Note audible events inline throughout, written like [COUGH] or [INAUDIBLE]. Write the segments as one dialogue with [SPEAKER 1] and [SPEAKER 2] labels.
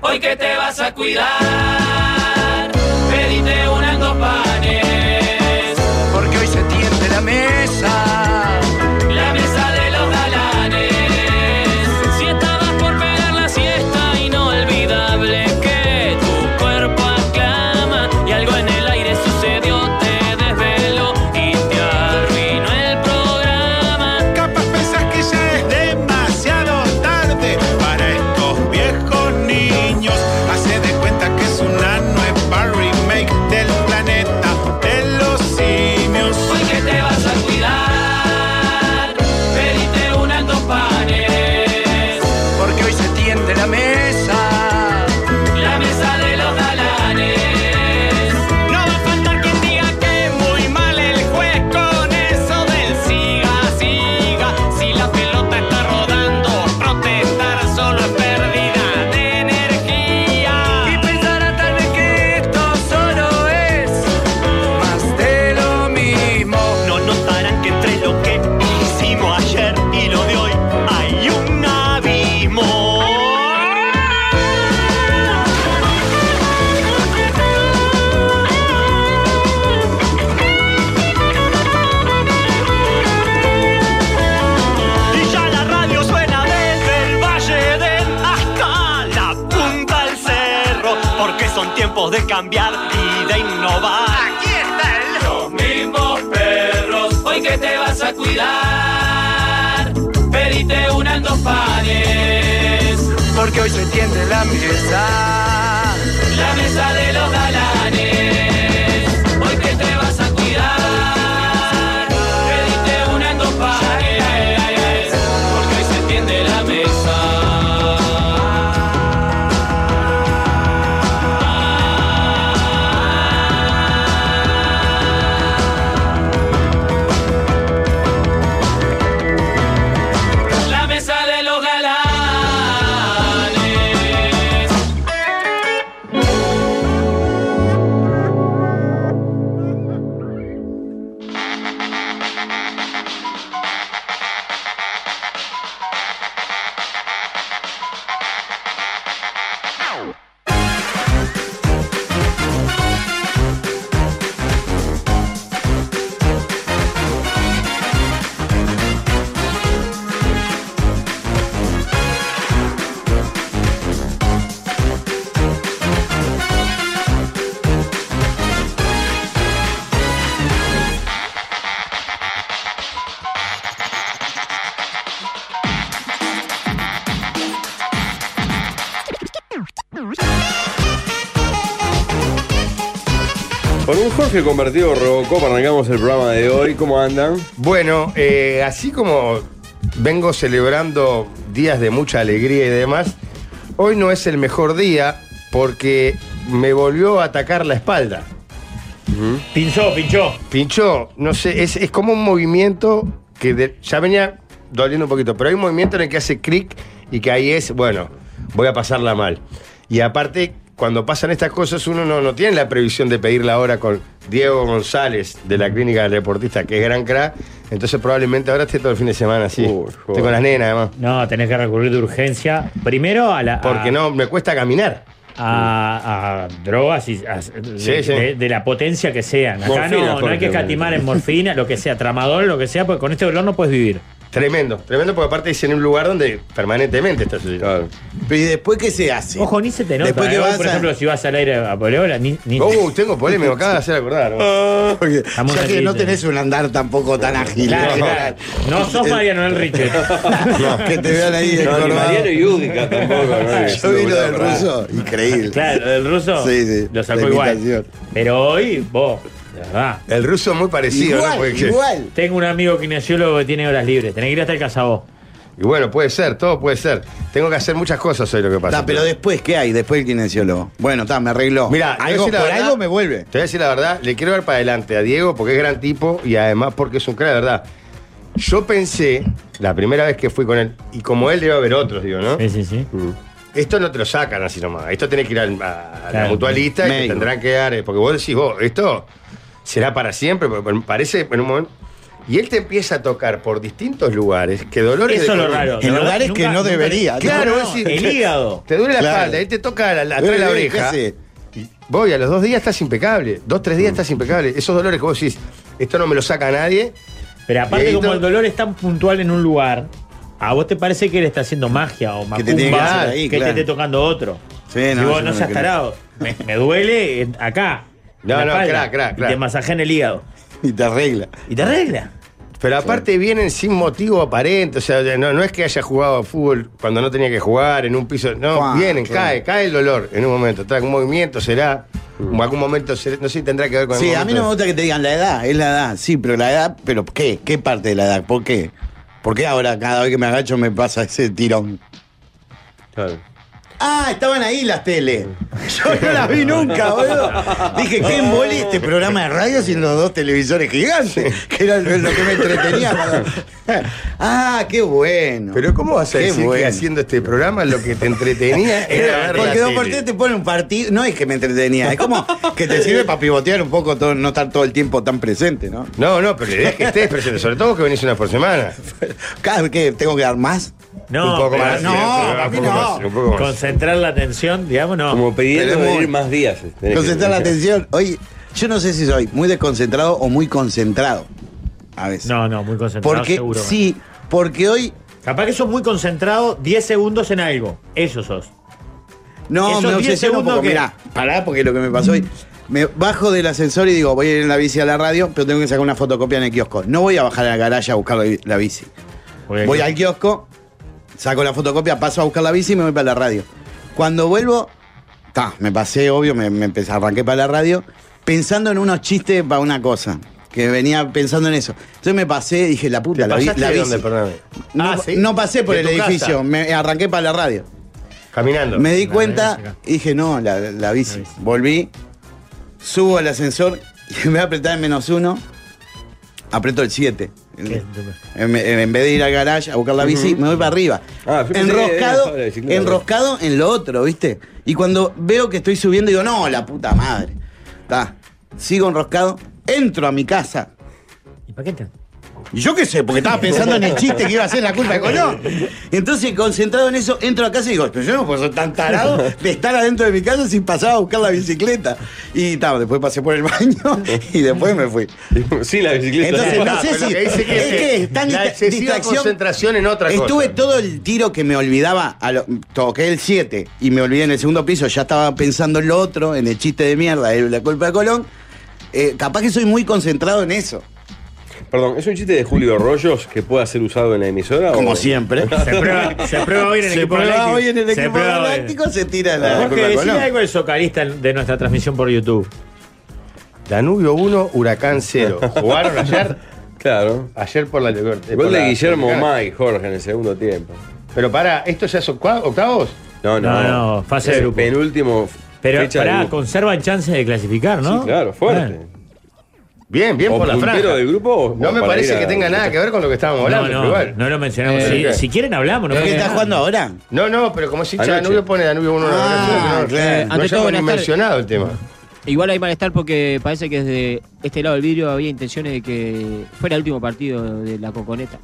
[SPEAKER 1] hoy que te vas a cuidar. Pedite unas dos panes,
[SPEAKER 2] porque hoy se tiende la mesa.
[SPEAKER 1] la mesa de los galanes. Si estabas por pegar la siesta, inolvidable que tu cuerpo aclama. Y algo en el aire sucedió, te desveló y te arruinó el programa.
[SPEAKER 3] Capaz pensás que ya es demasiado tarde para estos viejos niños. Hace de cuenta que es una nueva remake del planeta de los simios.
[SPEAKER 1] Hoy que te vas a cuidar, pedite unas dos panes,
[SPEAKER 2] Porque hoy se tiende la mesa.
[SPEAKER 1] la mesa de los galanes.
[SPEAKER 3] No va a faltar quien diga que muy mal el juez con eso del siga, siga. Si la pelota está rodando, protestar solo es pérdida de energía.
[SPEAKER 2] Y pensará tal vez que esto solo es más de lo mismo.
[SPEAKER 3] No notarán que entre lo que hicimos ayer y lo de hoy hay un abismo. Y ya la radio suena desde el Valle del hasta la punta del cerro, porque son tiempos de cambiar y de innovar.
[SPEAKER 1] Los mismos perros, hoy que te vas a cuidar, pedite unas dos panes,
[SPEAKER 2] Porque hoy se tiende la mesa.
[SPEAKER 1] la mesa de los galanes. Hoy que te vas a cuidar, pedite unas dos panes, porque hoy se tiende la mesa. La mesa de los galanes.
[SPEAKER 4] Con un Jorge convertido Robocop arrancamos el programa de hoy. ¿Cómo andan?
[SPEAKER 5] Bueno, eh, así como vengo celebrando días de mucha alegría y demás, hoy no es el mejor día porque me volvió a atacar la espalda.
[SPEAKER 6] Pinchó, pinchó.
[SPEAKER 5] Pinchó, no sé, es, es como un movimiento que de- ya venía doliendo un poquito, pero hay un movimiento en el que hace clic y que ahí es, bueno, voy a pasarla mal. Y aparte, cuando pasan estas cosas, uno no, no tiene la previsión de pedirla ahora con Diego González de la Clínica del Deportista, que es gran crack. Entonces, probablemente ahora esté todo el fin de semana así.
[SPEAKER 4] Por favor.
[SPEAKER 5] Estoy con las nenas, además.
[SPEAKER 6] No, tenés que recurrir de urgencia. Primero a la. a-
[SPEAKER 5] Porque no, me cuesta caminar.
[SPEAKER 6] A, a drogas y a- de,
[SPEAKER 5] Sí, sí.
[SPEAKER 6] de- de la potencia que sean. Acá
[SPEAKER 4] Morfina,
[SPEAKER 6] no, no hay
[SPEAKER 4] Jorge,
[SPEAKER 6] que escatimar en morfina, lo que sea, tramador, lo que sea, porque con este dolor no puedes vivir.
[SPEAKER 5] Tremendo, tremendo, porque aparte es en un lugar donde permanentemente está sucediendo.
[SPEAKER 4] Claro.
[SPEAKER 7] Pero ¿y después qué se hace?
[SPEAKER 6] Ojo, ni se te nota.
[SPEAKER 7] Después
[SPEAKER 6] ¿eh?
[SPEAKER 7] que
[SPEAKER 6] Vos,
[SPEAKER 7] vas
[SPEAKER 6] por
[SPEAKER 7] a-
[SPEAKER 6] ejemplo, si vas al aire a Poleola, ni, ni
[SPEAKER 5] Uh, tengo polémica, me acaba de hacer acordar.
[SPEAKER 7] [LAUGHS] Porque
[SPEAKER 6] Estamos
[SPEAKER 7] ya que
[SPEAKER 6] aquí,
[SPEAKER 7] no
[SPEAKER 6] sí.
[SPEAKER 7] tenés un andar tampoco tan ágil. ¿eh?
[SPEAKER 6] Claro,
[SPEAKER 7] ¿no?
[SPEAKER 6] claro. No sos María Noel
[SPEAKER 7] [LAUGHS]
[SPEAKER 6] Richard.
[SPEAKER 7] que te vean ahí
[SPEAKER 4] No, ni
[SPEAKER 7] encorvado.
[SPEAKER 4] Mariano y Udica tampoco.
[SPEAKER 7] [LAUGHS]
[SPEAKER 4] ¿no?
[SPEAKER 7] Yo vi lo del ruso, increíble.
[SPEAKER 6] Claro, el ruso
[SPEAKER 7] Sí, sí,
[SPEAKER 6] lo sacó
[SPEAKER 7] la
[SPEAKER 6] igual.
[SPEAKER 7] imitación.
[SPEAKER 6] Pero hoy, vos, de verdad.
[SPEAKER 5] El ruso muy parecido, ¿no?
[SPEAKER 7] Igual,
[SPEAKER 5] Porque-
[SPEAKER 7] igual.
[SPEAKER 6] Tengo un amigo kinesiólogo que tiene horas libres. Tenés que ir hasta el Casabó.
[SPEAKER 5] Y bueno, puede ser, todo puede ser. Tengo que hacer muchas cosas hoy lo que pasa.
[SPEAKER 7] Ta, pero después, ¿qué hay? Después el kinesiólogo. Bueno, está, me arregló.
[SPEAKER 5] Mirá, te voy a
[SPEAKER 7] algo,
[SPEAKER 5] decir
[SPEAKER 7] por
[SPEAKER 5] la verdad-
[SPEAKER 7] algo me vuelve.
[SPEAKER 5] Te voy a decir la verdad, le quiero dar para adelante a Diego porque es gran tipo y además porque es un crack, de verdad. Yo pensé, la primera vez que fui con él, y como él debe haber otros, digo, ¿no? Mm.
[SPEAKER 6] Sí, sí, sí.
[SPEAKER 5] Esto no te lo sacan así nomás. Esto tenés que ir al- a, a la
[SPEAKER 6] Claro.
[SPEAKER 5] mutualista y te
[SPEAKER 7] Médico.
[SPEAKER 5] tendrán que dar. eh, Porque vos decís, vos, esto será para siempre, porque parece en un momento. Y él te empieza a tocar por distintos lugares, que dolores
[SPEAKER 6] Eso
[SPEAKER 5] de
[SPEAKER 6] es lo
[SPEAKER 5] columna.
[SPEAKER 6] raro.
[SPEAKER 7] En
[SPEAKER 6] La verdad,
[SPEAKER 7] lugares que
[SPEAKER 6] nunca-
[SPEAKER 7] no
[SPEAKER 6] nunca-
[SPEAKER 7] debería.
[SPEAKER 5] Claro,
[SPEAKER 6] No,
[SPEAKER 5] es decir,
[SPEAKER 6] el hígado.
[SPEAKER 5] Te duele la
[SPEAKER 7] Claro.
[SPEAKER 5] espalda, él te toca la- la- atrás de la
[SPEAKER 7] ¿Qué
[SPEAKER 5] oreja.
[SPEAKER 7] hace? Mm.
[SPEAKER 5] Voy, a los dos días estás impecable. Dos, tres días estás impecable. Esos dolores que vos decís, esto no me lo saca nadie.
[SPEAKER 6] Pero aparte,
[SPEAKER 5] Dieguito.
[SPEAKER 6] como el dolor es tan puntual en un lugar, ¿a vos te parece que él está haciendo magia o macumba,
[SPEAKER 7] Que te tiene que hacer ahí,
[SPEAKER 6] que
[SPEAKER 7] claro.
[SPEAKER 6] te esté tocando otro?
[SPEAKER 7] Sí,
[SPEAKER 6] si
[SPEAKER 7] no,
[SPEAKER 6] vos
[SPEAKER 7] yo
[SPEAKER 6] no
[SPEAKER 7] no
[SPEAKER 6] seas
[SPEAKER 7] creo.
[SPEAKER 6] tarado. Me, me duele eh, acá.
[SPEAKER 5] No,
[SPEAKER 6] en la
[SPEAKER 5] no,
[SPEAKER 6] espalda,
[SPEAKER 5] crack, crack,
[SPEAKER 6] y
[SPEAKER 5] crack.
[SPEAKER 6] Te masajean el hígado.
[SPEAKER 7] Y te arregla.
[SPEAKER 6] Y te arregla.
[SPEAKER 5] Pero aparte vienen sin motivo aparente. O sea, no, no es que haya jugado a fútbol cuando no tenía que jugar, en un piso. No,
[SPEAKER 7] Fua,
[SPEAKER 5] vienen,
[SPEAKER 7] claro.
[SPEAKER 5] cae, cae el dolor en un momento. Está algún movimiento, será. o Algún momento, será- no sé si tendrá que ver con el
[SPEAKER 7] Mm. Sí, a mí no me
[SPEAKER 5] momento.
[SPEAKER 7] gusta que te digan la edad, es la edad. Sí, pero la edad, ¿pero qué? ¿Qué parte de la edad? ¿Por qué? ¿Por qué ahora cada vez que me agacho me pasa ese tirón?
[SPEAKER 5] Claro.
[SPEAKER 7] Ah, estaban ahí las teles. [LAUGHS] Yo no las vi nunca, boludo. Dije, qué embole este programa de radio sin los dos televisores gigantes, [LAUGHS] que era lo lo que me entretenía. cuando- [LAUGHS] Ah, qué bueno.
[SPEAKER 5] Pero ¿cómo vas a
[SPEAKER 7] Qué
[SPEAKER 5] decir que
[SPEAKER 7] bueno.
[SPEAKER 5] haciendo este programa lo que te
[SPEAKER 7] [LAUGHS]
[SPEAKER 5] entretenía era ver la
[SPEAKER 7] Porque dos por
[SPEAKER 5] tele?
[SPEAKER 7] tres te ponen un partido. No es que me entretenía, es como que te [LAUGHS] sirve para pivotear un poco, todo- no estar todo el tiempo tan presente, ¿no?
[SPEAKER 5] No, no, pero la idea es que estés presente, sobre todo que venís una por semana.
[SPEAKER 7] Cada vez que tengo que dar más.
[SPEAKER 6] No,
[SPEAKER 5] un poco
[SPEAKER 6] pero
[SPEAKER 5] más.
[SPEAKER 7] no,
[SPEAKER 5] sí,
[SPEAKER 7] para
[SPEAKER 5] un
[SPEAKER 7] mí
[SPEAKER 5] poco
[SPEAKER 7] no.
[SPEAKER 5] más, un poco más.
[SPEAKER 6] Concentrar la atención, digamos, no.
[SPEAKER 4] Como
[SPEAKER 7] Pero
[SPEAKER 4] pidiendo
[SPEAKER 7] es muy-
[SPEAKER 4] venir más días. tenés que-
[SPEAKER 7] Concentrar la atención. Oye, yo no sé si soy muy desconcentrado o muy concentrado. A veces.
[SPEAKER 6] No, no, muy concentrado.
[SPEAKER 7] porque
[SPEAKER 6] seguro.
[SPEAKER 7] sí, porque hoy.
[SPEAKER 6] Capaz que sos muy concentrado 10 segundos en algo. Eso sos.
[SPEAKER 7] No,
[SPEAKER 6] Esos
[SPEAKER 7] me
[SPEAKER 6] 10
[SPEAKER 7] obsesiono un
[SPEAKER 6] segundos
[SPEAKER 7] poco.
[SPEAKER 6] que-
[SPEAKER 7] Mirá, pará, porque lo que me pasó hoy. Me bajo del ascensor y digo, voy a ir en la bici a la radio, pero tengo que sacar una fotocopia en el kiosco. No voy a bajar a la garaje a buscar la, la bici. Voy al kiosco, saco la fotocopia, paso a buscar la bici y me voy para la radio. Cuando vuelvo, ta, me pasé, obvio, me, me empecé- arranqué para la radio, pensando en unos chistes para una cosa. Que venía pensando en eso. Entonces me pasé, dije, la puta, la, vi-
[SPEAKER 5] ¿Pasaste
[SPEAKER 7] la
[SPEAKER 5] de
[SPEAKER 7] bici.
[SPEAKER 5] dónde, perdóname?
[SPEAKER 7] no,
[SPEAKER 5] Ah, ¿sí?
[SPEAKER 7] no pasé por
[SPEAKER 5] ¿De
[SPEAKER 7] el
[SPEAKER 5] tu casa?
[SPEAKER 7] edificio, me arranqué para la radio.
[SPEAKER 5] Caminando.
[SPEAKER 7] Me di
[SPEAKER 6] La radio
[SPEAKER 7] cuenta
[SPEAKER 6] acá.
[SPEAKER 7] y dije, no, la, la bici. Volví, subo al ascensor y [LAUGHS] me voy a apretar el menos uno, aprieto el 7. En, en vez de ir al garage a buscar la bici, me voy para arriba.
[SPEAKER 4] Ah, yo pensé que
[SPEAKER 7] enroscado,
[SPEAKER 4] era la bicicleta.
[SPEAKER 7] enroscado en lo otro, ¿viste? Y cuando veo que estoy subiendo, digo, no, la puta madre. Ta, sigo enroscado, entro a mi casa.
[SPEAKER 6] ¿Y para qué te-
[SPEAKER 7] Yo qué sé, porque estaba pensando en el chiste que iba a ser la culpa
[SPEAKER 6] [LAUGHS]
[SPEAKER 7] de Colón. Entonces, concentrado en eso, entro a casa y digo, pero yo no puedo ser tan tarado de estar adentro de mi casa sin pasar a buscar la bicicleta. Y ta, después pasé por el baño [LAUGHS] y después me fui.
[SPEAKER 4] [LAUGHS] Sí, la bicicleta.
[SPEAKER 7] Entonces, no
[SPEAKER 5] Ah,
[SPEAKER 7] sé
[SPEAKER 5] pero
[SPEAKER 7] si.
[SPEAKER 5] lo que dice que
[SPEAKER 7] es
[SPEAKER 5] es
[SPEAKER 7] que es tan
[SPEAKER 5] la
[SPEAKER 7] dista-
[SPEAKER 5] excesiva
[SPEAKER 7] distracción.
[SPEAKER 5] concentración en otra cosa.
[SPEAKER 7] Estuve todo el tiro que me olvidaba. a lo- toqué el 7 y me olvidé en el segundo piso. Ya estaba pensando en lo otro, en el chiste de mierda, en la culpa de Colón. Eh, capaz que soy muy concentrado en eso.
[SPEAKER 4] Perdón, ¿es un chiste de Julio Rollos que pueda ser usado en la emisora?
[SPEAKER 7] Como
[SPEAKER 4] o-
[SPEAKER 7] siempre.
[SPEAKER 6] Se prueba, se prueba hoy en el
[SPEAKER 7] Se
[SPEAKER 6] equipo
[SPEAKER 7] prueba
[SPEAKER 6] galáctico.
[SPEAKER 7] hoy en el
[SPEAKER 6] Se
[SPEAKER 7] equipo
[SPEAKER 6] prueba hoy.
[SPEAKER 7] galáctico, se tira la la
[SPEAKER 6] Jorge,
[SPEAKER 7] culpa de
[SPEAKER 6] decime
[SPEAKER 7] Colón.
[SPEAKER 6] algo del socarista de nuestra transmisión por YouTube.
[SPEAKER 5] Danubio 1, Huracán 0. [LAUGHS] ¿Jugaron ayer?
[SPEAKER 4] Claro.
[SPEAKER 5] Ayer por la.
[SPEAKER 4] El gol de Guillermo May, Jorge, en el segundo tiempo.
[SPEAKER 5] Pero para, ¿esto ya son cua- octavos?
[SPEAKER 4] No, no.
[SPEAKER 6] No, no, fase
[SPEAKER 4] Es
[SPEAKER 6] de
[SPEAKER 4] el
[SPEAKER 6] grupo.
[SPEAKER 4] Penúltimo. f-
[SPEAKER 6] Pero
[SPEAKER 4] fecha de
[SPEAKER 6] pará,
[SPEAKER 4] grupo.
[SPEAKER 6] conservan chances de clasificar, ¿no?
[SPEAKER 4] Sí, claro, fuerte.
[SPEAKER 6] Bueno.
[SPEAKER 5] Bien, bien
[SPEAKER 4] ¿O
[SPEAKER 5] por la
[SPEAKER 4] puntero
[SPEAKER 5] franja.
[SPEAKER 4] del grupo o-
[SPEAKER 5] no
[SPEAKER 4] o
[SPEAKER 5] me
[SPEAKER 4] para ir
[SPEAKER 5] parece
[SPEAKER 4] a-
[SPEAKER 5] que tenga nada que ver con lo que estábamos hablando,
[SPEAKER 6] no,
[SPEAKER 5] pero
[SPEAKER 6] no,
[SPEAKER 5] igual.
[SPEAKER 6] no lo mencionamos.
[SPEAKER 5] Eh,
[SPEAKER 6] Si-
[SPEAKER 5] ok.
[SPEAKER 6] si, quieren hablamos. No
[SPEAKER 7] ¿Pero qué
[SPEAKER 6] pasa
[SPEAKER 7] está
[SPEAKER 6] nada.
[SPEAKER 7] jugando ahora?
[SPEAKER 5] No, no, pero como si
[SPEAKER 4] Anoche.
[SPEAKER 5] Danubio pone Danubio 1
[SPEAKER 7] Ah, claro.
[SPEAKER 5] no,
[SPEAKER 8] Ante
[SPEAKER 5] no
[SPEAKER 8] todo,
[SPEAKER 5] hayamos ni
[SPEAKER 8] buenas tardes.
[SPEAKER 5] mencionado el tema.
[SPEAKER 8] Igual hay malestar porque parece que desde este lado del vidrio había intenciones de que fuera el último partido de la Coconeta.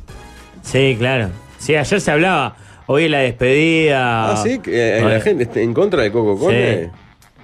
[SPEAKER 6] Sí, claro. Sí, ayer se hablaba. Hoy es la despedida.
[SPEAKER 4] Ah, sí, que, eh,
[SPEAKER 6] Bueno,
[SPEAKER 4] la gente está en contra de Coco eh,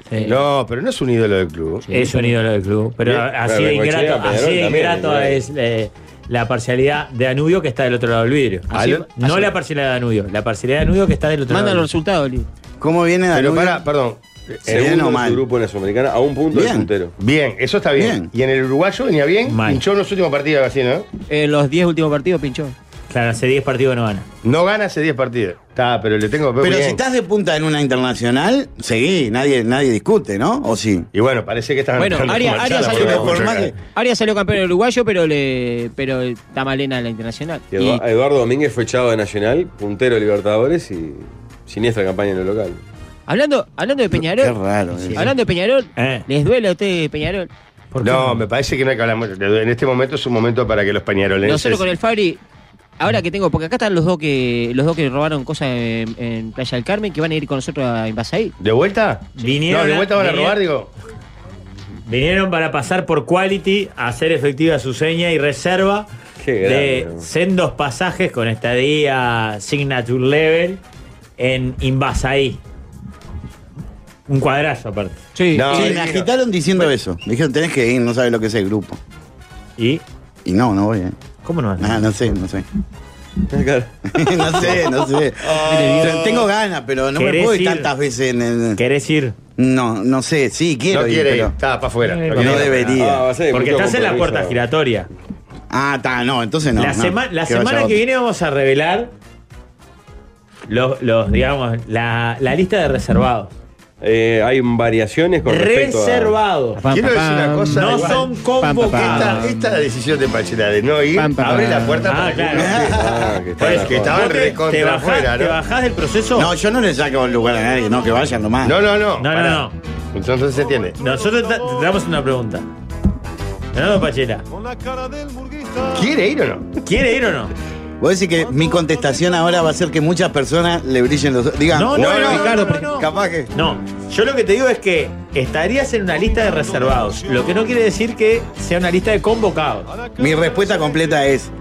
[SPEAKER 4] Cone.
[SPEAKER 6] sí.
[SPEAKER 5] No, pero no es un ídolo del club.
[SPEAKER 6] Es un ídolo del club. Pero
[SPEAKER 4] Bien,
[SPEAKER 6] así
[SPEAKER 4] pero
[SPEAKER 6] de
[SPEAKER 4] Bengochea,
[SPEAKER 6] ingrato,
[SPEAKER 4] Peñarol
[SPEAKER 6] así de
[SPEAKER 4] también,
[SPEAKER 6] ingrato
[SPEAKER 4] ¿no?
[SPEAKER 6] es eh, la parcialidad de Danubio que está del otro lado del vidrio.
[SPEAKER 5] Así-
[SPEAKER 6] no
[SPEAKER 4] ah,
[SPEAKER 8] así.
[SPEAKER 6] la parcialidad de Danubio, la parcialidad de Danubio que está del otro
[SPEAKER 8] Mandan los
[SPEAKER 6] lado. del
[SPEAKER 8] resultados, Lili.
[SPEAKER 7] ¿Cómo viene
[SPEAKER 5] Pero
[SPEAKER 7] Danubio?
[SPEAKER 5] para, perdón.
[SPEAKER 7] Bien
[SPEAKER 4] Segundo
[SPEAKER 7] o
[SPEAKER 4] en
[SPEAKER 7] mal.
[SPEAKER 4] su grupo en la Sudamericana, a un punto
[SPEAKER 7] Bien.
[SPEAKER 4] de puntero.
[SPEAKER 5] Bien, eso está bien.
[SPEAKER 7] Bien.
[SPEAKER 5] Y en el uruguayo venía bien,
[SPEAKER 6] Mal.
[SPEAKER 5] hinchó en los últimos partidos así, ¿no?
[SPEAKER 8] En los 10 últimos partidos pinchó.
[SPEAKER 6] vidrio. Claro, hace 10 partidos no gana.
[SPEAKER 5] No gana hace 10 partidos. Está, pero le tengo
[SPEAKER 7] Pero
[SPEAKER 5] bien.
[SPEAKER 7] si estás de punta en una internacional, seguí, nadie, nadie discute, ¿no? ¿O sí?
[SPEAKER 5] Y bueno, parece que están
[SPEAKER 8] Bueno,
[SPEAKER 5] entrando
[SPEAKER 8] Arias-
[SPEAKER 5] con
[SPEAKER 8] Arias
[SPEAKER 5] Machala,
[SPEAKER 8] salió
[SPEAKER 5] porque
[SPEAKER 8] por
[SPEAKER 5] mucho
[SPEAKER 7] más
[SPEAKER 5] gana.
[SPEAKER 7] que-
[SPEAKER 8] Arias salió campeón del uruguayo, pero le pero está malena en la internacional.
[SPEAKER 4] Y Edu-
[SPEAKER 8] Y-
[SPEAKER 4] Eduardo Domínguez fue echado de Nacional, puntero de Libertadores y siniestra campaña en lo local.
[SPEAKER 8] hablando, hablando de Peñarol.
[SPEAKER 7] Qué raro,
[SPEAKER 8] sí,
[SPEAKER 7] eh.
[SPEAKER 8] Hablando de Peñarol,
[SPEAKER 6] Eh.
[SPEAKER 8] ¿les duele a ustedes Peñarol?
[SPEAKER 6] ¿Por qué?
[SPEAKER 5] No, me parece que no hay que hablar mucho. En este momento es un momento para que los pañarolenses.
[SPEAKER 8] Nosotros con el Fabri, ahora que tengo, porque acá están los dos que los dos que robaron cosas en, en Playa del Carmen, que van a ir con nosotros a Invasaí.
[SPEAKER 5] ¿De vuelta?
[SPEAKER 6] Vinieron
[SPEAKER 5] no, de
[SPEAKER 6] a-
[SPEAKER 5] vuelta van a
[SPEAKER 6] vinieron-
[SPEAKER 5] robar, digo.
[SPEAKER 6] Vinieron para pasar por Quality, a hacer efectiva su seña y reserva
[SPEAKER 4] Qué
[SPEAKER 6] de
[SPEAKER 4] grande.
[SPEAKER 6] sendos pasajes con estadía Signature Level en Invasaí. Un cuadrazo aparte.
[SPEAKER 8] Sí.
[SPEAKER 5] No,
[SPEAKER 7] Sí,
[SPEAKER 5] eh,
[SPEAKER 7] me agitaron diciendo eso. Me dijeron, tenés que ir, no sabes lo que es el grupo.
[SPEAKER 6] ¿Y
[SPEAKER 7] Y no, no voy, eh.
[SPEAKER 6] cómo no?
[SPEAKER 7] Nah, no sé, no sé. [LAUGHS]
[SPEAKER 4] Claro.
[SPEAKER 7] no sé, no sé. Pero Tengo ganas, pero no me
[SPEAKER 6] ¿Querés
[SPEAKER 7] puedo ir
[SPEAKER 6] ir?
[SPEAKER 7] tantas veces en el...
[SPEAKER 6] ¿Querés ir?
[SPEAKER 7] No, no sé, sí, quiero
[SPEAKER 5] No
[SPEAKER 7] ir,
[SPEAKER 5] quiere ir,
[SPEAKER 7] pero-
[SPEAKER 5] está para afuera.
[SPEAKER 6] Eh,
[SPEAKER 5] no
[SPEAKER 6] no
[SPEAKER 5] quiere ir.
[SPEAKER 7] debería.
[SPEAKER 4] Ah, va a ser
[SPEAKER 6] Porque
[SPEAKER 4] mucho
[SPEAKER 6] estás en la
[SPEAKER 4] compromiso.
[SPEAKER 6] puerta giratoria.
[SPEAKER 7] Ah, está, no, entonces no.
[SPEAKER 6] la
[SPEAKER 7] no,
[SPEAKER 6] sema- la
[SPEAKER 7] vaya
[SPEAKER 6] semana que
[SPEAKER 7] otro.
[SPEAKER 6] viene vamos a revelar los, los, digamos, la, la lista de reservados.
[SPEAKER 4] Eh, hay variaciones con respecto a-
[SPEAKER 6] Reservados.
[SPEAKER 8] Pam,
[SPEAKER 5] Quiero
[SPEAKER 8] pam,
[SPEAKER 5] decir una
[SPEAKER 8] pam.
[SPEAKER 5] cosa,
[SPEAKER 6] No
[SPEAKER 5] igual.
[SPEAKER 6] son
[SPEAKER 5] Esta,
[SPEAKER 7] Ah.
[SPEAKER 6] convocadas.
[SPEAKER 5] esta es la decisión de Pachela de no ir,
[SPEAKER 8] Pam, pam,
[SPEAKER 5] abre
[SPEAKER 8] pam.
[SPEAKER 5] la puerta
[SPEAKER 6] Ah,
[SPEAKER 5] para
[SPEAKER 6] claro.
[SPEAKER 7] [LAUGHS]
[SPEAKER 4] Ah, que está
[SPEAKER 5] Pues,
[SPEAKER 4] la
[SPEAKER 5] que
[SPEAKER 4] joda.
[SPEAKER 5] estaba-
[SPEAKER 6] Vos te-
[SPEAKER 5] recontra
[SPEAKER 6] te bajás-
[SPEAKER 5] afuera, ¿no?
[SPEAKER 6] ¿Te bajás del proceso?
[SPEAKER 7] No, yo no le saco el lugar a nadie, no, que vayan nomás.
[SPEAKER 5] No, no, no.
[SPEAKER 6] no, no,
[SPEAKER 5] pará.
[SPEAKER 6] no.
[SPEAKER 5] Entonces se entiende.
[SPEAKER 6] Nosotros te te damos una pregunta. No, Pachela.
[SPEAKER 5] ¿Quiere ir o no?
[SPEAKER 6] ¿Quiere ir o no?
[SPEAKER 7] Voy a decir que mi contestación ahora va a ser que muchas personas le brillen los ojos. Digan,
[SPEAKER 6] No, no,
[SPEAKER 7] "Bueno,
[SPEAKER 6] no,
[SPEAKER 7] Ricardo,
[SPEAKER 6] no,
[SPEAKER 7] porque
[SPEAKER 6] no.
[SPEAKER 7] capaz que.
[SPEAKER 6] No, yo lo que te digo es que estarías en una lista de reservados, lo que no quiere decir que sea una lista de convocados.
[SPEAKER 7] Mi respuesta completa es: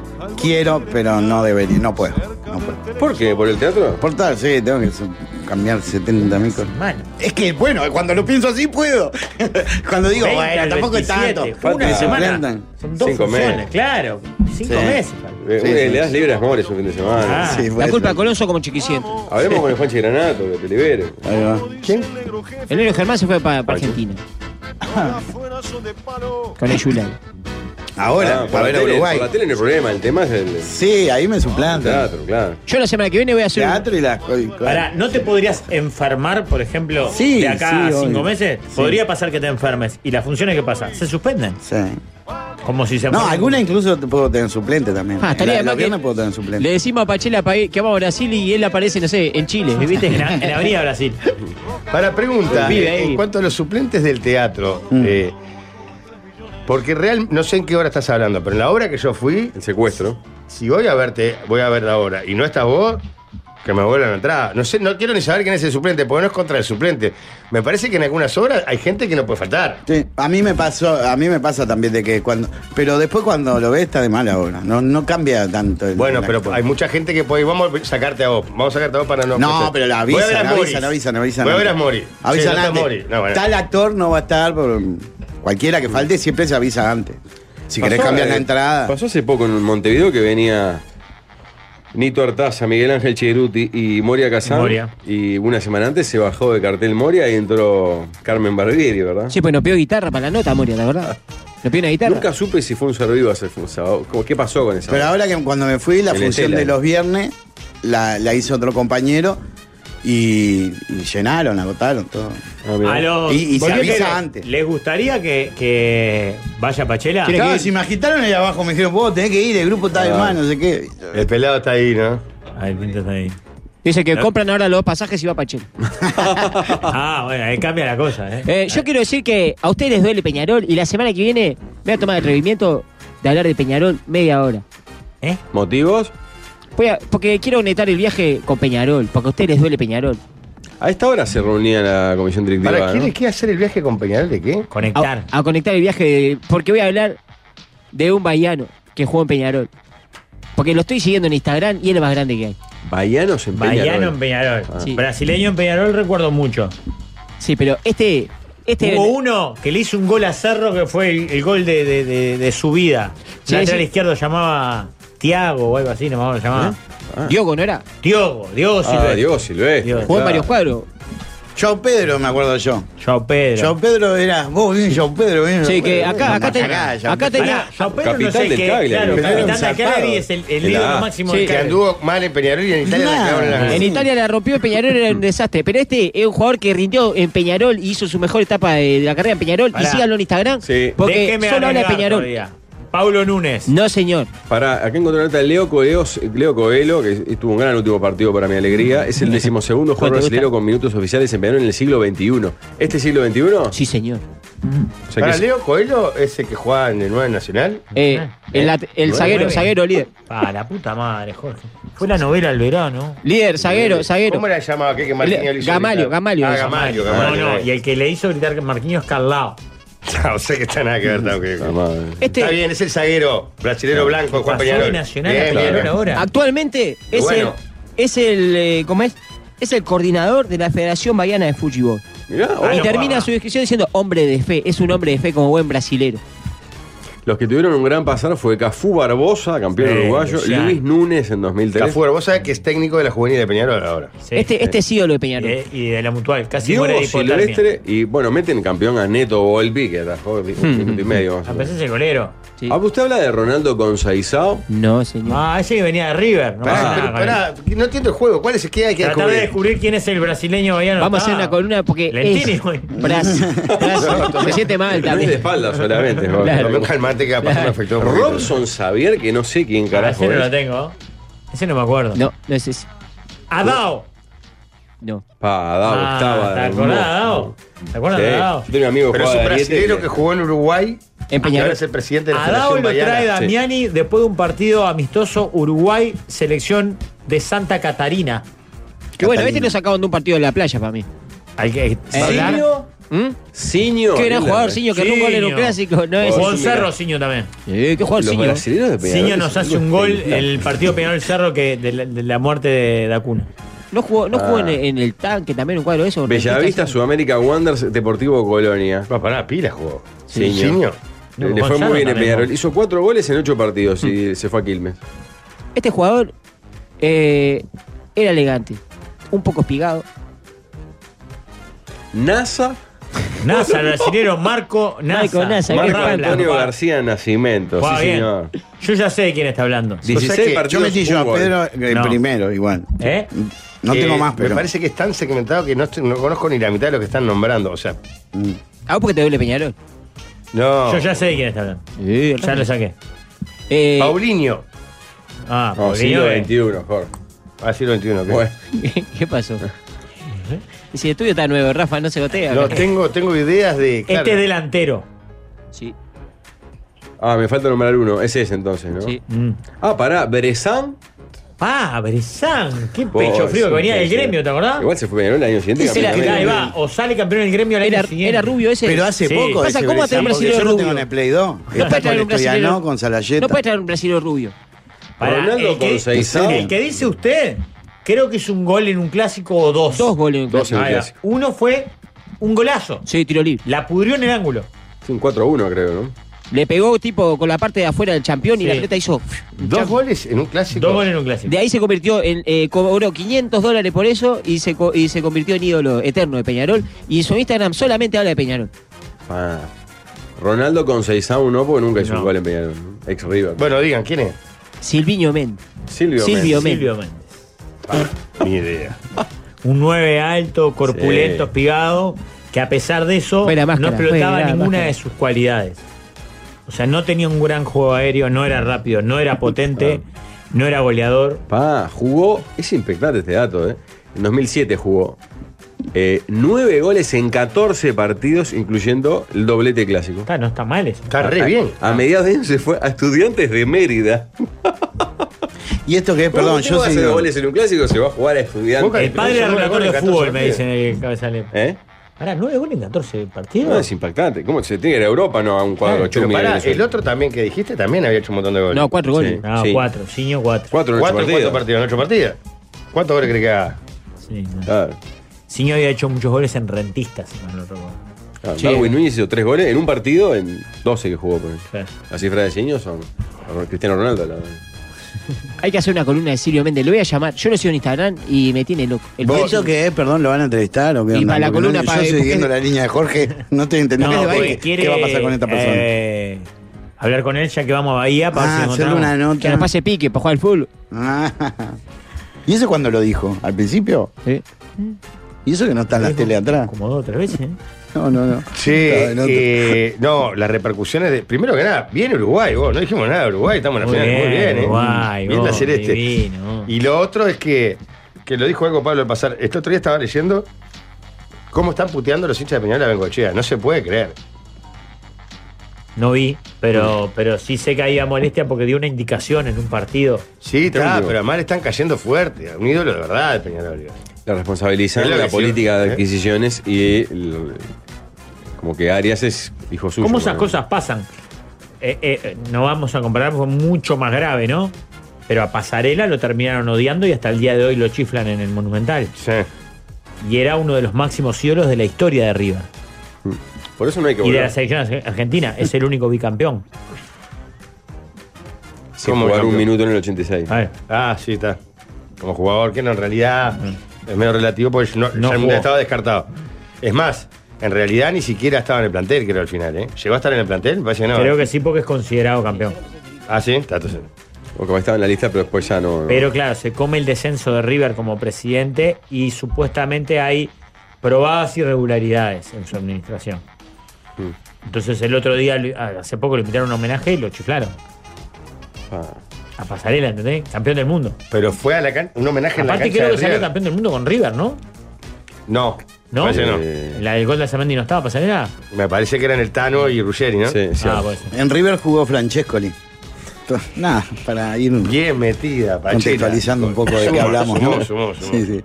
[SPEAKER 7] quiero, pero no debería, no puedo. No puedo.
[SPEAKER 4] ¿Por qué? ¿Por el teatro?
[SPEAKER 7] Por tal, sí, tengo que su- cambiar 70 mil cosas.
[SPEAKER 6] Mano,
[SPEAKER 7] Es que, bueno, cuando lo pienso así puedo. [LAUGHS] cuando digo,
[SPEAKER 6] 20
[SPEAKER 7] bueno,
[SPEAKER 6] al
[SPEAKER 7] tampoco es
[SPEAKER 6] 27,
[SPEAKER 7] tanto.
[SPEAKER 6] Una
[SPEAKER 4] Falta-
[SPEAKER 6] semana.
[SPEAKER 7] Brendan.
[SPEAKER 6] Son dos
[SPEAKER 4] Cinco
[SPEAKER 6] funciones,
[SPEAKER 4] meses.
[SPEAKER 6] claro. Cinco
[SPEAKER 7] Sí.
[SPEAKER 6] meses. falta.
[SPEAKER 4] Eh,
[SPEAKER 7] Sí,
[SPEAKER 4] uy,
[SPEAKER 7] sí,
[SPEAKER 4] le das
[SPEAKER 7] sí.
[SPEAKER 4] libre a Mores un fin de semana.
[SPEAKER 6] Ah.
[SPEAKER 7] Sí,
[SPEAKER 8] La
[SPEAKER 7] bueno.
[SPEAKER 8] culpa de Colonso como chiquisiento.
[SPEAKER 4] Hablemos con el Juanchi Granato, que te libere.
[SPEAKER 7] Ahí va.
[SPEAKER 8] El héroe Germán se fue para
[SPEAKER 4] Pancho.
[SPEAKER 8] Argentina. Con el Yulai.
[SPEAKER 7] Ahora,
[SPEAKER 4] Ah, por
[SPEAKER 7] para
[SPEAKER 4] la
[SPEAKER 7] ver a
[SPEAKER 4] tele-
[SPEAKER 7] Uruguay.
[SPEAKER 4] Por la tele no hay problema, el tema es el el
[SPEAKER 7] Sí, ahí me suplanta.
[SPEAKER 4] teatro, claro.
[SPEAKER 8] Yo la semana que viene voy a hacer. un-
[SPEAKER 7] Teatro y las. y-
[SPEAKER 6] Pará, ¿no te podrías enfermar, por ejemplo,
[SPEAKER 7] Sí,
[SPEAKER 6] de acá
[SPEAKER 7] sí,
[SPEAKER 6] a cinco
[SPEAKER 7] obvio.
[SPEAKER 6] meses? Podría pasar que te enfermes. ¿Y las funciones qué pasa? Se suspenden.
[SPEAKER 7] Sí.
[SPEAKER 6] Como si se
[SPEAKER 7] No,
[SPEAKER 6] enfermen.
[SPEAKER 7] alguna incluso te puedo tener suplente también.
[SPEAKER 8] Ah, estaría
[SPEAKER 7] En la-
[SPEAKER 8] de más
[SPEAKER 7] los viernes
[SPEAKER 8] que-
[SPEAKER 7] puedo tener
[SPEAKER 8] Le
[SPEAKER 7] suplente.
[SPEAKER 8] decimos a Pachela pa- que vamos a Brasil y él aparece, no sé, en
[SPEAKER 7] [LAUGHS]
[SPEAKER 8] Chile.
[SPEAKER 6] ¿Viste? En la, en la Avenida Brasil.
[SPEAKER 5] Para pregunta,
[SPEAKER 8] Vive
[SPEAKER 5] eh, en
[SPEAKER 8] ahí.
[SPEAKER 5] cuanto a los suplentes del teatro,
[SPEAKER 4] Mm.
[SPEAKER 5] eh, porque real, no sé en qué hora estás hablando, pero en la obra que yo fui,
[SPEAKER 4] El secuestro.
[SPEAKER 5] si voy a verte, voy a ver la obra y no estás vos, que me vuelvan atrás. No sé, no quiero ni saber quién es el suplente, porque no es contra el suplente. Me parece que en algunas obras hay gente que no puede faltar.
[SPEAKER 7] Sí, a mí me pasó, a mí me pasa también de que cuando, pero después cuando lo ves está de mala obra, no, no cambia tanto. El,
[SPEAKER 5] Bueno,
[SPEAKER 7] el
[SPEAKER 5] pero
[SPEAKER 7] actor.
[SPEAKER 5] hay mucha gente que puede. Vamos a sacarte a vos. Vamos a sacarte a vos para no.
[SPEAKER 7] no, pero la
[SPEAKER 5] Voy a ver a
[SPEAKER 7] avisan,
[SPEAKER 5] Moris.
[SPEAKER 7] avisan, avisan, avisan.
[SPEAKER 5] Voy a ver a
[SPEAKER 7] avisan.
[SPEAKER 5] Mori.
[SPEAKER 7] Avisan antes.
[SPEAKER 5] Mori. No, bueno.
[SPEAKER 7] Tal actor no va a estar, por, cualquiera que falte siempre se avisa antes. Si querés
[SPEAKER 4] Pasó,
[SPEAKER 7] cambiar la
[SPEAKER 4] eh,
[SPEAKER 7] entrada.
[SPEAKER 4] Pasó hace poco en Montevideo que venía Nito Artaza, Miguel Ángel Cheruti y Moria Casán.
[SPEAKER 6] Moria.
[SPEAKER 4] Y una semana antes se bajó de cartel Moria y entró Carmen Barbieri, ¿verdad?
[SPEAKER 8] Sí, pues nos pidió guitarra para la nota, Moria, la verdad. Nos pidió una guitarra.
[SPEAKER 4] Nunca supe si fue un servido hace un sábado. ¿Cómo- ¿Qué pasó con esa?
[SPEAKER 7] Pero ahora que cuando me fui, la
[SPEAKER 4] En
[SPEAKER 7] función
[SPEAKER 4] Estela.
[SPEAKER 7] de los viernes la, la hizo otro compañero y, y llenaron, agotaron todo.
[SPEAKER 4] Ah, mirá.
[SPEAKER 6] A los-
[SPEAKER 7] Y- y se
[SPEAKER 6] ¿Por qué
[SPEAKER 7] avisa
[SPEAKER 6] querés?
[SPEAKER 7] antes.
[SPEAKER 6] ¿Les gustaría que, que vaya Pachela?
[SPEAKER 7] Claro,
[SPEAKER 8] que ir?
[SPEAKER 7] si me agitaron ahí abajo, me dijeron, vos tenés que ir, el grupo está de
[SPEAKER 5] Ah.
[SPEAKER 7] más, no sé qué.
[SPEAKER 5] El pelado está ahí, ¿no?
[SPEAKER 6] Ay, pintas
[SPEAKER 7] [LAUGHS]
[SPEAKER 6] ahí.
[SPEAKER 8] Dice que
[SPEAKER 6] No.
[SPEAKER 8] compran ahora los pasajes y va Pachela.
[SPEAKER 6] Ah, bueno, ahí cambia la cosa, ¿eh?
[SPEAKER 8] Eh, yo quiero decir que a ustedes les duele Peñarol y la semana que viene me voy a tomar el atrevimiento de hablar de Peñarol media hora.
[SPEAKER 6] ¿Eh?
[SPEAKER 4] ¿Motivos?
[SPEAKER 8] Voy a- porque quiero conectar el viaje con Peñarol, porque a ustedes les duele Peñarol.
[SPEAKER 4] A esta hora se reunía la comisión directiva.
[SPEAKER 5] ¿Para
[SPEAKER 4] ¿no?
[SPEAKER 5] quién qué hacer el viaje con Peñarol de qué?
[SPEAKER 6] Conectar.
[SPEAKER 8] A, a conectar el viaje, de- porque voy a hablar de un bahiano que jugó en Peñarol. Porque lo estoy siguiendo en Instagram y es el más grande que hay.
[SPEAKER 4] Bahianos en Peñarol.
[SPEAKER 6] Baiano en Peñarol.
[SPEAKER 8] Sí.
[SPEAKER 6] Brasileño en Peñarol recuerdo mucho.
[SPEAKER 8] Sí, pero este... este
[SPEAKER 6] Hubo uno que le hizo un gol a Cerro que fue el, el gol de, de, de- de su vida.
[SPEAKER 8] Sí,
[SPEAKER 6] Lateral
[SPEAKER 8] sí.
[SPEAKER 6] izquierdo llamaba Tiago o algo así, no me acuerdo cómo se llamaba.
[SPEAKER 8] ¿Eh? Diogo, ¿no era?
[SPEAKER 6] Diogo, Diogo
[SPEAKER 4] Ah,
[SPEAKER 6] Silvestre.
[SPEAKER 4] Diego Silvestre.
[SPEAKER 6] Diego.
[SPEAKER 8] Jugó en
[SPEAKER 4] claro.
[SPEAKER 8] varios cuadros.
[SPEAKER 7] Joao Pedro, me acuerdo yo.
[SPEAKER 6] Joao Pedro.
[SPEAKER 7] Joao Pedro era, vos bien, Joao Pedro, ¿eh? bien.
[SPEAKER 8] Sí,
[SPEAKER 7] Joao
[SPEAKER 8] que
[SPEAKER 7] Pedro,
[SPEAKER 8] acá, acá, ten-
[SPEAKER 7] Acá, ya-
[SPEAKER 8] acá tenía...
[SPEAKER 6] Pará, Joao Pedro no
[SPEAKER 4] Capitán
[SPEAKER 6] sé
[SPEAKER 4] del
[SPEAKER 6] qué.
[SPEAKER 4] Cagliari.
[SPEAKER 6] Claro,
[SPEAKER 4] Pero
[SPEAKER 7] era un
[SPEAKER 6] capitán del
[SPEAKER 7] zarpado.
[SPEAKER 6] Cagliari es el, el
[SPEAKER 4] En la
[SPEAKER 6] ídolo
[SPEAKER 4] A.
[SPEAKER 6] máximo
[SPEAKER 8] Sí.
[SPEAKER 6] del
[SPEAKER 5] Que
[SPEAKER 6] Cagliari.
[SPEAKER 5] anduvo mal en Peñarol y en Italia la
[SPEAKER 7] Claro.
[SPEAKER 5] cagaron en la
[SPEAKER 8] En
[SPEAKER 5] cabeza.
[SPEAKER 8] Italia la rompió Peñarol, era un desastre. Pero este es un jugador que rindió en Peñarol y hizo su mejor etapa de la carrera en Peñarol.
[SPEAKER 6] Pará.
[SPEAKER 8] Y síganlo en Instagram.
[SPEAKER 4] Sí.
[SPEAKER 8] Porque
[SPEAKER 6] Déjeme
[SPEAKER 8] solo habla de
[SPEAKER 6] arriesgar
[SPEAKER 8] Peñarol. Mm.
[SPEAKER 6] todavía. Paulo Núñez.
[SPEAKER 8] No, señor.
[SPEAKER 4] Pará, acá encontré una nota de Leo Coelho, Leo Coelho, que tuvo un gran último partido para mi alegría. Es el decimosegundo
[SPEAKER 8] ¿Cuál
[SPEAKER 4] jugador
[SPEAKER 8] te gusta?
[SPEAKER 4] brasileño con minutos oficiales en verano en el siglo XXI. ¿Este siglo XXI?
[SPEAKER 8] Sí, señor.
[SPEAKER 4] O sea que
[SPEAKER 5] Para
[SPEAKER 4] es-
[SPEAKER 5] Leo Coelho, ese que jugaba en el 9 Nacional.
[SPEAKER 8] Eh, el, lat- el
[SPEAKER 6] Nueve.
[SPEAKER 8] zaguero, zaguero, líder.
[SPEAKER 6] Pa, la puta madre, Jorge. Fue la novela al verano.
[SPEAKER 8] Líder, zaguero, zaguero.
[SPEAKER 5] Eh, ¿Cómo era llamado aquel que Marquinhos
[SPEAKER 8] El-
[SPEAKER 5] le hizo
[SPEAKER 8] Gamalio,
[SPEAKER 5] gritar?
[SPEAKER 8] Gamalio.
[SPEAKER 5] Ah, Gamalio, Gamalio.
[SPEAKER 6] No, no, y el que le hizo gritar Marquinhos Carlao.
[SPEAKER 5] [LAUGHS] No, sé que está nada que ver. tampoco.
[SPEAKER 4] La madre.
[SPEAKER 8] Este,
[SPEAKER 5] Está bien, es el zaguero brasilero blanco,
[SPEAKER 6] Pasó
[SPEAKER 5] Juan
[SPEAKER 6] de
[SPEAKER 5] Peñarol.
[SPEAKER 6] Nacional
[SPEAKER 5] Bien,
[SPEAKER 6] a Peñarol
[SPEAKER 5] bien.
[SPEAKER 8] Ah,
[SPEAKER 6] ahora.
[SPEAKER 8] Actualmente es
[SPEAKER 5] bueno.
[SPEAKER 8] el, es el eh, ¿cómo es? Es el coordinador de la Federación Bahiana de Fútbol.
[SPEAKER 4] Mirá,
[SPEAKER 6] Ah,
[SPEAKER 8] y
[SPEAKER 6] no,
[SPEAKER 4] oh,
[SPEAKER 8] termina
[SPEAKER 6] pa.
[SPEAKER 8] su descripción diciendo hombre de fe, es un hombre de fe como buen brasilero.
[SPEAKER 4] los que tuvieron un gran pasar fue Cafú Barbosa, campeón
[SPEAKER 6] Sí,
[SPEAKER 4] uruguayo,
[SPEAKER 6] Luciano.
[SPEAKER 4] Luis Núñez en 2003.
[SPEAKER 5] Cafuero, vos sabés que es técnico de la juvenil de Peñarol ahora.
[SPEAKER 6] Sí. Eh,
[SPEAKER 8] este, este es ídolo de Peñarol.
[SPEAKER 6] Y de- y de la mutual, casi muere de
[SPEAKER 4] Diego
[SPEAKER 6] hipotermia.
[SPEAKER 4] Silvestre y bueno, meten campeón a Neto Volpi, que atajó un minuto y medio. más o
[SPEAKER 6] Ah,
[SPEAKER 4] menos.
[SPEAKER 6] pensé es el golero.
[SPEAKER 8] Sí.
[SPEAKER 4] Ah, ¿Usted habla de Ronaldo Consaizao?
[SPEAKER 8] No, señor.
[SPEAKER 6] Ah, ese que venía de River. No,
[SPEAKER 5] Pará,
[SPEAKER 6] pasa
[SPEAKER 5] pero,
[SPEAKER 6] nada,
[SPEAKER 5] pará, no entiendo el juego. ¿Cuál es? ¿Qué hay que
[SPEAKER 6] Ah, Tratar de
[SPEAKER 5] descubrir?
[SPEAKER 6] descubrir quién es el brasileño baiano.
[SPEAKER 8] Vamos a hacer una columna porque
[SPEAKER 6] Lentini,
[SPEAKER 8] es
[SPEAKER 6] güey.
[SPEAKER 8] [LAUGHS]
[SPEAKER 6] [LAUGHS]
[SPEAKER 8] Bras-
[SPEAKER 4] [LAUGHS]
[SPEAKER 8] Bras- se siente mal
[SPEAKER 4] No es de
[SPEAKER 8] también.
[SPEAKER 4] espalda solamente. ¿no?
[SPEAKER 8] Claro.
[SPEAKER 5] Tomé un calmante que capaz me afectó un poquito.
[SPEAKER 4] Robson Xavier, que no sé quién carajo
[SPEAKER 6] Ah, Ese no lo
[SPEAKER 4] es.
[SPEAKER 6] tengo. Ese no me acuerdo.
[SPEAKER 8] No, no es ese.
[SPEAKER 6] Adao.
[SPEAKER 8] No.
[SPEAKER 4] Pa, Dao
[SPEAKER 6] Ah,
[SPEAKER 4] estaba.
[SPEAKER 6] ¿Te acordás de Adao? ¿Te acuerdas
[SPEAKER 4] Sí,
[SPEAKER 6] de Adao?
[SPEAKER 4] yo tenía un amigo que
[SPEAKER 5] Pero es
[SPEAKER 4] jugaba
[SPEAKER 5] un
[SPEAKER 4] de eh, ariete
[SPEAKER 5] brasilero que jugó en Uruguay.
[SPEAKER 8] En
[SPEAKER 5] Y
[SPEAKER 8] Peñarol.
[SPEAKER 5] ahora es el presidente de la
[SPEAKER 6] Adao
[SPEAKER 5] Federación
[SPEAKER 6] lo trae
[SPEAKER 5] Baiana.
[SPEAKER 6] Damiani después de un partido amistoso Uruguay, selección de Santa Catarina.
[SPEAKER 8] Que bueno, este lo sacaban de un partido de la playa para mí.
[SPEAKER 6] Al que hablar.
[SPEAKER 4] Siño.
[SPEAKER 8] ¿Mm?
[SPEAKER 4] Siño.
[SPEAKER 8] Qué gran
[SPEAKER 4] Mira,
[SPEAKER 8] jugador, Siño, que
[SPEAKER 6] Siño.
[SPEAKER 8] nunca en un clásico. No es.
[SPEAKER 4] Ese
[SPEAKER 6] Juan
[SPEAKER 4] sí me
[SPEAKER 6] Cerro,
[SPEAKER 4] da.
[SPEAKER 6] Siño también.
[SPEAKER 8] Eh, qué jugador
[SPEAKER 4] Los
[SPEAKER 8] Siño.
[SPEAKER 4] brasileños de Peñarol
[SPEAKER 6] Siño nos
[SPEAKER 4] son
[SPEAKER 6] hace
[SPEAKER 4] unos
[SPEAKER 6] un gol
[SPEAKER 4] pentas.
[SPEAKER 6] el partido penal del Cerro que de la, de la muerte de Dacuna.
[SPEAKER 8] No jugó, no jugó en,
[SPEAKER 4] Ah.
[SPEAKER 8] en el tanque también un cuadro de Este eso.
[SPEAKER 4] Bellavista, Sudamérica, Wanderers, Deportivo Colonia.
[SPEAKER 5] Va, pará, pila jugó.
[SPEAKER 4] Sí.
[SPEAKER 5] Siño.
[SPEAKER 6] No,
[SPEAKER 4] Le fue
[SPEAKER 6] Gonzalo
[SPEAKER 4] muy bien en
[SPEAKER 6] también,
[SPEAKER 4] Peñarol.
[SPEAKER 6] ¿no?
[SPEAKER 4] Hizo cuatro goles en ocho
[SPEAKER 6] [LAUGHS]
[SPEAKER 4] partidos y se fue a Quilmes.
[SPEAKER 8] Este jugador eh, era elegante, un poco espigado.
[SPEAKER 4] NASA,
[SPEAKER 6] NASA, el brasilero Marco Nasa.
[SPEAKER 8] Marco Nasa,
[SPEAKER 6] Marco
[SPEAKER 8] qué
[SPEAKER 4] Marco
[SPEAKER 8] espanto.
[SPEAKER 6] Nasa.
[SPEAKER 4] Antonio García Nacimiento.
[SPEAKER 6] Juega
[SPEAKER 4] Sí,
[SPEAKER 6] bien.
[SPEAKER 4] señor.
[SPEAKER 6] Yo ya sé de quién está hablando.
[SPEAKER 4] 16
[SPEAKER 5] que yo
[SPEAKER 4] partidos.
[SPEAKER 7] Yo metí yo
[SPEAKER 4] un
[SPEAKER 7] a
[SPEAKER 4] gol.
[SPEAKER 7] Pedro eh,
[SPEAKER 6] No.
[SPEAKER 7] primero, igual.
[SPEAKER 6] ¿Eh?
[SPEAKER 7] No
[SPEAKER 5] Que
[SPEAKER 7] tengo más,
[SPEAKER 5] Me
[SPEAKER 7] pero.
[SPEAKER 5] parece que es tan segmentado que no, estoy- no conozco ni la mitad de lo que están nombrando. O sea,
[SPEAKER 8] Ah, porque te duele Peñarol.
[SPEAKER 5] no.
[SPEAKER 6] Yo ya sé de quién está hablando. Ya lo saqué.
[SPEAKER 8] Eh,
[SPEAKER 5] Paulinho.
[SPEAKER 6] Ah,
[SPEAKER 4] No,
[SPEAKER 6] Paulinho,
[SPEAKER 4] siglo
[SPEAKER 6] eh.
[SPEAKER 4] XXI, Jorge.
[SPEAKER 5] Ah, siglo XXI. ¿qué?
[SPEAKER 4] Bueno,
[SPEAKER 8] [LAUGHS] ¿Qué pasó? Y Si el estudio está nuevo, Rafa, no se gotea.
[SPEAKER 5] No, tengo, tengo ideas de. claro.
[SPEAKER 6] Este es delantero.
[SPEAKER 8] Sí,
[SPEAKER 4] Ah, me falta nombrar uno. Ese es entonces, ¿no?
[SPEAKER 8] sí.
[SPEAKER 6] Mm.
[SPEAKER 4] Ah, pará, Brezán.
[SPEAKER 6] Ah, Brezán, qué
[SPEAKER 4] Vos,
[SPEAKER 6] pecho frío que venía del
[SPEAKER 4] sí, sí.
[SPEAKER 6] gremio, ¿te acordás?
[SPEAKER 4] Igual se fue Peñarol el año siguiente.
[SPEAKER 8] Ese era-
[SPEAKER 4] campeón de
[SPEAKER 6] Ahí
[SPEAKER 4] América.
[SPEAKER 6] va, o sale campeón del gremio el año
[SPEAKER 8] Era,
[SPEAKER 6] siguiente.
[SPEAKER 8] era rubio ese.
[SPEAKER 7] Pero hace
[SPEAKER 6] Sí.
[SPEAKER 7] poco.
[SPEAKER 8] Pasa,
[SPEAKER 7] ese
[SPEAKER 8] ¿cómo hace un
[SPEAKER 7] Brezán, porque
[SPEAKER 8] brasileño
[SPEAKER 7] Yo no
[SPEAKER 8] rubio?
[SPEAKER 7] tengo en el Play 2.
[SPEAKER 8] No puede traer un brasileño.
[SPEAKER 7] con Salayeta.
[SPEAKER 8] No puede traer un brasileño rubio.
[SPEAKER 6] Pará,
[SPEAKER 4] Ronaldo
[SPEAKER 6] el, que,
[SPEAKER 4] Conceizao.
[SPEAKER 6] el que dice usted, creo que hizo un gol en un clásico o dos.
[SPEAKER 8] Dos goles en un
[SPEAKER 4] Dos
[SPEAKER 8] clásico.
[SPEAKER 4] en el
[SPEAKER 6] Ahí va.
[SPEAKER 4] clásico.
[SPEAKER 6] Uno fue un golazo.
[SPEAKER 8] Sí, tiro libre.
[SPEAKER 6] La pudrió en el ángulo.
[SPEAKER 4] Sí, un 4-1, creo, ¿no?
[SPEAKER 8] Le pegó tipo con la parte de afuera del campeón y
[SPEAKER 6] Sí.
[SPEAKER 8] la pelota hizo. un
[SPEAKER 5] Dos
[SPEAKER 8] chan-
[SPEAKER 5] goles en un clásico.
[SPEAKER 6] Dos goles en un clásico.
[SPEAKER 8] De ahí se convirtió en. eh, cobró 500 dólares por eso y se, co- y se convirtió en ídolo eterno de Peñarol. Y en su Instagram solamente habla de Peñarol.
[SPEAKER 4] Ah. Ronaldo con 6 a 1 porque nunca hizo
[SPEAKER 6] No.
[SPEAKER 4] un gol en Peñarol. ¿no? Ex River.
[SPEAKER 5] Bueno, digan, ¿quién es?
[SPEAKER 8] Silviño Méndez.
[SPEAKER 4] Silvio.
[SPEAKER 8] Silvio
[SPEAKER 4] Mendes.
[SPEAKER 8] Mendes.
[SPEAKER 6] Silvio Méndez.
[SPEAKER 5] Ni idea.
[SPEAKER 6] Un 9 alto, corpulento,
[SPEAKER 4] Sí.
[SPEAKER 6] espigado, que a pesar de eso
[SPEAKER 8] Fue la
[SPEAKER 6] no
[SPEAKER 8] máscara,
[SPEAKER 6] explotaba
[SPEAKER 8] fue la
[SPEAKER 6] ninguna
[SPEAKER 8] máscara.
[SPEAKER 6] de sus cualidades. O sea, no tenía un gran juego aéreo, no era rápido, no era potente, no era goleador.
[SPEAKER 4] Pa, jugó. Es impecable este dato, ¿eh? En 2007 jugó. Eh, 9 goles en 14 partidos, incluyendo el doblete clásico.
[SPEAKER 6] Está, no está mal eso.
[SPEAKER 5] Está re bien.
[SPEAKER 4] A mediados de año se fue a Estudiantes de Mérida.
[SPEAKER 7] Y esto que es, perdón,
[SPEAKER 4] ¿Cómo
[SPEAKER 7] yo
[SPEAKER 4] va a
[SPEAKER 7] sí.
[SPEAKER 4] hacer
[SPEAKER 7] digo-
[SPEAKER 4] goles en un clásico? Se va a jugar a
[SPEAKER 5] Boca-
[SPEAKER 4] Estudiantes.
[SPEAKER 6] El padre
[SPEAKER 5] Pero
[SPEAKER 6] era
[SPEAKER 5] son nueve
[SPEAKER 6] relator
[SPEAKER 5] goles
[SPEAKER 6] de
[SPEAKER 5] en 14
[SPEAKER 6] fútbol, me
[SPEAKER 5] partidos.
[SPEAKER 6] dicen el cabezalero.
[SPEAKER 4] ¿Eh?
[SPEAKER 6] Ahora, nueve goles en 14
[SPEAKER 4] No,
[SPEAKER 6] partidos.
[SPEAKER 4] es impactante. ¿Cómo se tiene que ir a Europa no a un cuadro
[SPEAKER 5] Pero
[SPEAKER 4] chumi de
[SPEAKER 5] pará,
[SPEAKER 4] Venezuela?
[SPEAKER 5] el otro también que dijiste también había hecho un montón de goles.
[SPEAKER 8] No, cuatro goles.
[SPEAKER 4] Sí.
[SPEAKER 6] No, cuatro, Ciño, cuatro.
[SPEAKER 4] Cuatro en ocho
[SPEAKER 5] Cuatro, en
[SPEAKER 4] partidos.
[SPEAKER 5] cuatro partidos, en ocho partidos. ¿Cuántos goles crees que haga?
[SPEAKER 6] Sí, no.
[SPEAKER 4] Claro,
[SPEAKER 6] Ciño había hecho muchos goles en rentistas, si mal no recuerdo.
[SPEAKER 4] claro.
[SPEAKER 8] Sí.
[SPEAKER 4] Darwin Núñez hizo tres goles en un partido en 12 que jugó. Por él.
[SPEAKER 6] Claro.
[SPEAKER 4] La cifra de Ciño son Cristiano Ronaldo. la-
[SPEAKER 8] Hay que hacer una columna de Silvio Méndez. Lo voy a llamar. Yo lo sigo en Instagram y me tiene loco. El
[SPEAKER 7] ¿Y
[SPEAKER 8] bicho
[SPEAKER 7] esto que es, perdón, lo van a entrevistar o qué
[SPEAKER 8] Y
[SPEAKER 7] onda?
[SPEAKER 8] para la
[SPEAKER 7] Porque
[SPEAKER 8] columna,
[SPEAKER 7] no,
[SPEAKER 8] para-
[SPEAKER 7] Yo estoy
[SPEAKER 8] porque-
[SPEAKER 7] siguiendo la línea
[SPEAKER 8] [LAUGHS]
[SPEAKER 7] de Jorge, no estoy entendiendo
[SPEAKER 8] No,
[SPEAKER 7] qué-
[SPEAKER 8] porque
[SPEAKER 7] qué va a pasar con esta persona.
[SPEAKER 6] eh, hablar con él ya que vamos a Bahía para
[SPEAKER 7] ah,
[SPEAKER 6] ver si
[SPEAKER 7] hacerle una
[SPEAKER 6] encontramos.
[SPEAKER 8] que
[SPEAKER 7] nota.
[SPEAKER 8] nos pase pique para jugar al fútbol.
[SPEAKER 7] Ah. ¿Y eso cuándo lo dijo? ¿Al principio?
[SPEAKER 8] Sí.
[SPEAKER 7] ¿Y eso que no está en la tele atrás?
[SPEAKER 6] Como dos o tres veces. ¿eh?
[SPEAKER 7] No, no, no.
[SPEAKER 5] Sí,
[SPEAKER 7] Está en otro.
[SPEAKER 5] eh, no, las repercusiones de. Primero que nada, viene Uruguay, vos. No dijimos nada de Uruguay, estamos en la
[SPEAKER 6] Muy
[SPEAKER 5] final.
[SPEAKER 6] bien,
[SPEAKER 5] muy bien, ¿eh?
[SPEAKER 6] Uruguay,
[SPEAKER 5] Bien la
[SPEAKER 6] vos,
[SPEAKER 5] celeste.
[SPEAKER 6] divino.
[SPEAKER 5] Y lo otro es que, que lo dijo algo Pablo al pasar. Este otro día estaba leyendo cómo están puteando los hinchas de Peñarol a Bengochea. No se puede creer.
[SPEAKER 6] No vi, pero, pero sí sé que había molestia porque dio una indicación en un partido.
[SPEAKER 5] Sí,
[SPEAKER 4] Tengo
[SPEAKER 5] está,
[SPEAKER 4] que-
[SPEAKER 5] pero además le están cayendo fuerte. Un ídolo de verdad de Peñarol. digo.
[SPEAKER 4] La responsabilizan
[SPEAKER 5] Es lo
[SPEAKER 4] de la
[SPEAKER 5] que
[SPEAKER 4] política
[SPEAKER 5] sí,
[SPEAKER 4] de
[SPEAKER 5] ¿eh?
[SPEAKER 4] adquisiciones y el- Como que Arias es hijo suyo.
[SPEAKER 6] ¿Cómo esas
[SPEAKER 4] bueno.
[SPEAKER 6] cosas pasan? Eh, eh, eh, no vamos a comparar, fue mucho más grave, ¿no? Pero a Pasarela lo terminaron odiando y hasta el día de hoy lo chiflan en el Monumental.
[SPEAKER 4] Sí.
[SPEAKER 6] Y era uno de los máximos ídolos de la historia de River.
[SPEAKER 4] Por eso no hay que
[SPEAKER 6] Y de la
[SPEAKER 4] volver.
[SPEAKER 6] selección arge- argentina. Es el único bicampeón.
[SPEAKER 4] Sin
[SPEAKER 5] ¿Cómo
[SPEAKER 4] jugar un
[SPEAKER 5] campeón?
[SPEAKER 4] minuto en el 86.
[SPEAKER 6] A ver,
[SPEAKER 5] Ah, sí, está. Como jugador que no, en realidad es medio relativo porque no,
[SPEAKER 6] No
[SPEAKER 5] ya
[SPEAKER 6] jugó.
[SPEAKER 5] estaba descartado. Es más, en realidad ni siquiera estaba en el plantel, creo, al final. ¿eh? ¿Llegó a estar en el plantel? Me parece que no.
[SPEAKER 6] creo que sí porque es considerado campeón.
[SPEAKER 5] Ah, sí, está entonces.
[SPEAKER 4] O como estaba en la lista, pero después ya no. no.
[SPEAKER 6] Pero claro, se come el descenso de River como presidente y supuestamente hay probadas irregularidades en su administración.
[SPEAKER 5] Mm.
[SPEAKER 6] Entonces el otro día, lo- ah, hace poco le invitaron a un homenaje y lo chiflaron.
[SPEAKER 4] Ah.
[SPEAKER 6] A Pasarela, ¿entendés? Campeón del mundo.
[SPEAKER 5] Pero fue a la can- un homenaje en la
[SPEAKER 6] Aparte
[SPEAKER 5] cancha
[SPEAKER 6] creo
[SPEAKER 5] de
[SPEAKER 6] que salió
[SPEAKER 5] River.
[SPEAKER 6] campeón del mundo con River, ¿no?
[SPEAKER 5] No,
[SPEAKER 6] ¿No?
[SPEAKER 5] Parece no.
[SPEAKER 4] Eh,
[SPEAKER 6] La del gol de Azamendi no estaba Pasarela.
[SPEAKER 5] Me parece que eran el Tano y Ruggeri, ¿no?
[SPEAKER 4] sí, sí.
[SPEAKER 6] Ah, puede ser.
[SPEAKER 7] En River jugó Francescoli. To- Nada, para ir
[SPEAKER 5] Bien metida, Pachela.
[SPEAKER 7] contextualizando un poco de qué
[SPEAKER 5] Sumamos,
[SPEAKER 7] hablamos. ¿no?
[SPEAKER 5] sumamos, sumamos, sumamos.
[SPEAKER 7] Sí, sí.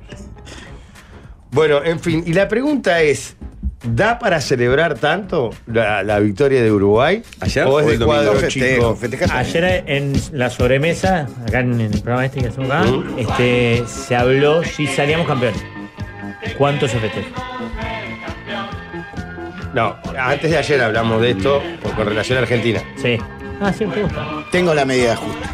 [SPEAKER 5] Bueno, en fin, y la pregunta es: ¿da para celebrar tanto la, la victoria de Uruguay?
[SPEAKER 4] ¿Ayer
[SPEAKER 5] ¿O es
[SPEAKER 4] o el
[SPEAKER 5] de
[SPEAKER 4] domingo?
[SPEAKER 5] cuadro
[SPEAKER 7] No festejo,
[SPEAKER 5] chico?
[SPEAKER 7] festejar.
[SPEAKER 6] Ayer en la sobremesa, acá en el programa este que hacemos acá, este, se habló si salíamos campeones. ¿Cuánto se festeja?
[SPEAKER 5] No, antes de ayer hablamos de esto por- con relación a Argentina.
[SPEAKER 6] Sí. Ah, sí, me gusta.
[SPEAKER 7] Tengo la medida justa.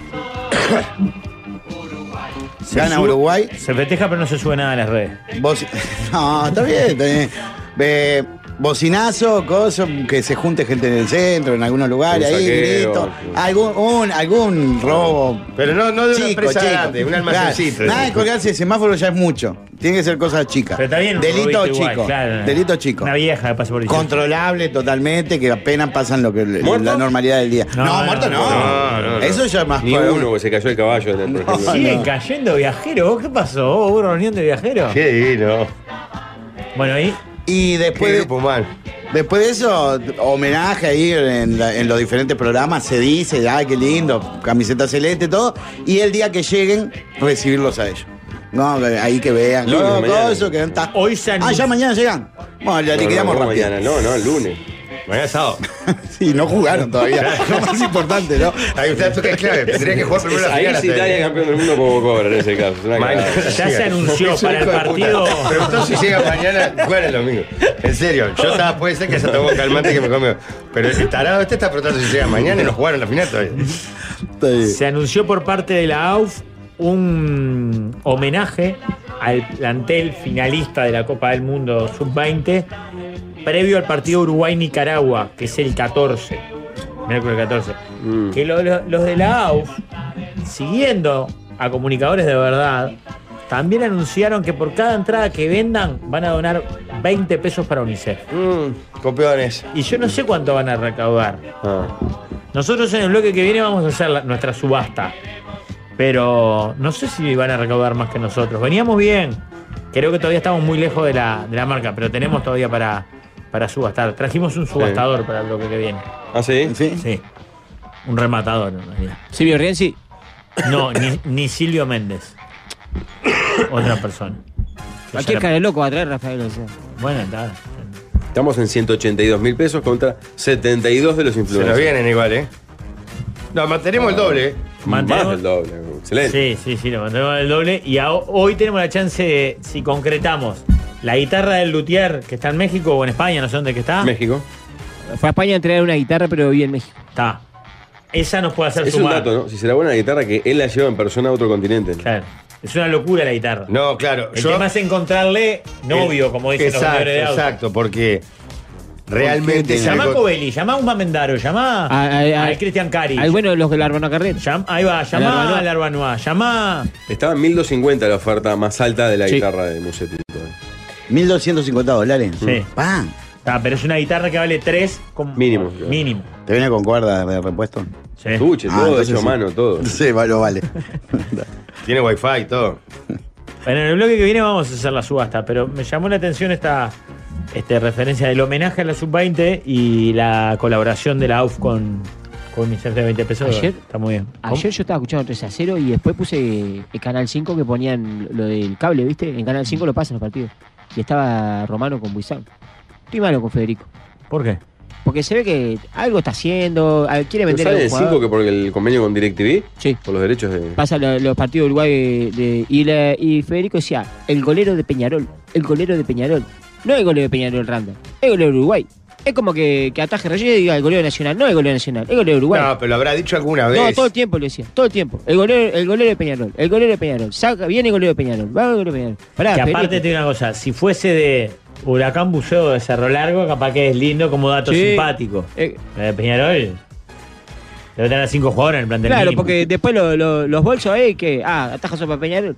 [SPEAKER 6] Se
[SPEAKER 7] Gana
[SPEAKER 6] sube-
[SPEAKER 7] Uruguay.
[SPEAKER 6] Se festeja, pero no se sube nada a las redes.
[SPEAKER 7] Boci- [LAUGHS] No, está bien, está bien. Ve, bocinazo, coso, que se junte gente en el centro, en algunos lugares,
[SPEAKER 4] Un
[SPEAKER 7] ahí,
[SPEAKER 4] saqueo,
[SPEAKER 7] grito.
[SPEAKER 4] sí.
[SPEAKER 7] Algún, un- algún robo.
[SPEAKER 5] Pero no, no de una
[SPEAKER 7] chico,
[SPEAKER 5] empresa
[SPEAKER 7] chico.
[SPEAKER 5] grande, un
[SPEAKER 7] Claro,
[SPEAKER 5] almacencito.
[SPEAKER 7] Nada de colgarse de semáforo ya es mucho. Tiene que ser cosas chicas.
[SPEAKER 6] Pero está bien. un
[SPEAKER 7] Delito
[SPEAKER 6] robito
[SPEAKER 7] chico.
[SPEAKER 6] igual, claro.
[SPEAKER 7] Delito chico.
[SPEAKER 6] Una vieja que pasa por el
[SPEAKER 7] Controlable totalmente, que apenas pasan lo que
[SPEAKER 4] ¿Muerto?
[SPEAKER 7] la normalidad del día.
[SPEAKER 6] No,
[SPEAKER 7] No,
[SPEAKER 6] no,
[SPEAKER 7] muerto no.
[SPEAKER 5] no, no, no.
[SPEAKER 7] Eso ya es más
[SPEAKER 4] Ni
[SPEAKER 7] para-
[SPEAKER 4] uno, porque se cayó el caballo en el por ejemplo.
[SPEAKER 6] Siguen
[SPEAKER 7] no.
[SPEAKER 6] cayendo viajeros. ¿Vos ¿Qué pasó? ¿Vos ¿Hubo reunión de viajeros?
[SPEAKER 5] Qué divino.
[SPEAKER 6] Bueno, ahí.
[SPEAKER 7] Y
[SPEAKER 5] Qué
[SPEAKER 7] después,
[SPEAKER 5] grupo, man.
[SPEAKER 7] Después de eso, homenaje ahí en, la- en los diferentes programas, se dice, ay, qué lindo, camiseta celeste, todo. Y el día que lleguen, recibirlos a ellos. No, que- ahí que vean.
[SPEAKER 4] Lunes,
[SPEAKER 7] No,
[SPEAKER 4] mañana.
[SPEAKER 7] coso, que no está.
[SPEAKER 6] Hoy se
[SPEAKER 7] Ah,
[SPEAKER 6] anuncia-
[SPEAKER 7] ya mañana llegan. Bueno, la
[SPEAKER 4] No, no,
[SPEAKER 7] liquidamos
[SPEAKER 4] no,
[SPEAKER 7] rápido.
[SPEAKER 4] mañana, no, no, el lunes.
[SPEAKER 5] Mañana es sábado.
[SPEAKER 7] Sí, no jugaron todavía. Lo más importante, ¿no?
[SPEAKER 5] Ahí usted toca es clave. Tendría que jugar primero la
[SPEAKER 4] Ahí
[SPEAKER 5] final.
[SPEAKER 4] sí
[SPEAKER 5] hasta
[SPEAKER 4] Italia
[SPEAKER 5] ahí.
[SPEAKER 4] campeón del mundo como cobra en ese caso. Es una
[SPEAKER 5] Mañana.
[SPEAKER 4] cagada.
[SPEAKER 6] Ya se anunció para el partido.
[SPEAKER 5] Preguntó si llega mañana, juega el domingo. En serio, yo estaba, puede ser que se tomó calmante que me comió. Pero el tarado este está preguntando si llega mañana y no jugaron la final todavía.
[SPEAKER 7] Está bien.
[SPEAKER 6] Se anunció por parte de la AUF un homenaje al plantel finalista de la Copa del Mundo Sub-20 previo al partido Uruguay-Nicaragua, que es el 14, miércoles 14. Que lo- lo- los de la AUF, siguiendo a comunicadores de verdad, también anunciaron que por cada entrada que vendan van a donar 20 pesos para UNICEF.
[SPEAKER 5] Mm, copiones.
[SPEAKER 6] Y yo no sé cuánto van a recaudar.
[SPEAKER 4] Ah.
[SPEAKER 6] Nosotros en el bloque que viene vamos a hacer la- nuestra subasta. Pero no sé si van a recaudar más que nosotros. Veníamos bien. Creo que todavía estamos muy lejos de la, de la marca, pero tenemos todavía para, para subastar. Trajimos un subastador para el bloque que viene.
[SPEAKER 4] Ah, sí.
[SPEAKER 7] ¿Sí?
[SPEAKER 6] Sí. Un rematador, en realidad.
[SPEAKER 8] Silvio Rienzi.
[SPEAKER 6] No, ni, ni Silvio Méndez. Otra persona.
[SPEAKER 8] Cualquier cara de loco va a traer Rafael. O sea.
[SPEAKER 6] Bueno, está.
[SPEAKER 4] Estamos en 182 mil pesos contra 72 de los
[SPEAKER 5] Se nos
[SPEAKER 4] influencers.
[SPEAKER 5] vienen igual, ¿eh? No, mantenemos el doble, ¿eh?
[SPEAKER 4] Más
[SPEAKER 6] Mantenemos-
[SPEAKER 4] del doble. Excelente.
[SPEAKER 6] Sí, sí, sí, lo mantenemos el doble. Y a- hoy tenemos la chance de, si concretamos, la guitarra del luthier que está en México o en España, no sé dónde que está.
[SPEAKER 4] México.
[SPEAKER 8] Fue a España a entregar una guitarra, pero vivía en México.
[SPEAKER 6] Está. Esa nos puede hacer
[SPEAKER 4] Es un
[SPEAKER 6] sumar.
[SPEAKER 4] dato, ¿no? Si será buena la guitarra que él la lleva en persona a otro continente.
[SPEAKER 6] Claro. Es una locura la guitarra.
[SPEAKER 5] No, claro.
[SPEAKER 6] el tema es encontrarle novio,
[SPEAKER 4] Eh,
[SPEAKER 5] el-
[SPEAKER 6] como dicen los
[SPEAKER 5] exacto,
[SPEAKER 6] vendedores de autos.
[SPEAKER 5] Exacto, porque realmente es
[SPEAKER 6] Llamá a
[SPEAKER 5] algo-
[SPEAKER 6] Covelli, llamá a Uma Mendaro, llamá
[SPEAKER 8] A- a- a-
[SPEAKER 6] Ah, al Cristian Cari.
[SPEAKER 8] Al bueno de los de la Arbona Carrera.
[SPEAKER 6] Llam- ahí va, llamá
[SPEAKER 8] Arbanoa.
[SPEAKER 6] al Arbanoa, llamá.
[SPEAKER 4] Estaba en 1250 la oferta más alta de la
[SPEAKER 8] Sí.
[SPEAKER 4] guitarra de Musetti. ¿eh?
[SPEAKER 7] 1.250 dólares.
[SPEAKER 6] Sí.
[SPEAKER 7] ¡Pam!
[SPEAKER 6] Está, pero es una guitarra que vale 3
[SPEAKER 4] Mínimo, claro.
[SPEAKER 6] Mínimo.
[SPEAKER 7] ¿Te viene con cuerda de repuesto?
[SPEAKER 6] Sí.
[SPEAKER 4] Tuche,
[SPEAKER 7] Ah,
[SPEAKER 4] todo
[SPEAKER 7] entonces
[SPEAKER 4] hecho a
[SPEAKER 7] sí.
[SPEAKER 4] mano, todo.
[SPEAKER 7] [LAUGHS] Sí, va- lo vale.
[SPEAKER 5] Tiene wifi y todo.
[SPEAKER 6] Bueno, en el bloque que viene vamos a hacer la subasta, pero me llamó la atención esta este, referencia del homenaje a la sub-20 y la colaboración de la AUF con, con UNICEF de 20 pesos.
[SPEAKER 8] Ayer-
[SPEAKER 6] Está muy bien. ¿Cómo?
[SPEAKER 8] Ayer yo estaba escuchando 3 a 0 y después puse el Canal 5 que ponían lo del cable,
[SPEAKER 6] Mm.
[SPEAKER 8] ¿viste? En Canal 5 lo pasan los partidos. Y estaba Romano con Buizán. Estoy malo con Federico.
[SPEAKER 9] ¿Por qué?
[SPEAKER 8] Porque se ve que algo está haciendo, a- quiere
[SPEAKER 4] ¿No
[SPEAKER 8] vender
[SPEAKER 4] saben
[SPEAKER 8] a
[SPEAKER 4] el
[SPEAKER 8] un
[SPEAKER 4] 5
[SPEAKER 8] jugador.
[SPEAKER 4] que por el convenio con DirecTV?
[SPEAKER 8] Sí.
[SPEAKER 4] Por los derechos de.
[SPEAKER 8] Pasa lo- los partidos de Uruguay de, y, la- y Federico decía, el golero de Peñarol, el golero de Peñarol. No el golero de Peñarol Randa, el golero de Uruguay. Es como que, que ataje Reyes y diga el golero nacional, no el golero nacional, el golero de Uruguay.
[SPEAKER 5] No, pero lo habrá dicho alguna vez.
[SPEAKER 8] No, todo el tiempo lo decía, todo el tiempo. El golero, el golero de Peñarol, el golero de Peñarol, saca, viene el golero de Peñarol, va el golero de Peñarol. Pará,
[SPEAKER 6] que
[SPEAKER 8] Federico.
[SPEAKER 6] aparte te digo una cosa, si fuese de Huracán Buceo de Cerro Largo, capaz que es lindo como dato
[SPEAKER 8] Sí.
[SPEAKER 6] simpático.
[SPEAKER 8] Eh,
[SPEAKER 6] La de Peñarol debe tener a cinco jugadores en el plantel
[SPEAKER 8] claro,
[SPEAKER 6] mínimo.
[SPEAKER 8] porque después lo- lo- los bolsos ahí que, ah, ataja sopa Peñarol.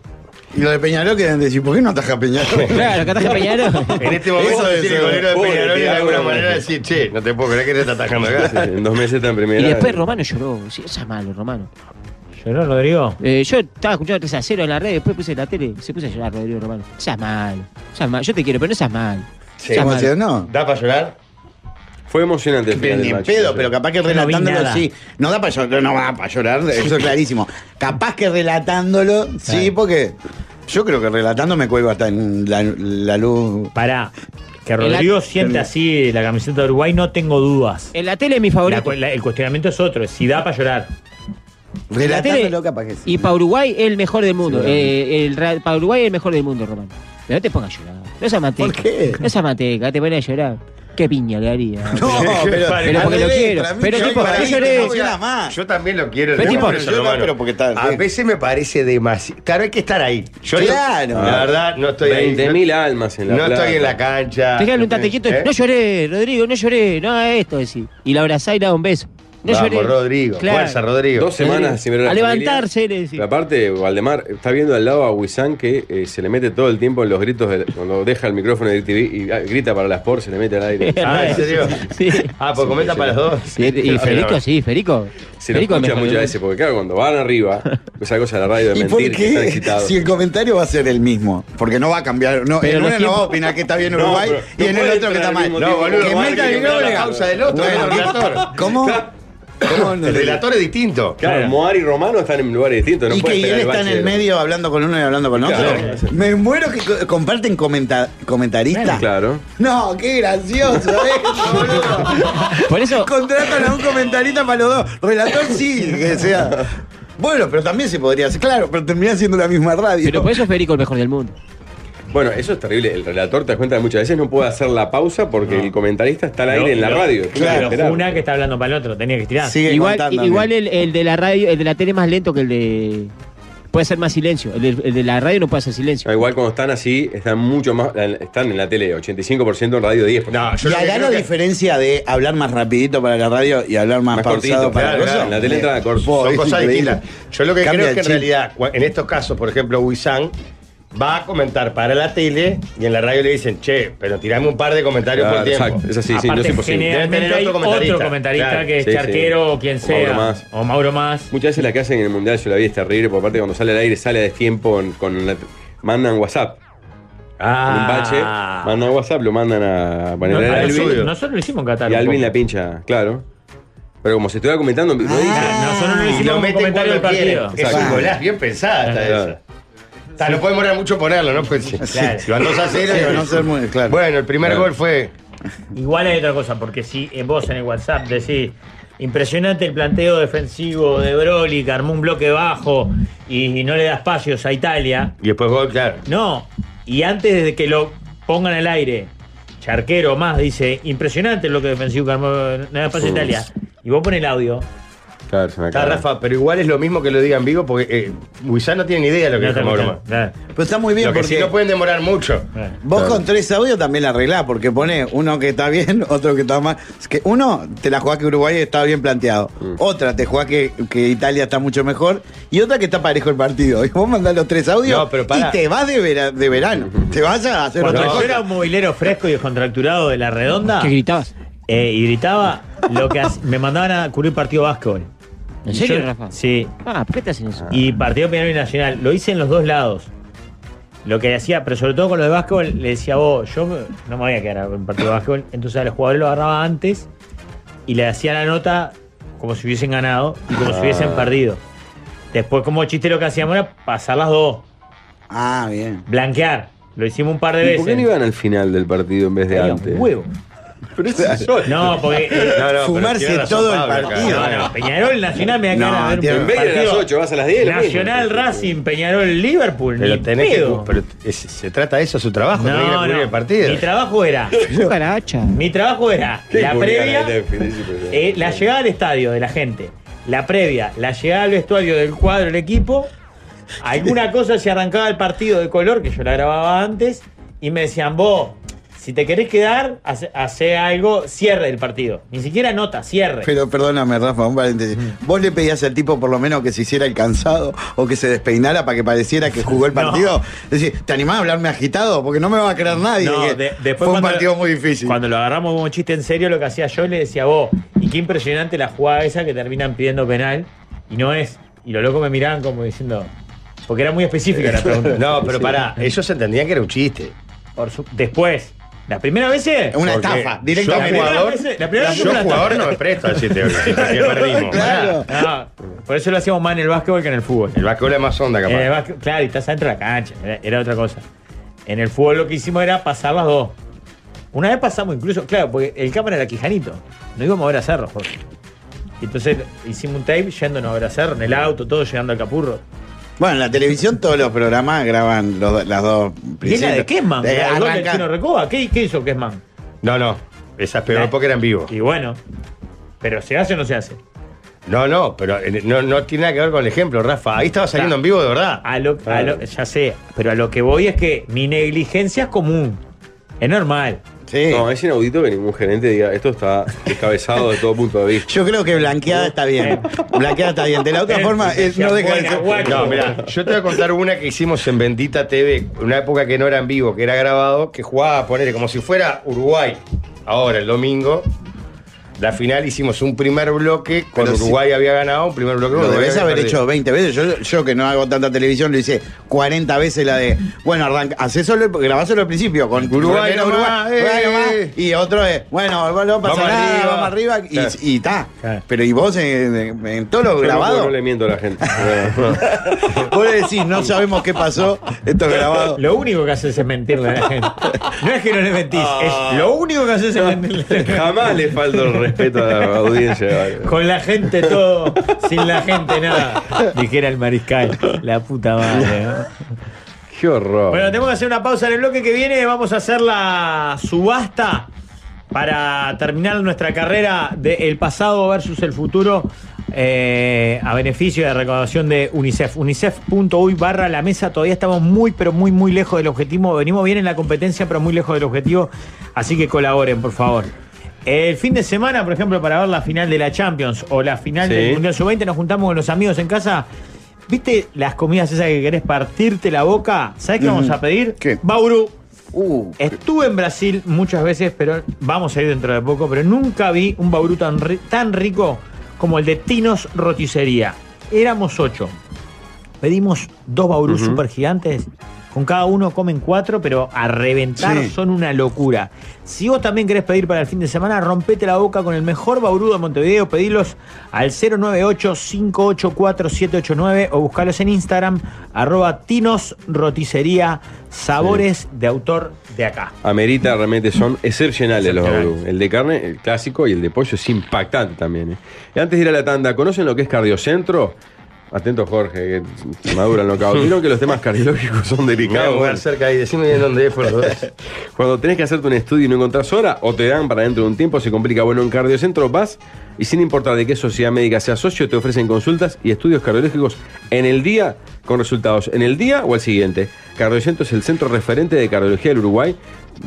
[SPEAKER 7] Y lo de Peñarol que deben decir, ¿por qué no ataja a [LAUGHS] Peñarol?
[SPEAKER 8] Claro, que ataja Peñarol.
[SPEAKER 5] En este momento
[SPEAKER 4] Eso
[SPEAKER 5] decir
[SPEAKER 4] es,
[SPEAKER 5] el golero de
[SPEAKER 4] pobre,
[SPEAKER 5] Peñarol de
[SPEAKER 4] tira,
[SPEAKER 5] alguna
[SPEAKER 4] pobre.
[SPEAKER 5] manera decir, che, no te puedo creer que te está atajando
[SPEAKER 4] Sí,
[SPEAKER 6] [LAUGHS]
[SPEAKER 5] acá.
[SPEAKER 4] [LAUGHS] en dos meses está en primera.
[SPEAKER 8] Ah. Y después Romano lloró, sí, eso es malo, Romano.
[SPEAKER 6] ¿Lloró Rodrigo?
[SPEAKER 8] Eh, yo estaba escuchando 3 a 0 en la red, después puse la tele, se puso a llorar Rodrigo Romano. Seas mal, seas mal, yo te quiero, pero no seas mal.
[SPEAKER 5] Sí.
[SPEAKER 8] Seas
[SPEAKER 7] ¿Cómo
[SPEAKER 8] mal.
[SPEAKER 7] se no?
[SPEAKER 5] ¿Da para llorar?
[SPEAKER 4] Fue emocionante el
[SPEAKER 7] Pero
[SPEAKER 4] final
[SPEAKER 7] ni
[SPEAKER 4] del
[SPEAKER 7] en
[SPEAKER 4] match.
[SPEAKER 7] pedo, pero capaz que
[SPEAKER 6] Yo no vi
[SPEAKER 7] relatándolo
[SPEAKER 6] nada.
[SPEAKER 7] sí. No da para llorar, no va para llorar, eso es clarísimo. Capaz que relatándolo, sí, porque yo creo que relatando me cuelgo hasta en la, la luz.
[SPEAKER 6] Pará. Que Rodrigo
[SPEAKER 8] El-
[SPEAKER 6] siente así la camiseta de Uruguay, no tengo dudas.
[SPEAKER 8] En la tele es mi
[SPEAKER 6] La
[SPEAKER 8] favorito.
[SPEAKER 6] cu- la- el cuestionamiento es otro, es si da para llorar.
[SPEAKER 8] En la tele-
[SPEAKER 7] Relatándolo, capaz que sí.
[SPEAKER 8] Y para Uruguay es el mejor del mundo. Eh, el ra- para Uruguay es el mejor del mundo, Romano. Pero no te pongas a llorar. No seas manteca.
[SPEAKER 7] ¿Por qué?
[SPEAKER 8] No seas manteca, te pones a llorar. Qué piña le haría.
[SPEAKER 7] [LAUGHS]
[SPEAKER 8] [LAUGHS]
[SPEAKER 7] No, pero,
[SPEAKER 8] Pero porque lo quiero. Pero tipo, yo lloré.
[SPEAKER 5] Yo también lo quiero.
[SPEAKER 8] Pero
[SPEAKER 5] yo
[SPEAKER 8] tipo,
[SPEAKER 5] quiero ser
[SPEAKER 7] yo no,
[SPEAKER 5] humano.
[SPEAKER 7] pero porque está-
[SPEAKER 5] A veces me parece demasiado. Claro, hay que estar ahí. Yo no-
[SPEAKER 7] Claro.
[SPEAKER 5] La verdad, no estoy ahí.
[SPEAKER 4] 20.000 almas en la
[SPEAKER 5] No
[SPEAKER 4] plata.
[SPEAKER 5] estoy en la cancha.
[SPEAKER 8] Pegale un tatequito.
[SPEAKER 5] ¿Eh?
[SPEAKER 8] No lloré, Rodrigo, no lloré. No haga esto, decís. Y la abrazá y le da un beso. No
[SPEAKER 5] Vamos,
[SPEAKER 8] lloré.
[SPEAKER 5] Rodrigo.
[SPEAKER 8] Claro.
[SPEAKER 5] Fuerza, Rodrigo.
[SPEAKER 4] Dos semanas sin ver
[SPEAKER 8] A
[SPEAKER 4] la familia.
[SPEAKER 8] levantarse, le decís.
[SPEAKER 4] Pero aparte, Valdemar está viendo al lado a Wisan que eh, se le mete todo el tiempo en los gritos del- cuando deja el micrófono de TV y ah, grita para las por, se le mete
[SPEAKER 8] [LAUGHS]
[SPEAKER 4] al aire.
[SPEAKER 5] Ah, ¿en serio?
[SPEAKER 8] Sí.
[SPEAKER 5] Ah, pues comenta para los dos.
[SPEAKER 8] Sí, y Federico, sí, Federico.
[SPEAKER 4] Se lo
[SPEAKER 8] Federico es
[SPEAKER 4] escucha
[SPEAKER 8] mejor
[SPEAKER 4] muchas
[SPEAKER 8] del
[SPEAKER 4] veces, porque claro, cuando van
[SPEAKER 8] [LAUGHS]
[SPEAKER 4] arriba, esa cosa de la radio de
[SPEAKER 7] ¿Y
[SPEAKER 4] mentir,
[SPEAKER 7] por
[SPEAKER 4] que están
[SPEAKER 7] qué?
[SPEAKER 4] excitados.
[SPEAKER 7] Si el comentario va a ser el mismo. Porque no va a cambiar. No,
[SPEAKER 8] Pero
[SPEAKER 7] en
[SPEAKER 8] los
[SPEAKER 7] una no
[SPEAKER 8] tiempos-
[SPEAKER 7] va a opinar que está bien
[SPEAKER 4] No,
[SPEAKER 7] Uruguay
[SPEAKER 4] pero
[SPEAKER 7] y en el
[SPEAKER 4] no puede
[SPEAKER 7] otro que
[SPEAKER 4] entrar
[SPEAKER 7] está
[SPEAKER 4] al
[SPEAKER 7] mal.
[SPEAKER 4] mismo tiempo.
[SPEAKER 5] boludo,
[SPEAKER 7] que
[SPEAKER 5] vos
[SPEAKER 7] meta
[SPEAKER 5] hay que
[SPEAKER 7] el gol.
[SPEAKER 5] cambiar la causa del otro,
[SPEAKER 7] Bueno,
[SPEAKER 5] el relator.
[SPEAKER 7] ¿Cómo? ¿Cómo no
[SPEAKER 5] El
[SPEAKER 7] le-
[SPEAKER 5] relator es distinto.
[SPEAKER 4] Claro, Moar y Romano están en lugares distintos. No
[SPEAKER 7] y que
[SPEAKER 4] pueden
[SPEAKER 7] y
[SPEAKER 4] pegar
[SPEAKER 7] él está en
[SPEAKER 4] bache
[SPEAKER 7] el
[SPEAKER 4] de-
[SPEAKER 7] medio hablando con uno y hablando con otro.
[SPEAKER 4] Claro.
[SPEAKER 7] Me muero que co- comparten comenta- comentaristas.
[SPEAKER 4] Claro.
[SPEAKER 7] No, qué gracioso eso, boludo.
[SPEAKER 8] mundo. Por eso,
[SPEAKER 7] Contratan a un comentarista para los dos. Relator sí, que sea. Bueno, pero también se podría hacer. Claro, pero termina siendo la misma radio.
[SPEAKER 8] pero por eso es Federico el mejor del mundo.
[SPEAKER 4] Bueno, eso es terrible. El relator te das cuenta que muchas veces no puede hacer la pausa porque el comentarista está al
[SPEAKER 6] No,
[SPEAKER 4] aire en la
[SPEAKER 6] pero-
[SPEAKER 4] radio.
[SPEAKER 6] Claro,
[SPEAKER 4] Tiene que esperar.
[SPEAKER 6] una que está hablando para el otro, tenía que estirar.
[SPEAKER 7] Sigue
[SPEAKER 8] igual
[SPEAKER 7] contando,
[SPEAKER 8] igual el,
[SPEAKER 7] amigo.
[SPEAKER 8] el de la radio, el de la tele es más lento que el de. Puede ser más silencio. El de, el de la radio no puede hacer silencio.
[SPEAKER 4] No, igual cuando están así, están mucho más. Están en la tele 85% en radio 10%.
[SPEAKER 5] No, yo
[SPEAKER 7] y
[SPEAKER 5] lo
[SPEAKER 7] acá
[SPEAKER 5] que
[SPEAKER 7] la
[SPEAKER 5] creo que-
[SPEAKER 7] diferencia de hablar más rapidito para la radio y hablar más,
[SPEAKER 4] Más
[SPEAKER 7] pausado
[SPEAKER 4] cortito,
[SPEAKER 7] para
[SPEAKER 4] claro,
[SPEAKER 7] la cosa.
[SPEAKER 4] claro, en la tele entra corto.
[SPEAKER 7] Bo,
[SPEAKER 5] Son
[SPEAKER 7] es
[SPEAKER 5] cosas
[SPEAKER 7] increíble.
[SPEAKER 5] distintas. Yo lo que
[SPEAKER 7] Cambia
[SPEAKER 5] creo es
[SPEAKER 7] el
[SPEAKER 5] que en
[SPEAKER 7] chip.
[SPEAKER 5] realidad, cua- en estos casos, por ejemplo, Wisan va a comentar para la tele y en la radio le dicen, che, pero tirame un par de comentarios
[SPEAKER 4] Claro,
[SPEAKER 5] por tiempo.
[SPEAKER 4] exacto. Es así, sí, no es
[SPEAKER 6] Aparte,
[SPEAKER 4] imposible.
[SPEAKER 5] Debe
[SPEAKER 6] generalmente
[SPEAKER 5] tener
[SPEAKER 6] hay
[SPEAKER 5] otro
[SPEAKER 6] otro
[SPEAKER 5] comentarista.
[SPEAKER 6] comentarista,
[SPEAKER 5] Claro.
[SPEAKER 6] que es
[SPEAKER 4] Sí, sí.
[SPEAKER 6] Charquero o quien
[SPEAKER 4] O
[SPEAKER 6] sea.
[SPEAKER 4] Mauro Más.
[SPEAKER 6] O Mauro Más.
[SPEAKER 4] Muchas veces la que hacen en el mundial, yo la vi, es terrible, porque aparte cuando sale al aire sale a destiempo con, con la- mandan WhatsApp. Con un bache, mandan WhatsApp, lo mandan a poner
[SPEAKER 6] Ah. No,
[SPEAKER 4] a
[SPEAKER 6] a
[SPEAKER 5] el
[SPEAKER 4] Alvin.
[SPEAKER 5] suyo.
[SPEAKER 6] nosotros, nosotros lo hicimos en Qatar.
[SPEAKER 4] Y
[SPEAKER 6] un
[SPEAKER 4] Alvin
[SPEAKER 6] poco.
[SPEAKER 4] la pincha, claro. Pero como se estuviera comentando, no dice.
[SPEAKER 7] Ah.
[SPEAKER 6] Nosotros no lo
[SPEAKER 5] Y
[SPEAKER 6] hicimos
[SPEAKER 5] lo
[SPEAKER 6] como
[SPEAKER 5] meten
[SPEAKER 6] comentario del
[SPEAKER 5] cuando quieren.
[SPEAKER 6] partido.
[SPEAKER 5] Es un
[SPEAKER 7] Exacto.
[SPEAKER 5] golazo bien pensada está
[SPEAKER 4] Claro.
[SPEAKER 5] esa. Está, no podemos demorar mucho ponerlo, ¿no? Pues,
[SPEAKER 6] Claro.
[SPEAKER 5] Si van dos a cero,
[SPEAKER 7] Sí,
[SPEAKER 5] y van
[SPEAKER 7] no
[SPEAKER 5] a
[SPEAKER 7] ser
[SPEAKER 5] ser-
[SPEAKER 7] muy claro.
[SPEAKER 5] Bueno, el primer
[SPEAKER 4] Claro.
[SPEAKER 5] gol fue.
[SPEAKER 6] Igual hay otra cosa, porque si eh, vos en el WhatsApp decís, impresionante el planteo defensivo de Broly, que armó un bloque bajo y, y no le da espacios a Italia.
[SPEAKER 5] Y después gol, claro.
[SPEAKER 6] No, y antes de que lo pongan al aire, Charquero más dice, impresionante el bloque defensivo que armó eh, no le da espacio a Italia. Y vos pones el audio,
[SPEAKER 4] Claro, se me
[SPEAKER 5] Está
[SPEAKER 4] acaba.
[SPEAKER 5] Rafa, pero igual es lo mismo que lo digan vivo porque eh, Wisan no tiene ni idea de lo que
[SPEAKER 6] no
[SPEAKER 5] es
[SPEAKER 6] te
[SPEAKER 5] dijo Mauro Más.
[SPEAKER 6] escuchan. Nada.
[SPEAKER 7] Pero está muy bien
[SPEAKER 5] Lo que
[SPEAKER 7] porque
[SPEAKER 5] sí no pueden demorar mucho.
[SPEAKER 6] Bueno.
[SPEAKER 7] vos
[SPEAKER 4] Claro.
[SPEAKER 7] con tres audios también la arreglás, porque pone uno que está bien, [LAUGHS] otro que está mal. Es que uno te la jugás que Uruguay está bien planteado.
[SPEAKER 5] Mm.
[SPEAKER 7] Otra te jugás que, que Italia está mucho mejor. Y otra que está parejo el partido. [LAUGHS] Y vos mandás los tres audios
[SPEAKER 5] No, pero pará.
[SPEAKER 7] y te vas de, vera- de verano. Te vas a hacer
[SPEAKER 6] Cuando
[SPEAKER 7] otra
[SPEAKER 6] yo
[SPEAKER 7] cosa.
[SPEAKER 6] era un movilero fresco y descontracturado de la redonda
[SPEAKER 8] ¿Qué gritabas?
[SPEAKER 6] eh, y gritaba, lo que hace- me mandaban a cubrir partido de básquetbol.
[SPEAKER 8] ¿En
[SPEAKER 6] Y
[SPEAKER 8] serio,
[SPEAKER 6] yo-
[SPEAKER 8] Rafa?
[SPEAKER 6] Sí,
[SPEAKER 8] Ah, ¿por qué te hacen eso?
[SPEAKER 6] y partido Peñarol y Nacional. Lo hice en los dos lados. Lo que hacía, pero sobre todo con los de básquetbol, le decía vos, yo me- no me voy a quedar a ver un partido de básquetbol. Entonces a los jugadores lo agarraba antes y le hacía la nota como si hubiesen ganado y como si hubiesen perdido. Después, como chiste, lo que hacíamos era pasar las dos,
[SPEAKER 7] Ah, bien.
[SPEAKER 6] blanquear. Lo hicimos un par de
[SPEAKER 4] ¿Y
[SPEAKER 6] veces.
[SPEAKER 4] por qué no iban al final del partido en vez de
[SPEAKER 6] Era un
[SPEAKER 4] antes?
[SPEAKER 6] huevo.
[SPEAKER 4] Pero es insólito.
[SPEAKER 6] No, porque.
[SPEAKER 4] [LAUGHS]
[SPEAKER 6] eh,
[SPEAKER 5] No, no,
[SPEAKER 7] Fumarse
[SPEAKER 5] pero tiene razón
[SPEAKER 7] todo el
[SPEAKER 5] Pablo,
[SPEAKER 7] partido.
[SPEAKER 5] claro.
[SPEAKER 6] no, no, Peñarol Nacional me da
[SPEAKER 7] No,
[SPEAKER 6] ganas de ver
[SPEAKER 7] tiene-
[SPEAKER 6] un
[SPEAKER 4] En vez de ir a las
[SPEAKER 6] partido.
[SPEAKER 4] 8, vas a las 10. lo mismo.
[SPEAKER 6] Nacional Racing, Peñarol Liverpool.
[SPEAKER 5] Pero
[SPEAKER 6] ni
[SPEAKER 5] tenés que.
[SPEAKER 6] pedo.
[SPEAKER 5] Pero es- se trata de eso, su trabajo, no, ir a
[SPEAKER 6] no,
[SPEAKER 5] cubrir
[SPEAKER 6] no.
[SPEAKER 5] el partido.
[SPEAKER 6] Mi trabajo
[SPEAKER 5] [LAUGHS]
[SPEAKER 6] era.
[SPEAKER 8] Caracha.
[SPEAKER 6] Mi trabajo era
[SPEAKER 4] Sí,
[SPEAKER 6] la
[SPEAKER 4] publican
[SPEAKER 6] previa,
[SPEAKER 4] la de Felipe, pero-
[SPEAKER 6] eh, la llegada al estadio de la gente, la previa, la llegada al vestuario del cuadro del equipo,
[SPEAKER 5] [LAUGHS]
[SPEAKER 6] alguna cosa si arrancaba el partido de color, que yo la grababa antes, y me decían, vos, si te querés quedar, hace, hace algo, cierre el partido. Ni siquiera nota, cierre.
[SPEAKER 7] [LAUGHS] Pero perdóname, Rafa, un paréntesis.
[SPEAKER 6] Mm.
[SPEAKER 7] ¿Vos le pedías al tipo por lo menos que se hiciera el cansado o que se despeinara para que pareciera que jugó el
[SPEAKER 6] [LAUGHS] No.
[SPEAKER 7] partido? Es decir, ¿te animás a hablarme agitado? Porque no me va a creer nadie.
[SPEAKER 6] No,
[SPEAKER 7] que
[SPEAKER 6] de- después
[SPEAKER 7] fue un
[SPEAKER 6] cuando-
[SPEAKER 7] partido muy difícil.
[SPEAKER 6] Cuando lo agarramos como chiste en serio, lo que hacía yo le decía vos, y qué impresionante la jugada esa que terminan pidiendo penal, y no es. Y los locos me miraban como diciendo. Porque era muy específica la
[SPEAKER 7] [LAUGHS]
[SPEAKER 6] pregunta.
[SPEAKER 5] No, pero pará, ellos entendían que era un chiste.
[SPEAKER 6] Por su- Después, la primera vez es.
[SPEAKER 7] Una
[SPEAKER 5] Porque
[SPEAKER 7] estafa,
[SPEAKER 5] Yo
[SPEAKER 6] La
[SPEAKER 7] directamente.
[SPEAKER 6] primera
[SPEAKER 5] jugador,
[SPEAKER 6] vez- la primera vez que
[SPEAKER 5] yo
[SPEAKER 6] me la
[SPEAKER 5] jugador no me presto
[SPEAKER 6] [LAUGHS]
[SPEAKER 5] al 7 porque perdimos.
[SPEAKER 7] Claro.
[SPEAKER 6] No, por eso lo hacíamos más en el básquetbol que en el fútbol.
[SPEAKER 5] El básquetbol es más onda,
[SPEAKER 6] En el
[SPEAKER 5] capaz.
[SPEAKER 6] básquet- claro, y estás adentro de la cancha, era, era otra cosa. En el fútbol lo que hicimos era pasar las dos. Una vez pasamos incluso, claro, porque el cámara era Quijanito, no íbamos a ver a Cerro, Jorge. Y Entonces hicimos un tape yéndonos a ver a Cerro, en el auto, todo llegando al Capurro.
[SPEAKER 7] Bueno, en la televisión todos los programas graban los do- las dos
[SPEAKER 6] ¿Y es la de Kesman?
[SPEAKER 7] Eh,
[SPEAKER 6] ¿El gol del
[SPEAKER 7] arranca-
[SPEAKER 6] Chino Recoba? ¿Qué, qué hizo Kesman?
[SPEAKER 5] No, no. Esa es peor
[SPEAKER 6] Nah.
[SPEAKER 5] porque era en vivo.
[SPEAKER 6] Y bueno, pero ¿se hace o no se hace?
[SPEAKER 5] No, no, pero eh, no, no tiene nada que ver con el ejemplo, Rafa. Ahí estaba saliendo
[SPEAKER 6] Claro.
[SPEAKER 5] en vivo de verdad.
[SPEAKER 6] A lo, a lo- ya sé, pero a lo que voy es que mi negligencia es común. Es normal.
[SPEAKER 7] Sí.
[SPEAKER 6] eh.
[SPEAKER 4] No, es inaudito que ningún gerente diga esto está descabezado de todo punto de vista.
[SPEAKER 7] Yo creo que blanqueada
[SPEAKER 6] [LAUGHS]
[SPEAKER 7] está bien. Blanqueada está bien. De la otra
[SPEAKER 6] Eh,
[SPEAKER 7] forma, es- no deja de
[SPEAKER 6] buena,
[SPEAKER 7] ser.
[SPEAKER 6] guacho.
[SPEAKER 5] No, mira, yo te voy a contar una que hicimos en Bendita TV, una época que no era en vivo, que era grabado, que jugaba a poner como si fuera Uruguay. Ahora, el domingo, la final hicimos un primer bloque, con
[SPEAKER 7] Pero si-
[SPEAKER 5] Uruguay había ganado, un primer bloque. con
[SPEAKER 7] Lo
[SPEAKER 5] Uruguay
[SPEAKER 7] debes
[SPEAKER 5] había
[SPEAKER 7] haber
[SPEAKER 5] perdido.
[SPEAKER 7] hecho 20 veces. Yo, yo que no hago tanta televisión, lo hice 40 veces la de. Bueno, arranca, haces solo, el- grabás solo al principio. Con
[SPEAKER 5] Uruguay
[SPEAKER 7] primero
[SPEAKER 5] nomás, eh.
[SPEAKER 7] nomás, y otro es. Bueno, no pasa
[SPEAKER 5] Vamos
[SPEAKER 7] nada,
[SPEAKER 5] arriba.
[SPEAKER 7] vamos arriba y-
[SPEAKER 5] Claro.
[SPEAKER 7] y está.
[SPEAKER 6] Claro.
[SPEAKER 7] Pero y vos en, en- en todo lo
[SPEAKER 4] Yo no- No,
[SPEAKER 7] grabado,
[SPEAKER 4] le miento a la gente. No, no.
[SPEAKER 7] vos le decís, no sabemos qué pasó, esto es
[SPEAKER 5] [LAUGHS]
[SPEAKER 7] grabado.
[SPEAKER 6] Lo único que haces es mentirle a la gente. No es que no le mentís, es lo único que haces es mentirle a la gente.
[SPEAKER 4] Jamás le falta el respeto a la audiencia. vale.
[SPEAKER 6] Con la gente todo, sin la gente nada. Dijera el mariscal, la puta madre. ¿no?
[SPEAKER 4] Qué horror.
[SPEAKER 6] Bueno, tenemos que hacer una pausa en el bloque que viene. Vamos a hacer la subasta para terminar nuestra carrera de el pasado versus el futuro eh, a beneficio de recaudación de UNICEF. UNICEF.uy barra la mesa. Todavía estamos muy, pero muy, muy lejos del objetivo. Venimos bien en la competencia, pero muy lejos del objetivo. Así que colaboren, por favor. El fin de semana, por ejemplo, para ver la final de la Champions o la final
[SPEAKER 4] Sí.
[SPEAKER 6] del Mundial Sub-20, nos juntamos con los amigos en casa. ¿Viste las comidas esas que querés partirte la boca? ¿Sabés qué vamos a pedir?
[SPEAKER 7] ¿Qué?
[SPEAKER 6] Bauru.
[SPEAKER 7] Uh,
[SPEAKER 6] Estuve en Brasil muchas veces, pero vamos a ir dentro de poco, pero nunca vi un Bauru tan, ri- tan rico como el de Tinos Roticería. Éramos ocho. Pedimos dos Bauru
[SPEAKER 4] Ujú.
[SPEAKER 6] super gigantes. Con cada uno comen cuatro, pero a reventar
[SPEAKER 7] Sí.
[SPEAKER 6] son una locura. Si vos también querés pedir para el fin de semana, rompete la boca con el mejor Bauru de Montevideo. Pedilos al 098-584-789 o buscalos en Instagram, arroba Tinos Roticería, sabores de autor de acá.
[SPEAKER 4] Amerita realmente son excepcionales los
[SPEAKER 6] Excepcionales.
[SPEAKER 4] Bauru. El de carne, el clásico, y el de pollo es impactante también. ¿eh? Y Antes de ir a la tanda, ¿conocen lo que es cardiocentro? Atento Jorge, que se madura el knockout.
[SPEAKER 6] [LAUGHS]
[SPEAKER 4] Vieron que los temas cardiológicos son
[SPEAKER 5] Me voy a
[SPEAKER 4] delicados.
[SPEAKER 5] mover cerca ahí, decime bien dónde es, por favor.
[SPEAKER 4] Cuando tenés que hacerte un estudio y no encontrás hora, o te dan para dentro de un tiempo, se complica. Bueno, en Cardiocentro vas y sin importar de qué sociedad médica seas socio, te ofrecen consultas y estudios cardiológicos en el día con resultados en el día o al siguiente. Cardiocentro es el centro referente de cardiología del Uruguay.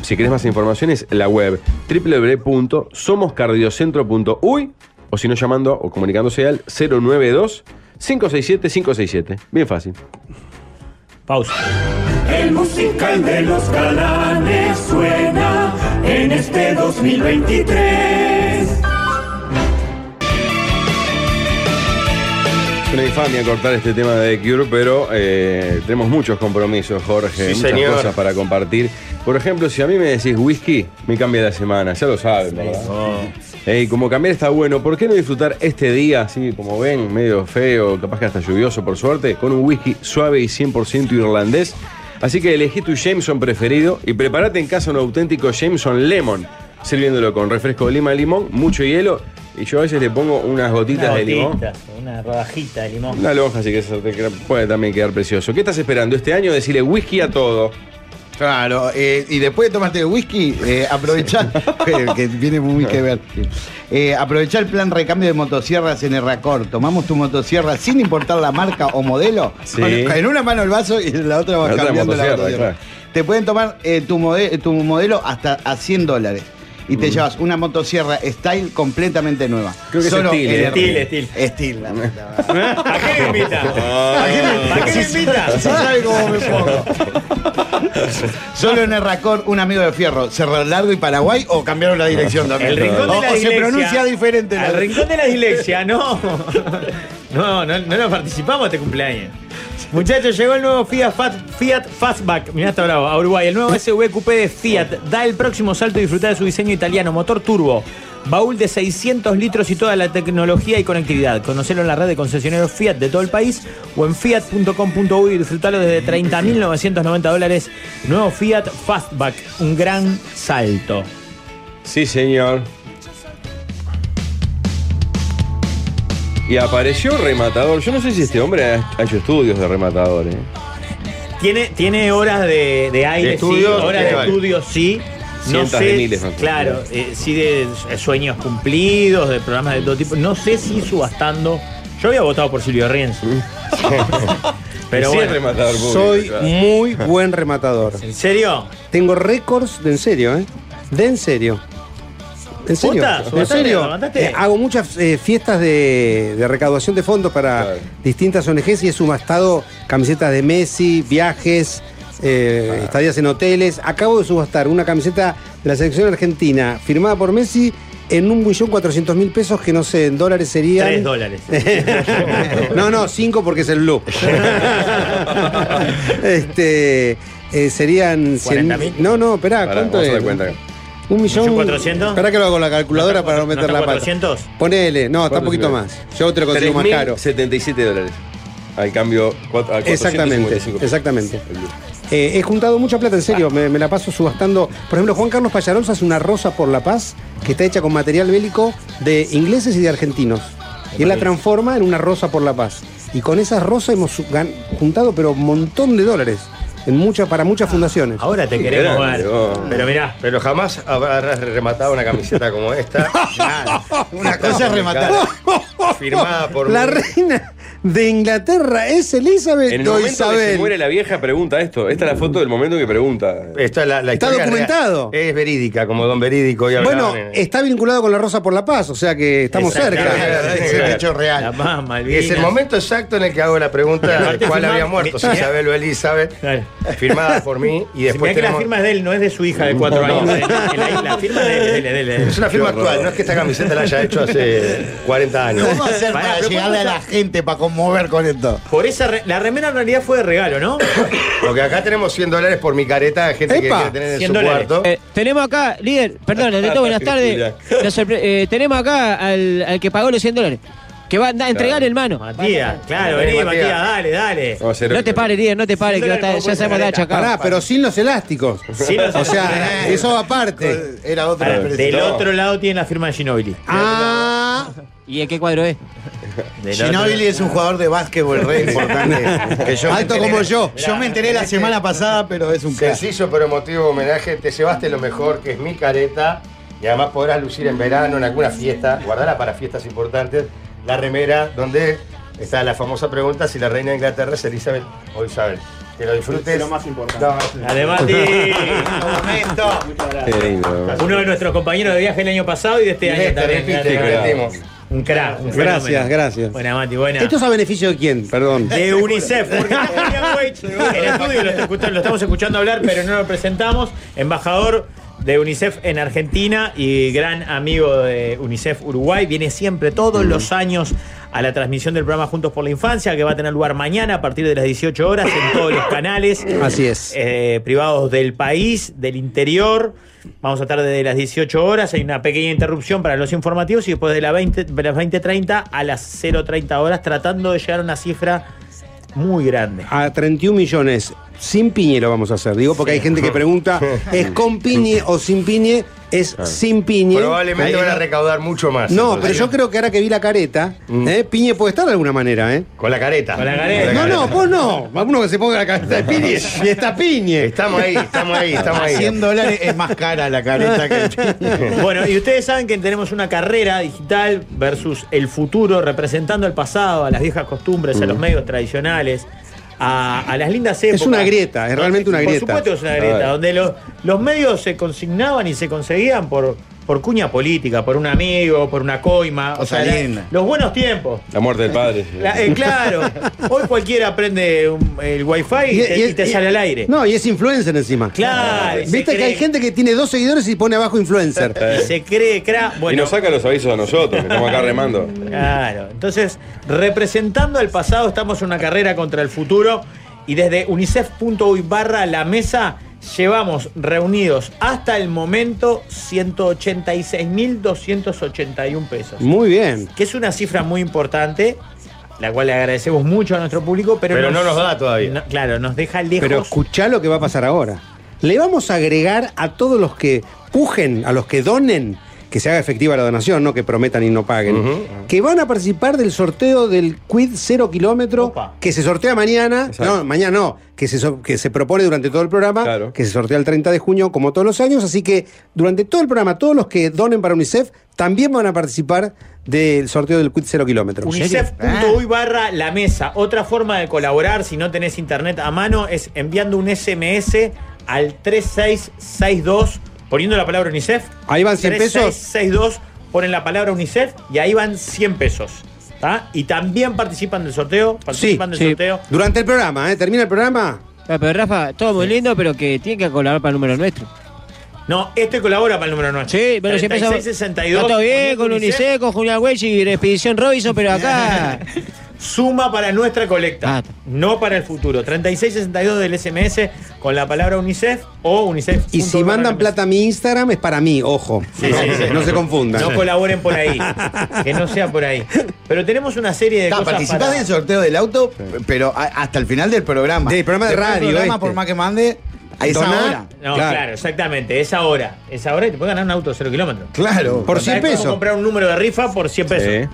[SPEAKER 4] Si querés más información es la web www.somoscardiocentro.uy o si no llamando o comunicándose al 092 567 567. Bien fácil.
[SPEAKER 6] Pausa.
[SPEAKER 9] El musical de los galanes suena en este 2023.
[SPEAKER 4] Es una infamia cortar este tema de The Cure, pero eh, tenemos muchos compromisos, Jorge,
[SPEAKER 5] Sí,
[SPEAKER 4] muchas
[SPEAKER 5] señor.
[SPEAKER 4] cosas para compartir. Por ejemplo, si a mí me decís whisky, me cambia la semana, ya lo saben, ¿verdad? Ey, como cambiar está bueno, ¿por qué no disfrutar este día, así como ven, medio feo, capaz que hasta lluvioso por suerte, con un whisky suave y 100% irlandés? Así que elegí tu Jameson preferido y prepárate en casa un auténtico Jameson Lemon. sirviéndolo con refresco de lima limón, mucho hielo, y yo a veces le pongo unas gotitas
[SPEAKER 6] Una
[SPEAKER 4] de limón.
[SPEAKER 6] gotita, una rodajita de limón.
[SPEAKER 4] Una lonja, si quieres hacerte cre- puede también quedar precioso. ¿Qué estás esperando este año? Decirle whisky a todo.
[SPEAKER 7] Claro, eh, y después de tomarte el whisky, eh, aprovechar, [LAUGHS] que viene muy que ver. Eh, aprovechar el plan recambio de motosierras en Erracor. Tomamos tu motosierra sin importar la marca o modelo.
[SPEAKER 4] Sí.
[SPEAKER 7] Con- en una mano el vaso y en la otra vas
[SPEAKER 4] La otra
[SPEAKER 7] cambiando la
[SPEAKER 4] motosierra,
[SPEAKER 7] motosierra.
[SPEAKER 4] claro.
[SPEAKER 7] Te pueden tomar eh, tu, mode- tu modelo hasta a 100 dólares. Y te llevas una motosierra style completamente nueva.
[SPEAKER 4] Mm. Creo que es Steel,
[SPEAKER 7] en
[SPEAKER 4] eh.
[SPEAKER 7] Erracor.
[SPEAKER 6] Steel,
[SPEAKER 7] Steel, [LAUGHS] la puta madre.
[SPEAKER 6] ¿A qué me
[SPEAKER 4] [LAUGHS]
[SPEAKER 6] invita?
[SPEAKER 4] Ah.
[SPEAKER 6] ¿A qué me- ¿A qué me invita?
[SPEAKER 7] Si sabe cómo
[SPEAKER 6] [LAUGHS]
[SPEAKER 7] me pongo. Solo en Erracor, un amigo de Fierro, Cerro Largo y Paraguay, o cambiaron la dirección también.
[SPEAKER 6] El rincón de la
[SPEAKER 7] Ojo, se
[SPEAKER 6] dislexia.
[SPEAKER 7] pronuncia diferente. la-
[SPEAKER 6] Al rincón de la dislexia,
[SPEAKER 7] [LAUGHS]
[SPEAKER 6] no. No, no, no nos participamos este cumpleaños. Muchachos, llegó el nuevo Fiat, Fat- Fiat Fastback. Mirá, está bravo, a Uruguay. El nuevo SUV Coupé de Fiat da el próximo salto y disfrutar de su diseño italiano. Motor turbo, baúl de 600 litros y toda la tecnología y conectividad. Conocelo en la red de concesionarios Fiat de todo el país o en fiat.com.uy y disfrutalo desde 30.990 dólares. Nuevo Fiat Fastback, un gran salto.
[SPEAKER 4] Sí, señor. Y apareció rematador. Yo no sé si este hombre ha ha hecho estudios de rematador. ¿eh?
[SPEAKER 6] Tiene, tiene horas de, de aire,
[SPEAKER 5] De estudio,
[SPEAKER 6] sí, horas de
[SPEAKER 5] eh, vale.
[SPEAKER 6] estudio, sí.
[SPEAKER 4] Cientos de miles, ¿no?
[SPEAKER 6] Claro, eh, sí de sueños cumplidos, de programas de todo tipo. No sé si subastando. Yo había votado por Silvio Rienzo.
[SPEAKER 10] Mm.
[SPEAKER 6] [LAUGHS] Pero
[SPEAKER 4] sí es
[SPEAKER 6] bueno,
[SPEAKER 4] rematador público,
[SPEAKER 10] Soy [LAUGHS]
[SPEAKER 4] claro.
[SPEAKER 10] muy buen rematador.
[SPEAKER 6] ¿en serio?
[SPEAKER 10] Tengo récords de en serio, ¿eh? De en serio. ¿En serio?
[SPEAKER 6] ¿Votás?
[SPEAKER 10] ¿En
[SPEAKER 6] ¿Votaste? ¿Lo
[SPEAKER 10] serio?
[SPEAKER 6] mataste?
[SPEAKER 10] Eh, hago muchas eh, fiestas de, de recaudación de fondos para
[SPEAKER 4] Claro.
[SPEAKER 10] distintas ONGs y he subastado camisetas de Messi, viajes, eh, estadías en hoteles. Acabo de subastar una camiseta de la selección argentina firmada por Messi en un bullón 400 mil pesos que no sé, en dólares serían...
[SPEAKER 6] Tres dólares.
[SPEAKER 10] [LAUGHS] no, no, cinco porque es el blue. este, eh, serían 100
[SPEAKER 6] ¿40.000?
[SPEAKER 10] No, no, esperá,
[SPEAKER 4] Pará,
[SPEAKER 10] ¿cuánto
[SPEAKER 4] vamos a dar
[SPEAKER 10] es?
[SPEAKER 4] cuenta.
[SPEAKER 10] Un millón.
[SPEAKER 6] ¿Un cuatrocientos?
[SPEAKER 10] Esperá que lo hago con la calculadora
[SPEAKER 6] ¿No está
[SPEAKER 10] para no
[SPEAKER 6] cuatro-
[SPEAKER 10] meter
[SPEAKER 6] no
[SPEAKER 10] la
[SPEAKER 6] está
[SPEAKER 10] pata.
[SPEAKER 6] 400?
[SPEAKER 10] Ponele, no, está un poquito más. Yo te lo consigo más caro.
[SPEAKER 4] 3.077 dólares. Al cambio, cuatro- a
[SPEAKER 10] Exactamente,
[SPEAKER 4] 455.
[SPEAKER 10] exactamente. Eh, he juntado mucha plata, en serio, me, me la paso subastando. Por ejemplo, Juan Carlos Pallarolza hace una rosa por la paz que está hecha con material bélico de ingleses y de argentinos. Y él la transforma en una rosa por la paz. Y con esas rosas hemos su- gan- juntado, pero un montón de dólares en mucha, para muchas fundaciones.
[SPEAKER 6] Ahora te
[SPEAKER 4] Sí,
[SPEAKER 6] queremos
[SPEAKER 4] grande,
[SPEAKER 6] ver.
[SPEAKER 4] vos.
[SPEAKER 6] Pero mirá,
[SPEAKER 5] Pero jamás habrás rematado una camiseta como
[SPEAKER 10] [LAUGHS]
[SPEAKER 5] esta.
[SPEAKER 7] Una cosa es rematar.
[SPEAKER 5] Firmada por
[SPEAKER 10] La
[SPEAKER 5] mí.
[SPEAKER 10] reina de Inglaterra es Elizabeth
[SPEAKER 4] En el
[SPEAKER 10] o
[SPEAKER 4] momento que se
[SPEAKER 10] Isabel.
[SPEAKER 4] muere la vieja, pregunta esto. Esta es la foto del momento que pregunta.
[SPEAKER 10] Eh.
[SPEAKER 5] Esta es la, la
[SPEAKER 10] Está
[SPEAKER 5] historia
[SPEAKER 10] documentado.
[SPEAKER 5] real. Es verídica, como don Verídico. y
[SPEAKER 10] Bueno,
[SPEAKER 5] hablaban en-
[SPEAKER 10] está vinculado con la rosa por la paz, o sea que estamos cerca.
[SPEAKER 5] Claro, es el hecho
[SPEAKER 6] la
[SPEAKER 5] real.
[SPEAKER 6] más
[SPEAKER 5] Y es el momento exacto en el que hago la pregunta de cuál había muerto, si Isabel o Elizabeth, firmada por mí. Y
[SPEAKER 6] Mirá
[SPEAKER 5] después
[SPEAKER 6] que la
[SPEAKER 5] tenemos...
[SPEAKER 6] firma es de él, no es de su hija de cuatro años. En la isla, la firma es de él, es de él, es de él.
[SPEAKER 5] Es una firma actual, no es que esta camiseta la haya hecho hace 40 años.
[SPEAKER 7] ¿Cómo hacer
[SPEAKER 6] Pará,
[SPEAKER 7] para
[SPEAKER 6] pero
[SPEAKER 7] llegarle a la gente, para conmover con esto?
[SPEAKER 6] Por esa re- la remera en realidad fue de regalo, ¿no?
[SPEAKER 5] Porque acá tenemos 100 dólares por mi careta de gente
[SPEAKER 10] Epa,
[SPEAKER 5] que quiere tener en
[SPEAKER 6] 100
[SPEAKER 5] su
[SPEAKER 6] dólares.
[SPEAKER 5] cuarto.
[SPEAKER 8] Eh, tenemos acá, líder, perdón, ante todo,
[SPEAKER 10] [LAUGHS]
[SPEAKER 8] buenas tardes. Nos sorpre- eh, tenemos acá al, al que pagó los 100 dólares, que va a da- entregar en mano.
[SPEAKER 6] Matías, claro, vení,
[SPEAKER 5] Matías.
[SPEAKER 6] Matías, dale, dale.
[SPEAKER 4] Vamos a hacer-
[SPEAKER 8] No te pares, líder, no te pares, que va a estar- ya sabemos dacha
[SPEAKER 10] Pará,
[SPEAKER 8] acá.
[SPEAKER 10] pero sin los elásticos.
[SPEAKER 6] Sí, no sé.
[SPEAKER 10] O
[SPEAKER 7] eh,
[SPEAKER 10] sea, eso aparte.
[SPEAKER 7] Era otra
[SPEAKER 6] Pará,
[SPEAKER 7] empresa.
[SPEAKER 6] del otro lado tiene la firma de Ginobili.
[SPEAKER 10] Ah,
[SPEAKER 8] ¿Y en qué cuadro es?
[SPEAKER 7] Ginobili es un jugador de básquetbol re importante. que yo me
[SPEAKER 10] Alto
[SPEAKER 7] enteré-
[SPEAKER 10] como yo.
[SPEAKER 7] Yo me enteré la semana pasada, pero es un crack.
[SPEAKER 5] Sencillo pero emotivo homenaje, te llevaste lo mejor que es mi careta y además podrás lucir en verano en alguna fiesta, guardala para fiestas importantes, la remera donde está la famosa pregunta si la reina de Inglaterra es Elizabeth o Isabel. Que lo disfrutes. lo más importante.
[SPEAKER 6] Dale, Mati.
[SPEAKER 7] Momento.
[SPEAKER 4] Qué lindo.
[SPEAKER 6] Uno de nuestros compañeros de viaje el año pasado y de este año también. Un crack, un
[SPEAKER 10] Gracias,
[SPEAKER 6] fenómeno.
[SPEAKER 10] gracias.
[SPEAKER 6] Buena, Mati, buena.
[SPEAKER 10] ¿Esto es a beneficio de quién?
[SPEAKER 6] [LAUGHS]
[SPEAKER 10] Perdón.
[SPEAKER 6] De UNICEF, porque está Ian Waits en el estudio lo, escucha- lo estamos escuchando hablar, pero no lo presentamos. Embajador de UNICEF en Argentina y gran amigo de UNICEF Uruguay. Viene siempre todos los años a la transmisión del programa Juntos por la Infancia, que va a tener lugar mañana a partir de las 18 horas en todos los canales.
[SPEAKER 10] Así es.
[SPEAKER 6] eh, privados del país, del interior. Vamos a estar desde las 18 horas. Hay una pequeña interrupción para los informativos y después de, la 20 de las 20.30 a las 0.30 horas, tratando de llegar a una cifra muy grande.
[SPEAKER 10] A 31
[SPEAKER 5] [LAUGHS]
[SPEAKER 10] millones. Sin piñe lo vamos a hacer, digo, porque hay gente que pregunta, ¿es con piñe o sin piñe? es sin piñe.
[SPEAKER 5] Probablemente
[SPEAKER 10] Ahí
[SPEAKER 5] van a
[SPEAKER 10] no-
[SPEAKER 5] recaudar mucho más.
[SPEAKER 10] No,
[SPEAKER 5] entonces.
[SPEAKER 10] pero yo creo que ahora que vi la careta,
[SPEAKER 5] Mm.
[SPEAKER 10] ¿eh? Piñe puede estar de alguna manera, ¿eh?
[SPEAKER 5] Con la careta.
[SPEAKER 6] Con la careta.
[SPEAKER 10] No, no, vos no. Uno que se ponga la careta de Piñe y está Piñe.
[SPEAKER 5] Estamos ahí, estamos ahí, estamos
[SPEAKER 7] A
[SPEAKER 5] ahí.
[SPEAKER 7] 100 dólares es más cara la careta que
[SPEAKER 6] [LAUGHS]
[SPEAKER 7] el
[SPEAKER 6] Bueno, y ustedes saben que tenemos una carrera digital versus el futuro, representando al pasado, a las viejas costumbres, a los medios tradicionales, a, a las lindas épocas.
[SPEAKER 10] Mm. Es una grieta, es realmente una grieta.
[SPEAKER 6] Por supuesto que es una grieta, donde los, los medios se consignaban y se conseguían por, por cuña política, por un amigo, por una coima. O
[SPEAKER 7] Cosa
[SPEAKER 6] sea, la-
[SPEAKER 7] linda.
[SPEAKER 6] los buenos tiempos.
[SPEAKER 4] La muerte del padre.
[SPEAKER 6] La- eh,
[SPEAKER 10] [LAUGHS]
[SPEAKER 6] claro, hoy cualquiera prende un- el wifi y, te, y te
[SPEAKER 10] y-
[SPEAKER 6] sale al aire.
[SPEAKER 10] No, y es influencer encima.
[SPEAKER 6] Claro. y se
[SPEAKER 10] Viste que hay
[SPEAKER 6] cree-
[SPEAKER 10] gente que tiene dos seguidores y pone abajo influencer.
[SPEAKER 6] Y se cree, cra-
[SPEAKER 4] Eh, Y
[SPEAKER 6] eh, bueno,
[SPEAKER 4] nos saca los avisos a nosotros, que estamos acá remando.
[SPEAKER 6] Claro, entonces representando al pasado estamos en una carrera contra el futuro y desde unicef.uy barra la mesa llevamos reunidos hasta el momento 186.281 pesos,
[SPEAKER 10] Muy bien.
[SPEAKER 6] que es una cifra muy importante, la cual le agradecemos mucho a nuestro público, pero,
[SPEAKER 5] Pero no nos da todavía.
[SPEAKER 6] no- claro, nos deja lejos.
[SPEAKER 10] Pero escuchá lo que va a pasar ahora. Le vamos a agregar a todos los que pujen, a los que donen, que se haga efectiva la donación, no que prometan y no paguen, que van a participar del sorteo del Quid Cero Kilómetro,
[SPEAKER 6] Opa.
[SPEAKER 10] que se sortea mañana,
[SPEAKER 4] Exacto.
[SPEAKER 10] no, mañana no, que se, so- que se propone durante todo el programa,
[SPEAKER 4] Claro.
[SPEAKER 10] que se sortea el 30 de junio, como todos los años, así que durante todo el programa, todos los que donen para UNICEF también van a participar del sorteo del Quid Cero Kilómetro.
[SPEAKER 8] Ah.
[SPEAKER 6] Unicef.uy barra la mesa. Otra forma de colaborar si no tenés internet a mano es enviando un SMS al 3662 poniendo la palabra UNICEF.
[SPEAKER 10] Ahí van 100 pesos.
[SPEAKER 6] 3662 ponen la palabra UNICEF y ahí van 100 pesos. ¿tá? Y también participan del sorteo. Participan del
[SPEAKER 8] sí.
[SPEAKER 6] sorteo.
[SPEAKER 10] Durante el programa, ¿eh? termina el programa.
[SPEAKER 8] No, Ah, pero Rafa, todo muy lindo, pero que tiene que colaborar para el número nuestro.
[SPEAKER 6] No, este colabora para el número 9.
[SPEAKER 8] Sí, pero si empezó. Está todo bien con UNICEF, con Julián Welch y Expedición Robinson, pero
[SPEAKER 10] [LAUGHS]
[SPEAKER 8] acá.
[SPEAKER 6] Suma para nuestra colecta,
[SPEAKER 8] Ah.
[SPEAKER 6] no para el futuro. 3662 del SMS con la palabra UNICEF o UNICEF.
[SPEAKER 10] Y si mandan plata a mi Instagram es para mí, ojo.
[SPEAKER 6] Sí,
[SPEAKER 10] no,
[SPEAKER 6] sí, sí.
[SPEAKER 10] no se confundan.
[SPEAKER 6] No colaboren por
[SPEAKER 10] [LAUGHS]
[SPEAKER 6] ahí. Que no sea por ahí. Pero tenemos una serie de
[SPEAKER 7] Está,
[SPEAKER 6] cosas.
[SPEAKER 7] participás
[SPEAKER 6] para-
[SPEAKER 7] del sorteo del auto, pero a- hasta el final del programa.
[SPEAKER 10] Del programa de
[SPEAKER 7] Después del
[SPEAKER 10] radio
[SPEAKER 7] programa,
[SPEAKER 10] este.
[SPEAKER 7] por más que mande, a esa
[SPEAKER 10] Doná.
[SPEAKER 7] hora.
[SPEAKER 6] No,
[SPEAKER 10] Claro.
[SPEAKER 6] claro. exactamente. Es ahora. Es ahora y te puedes ganar un auto de 0 kilómetros.
[SPEAKER 7] Claro.
[SPEAKER 10] Por
[SPEAKER 6] O sea,
[SPEAKER 10] 100
[SPEAKER 6] es como
[SPEAKER 10] pesos.
[SPEAKER 6] comprar un número de rifa por 100 pesos.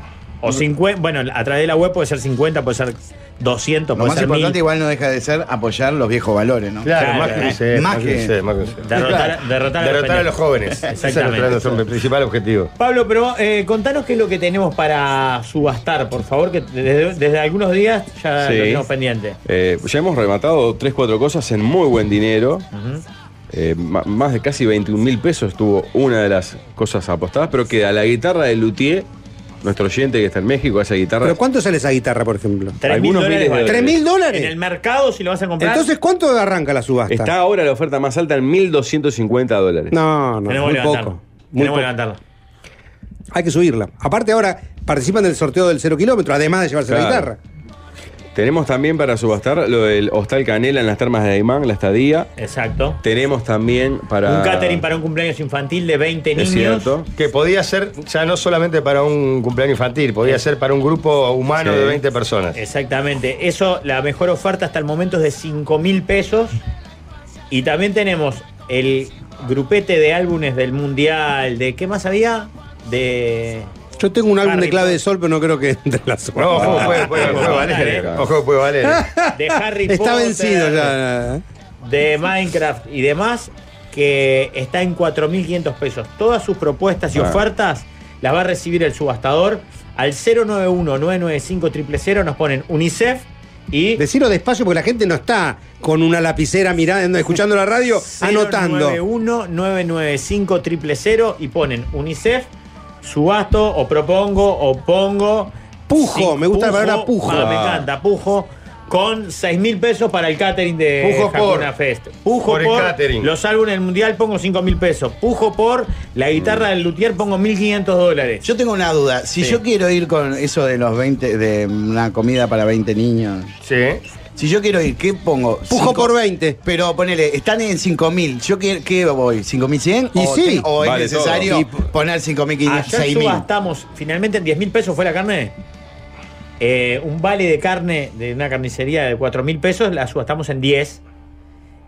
[SPEAKER 6] O 50. Bueno, a través de la web puede ser 50, puede ser 200,
[SPEAKER 7] Lo
[SPEAKER 6] puede
[SPEAKER 7] más
[SPEAKER 6] ser
[SPEAKER 7] importante
[SPEAKER 6] 1000.
[SPEAKER 7] igual no deja de ser apoyar los viejos valores, ¿no?
[SPEAKER 6] Claro,
[SPEAKER 5] Pero más que
[SPEAKER 6] eh,
[SPEAKER 5] UNICEF,
[SPEAKER 7] más
[SPEAKER 5] más que
[SPEAKER 7] que-
[SPEAKER 5] UNICEF, más que UNICEF.
[SPEAKER 6] Derrotar, derrotar,
[SPEAKER 5] Derrotar a los jóvenes. Ese es
[SPEAKER 6] Exactamente.
[SPEAKER 5] nuestro principal objetivo.
[SPEAKER 6] Pablo, pero eh, contanos qué es lo que tenemos para subastar, por favor, que desde, desde algunos días ya
[SPEAKER 4] Sí.
[SPEAKER 6] lo tenemos pendiente.
[SPEAKER 4] Eh, ya hemos rematado 3, 4 cosas en muy buen dinero. Eh, ma- más de casi 21 mil pesos estuvo una de las cosas apostadas, pero queda la guitarra de Luthier, nuestro oyente que está en México, esa guitarra.
[SPEAKER 10] ¿Pero cuánto sale esa guitarra, por ejemplo?
[SPEAKER 6] Tres mil
[SPEAKER 4] Algunos miles de
[SPEAKER 6] vale.
[SPEAKER 10] ¿Tres
[SPEAKER 4] dólares.
[SPEAKER 10] mil dólares?
[SPEAKER 6] En el mercado, si lo vas a comprar.
[SPEAKER 10] Entonces, ¿cuánto arranca la subasta?
[SPEAKER 4] está ahora la oferta más alta en 1.250 dólares.
[SPEAKER 10] No, no,
[SPEAKER 6] tenemos
[SPEAKER 10] muy
[SPEAKER 6] que levantarla.
[SPEAKER 10] poco. Muy
[SPEAKER 6] tenemos que
[SPEAKER 10] poco.
[SPEAKER 6] levantarla.
[SPEAKER 10] Hay que subirla. Aparte ahora participan del sorteo del cero kilómetro, además de llevarse la
[SPEAKER 4] Claro.
[SPEAKER 10] guitarra.
[SPEAKER 4] Tenemos también para subastar lo del Hostal Canela en las termas de Aymán, la estadía.
[SPEAKER 6] Exacto.
[SPEAKER 4] Tenemos también para.
[SPEAKER 6] Un catering para un cumpleaños infantil de 20 niños.
[SPEAKER 4] Es cierto.
[SPEAKER 5] Que podía ser ya no solamente para un cumpleaños infantil, podía ser para un grupo humano
[SPEAKER 4] Sí.
[SPEAKER 5] de 20 personas.
[SPEAKER 6] Exactamente. Eso, la mejor oferta hasta el momento es de 5 mil pesos. Y también tenemos el grupete de álbumes del Mundial. ¿De qué más había? De.
[SPEAKER 10] Yo tengo un álbum
[SPEAKER 6] Harry
[SPEAKER 10] de clave
[SPEAKER 6] Potter.
[SPEAKER 10] de sol, pero no creo que entre en la subasta.
[SPEAKER 5] No,
[SPEAKER 4] Ah,
[SPEAKER 5] ojo, puede, puede- puede valer.
[SPEAKER 4] Claro.
[SPEAKER 5] Ojo, puede valer.
[SPEAKER 6] de Harry
[SPEAKER 10] Está
[SPEAKER 6] Potter,
[SPEAKER 10] vencido ya.
[SPEAKER 6] De Minecraft y demás, que está en 4.500 pesos. Todas sus propuestas y
[SPEAKER 4] Ah.
[SPEAKER 6] ofertas las va a recibir el subastador al 091-995-000. Nos ponen UNICEF y.
[SPEAKER 10] Decirlo despacio porque la gente no
[SPEAKER 7] Ah,
[SPEAKER 10] está con una lapicera mirando, escuchando la radio, anotando.
[SPEAKER 6] 091-995-000 y ponen UNICEF, subasto o propongo o pongo.
[SPEAKER 10] Pujo,
[SPEAKER 6] Cinco-
[SPEAKER 10] me gusta la palabra pujo.
[SPEAKER 6] Ah, me encanta, pujo. Con 6 mil pesos para el catering de
[SPEAKER 5] Pujo por.
[SPEAKER 6] Hakuna Fest. Pujo
[SPEAKER 5] Por
[SPEAKER 6] por,
[SPEAKER 5] el catering.
[SPEAKER 6] los álbumes del mundial, pongo 5 mil pesos. Pujo por la guitarra del luthier, pongo 1.500 dólares.
[SPEAKER 7] Yo tengo una duda. Si
[SPEAKER 6] Sí.
[SPEAKER 7] yo quiero ir con eso de los 20, de una comida para 20 niños,
[SPEAKER 5] Sí.
[SPEAKER 7] si yo quiero ir, ¿qué pongo?
[SPEAKER 10] Pujo
[SPEAKER 7] Cinco-
[SPEAKER 10] por 20.
[SPEAKER 7] Pero ponele, están en 5000. ¿Yo qué, qué voy? ¿5100?
[SPEAKER 10] Y
[SPEAKER 7] o,
[SPEAKER 10] sí.
[SPEAKER 7] ten- ¿O es
[SPEAKER 4] Vale todo.
[SPEAKER 7] necesario
[SPEAKER 4] Y-
[SPEAKER 7] poner 5500,
[SPEAKER 6] Ayer
[SPEAKER 7] 6000?
[SPEAKER 6] subastamos finalmente en 10 mil pesos fue la carne. Eh, un vale de carne de una carnicería de 4 mil pesos la subastamos en 10.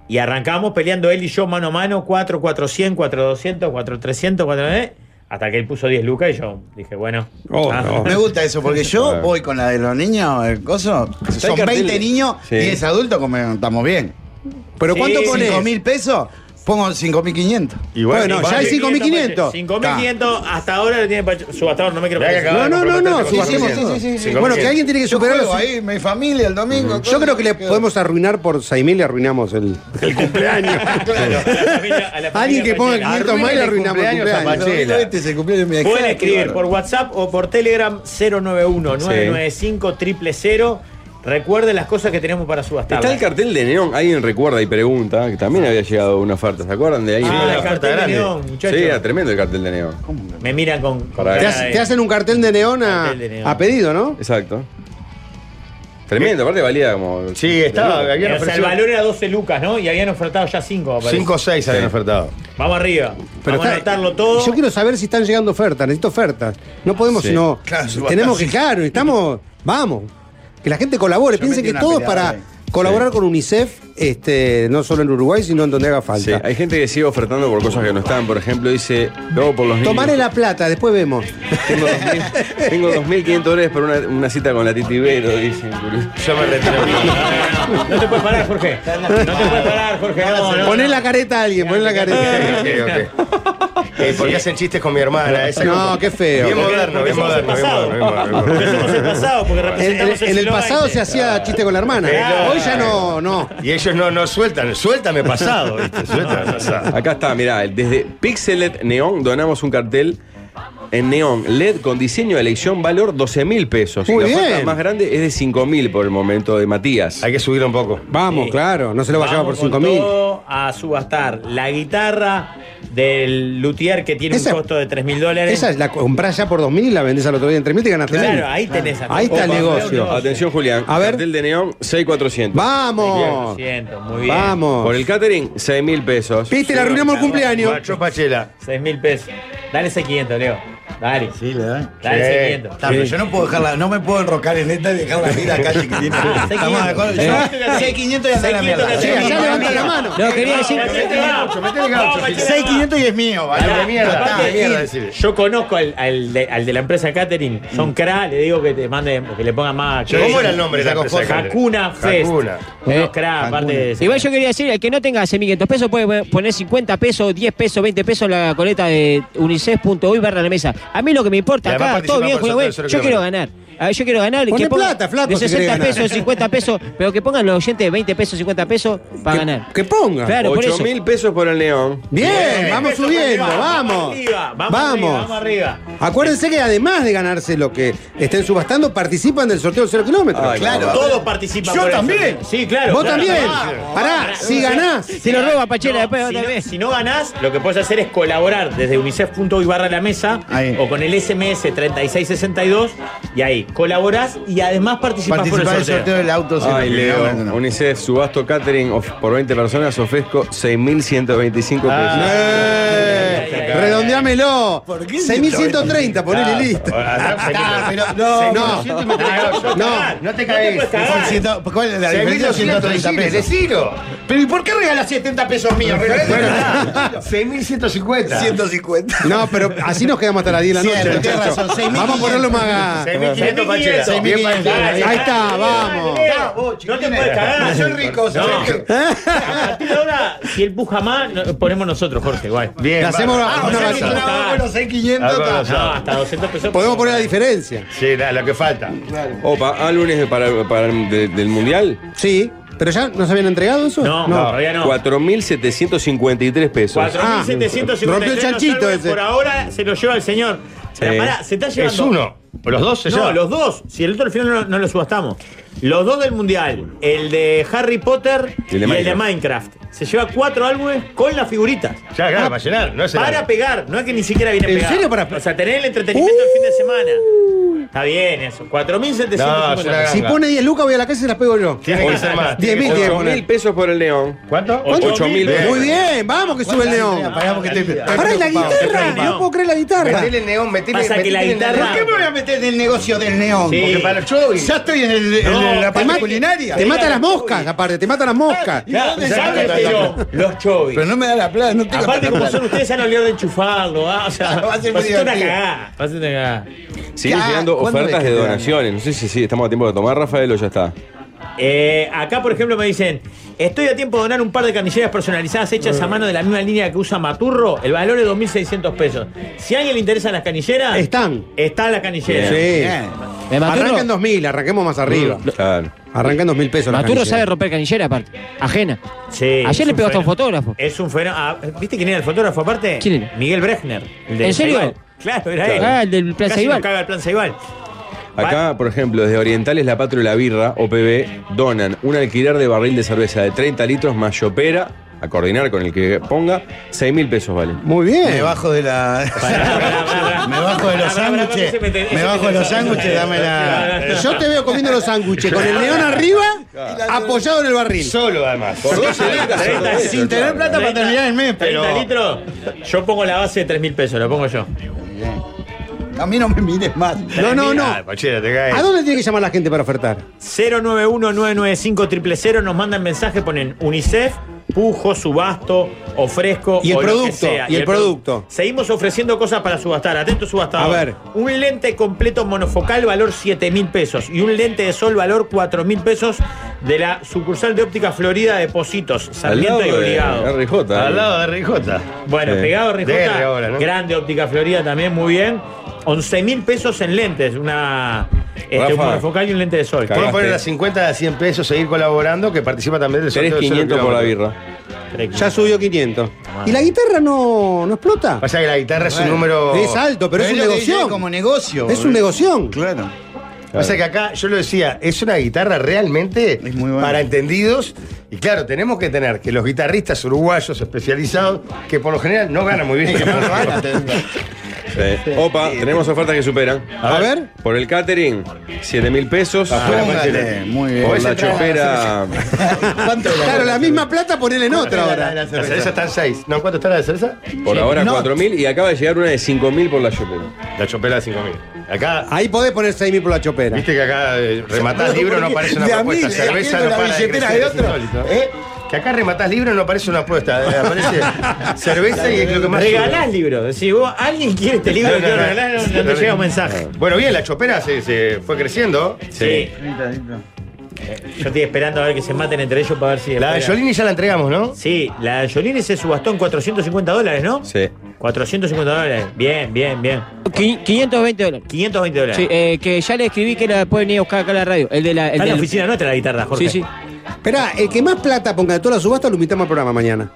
[SPEAKER 6] Y arrancamos peleando él y yo mano a mano, 4, 400, 4200, 4300, 4900, ¿eh? hasta que él puso 10 lucas y yo dije, bueno. ah. [LAUGHS]
[SPEAKER 7] Me gusta eso, porque yo voy con la de los niños, el coso. Son
[SPEAKER 6] cartel?
[SPEAKER 7] 20 niños,
[SPEAKER 6] Sí.
[SPEAKER 7] 10 adultos, como estamos bien. ¿Pero
[SPEAKER 6] Sí,
[SPEAKER 7] cuánto
[SPEAKER 6] sí.
[SPEAKER 7] pones? ¿5 mil pesos? Pongo 5.500. bueno, ya hay 5.500.
[SPEAKER 6] 5.500 hasta ahora lo tiene Pacho- subastador, no me quiero
[SPEAKER 7] Mirá que acaba
[SPEAKER 6] No,
[SPEAKER 7] de
[SPEAKER 6] no, no, no,
[SPEAKER 7] Sí, sí,
[SPEAKER 6] subastador.
[SPEAKER 7] sí, sí, sí.
[SPEAKER 10] Bueno, que alguien tiene que
[SPEAKER 7] Yo
[SPEAKER 10] superar
[SPEAKER 7] juego
[SPEAKER 10] los-
[SPEAKER 7] ahí, mi familia el domingo.
[SPEAKER 10] Yo creo que le podemos arruinar por 6.000 le arruinamos el,
[SPEAKER 6] [LAUGHS]
[SPEAKER 10] el cumpleaños. Alguien que ponga 500 más y le arruinamos el cumpleaños.
[SPEAKER 7] Este es el cumpleaños de mi
[SPEAKER 6] Pueden
[SPEAKER 7] hija, qué
[SPEAKER 6] escribir
[SPEAKER 7] bárbaro.
[SPEAKER 6] por WhatsApp o por Telegram 091-995-000. Recuerden las cosas que tenemos para subastar.
[SPEAKER 4] Está el cartel de neón, alguien recuerda y pregunta, que
[SPEAKER 10] Ah.
[SPEAKER 4] también había llegado una oferta, ¿se acuerdan de ahí?
[SPEAKER 6] Ah,
[SPEAKER 4] Una
[SPEAKER 6] el
[SPEAKER 4] oferta
[SPEAKER 6] cartel de
[SPEAKER 4] grande.
[SPEAKER 6] neón, muchacho.
[SPEAKER 4] Sí, era tremendo el cartel de neón.
[SPEAKER 6] Me miran con... con
[SPEAKER 4] Para-
[SPEAKER 10] Te,
[SPEAKER 6] cara
[SPEAKER 10] hace-
[SPEAKER 6] de-
[SPEAKER 10] te hacen un cartel de neón a,
[SPEAKER 6] Cartel de neón.
[SPEAKER 10] a pedido, ¿no?
[SPEAKER 4] Exacto. Tremendo, aparte valía como. Sí,
[SPEAKER 6] o sea, el valor era 12 lucas, ¿no? Y habían ofertado ya 5.
[SPEAKER 5] 5 o 6 habían ofertado.
[SPEAKER 6] Vamos arriba.
[SPEAKER 10] Pero
[SPEAKER 6] Vamos a
[SPEAKER 10] está-
[SPEAKER 6] anotarlo todo.
[SPEAKER 10] Yo quiero saber si están llegando ofertas, necesito ofertas. No podemos
[SPEAKER 4] Sí.
[SPEAKER 10] sino.
[SPEAKER 7] Claro, subasta,
[SPEAKER 10] tenemos que,
[SPEAKER 7] sí.
[SPEAKER 10] claro, estamos. Vamos. Que la gente colabore.
[SPEAKER 7] Yo
[SPEAKER 10] Piensen
[SPEAKER 7] metí una
[SPEAKER 10] que todo es
[SPEAKER 7] pelada
[SPEAKER 10] para
[SPEAKER 7] ahí.
[SPEAKER 10] colaborar con UNICEF, este, no solo en Uruguay, sino en donde haga
[SPEAKER 4] Sí,
[SPEAKER 10] falta.
[SPEAKER 4] hay gente que sigue ofertando por cosas que no están. Por ejemplo, dice, luego por los niños.
[SPEAKER 10] Tomaré la plata, después vemos.
[SPEAKER 4] Tengo 2.000 tengo 2.500 dólares por una, una cita con
[SPEAKER 10] [LAUGHS]
[SPEAKER 4] la titibero, dicen.
[SPEAKER 5] Yo me retiro. [LAUGHS]
[SPEAKER 6] No te puedes parar, Jorge. No te puedes parar, Jorge. No, no,
[SPEAKER 10] Poné la careta a alguien, poné la careta.
[SPEAKER 5] Ok, ok. Eh, porque hacen chistes con mi hermana. esa
[SPEAKER 10] No,
[SPEAKER 5] cosa.
[SPEAKER 10] qué feo.
[SPEAKER 5] Bien moderno, bien
[SPEAKER 6] Empecemos el
[SPEAKER 5] moderno, bien
[SPEAKER 6] pasado.
[SPEAKER 5] moderno, bien moderno, bien moderno.
[SPEAKER 6] Empecemos el pasado porque
[SPEAKER 10] En, en-
[SPEAKER 6] representamos
[SPEAKER 10] en el
[SPEAKER 6] siglo
[SPEAKER 10] pasado
[SPEAKER 6] XX.
[SPEAKER 10] se hacía chiste con la hermana.
[SPEAKER 5] Claro.
[SPEAKER 10] Hoy ya no, no.
[SPEAKER 5] Y ellos no, no sueltan, suéltame pasado, ¿viste? Suéltame pasado.
[SPEAKER 4] Acá está, mirá, desde Pixelet Neon donamos un cartel en neón LED con diseño de elección valor 12.000 pesos. Y
[SPEAKER 10] Muy
[SPEAKER 4] la oferta
[SPEAKER 10] bien.
[SPEAKER 4] más grande es de 5.000 por el momento de Matías.
[SPEAKER 5] Hay que subirlo un poco.
[SPEAKER 10] Vamos,
[SPEAKER 6] Sí.
[SPEAKER 10] claro, no se lo va a llevar por
[SPEAKER 6] Vamos con
[SPEAKER 10] 5 mil.
[SPEAKER 6] todo a subastar la guitarra del luthier que tiene
[SPEAKER 10] Esa-
[SPEAKER 6] un costo de 3 mil dólares.
[SPEAKER 10] Esa es la comprás ya por 2.000 y la vendés al otro día en 3.000 y te ganaste
[SPEAKER 6] Claro,
[SPEAKER 10] mil.
[SPEAKER 6] ahí tenés a-
[SPEAKER 10] Ah, Ahí está el
[SPEAKER 6] Opa,
[SPEAKER 10] negocio.
[SPEAKER 6] Dios.
[SPEAKER 4] Atención, Julián.
[SPEAKER 10] A ver.
[SPEAKER 4] Cartel de neón 6.400.
[SPEAKER 10] ¡Vamos!
[SPEAKER 6] 400, muy bien.
[SPEAKER 10] ¡Vamos!
[SPEAKER 4] Por el catering, 6.000 pesos.
[SPEAKER 10] Viste, le arruinamos el cumpleaños.
[SPEAKER 5] Macho Pachela.
[SPEAKER 6] 6 mil pesos. Dale ese 500, Leo. Dale.
[SPEAKER 7] Sí, le da.
[SPEAKER 6] Dale
[SPEAKER 5] Sí.
[SPEAKER 6] ese 500.
[SPEAKER 7] Está, pero yo no puedo dejarla, no me puedo enrocar en esta y dejar la vida casi que tiene.
[SPEAKER 6] Ah, sé
[SPEAKER 7] Estamos de acuerdo. Yo,
[SPEAKER 6] Eh.
[SPEAKER 7] sé 500 y anda la
[SPEAKER 6] 600
[SPEAKER 7] mierda.
[SPEAKER 6] que
[SPEAKER 10] Che,
[SPEAKER 6] llega,
[SPEAKER 10] allá levanta la mano.
[SPEAKER 8] No, quería decir.
[SPEAKER 5] Metele gaucho,
[SPEAKER 6] Pachela.
[SPEAKER 7] 6.500 y es mío, vale.
[SPEAKER 5] Dale, mierda,
[SPEAKER 6] Aparte,
[SPEAKER 5] dale, mierda,
[SPEAKER 6] y
[SPEAKER 5] decile. Mm.
[SPEAKER 6] yo conozco al, al de, al de la empresa catering, son cra, le digo que te mande, que le ponga más.
[SPEAKER 5] ¿Cómo era el nombre de la
[SPEAKER 7] Saco
[SPEAKER 5] empresa de
[SPEAKER 7] foto.
[SPEAKER 5] catering?
[SPEAKER 6] Hakuna Fest.
[SPEAKER 5] Hakuna.
[SPEAKER 6] Unos
[SPEAKER 8] Eh,
[SPEAKER 6] cra, aparte de
[SPEAKER 8] Igual yo quería decir, el que no tenga 1.500 pesos puede poner 50 pesos, 10 pesos, 20 pesos en la coleta de unicef.uy barra la mesa. A mí lo que me
[SPEAKER 5] Y
[SPEAKER 8] importa
[SPEAKER 5] además
[SPEAKER 8] acá, todo
[SPEAKER 5] participan
[SPEAKER 8] bien, Julio,
[SPEAKER 5] por sorteo de
[SPEAKER 8] güey,
[SPEAKER 5] cero
[SPEAKER 8] yo quiero
[SPEAKER 5] kilómetros.
[SPEAKER 8] ganar. A ver, yo quiero ganar.
[SPEAKER 10] Poné
[SPEAKER 8] que ponga
[SPEAKER 10] plata, flaco,
[SPEAKER 8] De
[SPEAKER 10] si querés
[SPEAKER 8] 60
[SPEAKER 10] ganar.
[SPEAKER 8] pesos, 50 pesos, pero que pongan los oyentes 20 pesos, 50 pesos para ganar.
[SPEAKER 10] Que ponga.
[SPEAKER 8] Claro, por eso.
[SPEAKER 4] 8.000 pesos por el neón.
[SPEAKER 10] Bien, vamos
[SPEAKER 6] Eso,
[SPEAKER 10] subiendo,
[SPEAKER 6] arriba,
[SPEAKER 10] vamos.
[SPEAKER 6] arriba, vamos. arriba, Vamos arriba.
[SPEAKER 10] Acuérdense que además de ganarse lo que estén subastando, participan del sorteo de 0 kilómetros.
[SPEAKER 4] Ay,
[SPEAKER 7] Claro.
[SPEAKER 6] Todos participan.
[SPEAKER 7] Yo
[SPEAKER 6] por eso.
[SPEAKER 7] también.
[SPEAKER 6] Sí, claro.
[SPEAKER 10] Vos
[SPEAKER 6] claro.
[SPEAKER 10] también.
[SPEAKER 6] Ah,
[SPEAKER 10] Pará, si ganás.
[SPEAKER 8] Se lo roba Pachela después
[SPEAKER 6] si
[SPEAKER 8] otra
[SPEAKER 6] no,
[SPEAKER 8] vez.
[SPEAKER 6] si no ganás, lo que puedes hacer es colaborar desde unicef.uy barra la mesa
[SPEAKER 7] Ahí.
[SPEAKER 6] o con el SMS 3662 y ahí colaborás y además participás por
[SPEAKER 7] Participar
[SPEAKER 6] el
[SPEAKER 7] del sorteo
[SPEAKER 6] sorteo.
[SPEAKER 7] del auto. si
[SPEAKER 4] Ay,
[SPEAKER 7] no,
[SPEAKER 4] Leo.
[SPEAKER 7] no, no.
[SPEAKER 4] UNICEF, subasto catering of- por 20 personas, ofrezco 6.125 pesos.
[SPEAKER 10] Eh,
[SPEAKER 6] Ay, ay, ay.
[SPEAKER 10] Redondeámelo.
[SPEAKER 7] ¿Por qué
[SPEAKER 10] 6130, ponele listo.
[SPEAKER 7] Ah, pero
[SPEAKER 10] No,
[SPEAKER 7] no,
[SPEAKER 10] no.
[SPEAKER 6] cagar.
[SPEAKER 5] no
[SPEAKER 6] puedes
[SPEAKER 5] te cagues.
[SPEAKER 6] cagar.
[SPEAKER 7] Son ciento- ¿Cuál es la diferencia? 130
[SPEAKER 5] 6.200,
[SPEAKER 7] pesos.
[SPEAKER 5] decilo.
[SPEAKER 7] Pero ¿y por qué regalas 70 pesos míos? Regalá
[SPEAKER 5] 6.150.
[SPEAKER 7] 150.
[SPEAKER 10] No, pero así nos quedamos hasta las 10 de la
[SPEAKER 7] Cierto,
[SPEAKER 10] noche.
[SPEAKER 7] tenés
[SPEAKER 10] muchacho.
[SPEAKER 7] razón, 6.500.
[SPEAKER 10] Vamos a ponerlo más. ga-
[SPEAKER 5] 6.500, Pachela.
[SPEAKER 7] 6.500.
[SPEAKER 6] Dale,
[SPEAKER 10] Ahí está,
[SPEAKER 6] dale,
[SPEAKER 10] vamos.
[SPEAKER 6] dale,
[SPEAKER 7] Ah, vos,
[SPEAKER 6] No te
[SPEAKER 7] chiquilines.
[SPEAKER 6] puedes cagar.
[SPEAKER 7] Soy rico, soy
[SPEAKER 6] No.
[SPEAKER 7] rico.
[SPEAKER 6] A partir de ahora, si él puja más, no- ponemos nosotros, Jorge, igual.
[SPEAKER 5] Bien,
[SPEAKER 10] Le hacemos
[SPEAKER 5] bárbaro.
[SPEAKER 7] Ah,
[SPEAKER 10] una-
[SPEAKER 7] o
[SPEAKER 10] una
[SPEAKER 7] sea que
[SPEAKER 10] bacha.
[SPEAKER 6] basta.
[SPEAKER 7] trabajamos los 6.500.
[SPEAKER 5] Ah, bueno,
[SPEAKER 7] ta.
[SPEAKER 6] No, hasta 200 pesos.
[SPEAKER 10] Podemos poner la diferencia.
[SPEAKER 5] Sí, la, la que falta.
[SPEAKER 4] Opa, álbumes de para, para- de- del mundial.
[SPEAKER 10] Sí. ¿Pero ya nos habían entregado eso?
[SPEAKER 6] No, todavía no.
[SPEAKER 4] 4.753 pesos.
[SPEAKER 10] Ah,
[SPEAKER 6] 4.753
[SPEAKER 10] rompió el chanchito
[SPEAKER 6] salvo que
[SPEAKER 10] ese.
[SPEAKER 6] Por ahora se lo lleva el señor. Pero
[SPEAKER 4] Sí.
[SPEAKER 6] pará, se está llevando.
[SPEAKER 5] Es uno. ¿O los dos se
[SPEAKER 6] No,
[SPEAKER 5] llevan?
[SPEAKER 6] los dos. Si el otro al final no, no lo subastamos. Los dos del mundial. El de Harry Potter
[SPEAKER 4] Y el de
[SPEAKER 6] y el de Minecraft. Se lleva cuatro álbumes con las figuritas.
[SPEAKER 5] Ya, claro, para llenar. No es el-
[SPEAKER 6] Para ¡Uh! pegar, no es que ni siquiera viene
[SPEAKER 10] ¿En
[SPEAKER 6] pegado.
[SPEAKER 10] serio? Para-
[SPEAKER 6] O sea, tener el entretenimiento del fin de semana. Está bien eso. 4.750.
[SPEAKER 5] No, yo la-
[SPEAKER 10] Si
[SPEAKER 5] Ganga.
[SPEAKER 10] pone 10 lucas, voy a la casa y se las pego yo.
[SPEAKER 5] Tiene que ser
[SPEAKER 10] 10.000,
[SPEAKER 5] más. Tiene que ser
[SPEAKER 10] 10.000.
[SPEAKER 5] más.
[SPEAKER 4] mil pesos por el león.
[SPEAKER 6] ¿Cuánto?
[SPEAKER 4] Ocho mil.
[SPEAKER 7] Muy
[SPEAKER 5] Muy bien.
[SPEAKER 7] bien, vamos que sube el león.
[SPEAKER 10] Pará, y la guitarra. No puedo creer la guitarra.
[SPEAKER 5] Metele neón, metele
[SPEAKER 6] Pasa que la
[SPEAKER 5] metele en el
[SPEAKER 6] guitarra-
[SPEAKER 5] neón.
[SPEAKER 7] voy a meter en el negocio del neón?
[SPEAKER 6] Sí.
[SPEAKER 5] Porque para el show y-
[SPEAKER 7] Ya estoy en, el- en el- la parte
[SPEAKER 10] mata-
[SPEAKER 7] culinaria.
[SPEAKER 10] Te mata las moscas, aparte, te mata las moscas.
[SPEAKER 6] Claro, sabe, pero los chovis.
[SPEAKER 7] Pero no me da la plata, no tengo
[SPEAKER 6] Aparte,
[SPEAKER 7] la
[SPEAKER 6] como
[SPEAKER 7] plata.
[SPEAKER 6] son ustedes, ya no olvidaron de enchufarlo. ¿ah? O sea,
[SPEAKER 7] Va a ser muy
[SPEAKER 6] pasate una
[SPEAKER 7] divertido.
[SPEAKER 6] cagada. Pasate una cagada.
[SPEAKER 4] Siguen
[SPEAKER 7] Ya,
[SPEAKER 4] llegando
[SPEAKER 7] ¿cuándo
[SPEAKER 4] ofertas
[SPEAKER 7] es
[SPEAKER 4] de
[SPEAKER 7] que te dan?
[SPEAKER 4] donaciones. No sé si sí, estamos a tiempo de tomar, Rafael, o ya está.
[SPEAKER 6] Eh, acá, por ejemplo, me dicen: Estoy a tiempo de donar un par de canilleras personalizadas hechas a mano de la misma línea que usa Maturro. El valor es 2.600 pesos. Si a alguien le interesan las canilleras,
[SPEAKER 10] Están.
[SPEAKER 6] están las canilleras.
[SPEAKER 10] Sí.
[SPEAKER 7] Bien.
[SPEAKER 8] Eh, Maturro-
[SPEAKER 10] Arranca en 2000, arranquemos más arriba.
[SPEAKER 4] Claro.
[SPEAKER 10] Arranca en 2000 pesos. la
[SPEAKER 8] Maturro
[SPEAKER 10] canilla.
[SPEAKER 8] sabe romper canillera, aparte. Ajena.
[SPEAKER 6] Sí,
[SPEAKER 8] Ayer
[SPEAKER 6] es
[SPEAKER 8] le
[SPEAKER 6] un
[SPEAKER 8] pegó hasta un
[SPEAKER 6] fenómeno.
[SPEAKER 8] fotógrafo.
[SPEAKER 6] Es un fenómeno. Ah, ¿Viste quién era el fotógrafo aparte?
[SPEAKER 8] ¿Quién era?
[SPEAKER 6] Miguel Brechner. el de
[SPEAKER 8] ¿En serio?
[SPEAKER 6] Saibal. Claro, era él.
[SPEAKER 8] Ah, el del Plan
[SPEAKER 6] eh, Casi
[SPEAKER 8] Saibal.
[SPEAKER 6] nos caga el plan Saibal.
[SPEAKER 4] Acá, por ejemplo, desde Orientales La Patria y la Birra, OPB, donan un alquiler de barril de cerveza de 30 litros más chopera, a coordinar con el que ponga, 6 mil pesos vale.
[SPEAKER 10] Muy
[SPEAKER 7] Me
[SPEAKER 10] bien.
[SPEAKER 7] bajo de la. Me bajo de los
[SPEAKER 6] Pará, pará, pará, que se
[SPEAKER 7] sándwiches.
[SPEAKER 6] me te-
[SPEAKER 7] Me
[SPEAKER 6] se
[SPEAKER 7] bajo
[SPEAKER 6] me
[SPEAKER 7] de
[SPEAKER 6] te-
[SPEAKER 7] los sándwiches, dame la.
[SPEAKER 10] Yo te veo comiendo los sándwiches con el león arriba, apoyado en el barril.
[SPEAKER 5] Solo además. Por 12 lucas.
[SPEAKER 6] 30,
[SPEAKER 7] Sin tener plata para terminar el mes,
[SPEAKER 6] 30
[SPEAKER 7] pero.
[SPEAKER 6] litros. Yo pongo la base de 3 mil pesos, lo pongo yo.
[SPEAKER 7] A mí no me mires más.
[SPEAKER 10] No, no,
[SPEAKER 5] Ah,
[SPEAKER 10] no.
[SPEAKER 5] Pachera, te caes.
[SPEAKER 10] ¿A dónde tiene que llamar la gente para ofertar?
[SPEAKER 6] 091-995-000 nos mandan mensaje, ponen UNICEF, Pujo, Subasto, Ofrezco
[SPEAKER 10] Y el
[SPEAKER 6] o lo que
[SPEAKER 10] producto,
[SPEAKER 6] sea.
[SPEAKER 10] y el producto.
[SPEAKER 6] Seguimos ofreciendo cosas para subastar. Atento subastador.
[SPEAKER 10] A ver.
[SPEAKER 6] Un lente completo monofocal valor 7 mil pesos y un lente de sol valor 4 mil pesos de la sucursal de óptica Florida de Positos, Sarmiento y Obligado.
[SPEAKER 4] RJ.
[SPEAKER 5] Al lado de Ricota.
[SPEAKER 6] Bueno,
[SPEAKER 4] Sí.
[SPEAKER 6] pegado
[SPEAKER 5] DR
[SPEAKER 6] Rijota,
[SPEAKER 5] ahora, ¿no?
[SPEAKER 6] grande óptica Florida también, muy bien. 11 mil pesos en lentes, una este, un
[SPEAKER 4] Rafa.
[SPEAKER 6] monofocal y un lente de sol.
[SPEAKER 4] Cagaste.
[SPEAKER 5] Podemos poner las 50 a 100 pesos, seguir colaborando, que participa también del sorteo. de
[SPEAKER 4] Tenés
[SPEAKER 5] cero
[SPEAKER 4] 500 por la
[SPEAKER 5] kilómetros.
[SPEAKER 4] birra.
[SPEAKER 10] Ya subió 500. ¿Y la guitarra no, no explota?
[SPEAKER 5] Pasa que la guitarra es un
[SPEAKER 7] Bueno,
[SPEAKER 5] número.
[SPEAKER 10] Es alto, pero es un
[SPEAKER 7] lo que yo
[SPEAKER 10] negocio.
[SPEAKER 7] como negocio.
[SPEAKER 10] Es un negocio.
[SPEAKER 7] Claro.
[SPEAKER 5] Pasa que acá, yo lo decía, es una guitarra realmente
[SPEAKER 7] Es muy buena.
[SPEAKER 5] para entendidos. Y claro, tenemos que tener que los guitarristas uruguayos especializados, que por lo general no ganan muy bien.
[SPEAKER 4] Sí. Opa, tenemos ofertas que superan.
[SPEAKER 10] A ver.
[SPEAKER 4] Por el catering, 7 mil pesos.
[SPEAKER 7] Póngale, muy bien.
[SPEAKER 4] Por la
[SPEAKER 5] Ese trae la
[SPEAKER 4] chopera,
[SPEAKER 7] ¿Cuánto es
[SPEAKER 10] Claro, la misma plata ponele en otra
[SPEAKER 7] hora.
[SPEAKER 10] ahora.
[SPEAKER 5] La cerveza está en 6. ¿No? ¿Cuánto está la de cerveza?
[SPEAKER 4] por ahora
[SPEAKER 7] No.
[SPEAKER 4] 4 mil y acaba de llegar una de 5 mil por la chopera.
[SPEAKER 5] La chopera de 5.000. Acá,
[SPEAKER 10] Ahí podés poner 6.000 por la chopera.
[SPEAKER 5] viste que acá eh, rematás libro no aparece una
[SPEAKER 7] De a
[SPEAKER 5] propuesta.
[SPEAKER 7] mil,
[SPEAKER 5] cerveza
[SPEAKER 7] haciendo
[SPEAKER 5] no
[SPEAKER 7] la
[SPEAKER 5] para de
[SPEAKER 7] billetera
[SPEAKER 5] crecer,
[SPEAKER 7] de
[SPEAKER 5] es
[SPEAKER 7] otro.
[SPEAKER 5] insólito. Que acá rematás libro no aparece una apuesta. eh, Aparece cerveza y es lo que más.
[SPEAKER 6] Regalás libro. Si vos alguien quiere este libro,
[SPEAKER 5] No, no,
[SPEAKER 6] que
[SPEAKER 5] no. Ah,
[SPEAKER 6] regalás, no, no te llega un mensaje.
[SPEAKER 5] Bueno, bien, la chopera se, se fue creciendo.
[SPEAKER 6] Sí. Eh, Yo estoy esperando a ver que se maten entre ellos para ver si.
[SPEAKER 5] La de
[SPEAKER 6] después-
[SPEAKER 5] Jolini ya la entregamos, ¿no?
[SPEAKER 6] Sí, la de Jolini se subastó en 450 dólares, ¿no?
[SPEAKER 4] Sí.
[SPEAKER 6] 450 dólares. Bien, bien, bien.
[SPEAKER 8] Qui- 520 dólares.
[SPEAKER 6] 520 dólares.
[SPEAKER 8] Sí, eh, que ya le escribí que la pueden ir a buscar acá a la radio. El de la. El
[SPEAKER 6] Está en la
[SPEAKER 8] del-
[SPEAKER 6] oficina nuestra la guitarra, Jorge.
[SPEAKER 8] Sí, sí.
[SPEAKER 10] Esperá, el que más plata ponga de toda la subasta lo invitamos al programa mañana.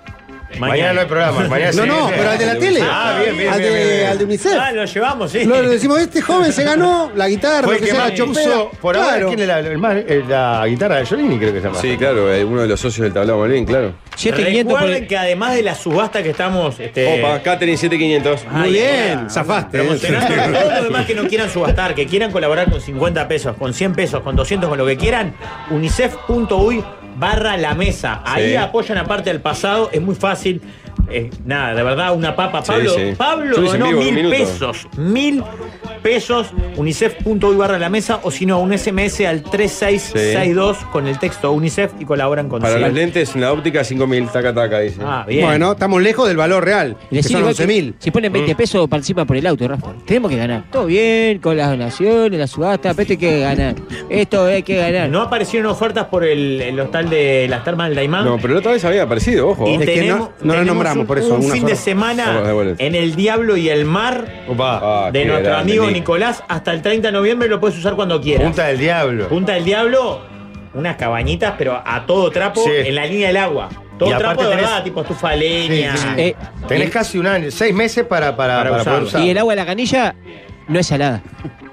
[SPEAKER 6] Mañana,
[SPEAKER 5] Mañana no
[SPEAKER 6] [LAUGHS]
[SPEAKER 5] hay programa. Mañana
[SPEAKER 10] No,
[SPEAKER 5] sí.
[SPEAKER 10] no, pero al de la tele.
[SPEAKER 5] Ah, bien, bien.
[SPEAKER 10] Al
[SPEAKER 5] bien, bien,
[SPEAKER 10] de,
[SPEAKER 5] bien.
[SPEAKER 10] al de UNICEF.
[SPEAKER 6] Ah, lo llevamos, sí.
[SPEAKER 10] Lo, lo decimos, este joven se ganó la guitarra, lo
[SPEAKER 5] Fue el
[SPEAKER 10] que
[SPEAKER 5] que
[SPEAKER 10] sea,
[SPEAKER 5] más
[SPEAKER 10] la chopera.
[SPEAKER 5] puso. Por ahora,
[SPEAKER 10] Claro.
[SPEAKER 5] ¿quién es la, el más- eh, la guitarra de Jolini? Creo que se llama.
[SPEAKER 4] Sí, claro, eh, uno de los socios del tablado, muy bien, claro.
[SPEAKER 8] 7500 por
[SPEAKER 6] Recuerden
[SPEAKER 8] el-
[SPEAKER 6] que además de la subasta que estamos. Este,
[SPEAKER 4] Opa, catering 7500.
[SPEAKER 10] Muy bien, zafaste. eh.
[SPEAKER 6] Promocionando a todos los demás que no quieran subastar, que quieran colaborar con 50 pesos, con 100 pesos, con 200, con lo que quieran, unicef.uy barra la mesa. Ahí
[SPEAKER 4] Sí.
[SPEAKER 6] apoyan aparte del pasado, es muy fácil. Eh, nada, de verdad, una papa.
[SPEAKER 4] Sí,
[SPEAKER 6] Pablo,
[SPEAKER 4] sí.
[SPEAKER 6] Pablo
[SPEAKER 4] Yo lo hice en
[SPEAKER 6] donó
[SPEAKER 4] vivo, en un
[SPEAKER 6] mil
[SPEAKER 4] minuto.
[SPEAKER 6] pesos. Mil pesos, unicef.uy barra la mesa, o si no, un SMS al 3662 con el texto UNICEF y colaboran con
[SPEAKER 4] Para
[SPEAKER 6] cien.
[SPEAKER 4] los lentes, en la óptica 5000, taca taca, dice.
[SPEAKER 6] Ah, bien.
[SPEAKER 10] Bueno, estamos lejos del valor real. Que
[SPEAKER 8] Decirle
[SPEAKER 10] son
[SPEAKER 8] igual que
[SPEAKER 10] 11.000.
[SPEAKER 8] Si ponen
[SPEAKER 6] Mm.
[SPEAKER 8] 20 pesos, participan por el auto, Rafa. Tenemos que ganar. Todo bien, con las donaciones, la subasta, pero esto hay que ganar. Esto hay que ganar.
[SPEAKER 6] No aparecieron ofertas por el, el hostal de las termas del Daimán.
[SPEAKER 4] No, pero la otra vez había aparecido, ojo.
[SPEAKER 6] Y
[SPEAKER 10] Es que
[SPEAKER 6] tenemos,
[SPEAKER 10] no- no la
[SPEAKER 6] tenemos
[SPEAKER 10] nombramos,
[SPEAKER 6] un,
[SPEAKER 10] por eso,
[SPEAKER 6] un
[SPEAKER 10] alguna
[SPEAKER 6] fin de
[SPEAKER 10] sola.
[SPEAKER 4] Vamos,
[SPEAKER 6] semana
[SPEAKER 4] devuelve.
[SPEAKER 6] en El Diablo y el Mar
[SPEAKER 5] Opa.
[SPEAKER 4] Ah,
[SPEAKER 6] de
[SPEAKER 4] qué
[SPEAKER 6] nuestro
[SPEAKER 4] grande,
[SPEAKER 6] amigo
[SPEAKER 4] Nico.
[SPEAKER 6] Nicolás. Hasta el 30 de noviembre lo puedes usar cuando quieras.
[SPEAKER 5] Punta del Diablo.
[SPEAKER 6] Punta del Diablo, unas cabañitas, pero a todo trapo
[SPEAKER 5] Sí.
[SPEAKER 6] en la línea del agua. Todo
[SPEAKER 5] Y
[SPEAKER 6] trapo
[SPEAKER 5] aparte
[SPEAKER 6] de
[SPEAKER 5] tenés-
[SPEAKER 6] verdad, tipo estufa de leña.
[SPEAKER 5] Sí, sí.
[SPEAKER 8] Eh,
[SPEAKER 5] Tenés
[SPEAKER 8] y-
[SPEAKER 5] casi un año, seis meses para, para,
[SPEAKER 6] Para
[SPEAKER 5] para poder
[SPEAKER 6] usarlo.
[SPEAKER 5] usar.
[SPEAKER 8] Y el agua de la canilla no es salada.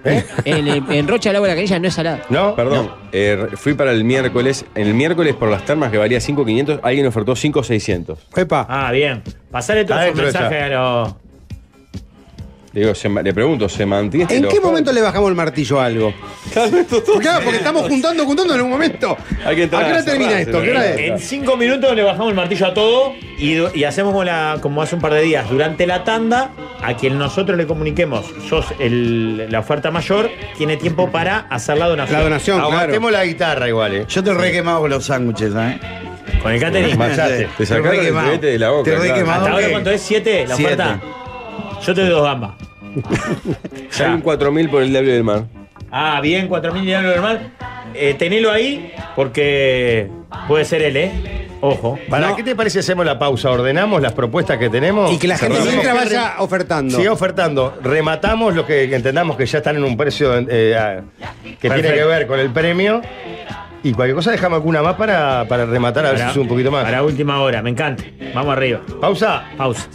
[SPEAKER 6] ¿Eh?
[SPEAKER 8] En, en- en Rocha el agua de la canilla no es salada.
[SPEAKER 5] ¿No?
[SPEAKER 4] Perdón, eh, fui para el miércoles. En el miércoles, por las termas que valía 5.500, alguien ofertó 5.600.
[SPEAKER 10] Epa.
[SPEAKER 6] Ah, bien. Ah, Pasale todos esos
[SPEAKER 5] Adentro
[SPEAKER 6] mensajes a los.
[SPEAKER 4] Le, digo, se ma- le pregunto, ¿se mantiene? este
[SPEAKER 10] ¿En
[SPEAKER 4] lo-
[SPEAKER 10] qué momento le bajamos el martillo a algo? Porque, claro, porque estamos juntando, juntando en un momento.
[SPEAKER 4] Hay que
[SPEAKER 10] ¿A
[SPEAKER 4] entrar
[SPEAKER 10] qué hora
[SPEAKER 4] a
[SPEAKER 10] termina
[SPEAKER 4] cerrar,
[SPEAKER 10] esto? ¿A qué hora
[SPEAKER 4] cerrar.
[SPEAKER 10] es?
[SPEAKER 6] En cinco minutos le bajamos el martillo a todo y, y hacemos como, la- como hace un par de días. Durante la tanda, a quien nosotros le comuniquemos, sos el- la oferta mayor, tiene tiempo para hacer la donación.
[SPEAKER 10] La donación, claro.
[SPEAKER 5] Aguantemos la guitarra igual, eh.
[SPEAKER 7] Yo te re quemado con los sándwiches, ¿sabes?
[SPEAKER 6] Con el catering.
[SPEAKER 4] Machaste. Te
[SPEAKER 7] Te
[SPEAKER 4] sacaron
[SPEAKER 7] re
[SPEAKER 4] el
[SPEAKER 7] quemado.
[SPEAKER 4] filete de la boca.
[SPEAKER 7] Te re
[SPEAKER 4] claro.
[SPEAKER 7] quemado.
[SPEAKER 6] Hasta ahora,
[SPEAKER 7] ok.
[SPEAKER 6] ¿cuánto es? ¿Siete? ¿La
[SPEAKER 7] Siete.
[SPEAKER 6] oferta? Yo te doy dos gambas.
[SPEAKER 4] Hay un 4000 por el labio del mar.
[SPEAKER 6] Ah, bien, 4.000 diablos del mar. Eh, tenelo ahí porque puede ser él, ¿eh? Ojo.
[SPEAKER 5] ¿Para qué te parece hacemos la pausa? ¿Ordenamos las propuestas que tenemos?
[SPEAKER 10] Y que la gente
[SPEAKER 5] Cerramos.
[SPEAKER 10] mientras vaya ofertando.
[SPEAKER 5] Sigue ofertando. Rematamos los que entendamos que ya están en un precio eh, a- que tiene
[SPEAKER 6] Perfecto.
[SPEAKER 5] que ver con el premio. Y cualquier cosa dejamos alguna más para, para rematar a ver si sube un poquito más.
[SPEAKER 6] Para última hora, me encanta. Vamos arriba.
[SPEAKER 5] Pausa.
[SPEAKER 6] Pausa.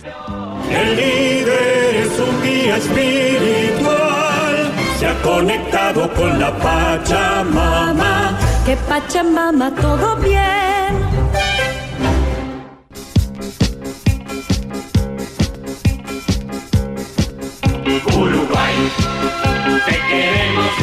[SPEAKER 9] El líder es un guía espiritual, se ha conectado con la Pachamama.
[SPEAKER 11] Que Pachamama todo bien.
[SPEAKER 1] Uruguay, te queremos,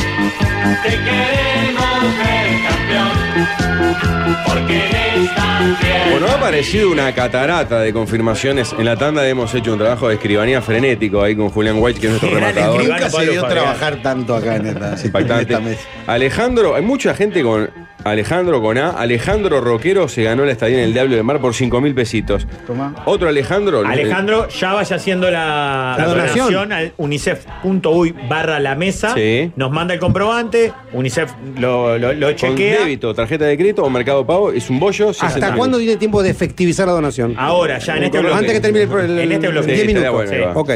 [SPEAKER 1] te queremos ver campeón, porque en esta tierra
[SPEAKER 4] Bueno, ha aparecido una catarata de confirmaciones. En la tanda hemos hecho un trabajo de escribanía frenético ahí con Julián White, que es nuestro
[SPEAKER 6] Gran
[SPEAKER 4] rematador.
[SPEAKER 6] escribano.
[SPEAKER 7] Nunca se
[SPEAKER 6] Pablo
[SPEAKER 7] dio
[SPEAKER 6] Fabián.
[SPEAKER 7] trabajar tanto acá en esta, en
[SPEAKER 4] Impactante.
[SPEAKER 7] esta mesa.
[SPEAKER 4] Alejandro, hay mucha gente con Alejandro con A. Alejandro Roquero se ganó la estadía en el Diablo del Mar por 5 mil pesitos.
[SPEAKER 7] Tomá.
[SPEAKER 4] Otro Alejandro.
[SPEAKER 6] Alejandro, ya vaya haciendo la,
[SPEAKER 10] La
[SPEAKER 6] la
[SPEAKER 10] donación.
[SPEAKER 6] donación. al unicef.uy barra la mesa.
[SPEAKER 4] Sí.
[SPEAKER 6] Nos manda el comprobante. Unicef lo, lo- lo
[SPEAKER 4] Con
[SPEAKER 6] chequea.
[SPEAKER 4] débito, tarjeta de crédito o mercado pago es un bollo. se hace
[SPEAKER 10] ¿Hasta
[SPEAKER 4] el-
[SPEAKER 10] cuándo tiene tiempo de efectivizar la donación?
[SPEAKER 5] Ah.
[SPEAKER 6] Ahora, ya en este bloque.
[SPEAKER 10] Antes que termine el, el-
[SPEAKER 6] En este bloque.
[SPEAKER 10] diez
[SPEAKER 4] Sí, estaría
[SPEAKER 10] minutos.
[SPEAKER 4] bueno, ahí va.
[SPEAKER 10] Ok.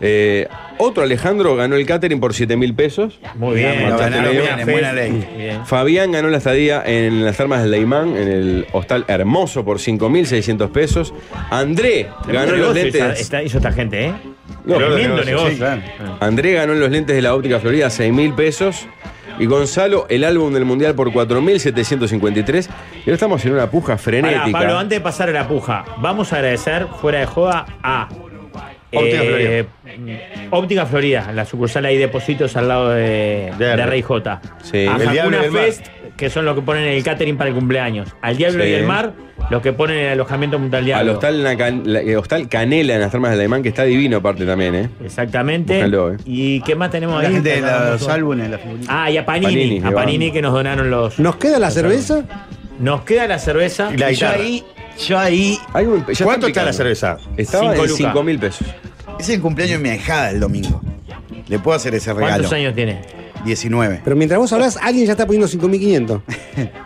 [SPEAKER 4] Eh, otro Alejandro ganó el catering por 7 mil pesos.
[SPEAKER 6] Muy bien.
[SPEAKER 7] Lo ganaron
[SPEAKER 6] Buena
[SPEAKER 7] bien,
[SPEAKER 6] fe.
[SPEAKER 7] en buena ley.
[SPEAKER 6] Bien.
[SPEAKER 4] Fabián ganó la estadía en las termas del Leimán, en el hostal hermoso, por 5.600 pesos. André ganó los
[SPEAKER 6] Negocio está-
[SPEAKER 4] lentes.
[SPEAKER 6] está- hizo esta gente, ¿eh?
[SPEAKER 4] No,
[SPEAKER 6] Tremendo
[SPEAKER 5] negocio,
[SPEAKER 6] negocio.
[SPEAKER 7] Sí, claro.
[SPEAKER 4] Ah. André ganó los lentes de la óptica Florida, 6.000 pesos. Y Gonzalo, el álbum del Mundial por 4.753. Y ahora estamos en una puja frenética.
[SPEAKER 6] Pará, Pablo, antes de pasar a la puja, vamos a agradecer fuera de joda a
[SPEAKER 5] Óptica
[SPEAKER 6] Florida. Óptica Florida, la sucursal ahí depósitos al lado de,
[SPEAKER 5] De
[SPEAKER 6] de,
[SPEAKER 5] R.
[SPEAKER 6] Rey J.
[SPEAKER 4] Sí.
[SPEAKER 6] A
[SPEAKER 4] El
[SPEAKER 5] Diablo
[SPEAKER 6] Hakuna
[SPEAKER 5] y el Mar.
[SPEAKER 6] Fest, que son los que ponen el catering para el cumpleaños. Al Diablo
[SPEAKER 4] Sí.
[SPEAKER 6] y el Mar, los que ponen el alojamiento mundial
[SPEAKER 4] Al
[SPEAKER 6] diablo.
[SPEAKER 4] hostal, la can- la- eh, hostal Canela en las termas del Leimán, que está divino aparte también, ¿eh.
[SPEAKER 6] Exactamente.
[SPEAKER 4] Búscalo, eh.
[SPEAKER 6] ¿Y qué más tenemos
[SPEAKER 7] La
[SPEAKER 6] ahí?
[SPEAKER 7] gente de la- los álbumes, la figurita.
[SPEAKER 6] Ah, y a Panini.
[SPEAKER 4] Panini,
[SPEAKER 6] a
[SPEAKER 4] que
[SPEAKER 6] Panini
[SPEAKER 4] van.
[SPEAKER 6] que nos donaron los.
[SPEAKER 10] ¿Nos queda la cerveza?
[SPEAKER 6] Nos queda la cerveza.
[SPEAKER 4] Ah,
[SPEAKER 5] Y la
[SPEAKER 7] yo
[SPEAKER 5] guitarra.
[SPEAKER 7] ahí, yo ahí.
[SPEAKER 4] Hay un- ya
[SPEAKER 5] ¿Cuánto está
[SPEAKER 4] están
[SPEAKER 5] la
[SPEAKER 4] picando.
[SPEAKER 5] cerveza?
[SPEAKER 4] Estaba
[SPEAKER 6] Cinco
[SPEAKER 4] en
[SPEAKER 6] lucas.
[SPEAKER 4] 5.000 pesos.
[SPEAKER 7] Es el cumpleaños de mi ahijada el domingo. Le puedo hacer ese regalo.
[SPEAKER 6] ¿Cuántos años tiene?
[SPEAKER 7] 19.
[SPEAKER 10] Pero mientras vos hablas, alguien ya está poniendo [LAUGHS] 5.500.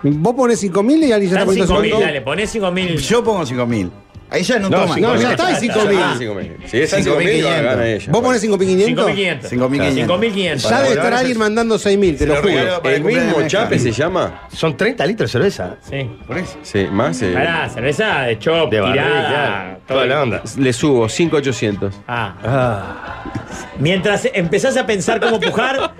[SPEAKER 10] vos pones 5.000 y alguien ya está
[SPEAKER 6] Están
[SPEAKER 10] poniendo
[SPEAKER 6] 5.000,
[SPEAKER 10] 5.000.
[SPEAKER 6] dale, ponés 5.000.
[SPEAKER 7] Yo pongo 5.000. Ahí ya no, toman.
[SPEAKER 10] no, ya está en
[SPEAKER 4] en
[SPEAKER 10] 5.000.
[SPEAKER 4] 5.000. Ah, Si está en 5.000, gana ella.
[SPEAKER 10] ¿Vos pones 5.500?
[SPEAKER 6] 5.500.
[SPEAKER 7] 5.500.
[SPEAKER 6] 5.500.
[SPEAKER 10] Ya debe
[SPEAKER 5] Para
[SPEAKER 10] estar
[SPEAKER 5] valorar
[SPEAKER 10] alguien
[SPEAKER 5] ese-
[SPEAKER 10] mandando 6.000, te
[SPEAKER 7] Se
[SPEAKER 10] lo
[SPEAKER 7] lo
[SPEAKER 10] juro.
[SPEAKER 7] regalo. para
[SPEAKER 4] ¿El
[SPEAKER 7] el cumpleaños
[SPEAKER 4] mismo
[SPEAKER 7] de
[SPEAKER 4] Chape
[SPEAKER 7] Javi.
[SPEAKER 4] se llama?
[SPEAKER 5] Son 30 litros de cerveza.
[SPEAKER 6] Sí.
[SPEAKER 7] Por eso.
[SPEAKER 4] Sí, más. eh,
[SPEAKER 6] Pará, cerveza de chop,
[SPEAKER 5] De barril,
[SPEAKER 6] tirada.
[SPEAKER 5] claro. Toda la onda.
[SPEAKER 4] Le subo 5.800.
[SPEAKER 6] Ah. Mientras empezás a pensar cómo
[SPEAKER 5] [LAUGHS]
[SPEAKER 6] pujar,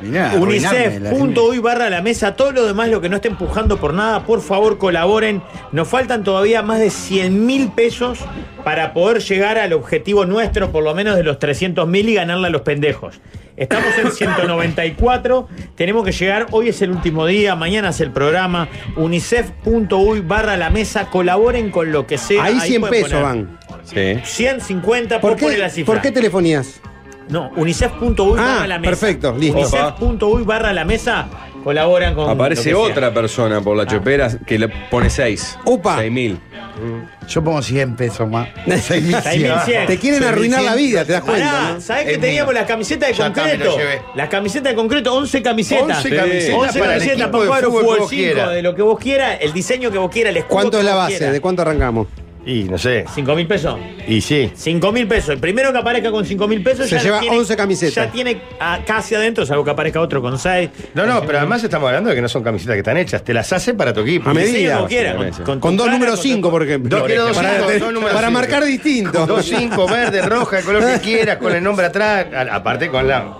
[SPEAKER 7] Mirá, arruinarme la
[SPEAKER 6] unicef.uy barra la mesa, todo lo demás, lo que no esté empujando por nada, por favor colaboren. Nos faltan todavía más de 100 mil pesos para poder llegar al objetivo nuestro, por lo menos de los 300 mil y ganarle a los pendejos. Estamos en 194, tenemos que llegar, hoy es el último día, mañana es el programa, unicef.uy barra la mesa, colaboren con lo que sea.
[SPEAKER 10] Ahí 100
[SPEAKER 6] pueden
[SPEAKER 10] pesos
[SPEAKER 6] poner
[SPEAKER 10] van.
[SPEAKER 6] 150,
[SPEAKER 10] ¿Por
[SPEAKER 6] por poner
[SPEAKER 10] qué,
[SPEAKER 6] la cifra.
[SPEAKER 10] ¿Por qué telefonías?
[SPEAKER 6] No, unicef.uy
[SPEAKER 10] Ah,
[SPEAKER 6] barra la mesa.
[SPEAKER 10] perfecto, listo.
[SPEAKER 6] Unicef.uy barra la mesa colaboran con.
[SPEAKER 4] Aparece
[SPEAKER 6] lo que sea.
[SPEAKER 4] otra persona por la chopera que le pone 6.
[SPEAKER 10] Upa.
[SPEAKER 4] 6.000.
[SPEAKER 7] gente. Yo pongo 100 pesos más. 6.100.
[SPEAKER 6] 6.100.
[SPEAKER 10] Te quieren arruinar la vida, te das cuenta,
[SPEAKER 6] Pará,
[SPEAKER 10] ¿no?
[SPEAKER 6] ¿sabés que
[SPEAKER 7] Es
[SPEAKER 6] teníamos
[SPEAKER 7] mío.
[SPEAKER 6] las camisetas de
[SPEAKER 7] Ya está, me lo
[SPEAKER 6] concreto?
[SPEAKER 7] llevé.
[SPEAKER 6] Las camisetas de concreto, 11 camisetas.
[SPEAKER 5] 11
[SPEAKER 4] Sí.
[SPEAKER 5] camisetas
[SPEAKER 6] 11
[SPEAKER 5] para el
[SPEAKER 6] camisetas
[SPEAKER 5] equipo
[SPEAKER 6] para
[SPEAKER 5] de
[SPEAKER 6] jugar un
[SPEAKER 5] fútbol que
[SPEAKER 6] fútbol
[SPEAKER 5] vos
[SPEAKER 6] 5,
[SPEAKER 5] quieras.
[SPEAKER 6] de lo que vos quieras, el diseño que vos quieras, el escudo.
[SPEAKER 10] ¿Cuánto
[SPEAKER 6] que
[SPEAKER 10] es la
[SPEAKER 6] vos
[SPEAKER 10] base?
[SPEAKER 6] quieras.
[SPEAKER 10] ¿De cuánto arrancamos?
[SPEAKER 5] Y no sé.
[SPEAKER 6] 5 mil pesos.
[SPEAKER 5] Y sí.
[SPEAKER 6] 5 mil pesos. El primero que aparezca con 5 mil pesos
[SPEAKER 10] Se
[SPEAKER 6] ya
[SPEAKER 10] lleva
[SPEAKER 6] tiene-
[SPEAKER 10] 11 camisetas.
[SPEAKER 6] Ya tiene ah, casi adentro, salvo que aparezca otro con 6.
[SPEAKER 5] No, no, pero además estamos hablando de que no son camisetas que están hechas. Te las hace para tu equipo.
[SPEAKER 10] A medida.
[SPEAKER 6] Como quiera, con,
[SPEAKER 4] Con
[SPEAKER 10] Con
[SPEAKER 6] tu
[SPEAKER 10] dos
[SPEAKER 6] cara,
[SPEAKER 10] números
[SPEAKER 6] con tu-
[SPEAKER 10] 5, por ejemplo.
[SPEAKER 5] Dos, quiero dos
[SPEAKER 10] para
[SPEAKER 5] cinco, dos números
[SPEAKER 10] para
[SPEAKER 5] cinco.
[SPEAKER 10] marcar distinto.
[SPEAKER 5] Dos, cinco, verde, roja, el color que quieras, con el nombre atrás. A- Aparte con la.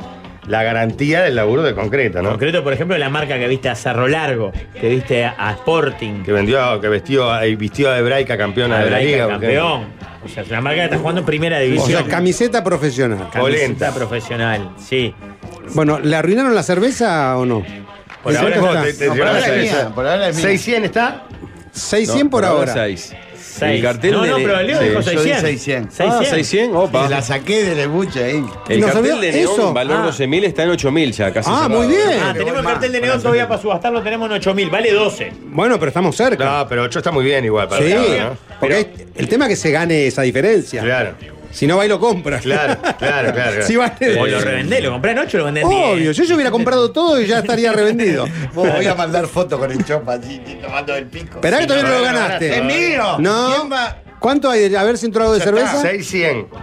[SPEAKER 5] la garantía del laburo de concreto, ¿no?
[SPEAKER 6] Concreto, por ejemplo, la marca que viste a Cerro Largo, que viste a Sporting.
[SPEAKER 5] Que vendió, que vestió, a- y vistió a Hebraica campeona de la
[SPEAKER 6] Hebraica
[SPEAKER 5] liga.
[SPEAKER 6] campeón. O sea, es la marca que está jugando en primera
[SPEAKER 10] O
[SPEAKER 6] división.
[SPEAKER 10] sea, camiseta profesional.
[SPEAKER 6] Camiseta profesional, sí.
[SPEAKER 10] Bueno, ¿le arruinaron la cerveza o no?
[SPEAKER 6] Por
[SPEAKER 10] ¿En
[SPEAKER 6] ahora
[SPEAKER 10] cuánto
[SPEAKER 6] no,
[SPEAKER 10] está?
[SPEAKER 6] te- te No, por llevaron ahora la es mía, cerveza. por ahora es mía.
[SPEAKER 5] 600 está.
[SPEAKER 10] 600 por ahora.
[SPEAKER 4] 6.
[SPEAKER 6] Seis. No, no, pero Leo dijo 600.
[SPEAKER 5] Ah,
[SPEAKER 4] 600.
[SPEAKER 6] 600.
[SPEAKER 4] 600, Ah, opa.
[SPEAKER 12] La saqué del buche ahí.
[SPEAKER 4] El
[SPEAKER 10] ¿No
[SPEAKER 4] cartel
[SPEAKER 10] sabía
[SPEAKER 4] de neón,
[SPEAKER 10] eso?
[SPEAKER 4] valor
[SPEAKER 10] Ah.
[SPEAKER 4] 12.000, está en 8.000 ya, casi.
[SPEAKER 10] Ah,
[SPEAKER 4] cerrado.
[SPEAKER 10] muy bien.
[SPEAKER 6] Ah, tenemos el cartel de neón todavía para subastarlo, tenemos en 8000, vale 12.
[SPEAKER 10] Bueno, pero estamos cerca.
[SPEAKER 5] No, pero 8 está muy bien igual para
[SPEAKER 10] sí,
[SPEAKER 5] el lado, ¿no?
[SPEAKER 10] porque es- el tema es que se gane esa diferencia.
[SPEAKER 5] Claro,
[SPEAKER 10] Si no va y lo compras.
[SPEAKER 5] claro,
[SPEAKER 10] [LAUGHS]
[SPEAKER 5] claro, claro. claro.
[SPEAKER 10] Si vale
[SPEAKER 6] O lo
[SPEAKER 10] de-
[SPEAKER 6] revendé, lo compré en 8, lo vendé en 10.
[SPEAKER 10] Obvio, yo, yo hubiera comprado todo y ya estaría revendido.
[SPEAKER 12] Vos voy a mandar fotos con el chopa así, tomando el pico.
[SPEAKER 10] Esperá que todavía no lo
[SPEAKER 12] ¡Es
[SPEAKER 10] ganaste.
[SPEAKER 12] mío!
[SPEAKER 10] No.
[SPEAKER 12] ¿Quién va?
[SPEAKER 10] ¿Cuánto hay de haber sin trago de cerveza?
[SPEAKER 5] 600.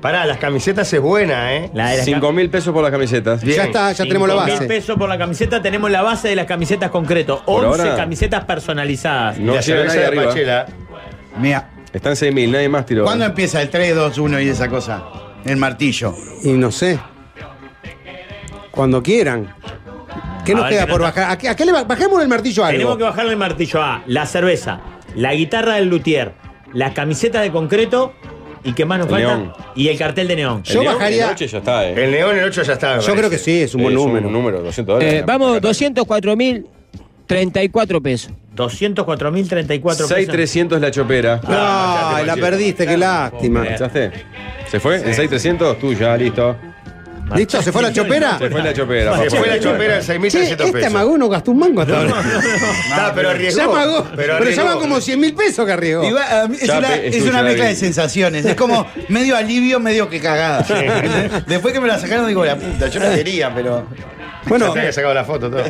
[SPEAKER 5] Pará, las camisetas es buena, ¿eh?
[SPEAKER 6] La de las
[SPEAKER 4] 5.000 pesos por las camisetas.
[SPEAKER 10] Ya está, ya tenemos la
[SPEAKER 6] 5.000
[SPEAKER 10] base.
[SPEAKER 6] pesos por la camiseta, tenemos la base de las camisetas concreto.
[SPEAKER 4] Por
[SPEAKER 6] 11
[SPEAKER 4] ahora-
[SPEAKER 6] camisetas personalizadas.
[SPEAKER 4] No
[SPEAKER 5] la
[SPEAKER 4] llega
[SPEAKER 5] cerveza
[SPEAKER 4] nadie
[SPEAKER 5] de
[SPEAKER 4] arriba.
[SPEAKER 5] Pachela.
[SPEAKER 12] Mira,
[SPEAKER 4] Está en 6.000, nadie más tiró.
[SPEAKER 12] ¿cuándo empieza el 3, 2, 1 y esa cosa? El martillo.
[SPEAKER 10] Y no sé. Cuando quieran. ¿Qué
[SPEAKER 6] A
[SPEAKER 10] nos
[SPEAKER 6] ver,
[SPEAKER 10] queda
[SPEAKER 6] que
[SPEAKER 10] por
[SPEAKER 6] no
[SPEAKER 10] bajar? ¿A qué, a qué le ba- bajemos el martillo a
[SPEAKER 6] Tenemos
[SPEAKER 10] algo?
[SPEAKER 6] que bajarle el martillo a la cerveza, la guitarra del luthier, las camisetas de concreto y qué más nos
[SPEAKER 4] El
[SPEAKER 6] falta.
[SPEAKER 4] neón. Eh.
[SPEAKER 6] Y el cartel de neón.
[SPEAKER 10] Yo bajaría-
[SPEAKER 4] El 8 ya está, ¿eh?
[SPEAKER 5] El neón en 8 ya está. me
[SPEAKER 10] Yo creo
[SPEAKER 5] parece.
[SPEAKER 10] que sí, es un buen
[SPEAKER 4] Es
[SPEAKER 10] número.
[SPEAKER 4] Un número, 200 dólares.
[SPEAKER 8] Eh, vamos, 204.034 pesos.
[SPEAKER 6] 204.034 pesos.
[SPEAKER 4] 6.300 la chopera.
[SPEAKER 10] No, la perdiste, qué lástima.
[SPEAKER 4] ¿Echaste? ¿Se fue? ¿En 6.300? Tú ya, listo.
[SPEAKER 10] ¿Listo? ¿Se fue la chopera?
[SPEAKER 4] Se fue la chopera.
[SPEAKER 5] Se
[SPEAKER 4] papá.
[SPEAKER 5] fue la chopera en 6.300
[SPEAKER 10] este
[SPEAKER 5] pesos.
[SPEAKER 10] amagó no gastó un mango hasta ahora.
[SPEAKER 5] Está, pero arriesgó.
[SPEAKER 10] Ya amagó. Pero,
[SPEAKER 5] arriesgó.
[SPEAKER 10] ya van como 100 mil pesos que arriesgó.
[SPEAKER 12] Y va- a mí- es
[SPEAKER 4] Ya
[SPEAKER 12] una,
[SPEAKER 4] pe-
[SPEAKER 12] es
[SPEAKER 4] escucha
[SPEAKER 12] una mezcla
[SPEAKER 4] ahí.
[SPEAKER 12] de sensaciones. Es como medio alivio, medio que cagada. Después que me la sacaron, digo, la puta, yo la quería, pero.
[SPEAKER 5] Ya
[SPEAKER 10] Bueno,
[SPEAKER 5] te había sacado la foto todo.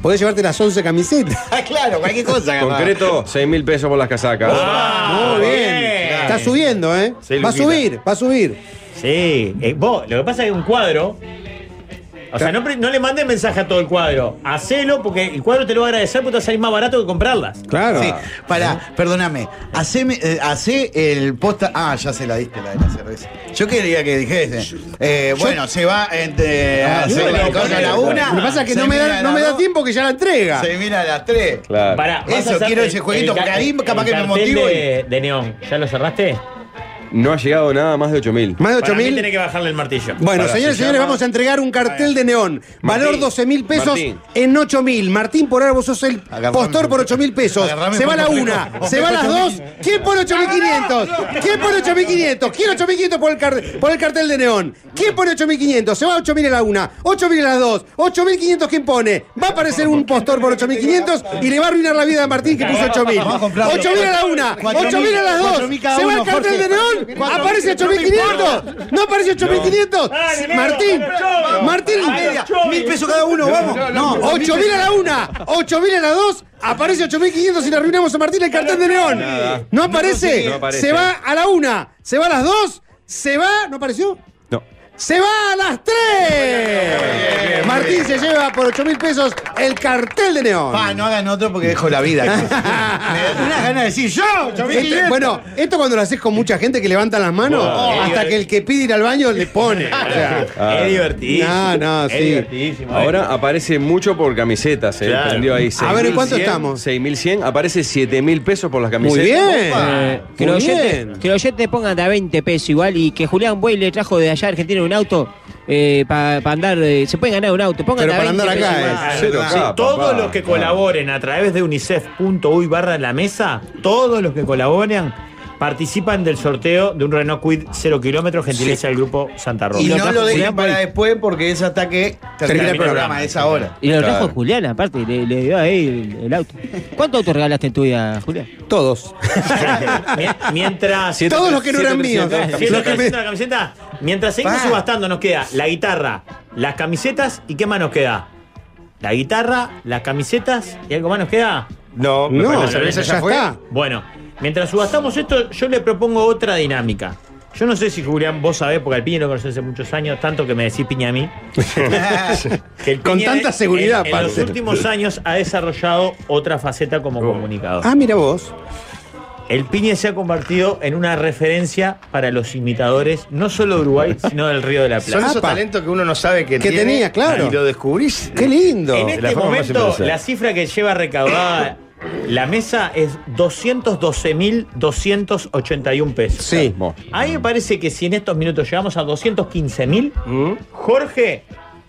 [SPEAKER 10] podés llevarte las 11 camisetas.
[SPEAKER 12] [LAUGHS] Ah, claro, cualquier cosa. capaz.
[SPEAKER 4] Concreto, 6.000 pesos por las casacas.
[SPEAKER 10] Ah. Muy bien. Está subiendo, ¿eh?
[SPEAKER 5] Sí,
[SPEAKER 10] va a
[SPEAKER 5] Luquita.
[SPEAKER 10] subir, va a subir.
[SPEAKER 6] Sí, eh, vos, lo que pasa es que un cuadro. O sea, no, pre- no le mandes mensaje a todo el cuadro. Hacelo porque el cuadro te lo va a agradecer porque te va a salir más barato que comprarlas.
[SPEAKER 10] Claro. Ah,
[SPEAKER 12] Sí, para, perdóname. Haceme, eh, hacé el posta. Ah, ya se la diste la de la cerveza. Yo quería que dijese. eh, bueno, se va entre,
[SPEAKER 7] Ah,
[SPEAKER 12] a
[SPEAKER 10] Ah, yo
[SPEAKER 12] hacer
[SPEAKER 10] no,
[SPEAKER 12] la cosa a la
[SPEAKER 10] claro.
[SPEAKER 12] una.
[SPEAKER 10] Lo que pasa es que no me, da, no me da tiempo que ya la entrega.
[SPEAKER 12] Se mira a las tres.
[SPEAKER 4] Claro.
[SPEAKER 6] Pará, vas
[SPEAKER 12] Eso,
[SPEAKER 6] a hacer
[SPEAKER 12] quiero
[SPEAKER 6] el-
[SPEAKER 12] ese jueguito,
[SPEAKER 6] el ca-
[SPEAKER 12] porque ahí
[SPEAKER 6] el
[SPEAKER 12] capaz que me
[SPEAKER 6] cartel
[SPEAKER 12] motivo
[SPEAKER 6] De, de neón. ¿Ya lo cerraste?
[SPEAKER 4] No ha llegado nada más de 8.000.
[SPEAKER 10] Más de 8
[SPEAKER 6] Para mí tiene
[SPEAKER 10] mil.
[SPEAKER 6] que bajarle el martillo.
[SPEAKER 10] Bueno,
[SPEAKER 5] Para,
[SPEAKER 10] señores,
[SPEAKER 5] se
[SPEAKER 10] señores,
[SPEAKER 5] llama-
[SPEAKER 10] vamos a entregar un cartel de neón. Valor 12 mil pesos
[SPEAKER 4] Martín.
[SPEAKER 10] en 8 mil. Martín, por ahora vos sos el
[SPEAKER 12] Agarrame.
[SPEAKER 10] postor por 8 mil pesos.
[SPEAKER 12] Agarrame
[SPEAKER 10] se va
[SPEAKER 12] por
[SPEAKER 10] la
[SPEAKER 12] los [LAUGHS]
[SPEAKER 10] una,
[SPEAKER 12] ricos.
[SPEAKER 10] se va las dos. ¿Quién pone 8 mil 500? ¿Quién pone 8 mil 500? ¿Quién 8 mil 500 por el, car- por el cartel de neón? ¿Quién pone 8 mil 500? Se va 8 mil a la una, 8 mil a las dos, 8 mil 500 ¿quién pone? Va a aparecer un postor por 8 mil 500 y le va a arruinar la vida a Martín que puso 8 mil.
[SPEAKER 12] Vamos a comprarlo.
[SPEAKER 10] 8 mil a la una,
[SPEAKER 12] 4.000,
[SPEAKER 10] 8 mil a las dos.
[SPEAKER 12] 4.000 cada
[SPEAKER 10] Se va el
[SPEAKER 12] uno,
[SPEAKER 10] cartel
[SPEAKER 12] Jorge.
[SPEAKER 10] de neón,
[SPEAKER 12] 4.000,
[SPEAKER 10] aparece 8 mil 500. No aparece 8 mil 500. Martín, Martín,
[SPEAKER 12] A media, mil pesos cada uno, vamos. No,
[SPEAKER 10] 8.000 a la una, 8.000 a la dos, aparece 8.500 y le arruinamos a Martín el cartel de neón. No aparece,
[SPEAKER 4] No aparece.
[SPEAKER 10] se va a la una, se va a las dos, se va, ¿no apareció?
[SPEAKER 4] No.
[SPEAKER 10] Se va a las tres. Martín se lleva por 8.000 pesos el cartel de neón.
[SPEAKER 12] Pa, no hagan otro porque dejo la vida.
[SPEAKER 10] [LAUGHS]
[SPEAKER 12] me da una ganas de decir yo, 8500.
[SPEAKER 10] Este- bueno, esto cuando lo haces con mucha gente que levanta las manos,
[SPEAKER 6] Wow.
[SPEAKER 12] eh,
[SPEAKER 10] hasta que el que pide ir al baño le pone. O sea,
[SPEAKER 4] Ah.
[SPEAKER 6] [LAUGHS] Es divertidísimo.
[SPEAKER 10] No, no,
[SPEAKER 6] Es
[SPEAKER 10] sí.
[SPEAKER 6] divertidísimo. eh.
[SPEAKER 4] Ahora aparece mucho por camisetas, se
[SPEAKER 5] Claro.
[SPEAKER 4] prendió ahí.
[SPEAKER 10] A ver, ¿en cuánto
[SPEAKER 4] 6.100,
[SPEAKER 10] estamos?
[SPEAKER 4] 6.100, aparece 7.000 pesos por las
[SPEAKER 10] muy
[SPEAKER 4] camisetas.
[SPEAKER 10] bien.
[SPEAKER 8] Eh, que,
[SPEAKER 10] Ah, muy
[SPEAKER 8] los oyentes,
[SPEAKER 10] bien.
[SPEAKER 8] que los oyentes pongan de a 20 pesos igual y que Julián Buey le trajo de allá a Argentina un auto para andar. eh, se pueden ganar un auto. Pongan
[SPEAKER 10] Pero
[SPEAKER 8] de a
[SPEAKER 10] para
[SPEAKER 8] 20
[SPEAKER 10] andar acá,
[SPEAKER 8] pesos
[SPEAKER 10] eh.
[SPEAKER 8] igual.
[SPEAKER 6] Ah,
[SPEAKER 4] Cero
[SPEAKER 6] sí,
[SPEAKER 4] acá,
[SPEAKER 6] todos
[SPEAKER 4] papá.
[SPEAKER 6] los que colaboren a través de unicef.uy barra la mesa, todos los que colaboren participan del sorteo de un Renault Quid 0 kilómetros, gentileza del grupo Santa Rosa.
[SPEAKER 12] Y
[SPEAKER 8] lo
[SPEAKER 12] no
[SPEAKER 8] trajo
[SPEAKER 12] lo dejen
[SPEAKER 8] Julián
[SPEAKER 12] para
[SPEAKER 8] Boy.
[SPEAKER 12] después porque es hasta que termina el programa, es ahora.
[SPEAKER 8] Y lo trajo
[SPEAKER 4] Claro.
[SPEAKER 8] Julián, aparte, le, le dio ahí el, el auto. ¿Cuánto auto regalaste en tu vida, Julián?
[SPEAKER 10] Todos.
[SPEAKER 6] [LAUGHS] Mien- Mientras.
[SPEAKER 4] Siete-
[SPEAKER 10] Todos los que no eran
[SPEAKER 4] 7.300,
[SPEAKER 10] míos.
[SPEAKER 6] Sí,
[SPEAKER 10] Lo
[SPEAKER 6] la
[SPEAKER 10] que me-
[SPEAKER 6] camiseta, la camiseta. Mientras seguimos
[SPEAKER 12] Pa.
[SPEAKER 6] subastando, nos queda la guitarra, las camisetas y qué más nos queda. La guitarra, las camisetas y algo más nos queda.
[SPEAKER 5] No, pero
[SPEAKER 10] No,
[SPEAKER 5] la cerveza ya,
[SPEAKER 10] ya [LAUGHS]
[SPEAKER 5] fue.
[SPEAKER 10] está.
[SPEAKER 6] Bueno, mientras subastamos esto, yo le propongo otra dinámica. Yo no sé si Julián, vos sabés, porque al Piña lo conocés hace muchos años, tanto que me decís Piña a mí. que el
[SPEAKER 10] Con
[SPEAKER 6] Piña
[SPEAKER 10] tanta
[SPEAKER 6] en-
[SPEAKER 10] seguridad,
[SPEAKER 6] En, en los
[SPEAKER 10] aparte. Oh.
[SPEAKER 6] últimos años ha desarrollado otra faceta como comunicador.
[SPEAKER 10] Ah, mira vos.
[SPEAKER 6] El piñe se ha convertido en una referencia para los imitadores, no solo de
[SPEAKER 10] [LAUGHS]
[SPEAKER 6] Uruguay, sino del Río de la Plata.
[SPEAKER 5] Son esos talentos que uno no sabe que,
[SPEAKER 6] Que
[SPEAKER 5] tiene
[SPEAKER 6] tenía, claro.
[SPEAKER 5] Y lo descubrís.
[SPEAKER 6] Qué
[SPEAKER 10] lindo.
[SPEAKER 6] En este momento, la cifra que lleva recaudada la mesa es 212.281 pesos. Sí. A mí me parece que si en estos minutos llegamos a 215.000,
[SPEAKER 10] Mm.
[SPEAKER 6] Jorge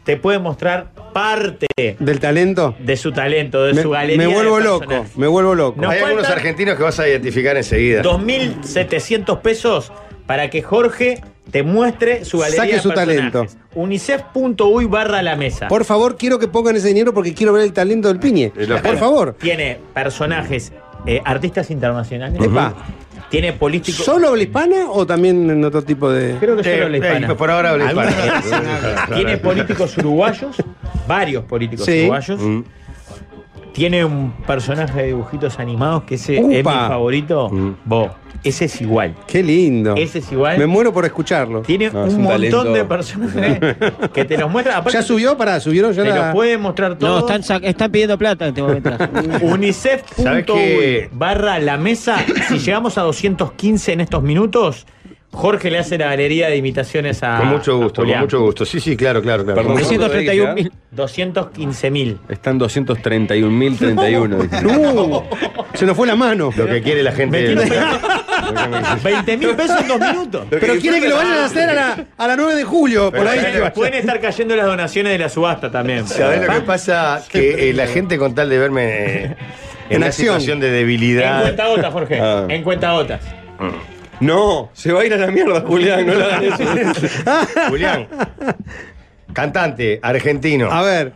[SPEAKER 6] te puede mostrar parte
[SPEAKER 10] del talento
[SPEAKER 6] de su talento, de
[SPEAKER 5] Me-
[SPEAKER 6] su galería.
[SPEAKER 5] me vuelvo
[SPEAKER 6] de
[SPEAKER 5] loco,
[SPEAKER 6] personajes.
[SPEAKER 10] me vuelvo loco.
[SPEAKER 6] Nos
[SPEAKER 5] Hay algunos
[SPEAKER 6] faltan-
[SPEAKER 5] argentinos que vas a identificar enseguida.
[SPEAKER 6] 2.700 pesos para que Jorge te muestre su galería
[SPEAKER 10] Saque
[SPEAKER 6] de
[SPEAKER 10] su
[SPEAKER 6] personajes.
[SPEAKER 10] talento.
[SPEAKER 6] unicef.uy barra la mesa.
[SPEAKER 10] Por favor, quiero que pongan ese dinero porque quiero ver el talento del piñe. Por favor.
[SPEAKER 6] Tiene personajes, eh, artistas internacionales.
[SPEAKER 10] Epa.
[SPEAKER 6] Tiene políticos.
[SPEAKER 10] ¿Solo habla hispana o también en otro tipo de.?
[SPEAKER 6] Creo que
[SPEAKER 5] Eh,
[SPEAKER 6] solo habla hispana.
[SPEAKER 10] Alguna-
[SPEAKER 6] Algunos que- Tiene políticos uruguayos, varios políticos
[SPEAKER 10] Sí.
[SPEAKER 6] uruguayos.
[SPEAKER 5] Mm.
[SPEAKER 6] Tiene un personaje de dibujitos animados que ese es mi
[SPEAKER 10] Upa.
[SPEAKER 6] favorito.
[SPEAKER 5] Mm.
[SPEAKER 6] Bo. Ese es igual.
[SPEAKER 10] Qué lindo.
[SPEAKER 6] Ese es igual.
[SPEAKER 10] Me muero por escucharlo.
[SPEAKER 6] Tiene un, montón de personajes que te los muestra. Aparte,
[SPEAKER 10] ¿Ya subió? Pará, subieron ya
[SPEAKER 6] te
[SPEAKER 10] la-
[SPEAKER 6] los puede mostrar
[SPEAKER 8] No,
[SPEAKER 6] todos.
[SPEAKER 8] están, sac- están pidiendo plata en este
[SPEAKER 10] [LAUGHS]
[SPEAKER 8] momento.
[SPEAKER 5] ¿Sabes
[SPEAKER 6] unicef.uy
[SPEAKER 5] qué?
[SPEAKER 6] E barra la mesa. si llegamos a 215 en estos minutos, Jorge le hace la galería de imitaciones a.
[SPEAKER 5] Con mucho gusto,
[SPEAKER 6] a Ah,
[SPEAKER 5] con
[SPEAKER 6] Julián.
[SPEAKER 5] mucho gusto. Sí, sí, claro, claro. claro.
[SPEAKER 4] Perdón, 231.000.
[SPEAKER 6] 215.000.
[SPEAKER 4] Están 231.031. dice.
[SPEAKER 10] [LAUGHS]
[SPEAKER 4] [LAUGHS]
[SPEAKER 10] No, se nos fue la mano.
[SPEAKER 5] Lo que quiere la gente.
[SPEAKER 4] Me quiero-
[SPEAKER 6] 20 mil pesos en dos minutos.
[SPEAKER 10] Pero quiere que lo vayan a hacer a la, a la 9 de julio, por ahí.
[SPEAKER 6] Pueden- Pueden estar cayendo las donaciones de la subasta también.
[SPEAKER 5] [LAUGHS] ¿Sabés lo que pasa? Que eh, la gente con tal de verme eh, en,
[SPEAKER 6] En
[SPEAKER 5] una
[SPEAKER 6] acción.
[SPEAKER 5] situación de
[SPEAKER 6] En cuenta
[SPEAKER 5] debilidad.
[SPEAKER 6] gotas, Jorge.
[SPEAKER 5] Ah.
[SPEAKER 6] En cuenta gotas.
[SPEAKER 4] No, se va a ir a la mierda, Julián. No le hagan eso.
[SPEAKER 10] [LAUGHS]
[SPEAKER 5] Julián, cantante argentino.
[SPEAKER 10] A ver.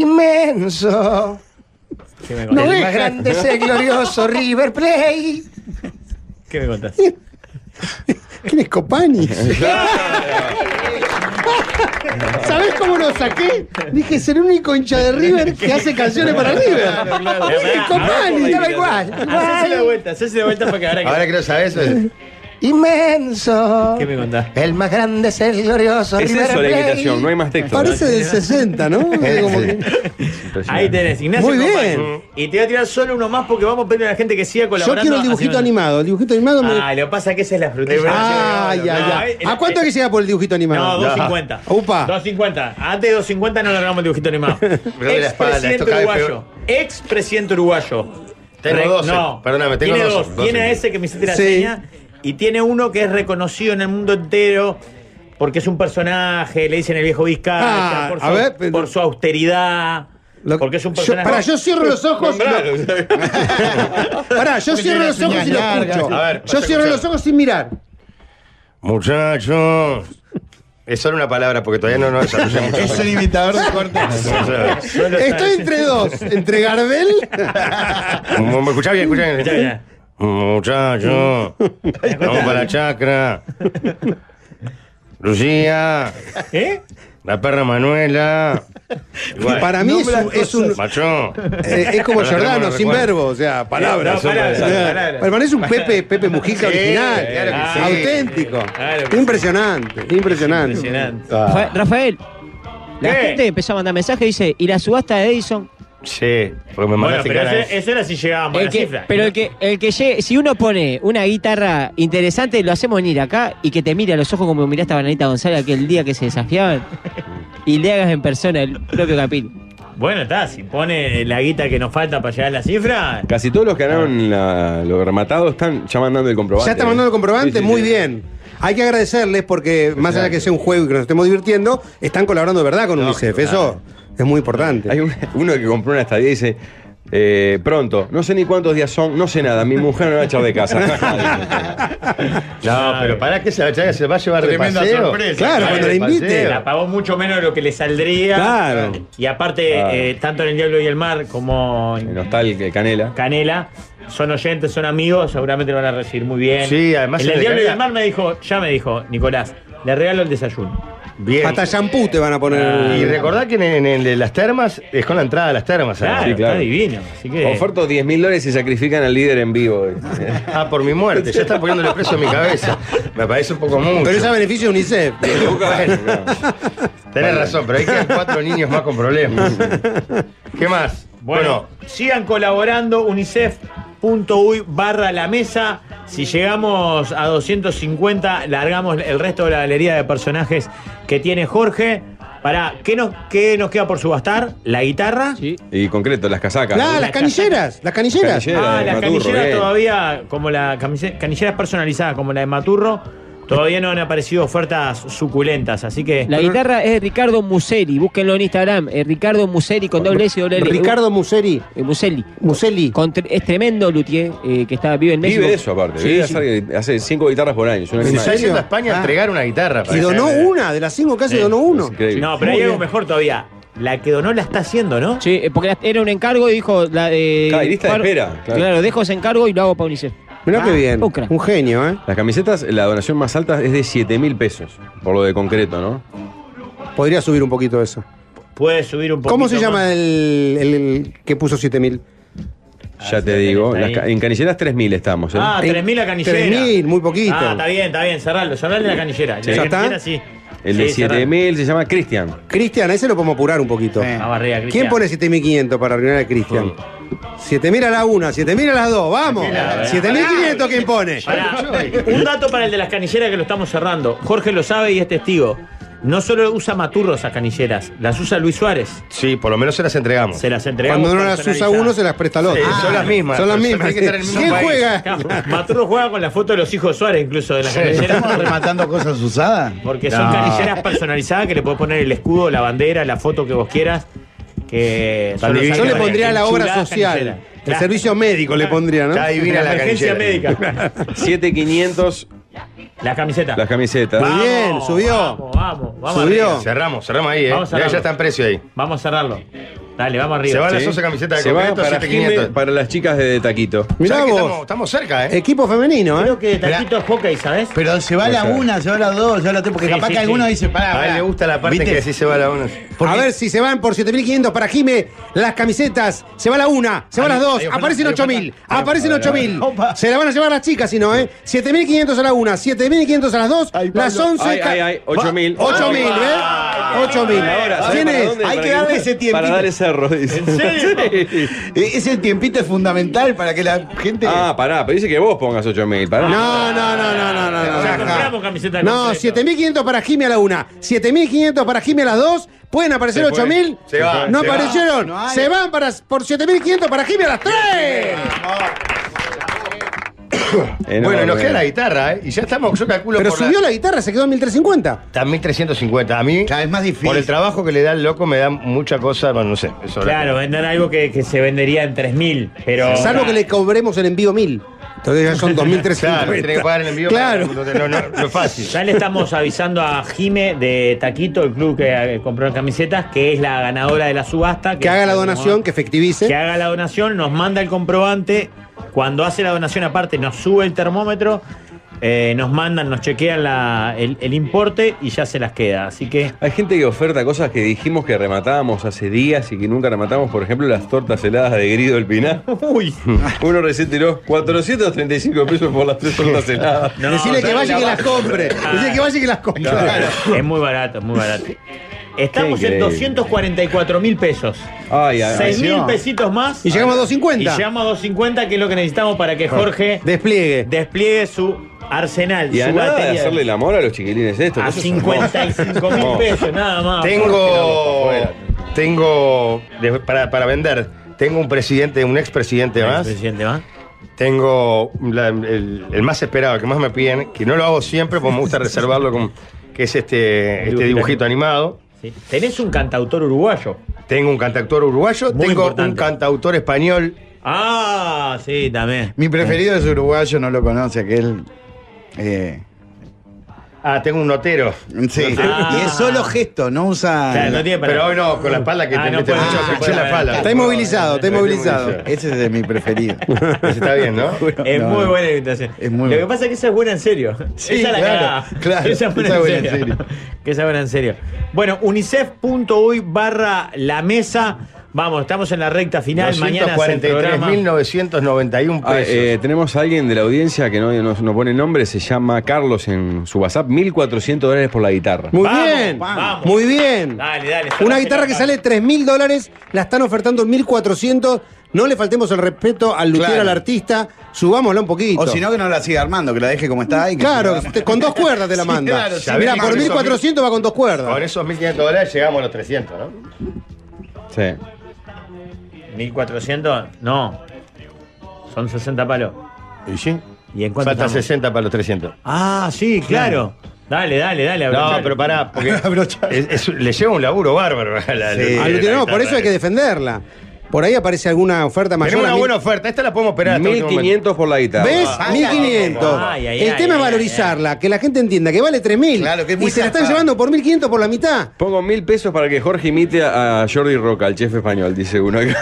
[SPEAKER 2] Inmenso. No
[SPEAKER 5] El
[SPEAKER 2] dejan
[SPEAKER 5] más
[SPEAKER 2] de ser glorioso River Play.
[SPEAKER 6] ¿Qué me
[SPEAKER 10] [LAUGHS]
[SPEAKER 6] contás?
[SPEAKER 10] ¿Quién es Copani? [LAUGHS] ¿Sabés cómo lo saqué? Dije, es el único hincha de River que hace canciones para River. ¿Quién es Copani? Estaba igual.
[SPEAKER 6] Hacese la vuelta, hacese la vuelta para que ahora que.
[SPEAKER 5] Ahora que lo sabes, es-
[SPEAKER 2] Inmenso.
[SPEAKER 6] ¿Qué me contás?
[SPEAKER 2] El más grande es el glorioso
[SPEAKER 4] Es
[SPEAKER 2] River
[SPEAKER 4] eso la
[SPEAKER 2] Play.
[SPEAKER 4] invitación, no hay más texto.
[SPEAKER 10] Parece del 60, ¿no? Como que-
[SPEAKER 6] Ahí tenés, Ignacio.
[SPEAKER 10] Muy
[SPEAKER 6] Copani. Mm.
[SPEAKER 10] bien.
[SPEAKER 6] Y te voy a tirar solo uno más porque vamos a pedirle a la gente que siga
[SPEAKER 10] Yo
[SPEAKER 6] colaborando.
[SPEAKER 10] quiero el dibujito
[SPEAKER 6] haciendo-
[SPEAKER 10] animado. El dibujito animado me.
[SPEAKER 6] Ah, lo que pasa es que esa es la frutilla. Ah,
[SPEAKER 10] Ay, ay, ay.
[SPEAKER 6] No, eh,
[SPEAKER 10] ¿A Ah, cuánto hay que llega por el dibujito
[SPEAKER 6] No,
[SPEAKER 10] animado?
[SPEAKER 6] 250.
[SPEAKER 10] Upa.
[SPEAKER 6] 250. Antes de 250 no logramos dibujito
[SPEAKER 10] [LAUGHS]
[SPEAKER 6] animado.
[SPEAKER 5] de la espalda, esto
[SPEAKER 6] Expresidente
[SPEAKER 5] cada vez
[SPEAKER 6] uruguayo. Expresidente uruguayo.
[SPEAKER 5] Tengo
[SPEAKER 6] Re-
[SPEAKER 5] 12.
[SPEAKER 6] No,
[SPEAKER 5] Perdóname, tengo
[SPEAKER 6] tiene
[SPEAKER 5] 12,
[SPEAKER 6] dos.
[SPEAKER 5] 12.
[SPEAKER 6] Tiene ese que me hiciste la
[SPEAKER 10] Sí.
[SPEAKER 6] seña. Y tiene uno que es reconocido en el mundo entero porque es un personaje. Le dicen el viejo Vizcarra.
[SPEAKER 10] Ah,
[SPEAKER 6] por,
[SPEAKER 10] a
[SPEAKER 6] su-
[SPEAKER 10] ver, pero-
[SPEAKER 6] por su austeridad. Porque es un
[SPEAKER 10] Yo,
[SPEAKER 6] personaje.
[SPEAKER 10] para, yo cierro los ojos.
[SPEAKER 4] Nombralo,
[SPEAKER 10] [LAUGHS]
[SPEAKER 4] ¿sabes?
[SPEAKER 10] Pará,
[SPEAKER 12] Porque
[SPEAKER 10] yo cierro
[SPEAKER 12] tiene
[SPEAKER 10] los ojos y lo
[SPEAKER 12] uñas largas.
[SPEAKER 10] escucho.
[SPEAKER 5] A ver, vas
[SPEAKER 10] yo
[SPEAKER 5] a
[SPEAKER 10] cierro
[SPEAKER 5] escuchar.
[SPEAKER 10] los ojos sin mirar.
[SPEAKER 5] Muchachos. Es solo una palabra porque todavía no nos desarrollamos.
[SPEAKER 12] Es un imitador de cortes.
[SPEAKER 6] Solo está-
[SPEAKER 10] Estoy entre dos. Entre
[SPEAKER 6] [LAUGHS]
[SPEAKER 10] Gardel.
[SPEAKER 5] ¿Me escuchás bien? ¿Escuchás bien?
[SPEAKER 6] Ya, ya.
[SPEAKER 5] Muchacho, vamos para la chacra. Lucía,
[SPEAKER 6] ¿Eh?
[SPEAKER 5] la perra Manuela. Igual.
[SPEAKER 10] Para mí es un- es un.
[SPEAKER 5] Macho.
[SPEAKER 10] Eh, es como
[SPEAKER 5] Ahora
[SPEAKER 10] Giordano,
[SPEAKER 5] tenemos
[SPEAKER 10] sin
[SPEAKER 5] recuerdo.
[SPEAKER 10] verbo, o sea,
[SPEAKER 6] No,
[SPEAKER 10] palabras.
[SPEAKER 6] palabras,
[SPEAKER 10] Eh,
[SPEAKER 6] palabras.
[SPEAKER 10] Hermano, es un Pepe, Pepe Mujica
[SPEAKER 5] Sí,
[SPEAKER 10] original,
[SPEAKER 5] claro que sí.
[SPEAKER 10] auténtico.
[SPEAKER 6] Claro que sí.
[SPEAKER 10] impresionante, impresionante. Ah.
[SPEAKER 6] Impresionante.
[SPEAKER 8] Rafa- Rafael, la
[SPEAKER 6] ¿Qué?
[SPEAKER 8] gente empezó a mandar mensajes y dice, ¿y la subasta de Edison?
[SPEAKER 5] Sí, porque
[SPEAKER 6] Bueno,
[SPEAKER 5] me mandaste
[SPEAKER 6] pero
[SPEAKER 5] cara.
[SPEAKER 10] eh.
[SPEAKER 6] ese- eso era si llegábamos a
[SPEAKER 8] El
[SPEAKER 6] la
[SPEAKER 8] que-
[SPEAKER 6] cifra.
[SPEAKER 8] pero el que, el que llegue, si uno pone una guitarra interesante, lo hacemos venir acá y que te mire a los ojos como miraste a Bananita González aquel día que se desafiaban y le hagas en persona el propio capil.
[SPEAKER 6] Bueno, está, si pone la guita que nos falta para llegar a la cifra.
[SPEAKER 4] Casi todos los que ganaron la- lo rematado están ya mandando el comprobante. ¿eh?
[SPEAKER 10] Ya está mandando el comprobante,
[SPEAKER 4] Sí, sí,
[SPEAKER 10] muy
[SPEAKER 4] sí.
[SPEAKER 10] bien. Hay que agradecerles porque, más allá que sea un juego y que nos estemos divirtiendo, están colaborando de verdad con UNICEF. Eso es muy importante.
[SPEAKER 4] [LAUGHS] Hay un- uno que compró una estadía y dice. eh, pronto, no sé ni cuántos días son, no sé nada, mi mujer me va a echar de casa.
[SPEAKER 6] [LAUGHS]
[SPEAKER 5] No, pero para que se la chaca se va a llevar de
[SPEAKER 12] Tremenda
[SPEAKER 5] paseo.
[SPEAKER 12] sorpresa.
[SPEAKER 10] Claro, cuando la
[SPEAKER 5] de
[SPEAKER 10] invite.
[SPEAKER 5] paseo.
[SPEAKER 6] La pagó mucho menos de lo que le saldría.
[SPEAKER 10] Claro.
[SPEAKER 6] Y aparte,
[SPEAKER 4] Claro.
[SPEAKER 6] eh, tanto en El Diablo y el Mar como
[SPEAKER 4] El
[SPEAKER 6] en
[SPEAKER 4] nostal Canela.
[SPEAKER 6] Canela, son oyentes, son amigos, seguramente lo van a recibir muy bien.
[SPEAKER 5] Sí, además
[SPEAKER 6] En
[SPEAKER 5] el
[SPEAKER 6] El
[SPEAKER 5] de
[SPEAKER 6] Diablo y
[SPEAKER 5] Canela-
[SPEAKER 6] el Mar me dijo, ya me dijo, Nicolás, le regalo el desayuno.
[SPEAKER 5] Bien. Ah,
[SPEAKER 10] Hasta shampoo te van a
[SPEAKER 5] Y
[SPEAKER 10] poner.
[SPEAKER 5] recordá que en, en el de las termas es con la entrada a las termas.
[SPEAKER 6] Claro,
[SPEAKER 5] además.
[SPEAKER 6] está divino. Así que.
[SPEAKER 4] Oferto 10 mil dólares y sacrifican al líder
[SPEAKER 6] [LAUGHS]
[SPEAKER 4] en vivo.
[SPEAKER 5] Ah, por mi muerte. Ya están poniéndole preso en mi cabeza. Me parece un poco mucho.
[SPEAKER 10] Pero es a beneficio de UNICEF.
[SPEAKER 5] Bueno, no. Tenés razón, pero hay que cuatro niños más con problemas. ¿Qué más?
[SPEAKER 6] Bueno, sigan colaborando, UNICEF .uy barra la mesa. Si llegamos a 250, largamos el resto de la galería de personajes que tiene Jorge. Para, ¿qué nos, qué nos queda por subastar? ¿La guitarra?
[SPEAKER 4] Y concreto, las casacas.
[SPEAKER 6] Claro,
[SPEAKER 4] ¿no?
[SPEAKER 6] las canilleras,
[SPEAKER 10] las
[SPEAKER 4] canilleras. Canillera
[SPEAKER 6] ah,
[SPEAKER 4] de
[SPEAKER 6] las
[SPEAKER 4] Maturro,
[SPEAKER 6] canilleras
[SPEAKER 4] bien.
[SPEAKER 6] todavía, como la camise- canilleras personalizadas, como la de Maturro, todavía no han aparecido ofertas suculentas, así que.
[SPEAKER 8] La guitarra es de Ricardo Museri, búsquenlo en Instagram, eh, Ricardo Museri con doble S y doble L. Eh,
[SPEAKER 10] Ricardo Museri.
[SPEAKER 8] Museli.
[SPEAKER 10] Museli.
[SPEAKER 8] Con tre- es tremendo Luthier, eh, que está, vive en México.
[SPEAKER 4] Vive eso aparte.
[SPEAKER 8] Sí,
[SPEAKER 4] vive
[SPEAKER 8] sí.
[SPEAKER 4] hacer- hace cinco guitarras por año. Es una
[SPEAKER 5] Se está
[SPEAKER 4] animal.
[SPEAKER 5] yendo a España a entregar una guitarra.
[SPEAKER 10] Y
[SPEAKER 5] parece.
[SPEAKER 10] donó una, de las cinco casi donó uno.
[SPEAKER 6] No, pero hay algo mejor todavía. La que donó la está haciendo, ¿no?
[SPEAKER 8] Sí, eh, porque la- era un encargo y dijo la de.
[SPEAKER 4] Claro, y lista de espera, claro.
[SPEAKER 8] Claro. dejo ese encargo y lo hago para UNICEF.
[SPEAKER 10] Mirá
[SPEAKER 8] Ah,
[SPEAKER 10] qué bien.
[SPEAKER 8] un crack.
[SPEAKER 10] Un genio, ¿eh?
[SPEAKER 4] Las camisetas, la donación más alta es de 7 mil pesos, por lo de concreto, ¿no?
[SPEAKER 10] Podría subir un poquito eso.
[SPEAKER 6] Puede subir un poco.
[SPEAKER 10] ¿Cómo se llama el, el- el que puso 7000?
[SPEAKER 4] Ya te digo.
[SPEAKER 10] está
[SPEAKER 4] las ca- en canilleras 3 mil estamos. ¿eh?
[SPEAKER 6] Ah, 3.000 la canillera.
[SPEAKER 10] 3.000, muy poquito.
[SPEAKER 6] Ah, está bien, está bien, cerralo, cerralo la canillera. La
[SPEAKER 4] Sí. ¿Ya está?
[SPEAKER 6] canillera sí.
[SPEAKER 4] El de
[SPEAKER 6] Sí, cerralo.
[SPEAKER 4] 7000 se
[SPEAKER 6] [LAUGHS]
[SPEAKER 4] llama Cristian.
[SPEAKER 10] Cristian, a ese lo podemos apurar un poquito.
[SPEAKER 6] Vamos arriba, Cristian.
[SPEAKER 10] ¿Quién pone 7500 para arruinar a Cristian? 7000 a la una, 7000 a las dos, vamos.
[SPEAKER 6] Claro,
[SPEAKER 10] 7500 ¿quién pone?
[SPEAKER 6] Pará, [LAUGHS] un dato para el de las canilleras que lo estamos cerrando. Jorge lo sabe y es testigo. No solo usa Maturro esas canilleras, las usa Luis Suárez.
[SPEAKER 5] Sí, por lo menos se las entregamos.
[SPEAKER 6] Se las entregamos.
[SPEAKER 10] Cuando no las usa
[SPEAKER 6] personalizadas.
[SPEAKER 10] uno, se las presta al otro.
[SPEAKER 6] Sí, son las mismas.
[SPEAKER 10] Son las
[SPEAKER 6] Pero
[SPEAKER 10] mismas.
[SPEAKER 6] tiene que estar en el mismo
[SPEAKER 10] ¿Quién
[SPEAKER 6] país.
[SPEAKER 10] juega?
[SPEAKER 6] Claro, Maturro juega con la foto de los hijos de Suárez, incluso de las canilleras.
[SPEAKER 12] ¿Estamos rematando cosas usadas?
[SPEAKER 6] Porque son
[SPEAKER 12] No.
[SPEAKER 6] canilleras personalizadas que le puedes poner el escudo, la bandera, la foto que vos quieras. Que
[SPEAKER 10] Yo le pondría la obra social, el servicio médico le pondría, ¿no? Está divina la
[SPEAKER 6] emergencia
[SPEAKER 10] canillera.
[SPEAKER 6] médica.
[SPEAKER 12] [LAUGHS]
[SPEAKER 4] 7500.
[SPEAKER 6] Las camisetas.
[SPEAKER 4] Las camisetas.
[SPEAKER 6] Vamos,
[SPEAKER 4] Vamos,
[SPEAKER 6] Vamos, vamos, vamos arriba.
[SPEAKER 5] Cerramos, cerramos ahí, ¿eh?
[SPEAKER 6] Vamos a
[SPEAKER 5] Ya,
[SPEAKER 6] cerrarlo.
[SPEAKER 5] ya está en precio ahí.
[SPEAKER 6] Vamos a cerrarlo. Dale, vamos arriba.
[SPEAKER 5] Se van las 12 camisetas de concreto,
[SPEAKER 4] para,
[SPEAKER 5] 7500.
[SPEAKER 4] Jimé, para las chicas de Taquito.
[SPEAKER 5] ¿Sabés
[SPEAKER 10] Mirá
[SPEAKER 5] que
[SPEAKER 10] vos.
[SPEAKER 5] Estamos, estamos cerca, ¿eh?
[SPEAKER 10] Equipo femenino, ¿eh?
[SPEAKER 6] Creo que Taquito es hockey, ¿sabes?
[SPEAKER 12] Pero se va la
[SPEAKER 5] Ojalá.
[SPEAKER 12] una, se va la dos, se va la tres, porque
[SPEAKER 6] Sí,
[SPEAKER 12] capaz
[SPEAKER 6] sí,
[SPEAKER 12] que
[SPEAKER 6] sí.
[SPEAKER 12] alguno dice, pará,
[SPEAKER 5] A él
[SPEAKER 12] pará.
[SPEAKER 5] le gusta la parte
[SPEAKER 12] ¿Viste?
[SPEAKER 5] que decís se va la una.
[SPEAKER 10] A ver si se van por 7.500 para Jime. Las camisetas. Se va la una, se van
[SPEAKER 5] Ahí,
[SPEAKER 10] las dos.
[SPEAKER 5] ahí, ojalá,
[SPEAKER 10] Aparecen
[SPEAKER 5] ahí,
[SPEAKER 10] 8.000.
[SPEAKER 5] ojalá.
[SPEAKER 10] Aparecen
[SPEAKER 5] A ver, a ver.
[SPEAKER 10] 8.000. Se la van a llevar las chicas, si no, ¿eh? 7.500 a la una, 7.500 a las dos. Las 11.
[SPEAKER 4] Ay,
[SPEAKER 10] ca-
[SPEAKER 4] ay, ay, 8000.
[SPEAKER 10] Va- 8.000, ¿eh? 8.000.
[SPEAKER 4] Ahora, ¿sabés
[SPEAKER 10] ¿Quién
[SPEAKER 4] para
[SPEAKER 10] es?
[SPEAKER 4] dónde?
[SPEAKER 12] Hay
[SPEAKER 4] Para
[SPEAKER 12] que darle ese tiempito.
[SPEAKER 4] Para dar el cerro, dice. [LAUGHS] Sí.
[SPEAKER 12] E- Ese tiempito es fundamental para que la gente.
[SPEAKER 4] Ah, pará, pero dice que vos pongas 8000. Pará.
[SPEAKER 10] No, no, no, no, no, no. no.
[SPEAKER 6] Compramos camiseta de
[SPEAKER 10] No,
[SPEAKER 6] concreto.
[SPEAKER 10] 7.500 para Jimmy a la una, 7.500 para Jimmy a las dos. Pueden aparecer
[SPEAKER 5] Se fue.
[SPEAKER 10] 8.000.
[SPEAKER 5] Se va,
[SPEAKER 10] No
[SPEAKER 5] se va.
[SPEAKER 10] aparecieron.
[SPEAKER 12] No hay.
[SPEAKER 10] se van para, por 7.500 para Jimmy a las tres.
[SPEAKER 4] Eh, no,
[SPEAKER 5] bueno, y nos
[SPEAKER 4] no.
[SPEAKER 5] queda la guitarra, ¿eh? Y ya estamos, yo calculo.
[SPEAKER 10] Pero
[SPEAKER 5] por
[SPEAKER 10] subió
[SPEAKER 5] la...
[SPEAKER 10] la guitarra, se quedó en 1.350.
[SPEAKER 5] Está en 1350. A mí,
[SPEAKER 12] Cada vez más difícil.
[SPEAKER 5] por el trabajo que le da el loco, me da mucha cosa. Bueno, no sé. Eso
[SPEAKER 6] Claro, vendan algo que, que se vendería en 3.000, pero...
[SPEAKER 10] Salvo que le cobremos el envío 1.000. Entonces ya
[SPEAKER 6] [LAUGHS]
[SPEAKER 10] son
[SPEAKER 5] Claro, tiene que
[SPEAKER 10] 2.350.
[SPEAKER 5] pagar el envío.
[SPEAKER 10] Claro.
[SPEAKER 5] No, no, no, no es fácil.
[SPEAKER 6] Ya le estamos avisando a Jime de Taquito, el club que eh, compró las camisetas, que es la ganadora de la subasta.
[SPEAKER 10] Que haga la donación, que efectivice.
[SPEAKER 6] Que haga la donación, nos manda el comprobante. Cuando hace la donación, aparte, nos sube el termómetro, eh, nos mandan, nos chequean la- el, el importe y ya se las queda. Así que.
[SPEAKER 4] Hay gente que oferta cosas que dijimos que rematábamos hace días y que nunca rematamos, por ejemplo, las tortas heladas de Grido del Pinar.
[SPEAKER 10] [LAUGHS]
[SPEAKER 6] Uy.
[SPEAKER 4] Uno recién tiró 435 pesos por las tres tortas heladas.
[SPEAKER 6] No,
[SPEAKER 10] Decirle que
[SPEAKER 6] no,
[SPEAKER 10] vaya y
[SPEAKER 6] no,
[SPEAKER 10] que las compre.
[SPEAKER 6] Ah.
[SPEAKER 10] Decirle que vaya y que las compre.
[SPEAKER 6] Es muy barato, es muy barato. Estamos
[SPEAKER 4] Qué
[SPEAKER 6] en
[SPEAKER 4] increíble.
[SPEAKER 6] 244 mil pesos.
[SPEAKER 4] Ay, ay, ay.
[SPEAKER 6] 6 mil pesitos más.
[SPEAKER 10] Y llegamos a 250.
[SPEAKER 6] Y llegamos a 250, que es lo que necesitamos para que Jorge
[SPEAKER 10] Despliegue.
[SPEAKER 6] despliegue su arsenal,
[SPEAKER 4] Y a
[SPEAKER 6] su
[SPEAKER 4] nada de
[SPEAKER 6] batería.
[SPEAKER 4] hacerle el amor a los chiquilines esto.
[SPEAKER 6] a
[SPEAKER 4] eso es hermoso.
[SPEAKER 6] 55
[SPEAKER 4] [LAUGHS]
[SPEAKER 6] mil pesos, nada más.
[SPEAKER 5] Tengo. Tengo. de- para, para vender. Tengo un presidente, un expresidente más.
[SPEAKER 6] Presidente, ¿va?
[SPEAKER 5] Tengo la- el, el más esperado, el que más me piden, que no lo hago siempre porque
[SPEAKER 6] [LAUGHS]
[SPEAKER 5] me gusta reservarlo, con, que es este, este dibujito animado.
[SPEAKER 6] Sí. Tenés un cantautor uruguayo.
[SPEAKER 5] Tengo un cantautor uruguayo,
[SPEAKER 6] Muy
[SPEAKER 5] tengo un
[SPEAKER 6] importante.
[SPEAKER 5] cantautor español.
[SPEAKER 6] Ah, sí, también.
[SPEAKER 12] Mi preferido
[SPEAKER 10] Eh.
[SPEAKER 12] es uruguayo, no lo conoce, aquel. Eh,
[SPEAKER 5] Ah, tengo un notero.
[SPEAKER 12] sí.
[SPEAKER 6] Ah.
[SPEAKER 12] Y es solo gesto, no usa.
[SPEAKER 6] Claro, no tiene para-
[SPEAKER 5] Pero hoy no, con la espalda que
[SPEAKER 6] Ah,
[SPEAKER 5] te
[SPEAKER 6] no
[SPEAKER 5] mete
[SPEAKER 6] puede, Ah,
[SPEAKER 5] mucho,
[SPEAKER 6] no
[SPEAKER 5] se
[SPEAKER 6] puede,
[SPEAKER 5] hincha la
[SPEAKER 6] no
[SPEAKER 5] espalda.
[SPEAKER 10] Está inmovilizado, está inmovilizado.
[SPEAKER 12] Ese es de mi preferido.
[SPEAKER 10] [LAUGHS]
[SPEAKER 5] Ese Está
[SPEAKER 6] [LAUGHS]
[SPEAKER 5] bien, ¿no?
[SPEAKER 6] Es
[SPEAKER 12] No,
[SPEAKER 6] muy
[SPEAKER 12] no.
[SPEAKER 6] buena invitación.
[SPEAKER 12] Es muy
[SPEAKER 6] Lo que
[SPEAKER 12] buena.
[SPEAKER 6] pasa es que esa es buena en serio.
[SPEAKER 12] Sí,
[SPEAKER 6] [LAUGHS] esa es la
[SPEAKER 12] claro,
[SPEAKER 6] cagada.
[SPEAKER 12] claro.
[SPEAKER 6] Esa es buena,
[SPEAKER 12] Esa
[SPEAKER 6] en,
[SPEAKER 12] es buena en
[SPEAKER 6] serio. [LAUGHS] que esa es buena en serio. Bueno, unicef.uy barra la mesa. Vamos, estamos en la recta final. Mañana es el programa.
[SPEAKER 5] 243.991
[SPEAKER 4] Ah,
[SPEAKER 5] pesos.
[SPEAKER 4] eh, tenemos a alguien de la audiencia que no, no, no pone nombre, se llama Carlos en su WhatsApp, 1400 dólares por la guitarra.
[SPEAKER 10] Muy
[SPEAKER 6] Vamos,
[SPEAKER 10] bien.
[SPEAKER 6] vamos.
[SPEAKER 10] Muy bien.
[SPEAKER 6] Dale, dale.
[SPEAKER 10] Una guitarra que sale 3.000 dólares, la están ofertando en 1.400. No le faltemos el respeto al luthier,
[SPEAKER 12] Claro.
[SPEAKER 10] al artista, subámosla un poquito.
[SPEAKER 12] O si no, que no la siga armando, que la deje como está ahí. que
[SPEAKER 10] Claro,
[SPEAKER 12] se la-
[SPEAKER 10] te- con dos cuerdas te la
[SPEAKER 6] [LAUGHS]
[SPEAKER 12] Sí,
[SPEAKER 10] manda.
[SPEAKER 12] claro, sí,
[SPEAKER 10] Mirá,
[SPEAKER 12] sí,
[SPEAKER 10] por
[SPEAKER 12] sí.
[SPEAKER 10] 1400 va con dos cuerdas.
[SPEAKER 5] Con esos 1.500 dólares llegamos a los 300, ¿no?
[SPEAKER 4] Sí.
[SPEAKER 10] este
[SPEAKER 6] 1400, no. Son 60 palos.
[SPEAKER 5] ¿Y sí?
[SPEAKER 6] ¿Y en cuánto
[SPEAKER 5] Falta
[SPEAKER 6] estamos?
[SPEAKER 5] 60 para los 300.
[SPEAKER 6] Ah, sí, claro. Dale, dale, dale.
[SPEAKER 5] No,
[SPEAKER 6] abrochale.
[SPEAKER 5] pero pará, [LAUGHS] porque es- es- le lleva un laburo bárbaro a la,
[SPEAKER 10] Al
[SPEAKER 5] la-
[SPEAKER 10] luthier,
[SPEAKER 5] la
[SPEAKER 10] Ah, no, por
[SPEAKER 5] guitarra.
[SPEAKER 10] eso hay que defenderla. Por ahí aparece alguna oferta mayor.
[SPEAKER 5] Tenemos
[SPEAKER 10] a
[SPEAKER 5] una
[SPEAKER 10] mil-
[SPEAKER 5] buena oferta, esta la podemos operar. hasta el último momento.
[SPEAKER 4] 1500 por la guitarra.
[SPEAKER 10] ¿Ves?
[SPEAKER 5] Ah,
[SPEAKER 10] 1500.
[SPEAKER 6] ay, ay,
[SPEAKER 10] el
[SPEAKER 6] ay,
[SPEAKER 10] tema
[SPEAKER 6] ay,
[SPEAKER 10] es valorizarla, que la gente entienda que vale 3000
[SPEAKER 12] Claro, que es
[SPEAKER 10] y
[SPEAKER 12] muy
[SPEAKER 10] se la están
[SPEAKER 12] zarpada.
[SPEAKER 10] llevando por 1500 por la mitad.
[SPEAKER 4] Pongo mil pesos para que Jorge imite a Jordi Roca, el chef español, dice uno acá.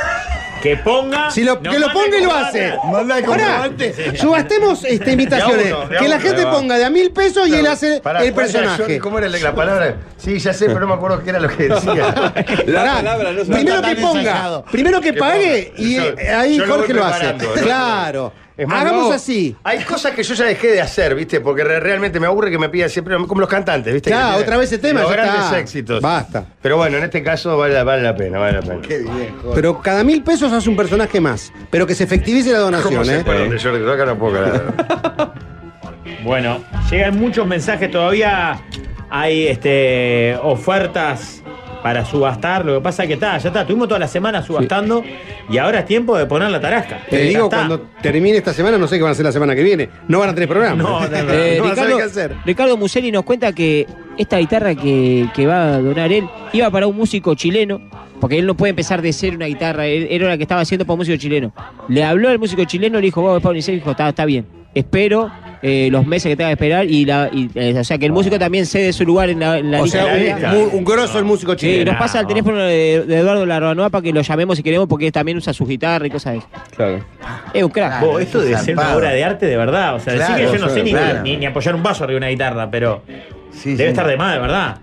[SPEAKER 6] Que ponga.
[SPEAKER 10] Si lo,
[SPEAKER 6] nos
[SPEAKER 10] que lo
[SPEAKER 6] manda
[SPEAKER 10] ponga y
[SPEAKER 6] el
[SPEAKER 10] lo
[SPEAKER 6] comprobante.
[SPEAKER 10] hace.
[SPEAKER 12] Manda el
[SPEAKER 10] Pará,
[SPEAKER 12] comprobante.
[SPEAKER 10] subastemos este, invitaciones.
[SPEAKER 5] [LAUGHS] De a uno, de a
[SPEAKER 10] que la
[SPEAKER 5] uno,
[SPEAKER 10] gente
[SPEAKER 5] ahí va.
[SPEAKER 10] ponga de a mil pesos y él hace
[SPEAKER 5] Pará,
[SPEAKER 10] el
[SPEAKER 5] ¿cuál era, Jordi?
[SPEAKER 10] personaje.
[SPEAKER 5] ¿Cómo era la, la palabra? Sí, ya sé, pero no me acuerdo qué era
[SPEAKER 10] [LAUGHS]
[SPEAKER 5] lo que decía.
[SPEAKER 4] La
[SPEAKER 10] Pará,
[SPEAKER 4] palabra no se-
[SPEAKER 10] primero
[SPEAKER 12] está
[SPEAKER 10] que
[SPEAKER 12] tan
[SPEAKER 10] ponga,
[SPEAKER 12] ensayado.
[SPEAKER 10] primero que
[SPEAKER 5] Que
[SPEAKER 10] pague
[SPEAKER 5] ponga.
[SPEAKER 10] y
[SPEAKER 5] Yo-
[SPEAKER 10] eh, ahí
[SPEAKER 5] yo lo
[SPEAKER 10] Jorge
[SPEAKER 5] voy
[SPEAKER 10] lo hace.
[SPEAKER 5] preparando, ¿no?
[SPEAKER 10] Claro.
[SPEAKER 5] Es más,
[SPEAKER 10] Hagamos
[SPEAKER 5] no,
[SPEAKER 10] así.
[SPEAKER 5] Hay cosas que yo ya dejé de hacer, ¿viste? Porque re- realmente me aburre que me pidan siempre, como los cantantes, ¿viste?
[SPEAKER 10] Ya,
[SPEAKER 5] Que tienen
[SPEAKER 10] otra vez ese tema,
[SPEAKER 5] Los
[SPEAKER 10] ya
[SPEAKER 5] grandes
[SPEAKER 10] está.
[SPEAKER 5] éxitos.
[SPEAKER 10] Basta.
[SPEAKER 5] Pero bueno, en este caso vale, la- vale la pena, vale la pena. Qué bien,
[SPEAKER 10] Pero cada mil pesos hace un personaje más. Pero que se efectivice la
[SPEAKER 5] ¿Cómo
[SPEAKER 10] donación,
[SPEAKER 5] se
[SPEAKER 10] ¿eh?
[SPEAKER 5] fue donde Jordi Roca [LAUGHS] no puedo creer.
[SPEAKER 6] Bueno, llegan muchos mensajes todavía. Hay este, ofertas para subastar. Lo que pasa es que está, ya está. Tuvimos toda la semana subastando y ahora es tiempo de poner la tarasca.
[SPEAKER 10] Te
[SPEAKER 6] Ya
[SPEAKER 10] digo,
[SPEAKER 6] está.
[SPEAKER 10] cuando termine esta semana, no sé qué van a hacer la semana que viene. No van a tener programa.
[SPEAKER 6] No,
[SPEAKER 10] [LAUGHS]
[SPEAKER 6] no, no.
[SPEAKER 10] van
[SPEAKER 8] Eh,
[SPEAKER 10] a saber
[SPEAKER 8] Ricardo,
[SPEAKER 10] qué hacer.
[SPEAKER 8] Ricardo Museli nos cuenta que esta guitarra que, que va a donar él iba para un músico chileno, porque él no puede empezar de ser una guitarra, él- era la que estaba haciendo para un músico chileno. Le habló al músico chileno, le dijo, vos, Pablo Nicel", dijo, está, está bien, espero eh, los meses que tenga que esperar, y, la, y, eh, o sea que el músico también cede su lugar en la, en la
[SPEAKER 10] O
[SPEAKER 8] lista.
[SPEAKER 10] sea,
[SPEAKER 8] de-
[SPEAKER 10] un, mu- un grosso el músico
[SPEAKER 8] Sí,
[SPEAKER 10] chileno.
[SPEAKER 8] nos pasa el
[SPEAKER 6] no.
[SPEAKER 8] teléfono de, de Eduardo Larranoa para que lo llamemos si queremos, porque también usa su guitarra y cosas de eso.
[SPEAKER 4] Claro.
[SPEAKER 8] Es un crack.
[SPEAKER 6] Vos, esto debe ser una
[SPEAKER 12] Zarpado.
[SPEAKER 6] obra de arte de verdad. O sea, decir
[SPEAKER 12] Claro,
[SPEAKER 6] que yo no sé ni,
[SPEAKER 12] claro.
[SPEAKER 6] ni- ni apoyar un vaso arriba de una guitarra, pero debe estar de más, de verdad.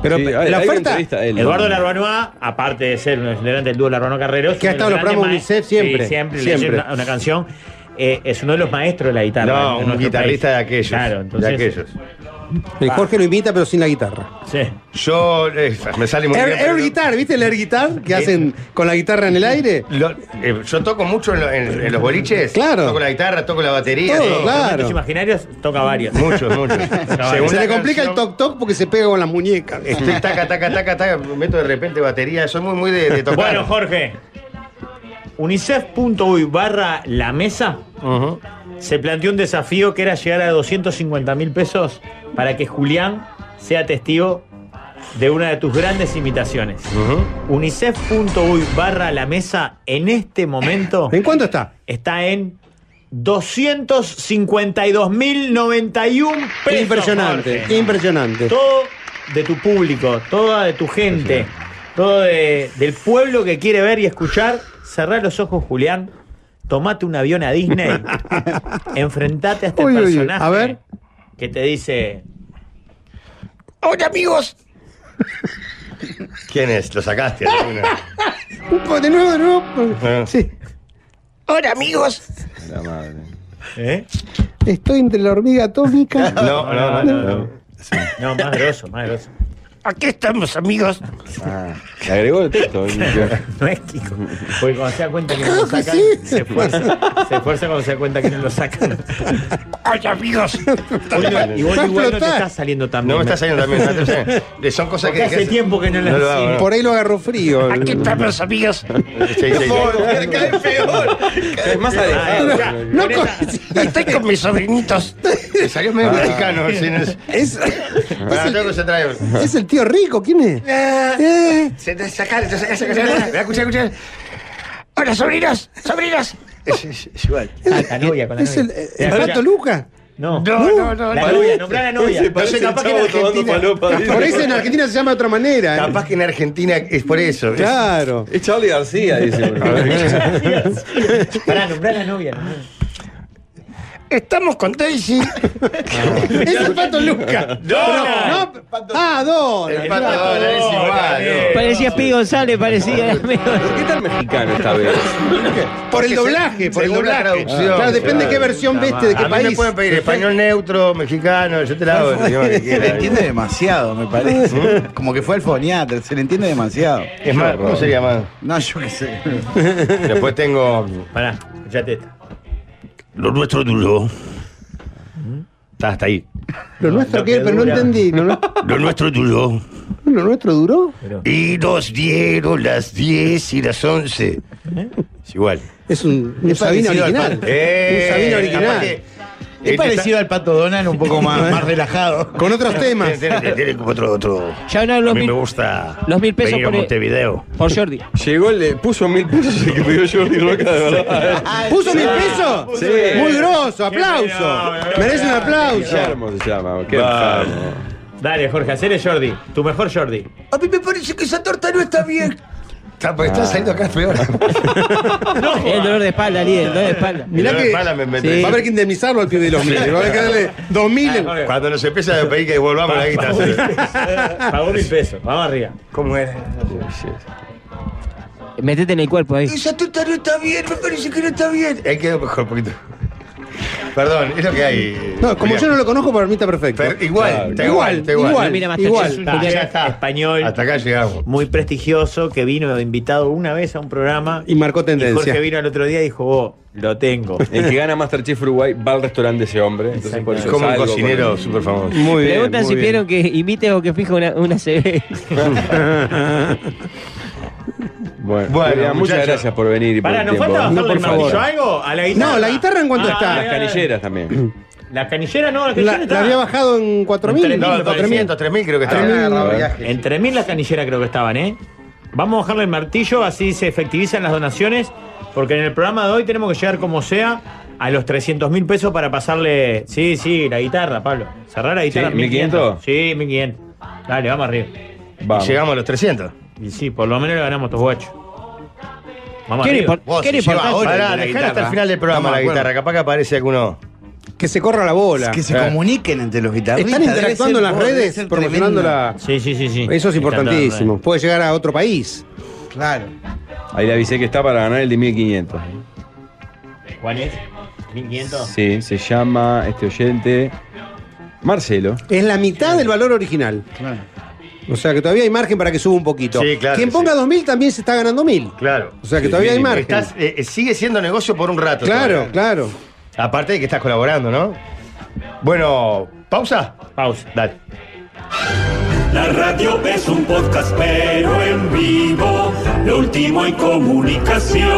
[SPEAKER 10] Pero
[SPEAKER 4] Sí, hay-
[SPEAKER 10] la
[SPEAKER 4] hay una
[SPEAKER 10] oferta.
[SPEAKER 4] entrevista a él.
[SPEAKER 6] Eduardo Larbanoa, aparte de ser un delante del dúo Larbanoa Carreros,
[SPEAKER 10] Que ha
[SPEAKER 6] uno de
[SPEAKER 10] estado en los
[SPEAKER 6] grandes
[SPEAKER 10] programas UNICEF
[SPEAKER 6] ma-
[SPEAKER 10] siempre,
[SPEAKER 6] Sí, siempre,
[SPEAKER 10] siempre.
[SPEAKER 6] leyendo Una, una canción. eh, es uno de los maestros de la guitarra.
[SPEAKER 5] No,
[SPEAKER 6] en
[SPEAKER 5] un
[SPEAKER 6] nuestro
[SPEAKER 5] guitarrista
[SPEAKER 6] país.
[SPEAKER 5] de aquellos.
[SPEAKER 6] Claro, entonces.
[SPEAKER 5] De aquellos.
[SPEAKER 10] El eh, Jorge lo invita, pero sin la guitarra.
[SPEAKER 6] Sí.
[SPEAKER 5] Yo, eh, me sale muy
[SPEAKER 10] Air,
[SPEAKER 5] bien. pero-
[SPEAKER 10] air guitar, ¿viste el air guitar que
[SPEAKER 5] Sí.
[SPEAKER 10] hacen con la guitarra en el aire?
[SPEAKER 5] Lo- eh, yo toco mucho en, lo- en- en los boliches.
[SPEAKER 10] Claro.
[SPEAKER 5] Toco la guitarra, toco la batería.
[SPEAKER 10] Todo,
[SPEAKER 5] toco-
[SPEAKER 10] claro.
[SPEAKER 6] Los imaginarios toca varios.
[SPEAKER 5] Muchos, muchos.
[SPEAKER 6] Ah,
[SPEAKER 10] [LAUGHS]
[SPEAKER 5] Según
[SPEAKER 10] Se
[SPEAKER 5] la
[SPEAKER 10] le complica el
[SPEAKER 5] canción,
[SPEAKER 10] toc toc porque se pega con las muñecas.
[SPEAKER 5] Estoy taca, taca, taca, taca, meto de repente batería. Soy muy, muy [LAUGHS] de, de tocar.
[SPEAKER 6] Bueno, Jorge. Unicef.uy barra la mesa
[SPEAKER 5] Ujú.
[SPEAKER 6] se planteó un desafío que era llegar a 250 mil pesos para que Julián sea testigo de una de tus grandes imitaciones. Unicef.uy barra la mesa en este momento
[SPEAKER 10] ¿En cuánto está?
[SPEAKER 6] está en 252.091 pesos.
[SPEAKER 10] impresionante,
[SPEAKER 6] Jorge.
[SPEAKER 10] impresionante.
[SPEAKER 6] Todo de tu público, toda de tu gente, todo de- del pueblo que quiere ver y escuchar. Cerrá los ojos, Julián. Tomate un avión a Disney.
[SPEAKER 10] [LAUGHS]
[SPEAKER 6] enfrentate a este
[SPEAKER 10] Uy, uy, uy.
[SPEAKER 6] personaje
[SPEAKER 10] A ver.
[SPEAKER 6] que te dice.
[SPEAKER 5] Hola, amigos. ¿Quién es? Lo sacaste. alguna.
[SPEAKER 10] Un po- De nuevo, de nuevo.
[SPEAKER 5] Ah.
[SPEAKER 10] Sí.
[SPEAKER 2] Hola amigos.
[SPEAKER 4] La madre.
[SPEAKER 6] ¿eh?
[SPEAKER 10] Estoy entre la hormiga atómica.
[SPEAKER 5] [LAUGHS]
[SPEAKER 6] [LAUGHS]
[SPEAKER 5] No, no, no. no.
[SPEAKER 6] No, más grosso, más grosso.
[SPEAKER 2] Aquí estamos amigos.
[SPEAKER 4] Ah, Le agregó el texto.
[SPEAKER 6] No es Kiko. Porque cuando se da cuenta que no
[SPEAKER 10] Claro
[SPEAKER 6] lo
[SPEAKER 10] que
[SPEAKER 6] sacan,
[SPEAKER 10] [LAUGHS] sí.
[SPEAKER 6] se esfuerza. Se esfuerza cuando se da cuenta que no lo sacan.
[SPEAKER 2] Hola amigos.
[SPEAKER 6] Hoy no- y vos
[SPEAKER 10] Va a
[SPEAKER 6] igual no te
[SPEAKER 10] explotar.
[SPEAKER 6] está saliendo tan
[SPEAKER 5] No me
[SPEAKER 6] bien.
[SPEAKER 5] está saliendo también. no está saliendo. Eh, Son cosas
[SPEAKER 6] Porque
[SPEAKER 5] que.
[SPEAKER 6] hace tiempo que no las
[SPEAKER 5] No lo hago,
[SPEAKER 6] hacemos.
[SPEAKER 5] no.
[SPEAKER 10] Por ahí lo agarró frío.
[SPEAKER 6] Ah.
[SPEAKER 2] Aquí estamos amigos.
[SPEAKER 5] Sí, sí, sí.
[SPEAKER 4] Es más
[SPEAKER 6] Ah,
[SPEAKER 4] alejado.
[SPEAKER 10] No con-
[SPEAKER 2] Estoy con mis sobrinitos.
[SPEAKER 5] Me Salió medio mexicano. sí, no es-
[SPEAKER 10] es,
[SPEAKER 5] Pará, tengo que concentrar.
[SPEAKER 10] es el tío rico, ¿quién es? Eh,
[SPEAKER 5] Se te saca, se te saca, se te saca. Escucha, escucha.
[SPEAKER 2] Hola sobrinos. Sobrinos.
[SPEAKER 5] Es- es- es igual.
[SPEAKER 6] Ah, la novia, con la
[SPEAKER 10] es el, eh,
[SPEAKER 6] novia.
[SPEAKER 10] el,
[SPEAKER 6] La
[SPEAKER 10] pato
[SPEAKER 6] novia.
[SPEAKER 10] Luca.
[SPEAKER 6] No.
[SPEAKER 5] No, no, no.
[SPEAKER 6] La novia, nombrá la novia.
[SPEAKER 4] Se parece
[SPEAKER 5] capaz que
[SPEAKER 4] el
[SPEAKER 5] en
[SPEAKER 4] chavo tomando
[SPEAKER 5] Argentina-
[SPEAKER 4] palopa.
[SPEAKER 10] Por eso en Argentina se llama de otra manera. ¿eh?
[SPEAKER 5] Capaz que en Argentina es por eso. es-
[SPEAKER 10] Claro.
[SPEAKER 4] Es
[SPEAKER 10] [LAUGHS]
[SPEAKER 4] Charlie García, dice. uno.
[SPEAKER 6] Pará, nombrá la novia. nombrá.
[SPEAKER 5] Estamos con [LAUGHS] Daisy. es el pato Luca.
[SPEAKER 8] Donald.
[SPEAKER 5] No, no, ah, Donald.
[SPEAKER 8] El pato Donald es
[SPEAKER 5] igual. eh.
[SPEAKER 8] Parecía Pi González, parecía. [LAUGHS]
[SPEAKER 4] ¿Qué tal mexicano esta
[SPEAKER 5] [LAUGHS]
[SPEAKER 4] vez?
[SPEAKER 5] Por el doblaje, por el doblaje. claro, depende de qué versión viste, ¿Este de qué país. neutro, mexicano, yo te
[SPEAKER 12] se le entiende demasiado, me
[SPEAKER 6] [LAUGHS]
[SPEAKER 12] parece. Como que fue al foniatra, se le entiende demasiado.
[SPEAKER 5] Es más, ¿cómo sería más?
[SPEAKER 12] No, yo qué sé.
[SPEAKER 5] Después tengo.
[SPEAKER 6] Pará, escuchate esta.
[SPEAKER 5] Lo nuestro duro. Está hasta ahí.
[SPEAKER 10] Lo nuestro qué, pero no entendí. Lo, nu-
[SPEAKER 5] Lo nuestro duro.
[SPEAKER 10] lo nuestro duró.
[SPEAKER 5] Y nos dieron las 10 y las 11. Es igual.
[SPEAKER 10] Es un, un
[SPEAKER 12] Es
[SPEAKER 10] Sabino
[SPEAKER 12] parecido al
[SPEAKER 10] original.
[SPEAKER 12] pato.
[SPEAKER 5] Eh,
[SPEAKER 10] un Sabino
[SPEAKER 5] aparte, este,
[SPEAKER 10] original.
[SPEAKER 12] Es parecido al pato Donald, un poco más, más relajado.
[SPEAKER 10] Con otros [LAUGHS] temas.
[SPEAKER 5] Tiene, tiene como otro, otro.
[SPEAKER 8] Ya no los
[SPEAKER 5] a mí
[SPEAKER 8] mil,
[SPEAKER 5] me gusta
[SPEAKER 8] los mil pesos
[SPEAKER 5] venir a
[SPEAKER 8] por,
[SPEAKER 5] Montevideo.
[SPEAKER 8] por Jordi.
[SPEAKER 4] Llegó, le puso mil pesos el que pidió Jordi Roca, de
[SPEAKER 5] [LAUGHS] Ah,
[SPEAKER 4] verdad.
[SPEAKER 10] ¿Puso mil pesos?
[SPEAKER 4] Sí.
[SPEAKER 10] Muy grosso, aplauso. Merece un aplauso.
[SPEAKER 4] Guillermo se llama. Qué
[SPEAKER 6] Va.
[SPEAKER 4] enfermo.
[SPEAKER 6] Dale, Jorge, hacele Jordi. Tu mejor Jordi.
[SPEAKER 2] A mí me parece que esa torta no está bien.
[SPEAKER 5] Está, porque está saliendo acá peor.
[SPEAKER 8] El Eh, dolor de espalda, líder, el dolor de espalda.
[SPEAKER 5] [LAUGHS] Mirá
[SPEAKER 10] Mirá
[SPEAKER 5] que.
[SPEAKER 10] que-
[SPEAKER 5] me, me-
[SPEAKER 8] Sí.
[SPEAKER 10] Va a haber que indemnizarlo al pibe de los mil. Va a haber que darle dos mil.
[SPEAKER 5] Ah,
[SPEAKER 10] en-
[SPEAKER 5] Cuando nos empieza a pedir que volvamos la
[SPEAKER 6] [LAUGHS]
[SPEAKER 5] guita.
[SPEAKER 6] Pagó mil pesos. Vamos arriba.
[SPEAKER 5] ¿Cómo es?
[SPEAKER 8] Metete en el cuerpo ahí.
[SPEAKER 2] Esa torta no está bien, me parece que no está bien.
[SPEAKER 5] Ahí quedó mejor un poquito. Perdón, es lo que hay.
[SPEAKER 10] No, como
[SPEAKER 5] Julián.
[SPEAKER 10] yo no lo conozco, para mí está perfecto.
[SPEAKER 5] Pero igual, está
[SPEAKER 10] Igual,
[SPEAKER 5] igual, está igual.
[SPEAKER 10] igual.
[SPEAKER 8] Mira,
[SPEAKER 10] igual.
[SPEAKER 8] Masterchef,
[SPEAKER 6] Está,
[SPEAKER 8] Julián.
[SPEAKER 6] Español.
[SPEAKER 5] Hasta acá llegamos.
[SPEAKER 6] muy prestigioso que vino de invitado una vez a un programa
[SPEAKER 10] Y marcó
[SPEAKER 6] Y
[SPEAKER 10] tendencia.
[SPEAKER 6] Jorge vino al otro día y dijo, "Vos, lo tengo.
[SPEAKER 4] El que gana Masterchef Uruguay va al restaurante de ese hombre. Entonces, por
[SPEAKER 5] Es
[SPEAKER 4] eso
[SPEAKER 5] como un
[SPEAKER 4] salgo con-
[SPEAKER 5] cocinero súper famoso.
[SPEAKER 10] Muy bien.
[SPEAKER 8] Preguntan
[SPEAKER 10] muy
[SPEAKER 8] si
[SPEAKER 10] bien.
[SPEAKER 8] vieron que imite o que fija una, una CB.
[SPEAKER 4] [LAUGHS] Bueno,
[SPEAKER 5] Bueno,
[SPEAKER 4] Julián, muchas
[SPEAKER 5] muchachos.
[SPEAKER 4] gracias por venir y por
[SPEAKER 6] Pará,
[SPEAKER 4] el
[SPEAKER 6] ¿nos
[SPEAKER 4] tiempo.
[SPEAKER 6] falta bajarle
[SPEAKER 10] No, por
[SPEAKER 6] el martillo
[SPEAKER 10] favor.
[SPEAKER 6] a algo? ¿A la guitarra? Ah,
[SPEAKER 10] No, la guitarra, ¿en cuánto está?
[SPEAKER 6] ay,
[SPEAKER 4] Las
[SPEAKER 6] ay, ay.
[SPEAKER 5] [LAUGHS]
[SPEAKER 4] canilleras también.
[SPEAKER 6] La canillera no, la canillera
[SPEAKER 10] La,
[SPEAKER 6] está.
[SPEAKER 10] la había bajado en 4.000.
[SPEAKER 6] En
[SPEAKER 5] No,
[SPEAKER 10] No,
[SPEAKER 5] 400, 3000 creo que está.
[SPEAKER 10] Ahí agarraba
[SPEAKER 6] Entre mil las canilleras creo que estaban, ¿eh? Vamos a bajarle el martillo, así se efectivizan las donaciones, porque en el programa de hoy tenemos que llegar como sea a los 300 mil pesos para pasarle... Sí, sí, la guitarra, Pablo. Cerrar la guitarra.
[SPEAKER 4] Sí,
[SPEAKER 6] 1500. Sí, 1500. Dale, vamos arriba.
[SPEAKER 4] Vamos.
[SPEAKER 5] Llegamos a los 300.
[SPEAKER 6] Y sí, por lo menos le ganamos a estos guachos. Vamos
[SPEAKER 8] ¿Qué le
[SPEAKER 6] arriba.
[SPEAKER 8] impor- qué le importa?
[SPEAKER 5] Pará, dejar hasta el final del programa la guitarra. Capaz que aparece alguno.
[SPEAKER 10] Que se corra la bola.
[SPEAKER 12] Que se comuniquen entre los guitarristas.
[SPEAKER 10] Están
[SPEAKER 12] debe
[SPEAKER 10] interactuando en
[SPEAKER 12] ser-
[SPEAKER 10] las
[SPEAKER 12] debe
[SPEAKER 10] redes,
[SPEAKER 12] ser
[SPEAKER 10] promocionando
[SPEAKER 12] tremendo.
[SPEAKER 10] la.
[SPEAKER 6] Sí, sí, sí, sí.
[SPEAKER 10] Eso es importantísimo. Puede llegar a otro país.
[SPEAKER 12] Claro.
[SPEAKER 4] Ahí le avisé que está para ganar el de 1500.
[SPEAKER 6] ¿Cuál es? 1500.
[SPEAKER 4] Sí, se llama este oyente Marcelo.
[SPEAKER 10] Es la mitad del valor original. O sea que todavía hay margen para que suba un poquito.
[SPEAKER 5] Sí, claro
[SPEAKER 10] Quien
[SPEAKER 5] que
[SPEAKER 10] ponga
[SPEAKER 5] sí.
[SPEAKER 10] 2.000 también se está ganando 1.000.
[SPEAKER 5] Claro.
[SPEAKER 10] O sea que todavía hay margen.
[SPEAKER 5] Estás, eh, eh, sigue siendo negocio por un rato.
[SPEAKER 10] Claro,
[SPEAKER 5] todavía.
[SPEAKER 10] claro.
[SPEAKER 5] Aparte de que estás colaborando, ¿no? Bueno, pausa.
[SPEAKER 6] Pausa.
[SPEAKER 5] Dale.
[SPEAKER 9] La radio es un podcast, pero en vivo, lo último en comunicación.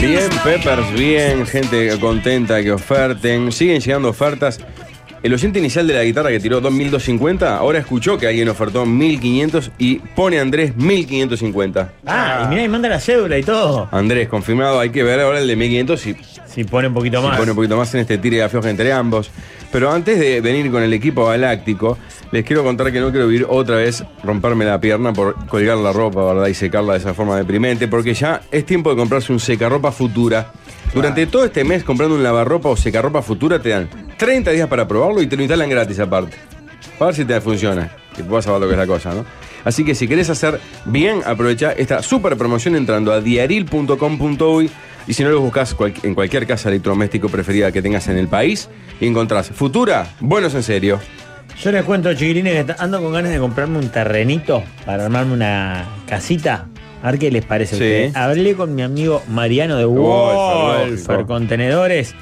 [SPEAKER 4] Bien, Peppers, bien, gente contenta que oferten. Siguen llegando ofertas. El oyente inicial de la guitarra que tiró 2250, ahora escuchó que alguien ofertó 1500 y pone Andrés 1550.
[SPEAKER 6] Ah, y mirá, y manda la cédula y todo.
[SPEAKER 4] Andrés, confirmado, hay que ver ahora el de 1500 y
[SPEAKER 6] Si pone un poquito más.
[SPEAKER 4] pone un poquito más en este tire y afloje entre ambos. Pero antes de venir con el equipo galáctico, les quiero contar que no quiero vivir otra vez romperme la pierna por colgar la ropa, ¿verdad? Y secarla de esa forma deprimente, porque ya es tiempo de comprarse un secarropa futura. Durante todo este mes comprando un lavarropa o secarropa futura te dan 30 días para probarlo y te lo instalan gratis aparte. Para ver si te funciona. Que puedas saber lo que es la cosa, ¿no? Así que si querés hacer bien, aprovecha esta super promoción entrando a diaril.com.uy y si no lo buscas cual- en cualquier casa electrodoméstico preferida que tengas en el país y encontrás Futura, buenos en serio.
[SPEAKER 6] Yo les cuento, chiquilines, que está- ando con ganas de comprarme un terrenito para armarme una casita. A ver qué les parece a
[SPEAKER 4] Sí.
[SPEAKER 6] ustedes. Hablé con mi amigo Mariano de
[SPEAKER 4] Wolfer,
[SPEAKER 6] Wolfer
[SPEAKER 4] lógico.
[SPEAKER 6] Contenedores.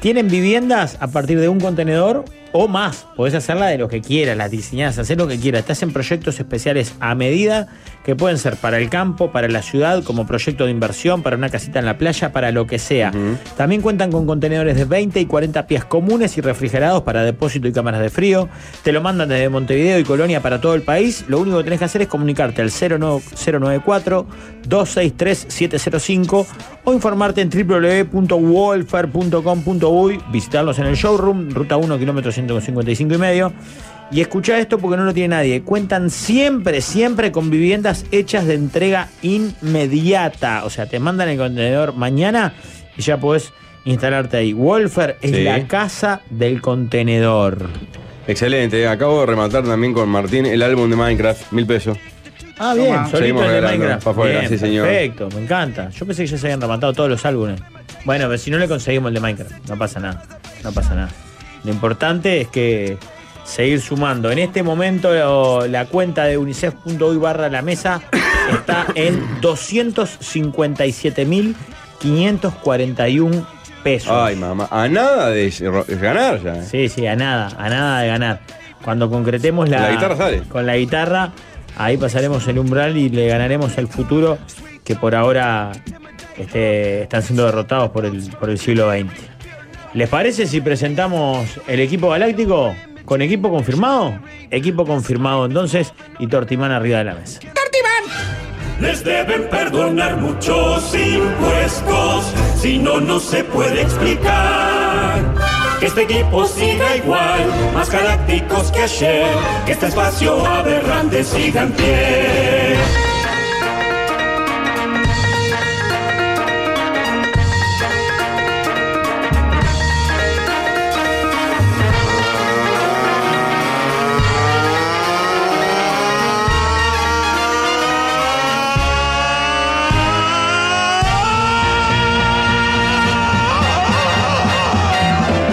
[SPEAKER 6] Tienen viviendas a partir de un contenedor o más. Podés hacerla de lo que quieras, las diseñás, hacer lo que quieras. Te hacen proyectos especiales a medida que pueden ser para el campo, para la ciudad, como proyecto de inversión, para una casita en la playa, para lo que sea. También cuentan con contenedores de 20 y 40 pies comunes y refrigerados para depósito y cámaras de frío. Te lo mandan desde Montevideo y Colonia para todo el país. Lo único que tenés que hacer es comunicarte al 094-263-705 o informarte en www.wolfer.com.uy, visitarlos en el showroom, ruta 1, kilómetro 155 y medio. Y escucha esto porque no lo tiene nadie. Cuentan siempre, siempre con viviendas hechas de entrega inmediata. O sea, te mandan el contenedor mañana y ya podés instalarte ahí. Wolfer es
[SPEAKER 4] Sí.
[SPEAKER 6] la casa del contenedor.
[SPEAKER 4] Excelente, ¿eh? acabo de rematar también con Martín el álbum de Minecraft, mil pesos.
[SPEAKER 6] Ah, bien,
[SPEAKER 4] Toma.
[SPEAKER 6] solito
[SPEAKER 4] Seguimos
[SPEAKER 6] el de
[SPEAKER 4] regalando,
[SPEAKER 6] Minecraft.
[SPEAKER 4] pa' afuera,
[SPEAKER 6] Bien,
[SPEAKER 4] sí, señor.
[SPEAKER 6] Perfecto, me encanta. Yo pensé que ya se habían rematado todos los álbumes. Bueno, pero si no le conseguimos el de Minecraft, no pasa nada. No pasa nada. Lo importante es que seguir sumando. En este momento lo- la cuenta de unicef.uy barra la mesa [COUGHS] está en 257.541 pesos.
[SPEAKER 4] Ay, mamá, a nada de ro- ganar ya. eh.
[SPEAKER 6] Sí, sí, a nada, a nada de ganar. Cuando concretemos la,
[SPEAKER 4] La guitarra sale.
[SPEAKER 6] Con la guitarra, ahí pasaremos el umbral y le ganaremos el futuro que por ahora este, están siendo derrotados por el, por el siglo XX. ¿Les parece si presentamos el equipo galáctico? ¿Con equipo confirmado? Equipo confirmado entonces y Tortimán arriba de la mesa.
[SPEAKER 9] Les deben perdonar muchos impuestos, si no, no se puede explicar. Que este equipo siga igual, más galácticos que ayer, que este espacio aberrante siga en pie.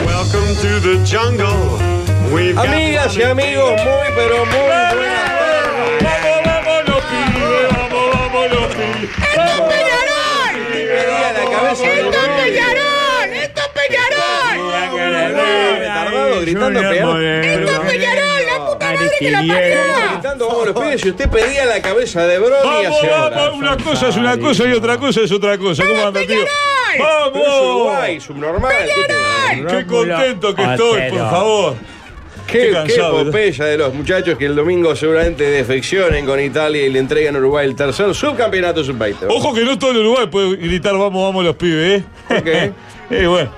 [SPEAKER 13] Welcome to the jungle. We've got
[SPEAKER 4] Amigas y
[SPEAKER 13] fun
[SPEAKER 4] amigos, muy pero muy buenas
[SPEAKER 13] tardes. Vamos, vamos, Lopi, vamos, vamos, Lopi. ¡Esto es Peñarol! ¡Esto es Peñarol! ¡Esto es Peñarol!
[SPEAKER 4] Tardado gritando Peñarol. la puta madre que la parió.
[SPEAKER 13] eh.
[SPEAKER 4] Gritando, vamos los pibes, y usted pedía la cabeza de Brody
[SPEAKER 13] Vamos,
[SPEAKER 4] hace horas.
[SPEAKER 13] vamos, una cosa es una cosa y otra cosa es otra cosa. ¿Cómo anda, tío? Ah,
[SPEAKER 4] Pero es Uruguay,
[SPEAKER 13] ¡Vamos!
[SPEAKER 4] subnormal.
[SPEAKER 13] ¡Qué contento que estoy, por favor!
[SPEAKER 4] Qué,
[SPEAKER 13] Estoy
[SPEAKER 4] qué
[SPEAKER 13] cansado, ¿no?
[SPEAKER 4] epopeya de los muchachos que el domingo seguramente defeccionen con Italia y le entregan a Uruguay el tercer subcampeonato sub-20.
[SPEAKER 13] Ojo que no todo el Uruguay puede gritar vamos, vamos los pibes, ¿eh? [LAUGHS] eh, bueno.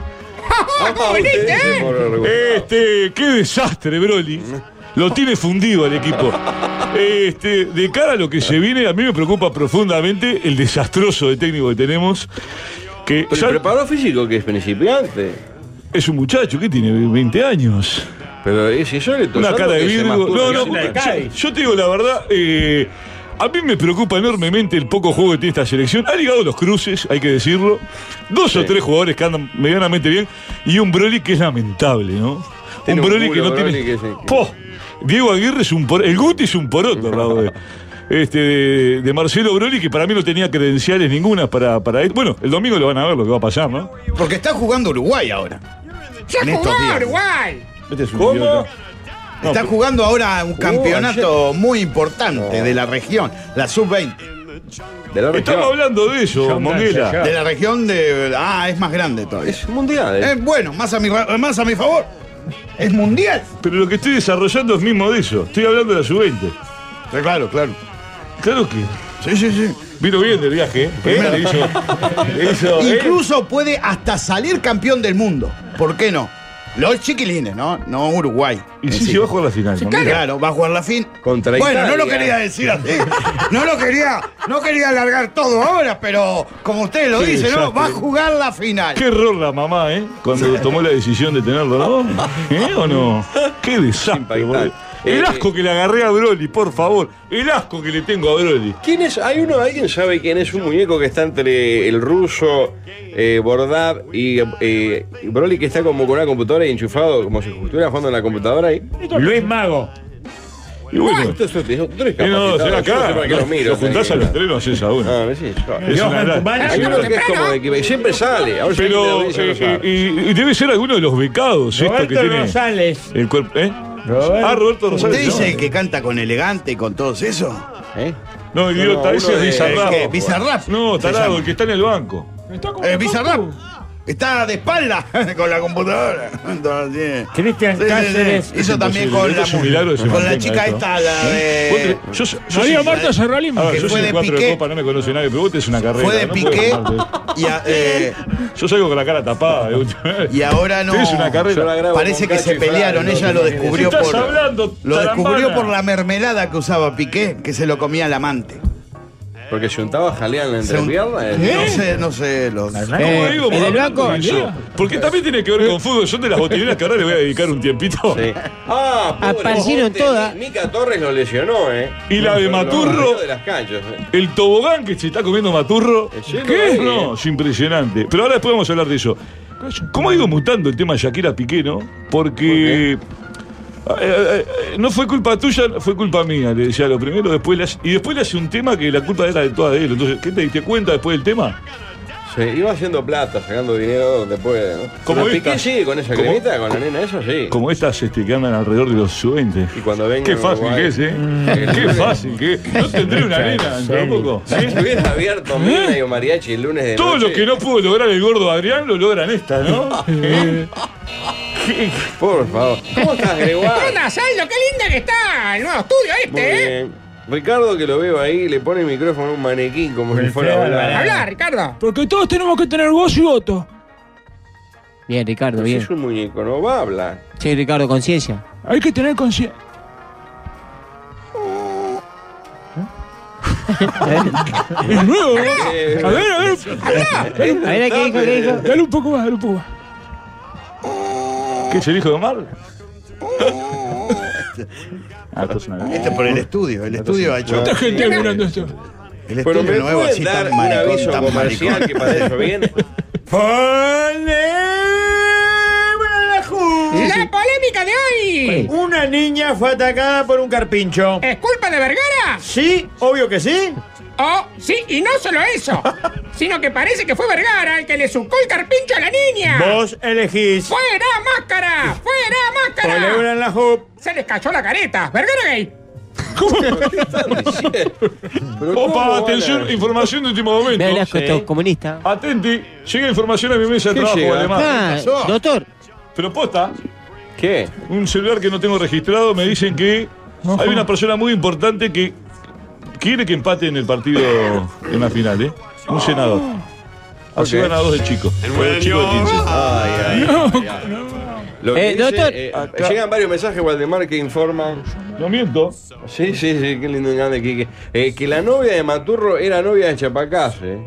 [SPEAKER 13] Este, qué desastre, Broly. Lo tiene fundido al equipo. Este, de cara a lo que se viene, a mí me preocupa profundamente el desastroso de técnico que tenemos. Que
[SPEAKER 4] Pero el preparador físico que es principiante.
[SPEAKER 13] Es un muchacho que tiene 20 años.
[SPEAKER 4] Pero eh, si yo le
[SPEAKER 13] Una cara de Virgo. No, no,
[SPEAKER 4] porque-
[SPEAKER 13] yo, yo te digo la verdad. eh, a mí me preocupa enormemente el poco juego que tiene esta selección. Ha ligado los cruces, hay que decirlo. Dos o tres jugadores que andan medianamente bien. Y un Broly que es lamentable, ¿no?
[SPEAKER 4] Tiene
[SPEAKER 13] un
[SPEAKER 4] un
[SPEAKER 13] Broly que
[SPEAKER 4] culo,
[SPEAKER 13] no tiene.
[SPEAKER 4] Broly, que sí,
[SPEAKER 13] ¡Po! Diego Aguirre es un por... El Guti es un poroto, Raúl. Este, de, de Marcelo Broly, que para mí no tenía credenciales ninguna para, para él. Bueno, el domingo lo van a ver lo que va a pasar, ¿no?
[SPEAKER 12] Porque está jugando Uruguay ahora.
[SPEAKER 13] Ya
[SPEAKER 12] En estos
[SPEAKER 13] jugó
[SPEAKER 12] días.
[SPEAKER 13] Este es un
[SPEAKER 12] ¿Cómo?
[SPEAKER 13] idiota. No,
[SPEAKER 12] Está
[SPEAKER 13] pero-
[SPEAKER 12] jugando ahora un campeonato muy importante
[SPEAKER 13] No.
[SPEAKER 12] de la región, la sub-20.
[SPEAKER 13] Estamos hablando de eso, Monguera.
[SPEAKER 12] De la región de. Ah, es más grande todavía. Es
[SPEAKER 4] mundial.
[SPEAKER 13] eh.
[SPEAKER 12] bueno, más a, mi, ra- más a mi favor. Es mundial.
[SPEAKER 13] Pero lo que estoy desarrollando es mismo de eso. Estoy hablando de la sub-20.
[SPEAKER 12] claro, claro.
[SPEAKER 13] Claro que.
[SPEAKER 12] Sí, sí, sí.
[SPEAKER 13] Vino bien del viaje, ¿eh?
[SPEAKER 12] Primero.
[SPEAKER 13] Le hizo- le hizo- ¿eh?
[SPEAKER 12] Incluso puede hasta salir campeón del mundo. ¿Por qué no? Los chiquilines, ¿no? No Uruguay.
[SPEAKER 13] Y sí, sí, va a jugar la final.
[SPEAKER 12] claro, claro, va a jugar la fin.
[SPEAKER 4] Contra
[SPEAKER 12] Bueno, no lo
[SPEAKER 4] Italia.
[SPEAKER 12] quería decir así. No lo quería, no quería alargar todo ahora, pero como ustedes lo
[SPEAKER 13] Qué
[SPEAKER 12] dicen, ¿no?
[SPEAKER 13] desastre.
[SPEAKER 12] Va a jugar la final.
[SPEAKER 13] Qué error la mamá, ¿eh? Cuando tomó la decisión de tenerlo, ¿no? ¿Eh o no? Qué desastre, boludo.
[SPEAKER 4] Eh,
[SPEAKER 13] El asco que le agarré a Broly, por favor. El asco que le tengo a Broly.
[SPEAKER 4] ¿Quién es? ¿Hay uno, alguien sabe quién es un muñeco que está entre el ruso, eh, Bordav y eh, Broly que está como con una computadora y enchufado, como si estuviera jugando en la computadora ahí?
[SPEAKER 6] Luis Mago.
[SPEAKER 13] Y bueno.
[SPEAKER 4] Ah, entonces, tú tú eres
[SPEAKER 13] Eh, no,
[SPEAKER 4] capacitado,
[SPEAKER 13] será
[SPEAKER 4] yo no sé
[SPEAKER 13] acá.
[SPEAKER 4] para qué lo miro,
[SPEAKER 13] juntás
[SPEAKER 4] así
[SPEAKER 13] a
[SPEAKER 4] que-
[SPEAKER 13] los tres, no haces a uno. Eh,
[SPEAKER 4] Ah, sí, claro.
[SPEAKER 13] Es una
[SPEAKER 4] Hay
[SPEAKER 13] gran-
[SPEAKER 4] uno que es como de que siempre sale. ahora sí que la
[SPEAKER 13] Pero
[SPEAKER 4] audiencia no
[SPEAKER 13] eh,
[SPEAKER 4] sabe.
[SPEAKER 13] y- y debe ser alguno de los becados esto que
[SPEAKER 6] Roberto
[SPEAKER 13] tiene
[SPEAKER 6] Rosales.
[SPEAKER 13] el cuerpo, ¿eh?
[SPEAKER 6] Roberto.
[SPEAKER 13] Ah, Roberto Rosales.
[SPEAKER 12] ¿Usted dice que canta con elegante y con todo eso?
[SPEAKER 13] No, idiota,
[SPEAKER 12] ¿Eh? No,
[SPEAKER 13] ese
[SPEAKER 12] uno
[SPEAKER 13] es
[SPEAKER 12] de-
[SPEAKER 13] Bizarrap.
[SPEAKER 12] ¿Qué? ¿Bizarrap?
[SPEAKER 13] No,
[SPEAKER 12] Se
[SPEAKER 13] tarado,
[SPEAKER 12] llama.
[SPEAKER 13] el que está en el banco.
[SPEAKER 12] Eh, Bizarrap. Está de espalda [LAUGHS] con la [LAUGHS] computadora. Entonces, sí.
[SPEAKER 6] Cristian
[SPEAKER 12] Sí, sí, sí.
[SPEAKER 6] Cáceres.
[SPEAKER 12] Hizo también con la, mu- con la chica esta, la de.
[SPEAKER 13] María Marta Serralín.
[SPEAKER 12] Serralín, que
[SPEAKER 13] Ah, Yo
[SPEAKER 12] fue
[SPEAKER 13] soy
[SPEAKER 12] de
[SPEAKER 13] cuatro de
[SPEAKER 12] Piqué.
[SPEAKER 13] copa, no me conoce nadie, pero vos tenés una carrera.
[SPEAKER 12] Fue de
[SPEAKER 13] no puedo
[SPEAKER 12] Piqué
[SPEAKER 13] contarte.
[SPEAKER 12] y a- eh,
[SPEAKER 13] Yo salgo con la cara tapada. de última vez.
[SPEAKER 12] Y ahora no.
[SPEAKER 13] Tenés una carrera.
[SPEAKER 12] Parece que se pelearon. Ella lo descubrió
[SPEAKER 13] ¿Estás
[SPEAKER 12] por.
[SPEAKER 13] hablando,
[SPEAKER 12] lo descubrió
[SPEAKER 13] tarambana?
[SPEAKER 12] por la mermelada que usaba Piqué, que se lo comía el amante.
[SPEAKER 4] Porque juntaba jalean la entrepierna.
[SPEAKER 12] ¿Eh? No sé, no sé. Los...
[SPEAKER 13] ¿Cómo digo, por la- yo? Porque también tiene que ver con fútbol. Son de las botineras que ahora le voy a dedicar un tiempito.
[SPEAKER 4] [LAUGHS] Ah, pobre,
[SPEAKER 13] Aparecieron
[SPEAKER 4] pobre,
[SPEAKER 13] todas.
[SPEAKER 4] Mica Torres lo lesionó, ¿eh?
[SPEAKER 13] Y la de
[SPEAKER 4] Lo- lo
[SPEAKER 13] Maturro.
[SPEAKER 4] barrió de las canchas, eh.
[SPEAKER 13] El tobogán que se está comiendo Maturro.
[SPEAKER 4] lleno de
[SPEAKER 13] ¿Qué?
[SPEAKER 4] aire,
[SPEAKER 13] No, es impresionante. Pero ahora después vamos a hablar de eso. ¿Cómo ha ido mutando el tema Shakira Piqué, no? Porque. eh, eh, eh, no fue culpa tuya, fue culpa mía, le decía lo primero, después le hace- y después le hace un tema que la culpa era de toda de él. Entonces, ¿qué te diste cuenta después del tema?
[SPEAKER 4] Sí, iba haciendo plata, sacando dinero donde puede, ¿no?
[SPEAKER 13] Como
[SPEAKER 4] Pero Piqué
[SPEAKER 13] estas-
[SPEAKER 4] sigue con esa
[SPEAKER 13] como-
[SPEAKER 4] cremita, con la nena esa, sí.
[SPEAKER 13] Como estas este, que andan alrededor de los suentes. Y
[SPEAKER 4] cuando venga
[SPEAKER 13] Qué
[SPEAKER 4] en
[SPEAKER 13] fácil
[SPEAKER 4] Uruguay.
[SPEAKER 13] que es, ¿eh? Qué fácil que es. No tendré una nena dentro de poco.
[SPEAKER 4] Si estuviera abierto Mina y un Mariachi el lunes de
[SPEAKER 13] ¿Eh? Todo
[SPEAKER 4] noche,
[SPEAKER 13] lo que no pudo lograr el gordo Adrián lo logran esta, ¿no? Eh,
[SPEAKER 4] Por favor. ¿Cómo estás, Gregoire?
[SPEAKER 14] Saldo, qué linda que está el nuevo estudio
[SPEAKER 4] Muy
[SPEAKER 14] este, ¿eh?
[SPEAKER 4] bien. Ricardo, que lo veo ahí, le pone el micrófono a un manequín como si fuera una
[SPEAKER 14] Habla, Ricardo.
[SPEAKER 15] Porque todos tenemos que tener voz y voto.
[SPEAKER 8] Bien, Ricardo,
[SPEAKER 4] Pero si
[SPEAKER 8] bien.
[SPEAKER 4] es un muñeco, no va a hablar.
[SPEAKER 8] Sí, Ricardo, conciencia.
[SPEAKER 15] Hay que tener conciencia.
[SPEAKER 8] ¿Eh?
[SPEAKER 15] Es nuevo. ¿eh? A ver, a ver.
[SPEAKER 8] A ver, ¿qué dijo, qué dijo?
[SPEAKER 15] Dale un poco más, dale un poco más.
[SPEAKER 13] ¿Qué es el hijo de Omar? Ah, esto es una-
[SPEAKER 12] Este por el estudio. El estudio ha hecho.
[SPEAKER 15] ¿Cuánta gente hay mirando esto?
[SPEAKER 12] El
[SPEAKER 4] Pero
[SPEAKER 12] estudio
[SPEAKER 4] me
[SPEAKER 12] nuevo
[SPEAKER 4] pueden
[SPEAKER 12] así
[SPEAKER 4] dar
[SPEAKER 12] tan
[SPEAKER 4] un aviso
[SPEAKER 12] maricón, tan
[SPEAKER 4] comercial
[SPEAKER 12] maricón.
[SPEAKER 4] que para
[SPEAKER 13] [LAUGHS]
[SPEAKER 4] eso viene.
[SPEAKER 14] La polémica de hoy.
[SPEAKER 16] Una niña fue atacada por un carpincho.
[SPEAKER 14] ¿Es culpa de Vergara?
[SPEAKER 16] Sí, obvio que sí.
[SPEAKER 14] Oh, sí, y no solo eso, sino que parece que fue Vergara el que le sucó el carpincho a la niña.
[SPEAKER 16] Vos elegís.
[SPEAKER 14] Ah. ¡Fuera máscara! ¡Fuera máscara!
[SPEAKER 16] O le vuelan la hoop.
[SPEAKER 14] Se les cayó la careta. ¡Vergara gay!
[SPEAKER 13] Opa, atención, información de último momento.
[SPEAKER 8] Me hablas con estos comunistas.
[SPEAKER 15] Ah,
[SPEAKER 13] Atenti, llega información a mi mesa de
[SPEAKER 8] ¿Qué
[SPEAKER 13] trabajo,
[SPEAKER 8] llega?
[SPEAKER 13] además.
[SPEAKER 8] Ah, doctor.
[SPEAKER 13] Pero posta.
[SPEAKER 4] ¿Qué?
[SPEAKER 13] Un celular que no tengo registrado, me dicen que hay una persona muy importante que quiere que empate en el partido en la final, ¿eh? Un senador. Así
[SPEAKER 4] Ok.
[SPEAKER 13] van a dos de chico. Fue de chico de 15.
[SPEAKER 4] Ay, ay, ay, ay. Lo que
[SPEAKER 13] Eh,
[SPEAKER 4] dice,
[SPEAKER 13] doctor.
[SPEAKER 4] eh,
[SPEAKER 13] Acá.
[SPEAKER 4] llegan varios mensajes, Waldemar, que informan.
[SPEAKER 13] No miento.
[SPEAKER 4] Sí, sí, sí, qué lindo grande, Quique. Eh, que la novia de Maturro era novia de Chapacás, eh.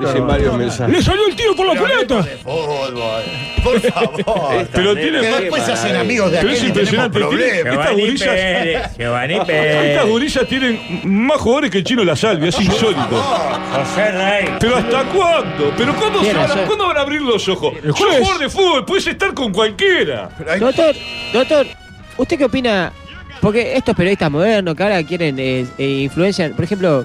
[SPEAKER 4] Dicen varios
[SPEAKER 15] ¡Le
[SPEAKER 4] mensajes.
[SPEAKER 15] salió el tío por la pelota!
[SPEAKER 12] [LAUGHS] Por favor.
[SPEAKER 4] Pero
[SPEAKER 12] tiene- Que después se hacen amigos de
[SPEAKER 13] Pero es
[SPEAKER 12] aquel y tenemos
[SPEAKER 13] impresionante. tienen-
[SPEAKER 12] problemas.
[SPEAKER 13] Estas
[SPEAKER 12] Giovanni
[SPEAKER 13] gurillas.
[SPEAKER 12] Pérez, Giovanni
[SPEAKER 13] [LAUGHS] Estas
[SPEAKER 12] Pérez.
[SPEAKER 13] gurillas tienen más jugadores que el chino La Salvia, es insólito.
[SPEAKER 15] José Rey.
[SPEAKER 13] Pero ¿hasta cuándo? ¿Pero cuándo, se
[SPEAKER 8] Tiene
[SPEAKER 13] van, a-
[SPEAKER 8] razón.
[SPEAKER 13] cuándo van a abrir los ojos? Yo
[SPEAKER 8] jueves.
[SPEAKER 13] jugador de fútbol, puedes estar con cualquiera.
[SPEAKER 8] Doctor, doctor, ¿usted qué opina? Porque estos periodistas modernos que ahora quieren eh, eh, influencian, por ejemplo,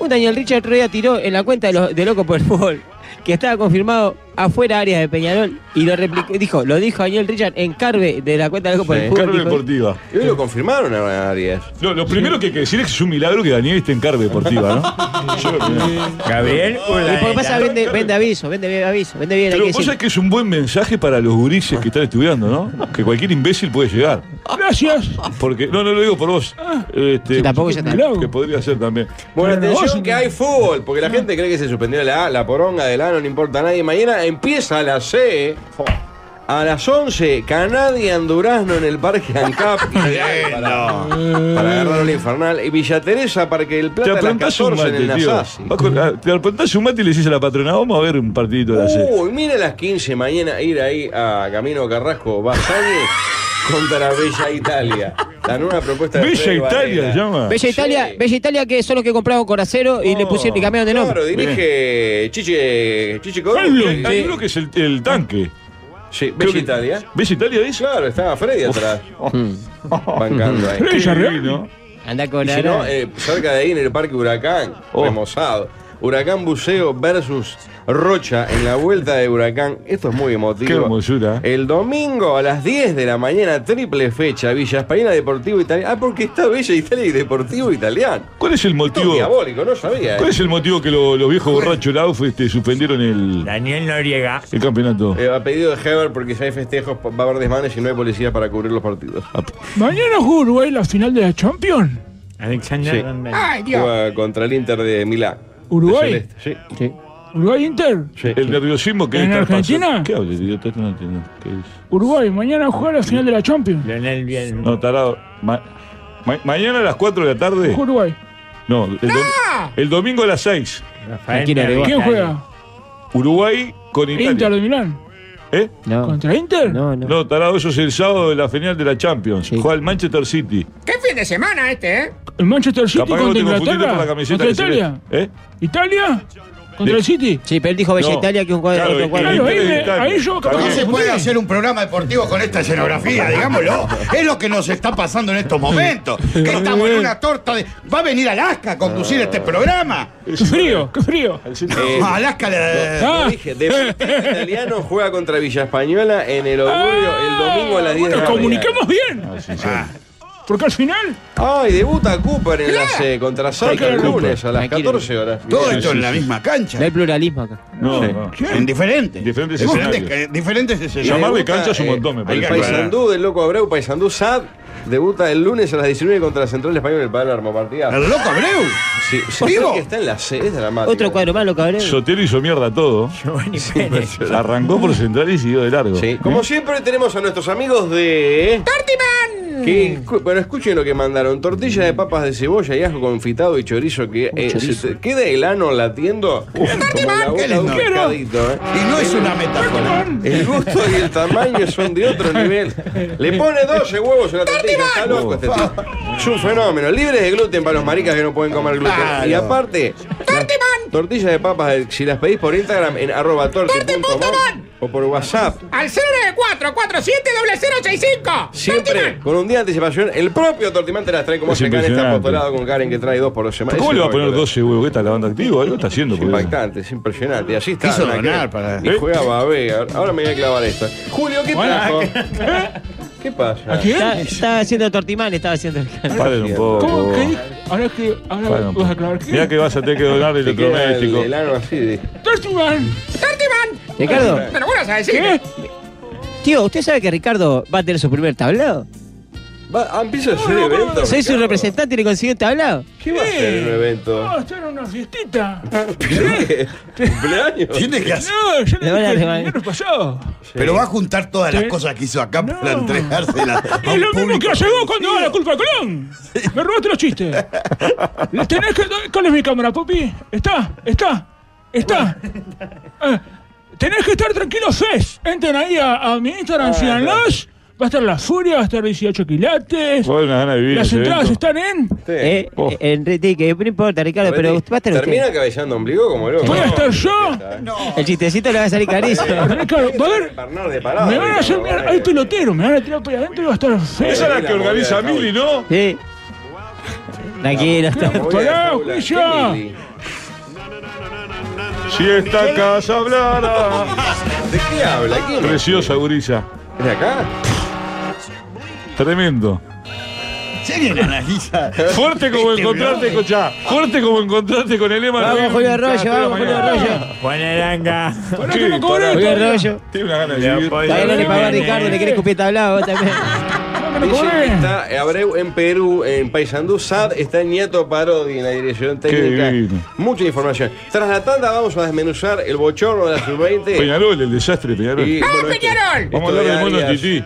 [SPEAKER 8] un Daniel Richard otro día tiró en la cuenta de, los- de Loco por el Fútbol que estaba confirmado afuera áreas de Peñarol y lo replicó, dijo, lo dijo Daniel Richard en Carve de la cuenta de Loco por el Fútbol. dijo,
[SPEAKER 4] Y hoy lo confirmaron a Arias.
[SPEAKER 13] No, lo primero que hay que decir es que es un milagro que Daniel esté en carga deportiva,
[SPEAKER 8] [LAUGHS]
[SPEAKER 13] ¿no? Yo lo primero.
[SPEAKER 16] Gabriel,
[SPEAKER 8] y por pasa vende, vende aviso, vende bien aviso, vende bien.
[SPEAKER 13] Eh,
[SPEAKER 8] hay
[SPEAKER 13] Pero
[SPEAKER 8] que
[SPEAKER 13] vos
[SPEAKER 8] decirlo.
[SPEAKER 13] sabés que es un buen mensaje para los gurises que están estudiando, ¿no? Que cualquier imbécil puede llegar.
[SPEAKER 15] Gracias. Ah.
[SPEAKER 13] Porque, no, no lo digo por vos. Este,
[SPEAKER 8] Sí, tampoco ya está.
[SPEAKER 13] Que podría ser también.
[SPEAKER 4] Bueno, atención que hay fútbol, porque la gente cree que se suspendió la A, la poronga del A, no le importa a nadie. Mañana empieza la C. A las 11, Canadian Durazno en
[SPEAKER 13] [LAUGHS]
[SPEAKER 4] el Parque Ancap. para, para agarrar la infernal. Y Villa Teresa, Parque del
[SPEAKER 13] Te
[SPEAKER 4] Plata, a las
[SPEAKER 13] aprontás un
[SPEAKER 4] 14 en el
[SPEAKER 13] mate, tío.
[SPEAKER 4] Nasasi.
[SPEAKER 13] Vas con la- Te aprontás un mate y le decís a la patrona, vamos a ver un partidito de la C.
[SPEAKER 4] Uy, mira a las 15 mañana ir ahí a Camino Carrasco, Basani contra la Bella Italia. La nueva propuesta de
[SPEAKER 13] Bella
[SPEAKER 4] Fede
[SPEAKER 13] Italia,
[SPEAKER 4] Varela.
[SPEAKER 13] llama.
[SPEAKER 8] Bella Italia, Bella Italia que son los que compraron Coracero y le pusieron y cambiaron de nombre.
[SPEAKER 4] Claro, dirige Chiche, Chiche Codoro.
[SPEAKER 13] Pablo,
[SPEAKER 4] Sí.
[SPEAKER 13] hay uno que es el, el tanque.
[SPEAKER 4] Sí, Bella
[SPEAKER 13] Creo que-
[SPEAKER 4] Italia.
[SPEAKER 13] ¿Bella Italia es?
[SPEAKER 4] Claro, estaba
[SPEAKER 13] [LAUGHS]
[SPEAKER 4] Freddy atrás.
[SPEAKER 13] Mm.
[SPEAKER 4] Bancando ahí.
[SPEAKER 13] Bella Real.
[SPEAKER 8] Anda con
[SPEAKER 13] Oh.
[SPEAKER 4] Y si no, eh, cerca de ahí en el Parque Huracán, remozado. Huracán Buceo versus Rocha en la vuelta de Huracán. Esto es muy emotivo.
[SPEAKER 13] Qué hermosura.
[SPEAKER 4] El domingo a las 10 de la mañana, triple fecha, Villa Española Deportivo Italiano. Ah, porque está Bella Italia y Deportivo Italiano.
[SPEAKER 13] ¿Cuál es el
[SPEAKER 4] Esto es
[SPEAKER 13] motivo?
[SPEAKER 4] diabólico, no sabía. ¿eh?
[SPEAKER 13] ¿Cuál es el motivo que lo- los viejos borrachos Lauf este, suspendieron el.
[SPEAKER 6] Daniel Noriega.
[SPEAKER 13] El campeonato.
[SPEAKER 4] Eh, a pedido de Heber, porque ya hay festejos, va a haber desmanes y no hay policía para cubrir los partidos.
[SPEAKER 15] Mañana juega Uruguay la final de la Champions.
[SPEAKER 4] Alexander
[SPEAKER 15] Ay, Dios.
[SPEAKER 4] contra el Inter de Milán.
[SPEAKER 15] Uruguay.
[SPEAKER 4] De Celeste, Sí. sí.
[SPEAKER 15] Uruguay Inter.
[SPEAKER 13] El nerviosismo que
[SPEAKER 15] ¿En
[SPEAKER 13] está
[SPEAKER 15] Argentina?
[SPEAKER 13] pasando. ¿Qué hablas, idiota? Esto No entiendo. ¿Qué es?
[SPEAKER 15] Uruguay, mañana juega la final de la Champions.
[SPEAKER 13] No, tarado. Ma- ma- mañana a las 4 de la tarde.
[SPEAKER 15] Juega Uruguay.
[SPEAKER 13] No, el, dom- el domingo a las 6.
[SPEAKER 15] ¿Quién juega?
[SPEAKER 13] Uruguay con Italia.
[SPEAKER 15] Inter de Milán.
[SPEAKER 13] ¿Eh?
[SPEAKER 15] ¿Contra Inter?
[SPEAKER 13] No, tarado, eso es el sábado de la final de la Champions. Juega el Manchester City.
[SPEAKER 14] ¿Qué fin de semana este, eh?
[SPEAKER 15] El Manchester City
[SPEAKER 13] Capaz que vos
[SPEAKER 15] contra
[SPEAKER 13] te confundiste
[SPEAKER 15] Inglaterra.
[SPEAKER 13] por la camiseta
[SPEAKER 15] contra
[SPEAKER 13] que se ve.
[SPEAKER 15] Italia.
[SPEAKER 13] ¿Eh?
[SPEAKER 15] ¿Italia? ¿Contra
[SPEAKER 13] De-
[SPEAKER 15] el City?
[SPEAKER 8] Sí, pero él dijo Bella
[SPEAKER 13] No.
[SPEAKER 8] Italia que un cuadro.
[SPEAKER 13] Claro,
[SPEAKER 8] otro
[SPEAKER 13] el-
[SPEAKER 8] cuadro.
[SPEAKER 13] el-
[SPEAKER 15] Claro, ahí
[SPEAKER 13] el-
[SPEAKER 15] me-
[SPEAKER 13] Italia.
[SPEAKER 15] ahí yo capaz
[SPEAKER 12] No
[SPEAKER 15] que
[SPEAKER 12] se
[SPEAKER 15] confundí.
[SPEAKER 12] puede hacer un programa deportivo con esta escenografía, digámoslo. Es lo que nos está pasando en estos momentos. Que estamos en una torta de. Va a venir Alaska a conducir este programa.
[SPEAKER 15] ¡Qué frío! ¡Qué frío!
[SPEAKER 4] Eh,
[SPEAKER 12] Alaska le.
[SPEAKER 13] Ah.
[SPEAKER 4] Lo dije, Deportivo Italiano juega contra Villa Española en el Orgullo el domingo a las 10 de
[SPEAKER 15] Nos
[SPEAKER 4] la mañana.
[SPEAKER 15] comunicamos bien.
[SPEAKER 12] Ah,
[SPEAKER 15] Porque al final.
[SPEAKER 4] Ay, debuta Cooper en la C contra Saika el
[SPEAKER 15] Cooper.
[SPEAKER 4] lunes a las 14 horas.
[SPEAKER 12] Todo esto en la misma cancha.
[SPEAKER 8] No hay pluralismo acá.
[SPEAKER 13] No,
[SPEAKER 4] Sí.
[SPEAKER 13] no.
[SPEAKER 12] En diferentes. Diferentes,
[SPEAKER 13] Diferentes escenarios.
[SPEAKER 12] diferentes escenarios.
[SPEAKER 13] Llamarle cancha es un montón, me
[SPEAKER 4] El
[SPEAKER 13] parece.
[SPEAKER 4] eh, Paysandú del Loco Abreu, Paysandú SAD, debuta el lunes a las 19 contra Central Español del Palermo Partida.
[SPEAKER 12] ¿El Loco Abreu?
[SPEAKER 4] Sí, sí,
[SPEAKER 8] ¿Vivo?
[SPEAKER 4] creo que está en la C, es
[SPEAKER 13] Ah,
[SPEAKER 4] dramático.
[SPEAKER 8] Otro cuadro más, lo cabrón.
[SPEAKER 13] Sotelo hizo mierda todo. Arrancó por central y siguió de largo.
[SPEAKER 4] Sí. ¿Eh? Como siempre tenemos a nuestros amigos de... ¿eh?
[SPEAKER 14] ¡Tortiman!
[SPEAKER 4] Que, escu- bueno, escuchen lo que mandaron. Tortilla de papas de cebolla y ajo confitado y chorizo que eh, se te- queda el ano latiendo. Uf, como la boca de un pescadito, eh.
[SPEAKER 12] Y no es una metáfora.
[SPEAKER 4] El gusto y el tamaño son de otro nivel. Le pone 12 huevos a la tortilla. Está loco este tipo. Es un fenómeno. Libres de gluten para los maricas que no pueden comer gluten.
[SPEAKER 12] Claro.
[SPEAKER 4] Y aparte, las tortillas de papas, eh, si las pedís por Instagram en arroba torti punto man o por WhatsApp,
[SPEAKER 14] Al 094 47 0065.
[SPEAKER 4] Siempre con un día de anticipación, el propio Tortimán te las trae como
[SPEAKER 13] Es
[SPEAKER 4] se cae está
[SPEAKER 13] impresionante.
[SPEAKER 4] este apostolado con Karen que trae dos por semana.
[SPEAKER 13] ¿Cómo
[SPEAKER 4] Es
[SPEAKER 13] le va a poner
[SPEAKER 4] impactante.
[SPEAKER 13] 12 huevos? ¿Qué está la banda activa? Algo está haciendo. por eso.
[SPEAKER 4] Impactante, es impresionante. Y así está.
[SPEAKER 13] Quiso
[SPEAKER 4] ¿no?
[SPEAKER 13] donar
[SPEAKER 4] Que-
[SPEAKER 13] para-
[SPEAKER 4] Y
[SPEAKER 13] ¿Eh?
[SPEAKER 4] jugaba a ver. Ahora me voy a clavar esta. Julio, ¿qué trajo? [LAUGHS] ¿Qué pasa?
[SPEAKER 8] Está- Estaba haciendo tortimán, estaba haciendo.
[SPEAKER 13] [LAUGHS] Paren un poco.
[SPEAKER 15] ¿Cómo que Ahora que. Ahora
[SPEAKER 13] Para un
[SPEAKER 15] vas a aclarar
[SPEAKER 13] Mirá
[SPEAKER 15] que.
[SPEAKER 13] que vas a tener que donar
[SPEAKER 4] Te queda el
[SPEAKER 13] electrodoméstico.
[SPEAKER 4] el ano así de-
[SPEAKER 15] ¡Tortiman!
[SPEAKER 14] ¡Tortiman!
[SPEAKER 8] Ricardo.
[SPEAKER 14] Pero bueno, ¿sabes decir?
[SPEAKER 8] Tío, ¿usted sabe que Ricardo va a tener su primer tablado?
[SPEAKER 4] Va, ah, empieza a ser evento.
[SPEAKER 8] Soy su
[SPEAKER 4] Ricardo.
[SPEAKER 8] representante y le consiguió un tablado.
[SPEAKER 4] ¿Qué va a ser en un evento?
[SPEAKER 15] No, esto era una fiestita.
[SPEAKER 4] ¿Qué? ¿Cumpleaños?
[SPEAKER 12] Tiene que hacer.
[SPEAKER 15] No, yo
[SPEAKER 8] Le
[SPEAKER 15] le
[SPEAKER 8] van a
[SPEAKER 15] dije el
[SPEAKER 8] remar-
[SPEAKER 15] viernes pasado.
[SPEAKER 12] Pero va a juntar todas las cosas que hizo acá para
[SPEAKER 13] [LAUGHS]
[SPEAKER 12] entregárselas. a
[SPEAKER 15] Es
[SPEAKER 12] un
[SPEAKER 15] lo mismo que
[SPEAKER 12] público.
[SPEAKER 15] hace vos cuando da la culpa a Colón. Me robaste los chistes. Le tenés que. ¿Cuál es mi cámara, Popi? Está, está, está. Eh, tenés que estar tranquilo, Fez. Entren ahí a, a mi Instagram, síganlos. Va a estar la furia, va a estar 18 quilates.
[SPEAKER 13] Vos una gana de vivir
[SPEAKER 15] Las
[SPEAKER 13] ese
[SPEAKER 15] entradas
[SPEAKER 13] evento.
[SPEAKER 15] están en.
[SPEAKER 8] Eh,
[SPEAKER 13] Oh.
[SPEAKER 8] eh, Enrique, que no importa, Ricardo, pero usted va a estar
[SPEAKER 4] Termina
[SPEAKER 8] usted.
[SPEAKER 4] cabellando ombligo como loco.
[SPEAKER 15] Voy a estar yo.
[SPEAKER 8] El chistecito le va a salir
[SPEAKER 15] [LAUGHS]
[SPEAKER 8] carísimo.
[SPEAKER 15] Ricardo, va a haber-
[SPEAKER 4] Bernard de parado.
[SPEAKER 15] Me van a hacer.
[SPEAKER 4] Ricardo,
[SPEAKER 15] Hay
[SPEAKER 4] eh.
[SPEAKER 15] pelotero, me van a tirar para adentro y va a estar Fez.
[SPEAKER 13] Esa es la que organiza
[SPEAKER 4] Vamos,
[SPEAKER 13] Mili, ¿no?
[SPEAKER 8] Sí. Tranquilo, está.
[SPEAKER 4] Voy a
[SPEAKER 15] Pará,
[SPEAKER 4] hacer una-
[SPEAKER 15] Julia.
[SPEAKER 4] ¿Qué Mili?
[SPEAKER 13] Si esta casa hablara.
[SPEAKER 4] ¿De qué habla? ¿Quién es?
[SPEAKER 13] Preciosa gurisa.
[SPEAKER 4] ¿Es de acá?
[SPEAKER 13] Tremendo.
[SPEAKER 12] ¿Alguien analiza?
[SPEAKER 13] Fuerte como encontrarte con ya. Fuerte como encontrarte con el lema.
[SPEAKER 8] Vamos, Julio Arroyo,
[SPEAKER 13] Hasta la
[SPEAKER 8] vamos, Julio
[SPEAKER 13] mañana.
[SPEAKER 8] Arroyo.
[SPEAKER 6] Juan Aranga.
[SPEAKER 13] [LAUGHS]
[SPEAKER 15] Pará que no
[SPEAKER 13] Sí,
[SPEAKER 15] cobré
[SPEAKER 8] Julio
[SPEAKER 15] todavía.
[SPEAKER 8] Arroyo.
[SPEAKER 13] Tiene una gana de
[SPEAKER 16] pues,
[SPEAKER 13] vivir.
[SPEAKER 8] Todavía no le pagó a
[SPEAKER 6] viene.
[SPEAKER 8] Ricardo, le querés cupir tablado vos también.
[SPEAKER 15] Pará que no
[SPEAKER 4] Dicen que
[SPEAKER 15] cobré.
[SPEAKER 4] está Abreu en Perú, en Paysandú, SAD, está Nieto Parodi en la dirección técnica.
[SPEAKER 13] divino.
[SPEAKER 4] Mucha información. Tras la tanda vamos a desmenuzar el bochorno de la sub-20.
[SPEAKER 13] Peñarol, el desastre de Peñarol.
[SPEAKER 4] Y,
[SPEAKER 14] ¡Vamos,
[SPEAKER 4] bueno, este,
[SPEAKER 14] Peñarol!
[SPEAKER 13] Vamos a
[SPEAKER 4] esto
[SPEAKER 13] hablar
[SPEAKER 4] de
[SPEAKER 13] del mono
[SPEAKER 4] Arias.
[SPEAKER 13] Tití.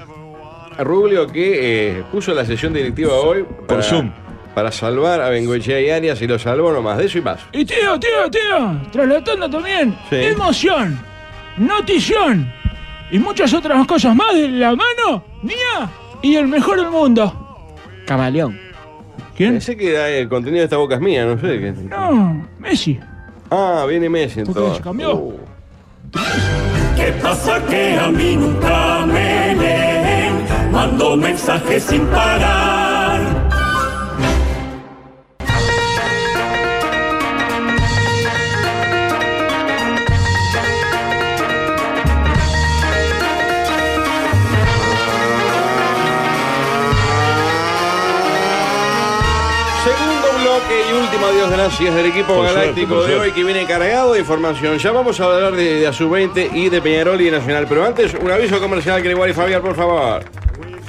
[SPEAKER 4] Rubio que eh, puso la sesión directiva hoy para-
[SPEAKER 13] Zoom.
[SPEAKER 4] Para salvar a Bengochea y Arias y lo salvó nomás. De eso y más.
[SPEAKER 13] ¿Eh?
[SPEAKER 15] Y tío, tío, tío, tras la tanda también,
[SPEAKER 4] Sí.
[SPEAKER 15] emoción, notición y muchas otras cosas más de la mano mía y el mejor del mundo.
[SPEAKER 8] Camaleón.
[SPEAKER 15] ¿Quién?
[SPEAKER 4] Pensé que era el contenido de esta boca es mía, no sé. qué-
[SPEAKER 15] No, Messi.
[SPEAKER 4] Ah, viene Messi
[SPEAKER 15] qué
[SPEAKER 4] entonces.
[SPEAKER 15] se cambió?
[SPEAKER 4] Uh.
[SPEAKER 9] ¿Qué pasa que a mí nunca me leen? Mando mensajes sin parar.
[SPEAKER 4] última de las ganancias del equipo
[SPEAKER 13] Por suerte,
[SPEAKER 4] galáctico
[SPEAKER 13] por
[SPEAKER 4] de
[SPEAKER 13] suerte.
[SPEAKER 4] hoy que viene cargado de información. Ya vamos a hablar de, de Sub-20 y de Peñarol y de Nacional. Pero antes, un aviso comercial que le guarde Fabián, por favor.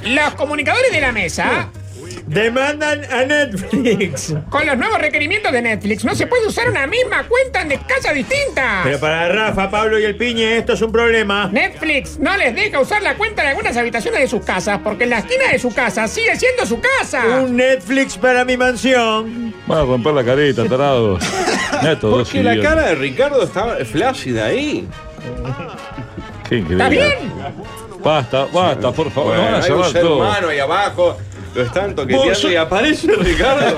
[SPEAKER 14] Los comunicadores de la mesa
[SPEAKER 16] demandan a Netflix.
[SPEAKER 14] Con los nuevos requerimientos de Netflix no se puede usar una misma cuenta en de casa distintas.
[SPEAKER 16] Pero para Rafa, Pablo y el Piñe, esto es un problema.
[SPEAKER 14] Netflix no les deja usar la cuenta de algunas habitaciones de sus casas porque la esquina de su casa sigue siendo su casa.
[SPEAKER 16] Un Netflix para mi mansión.
[SPEAKER 13] Van a romper la careta, tarados. Neto, dos
[SPEAKER 4] Que la
[SPEAKER 13] idiotas.
[SPEAKER 4] cara de Ricardo está flácida ahí.
[SPEAKER 13] [LAUGHS] Qué increíble.
[SPEAKER 4] ¿Está bien?
[SPEAKER 13] Basta, basta, por favor.
[SPEAKER 4] Bueno,
[SPEAKER 13] no van a
[SPEAKER 4] hay un
[SPEAKER 13] cerrar
[SPEAKER 4] ser
[SPEAKER 13] todo.
[SPEAKER 4] humano ahí abajo. Lo están toqueteando
[SPEAKER 13] Vos, yo-
[SPEAKER 4] y aparece
[SPEAKER 13] [LAUGHS]
[SPEAKER 4] Ricardo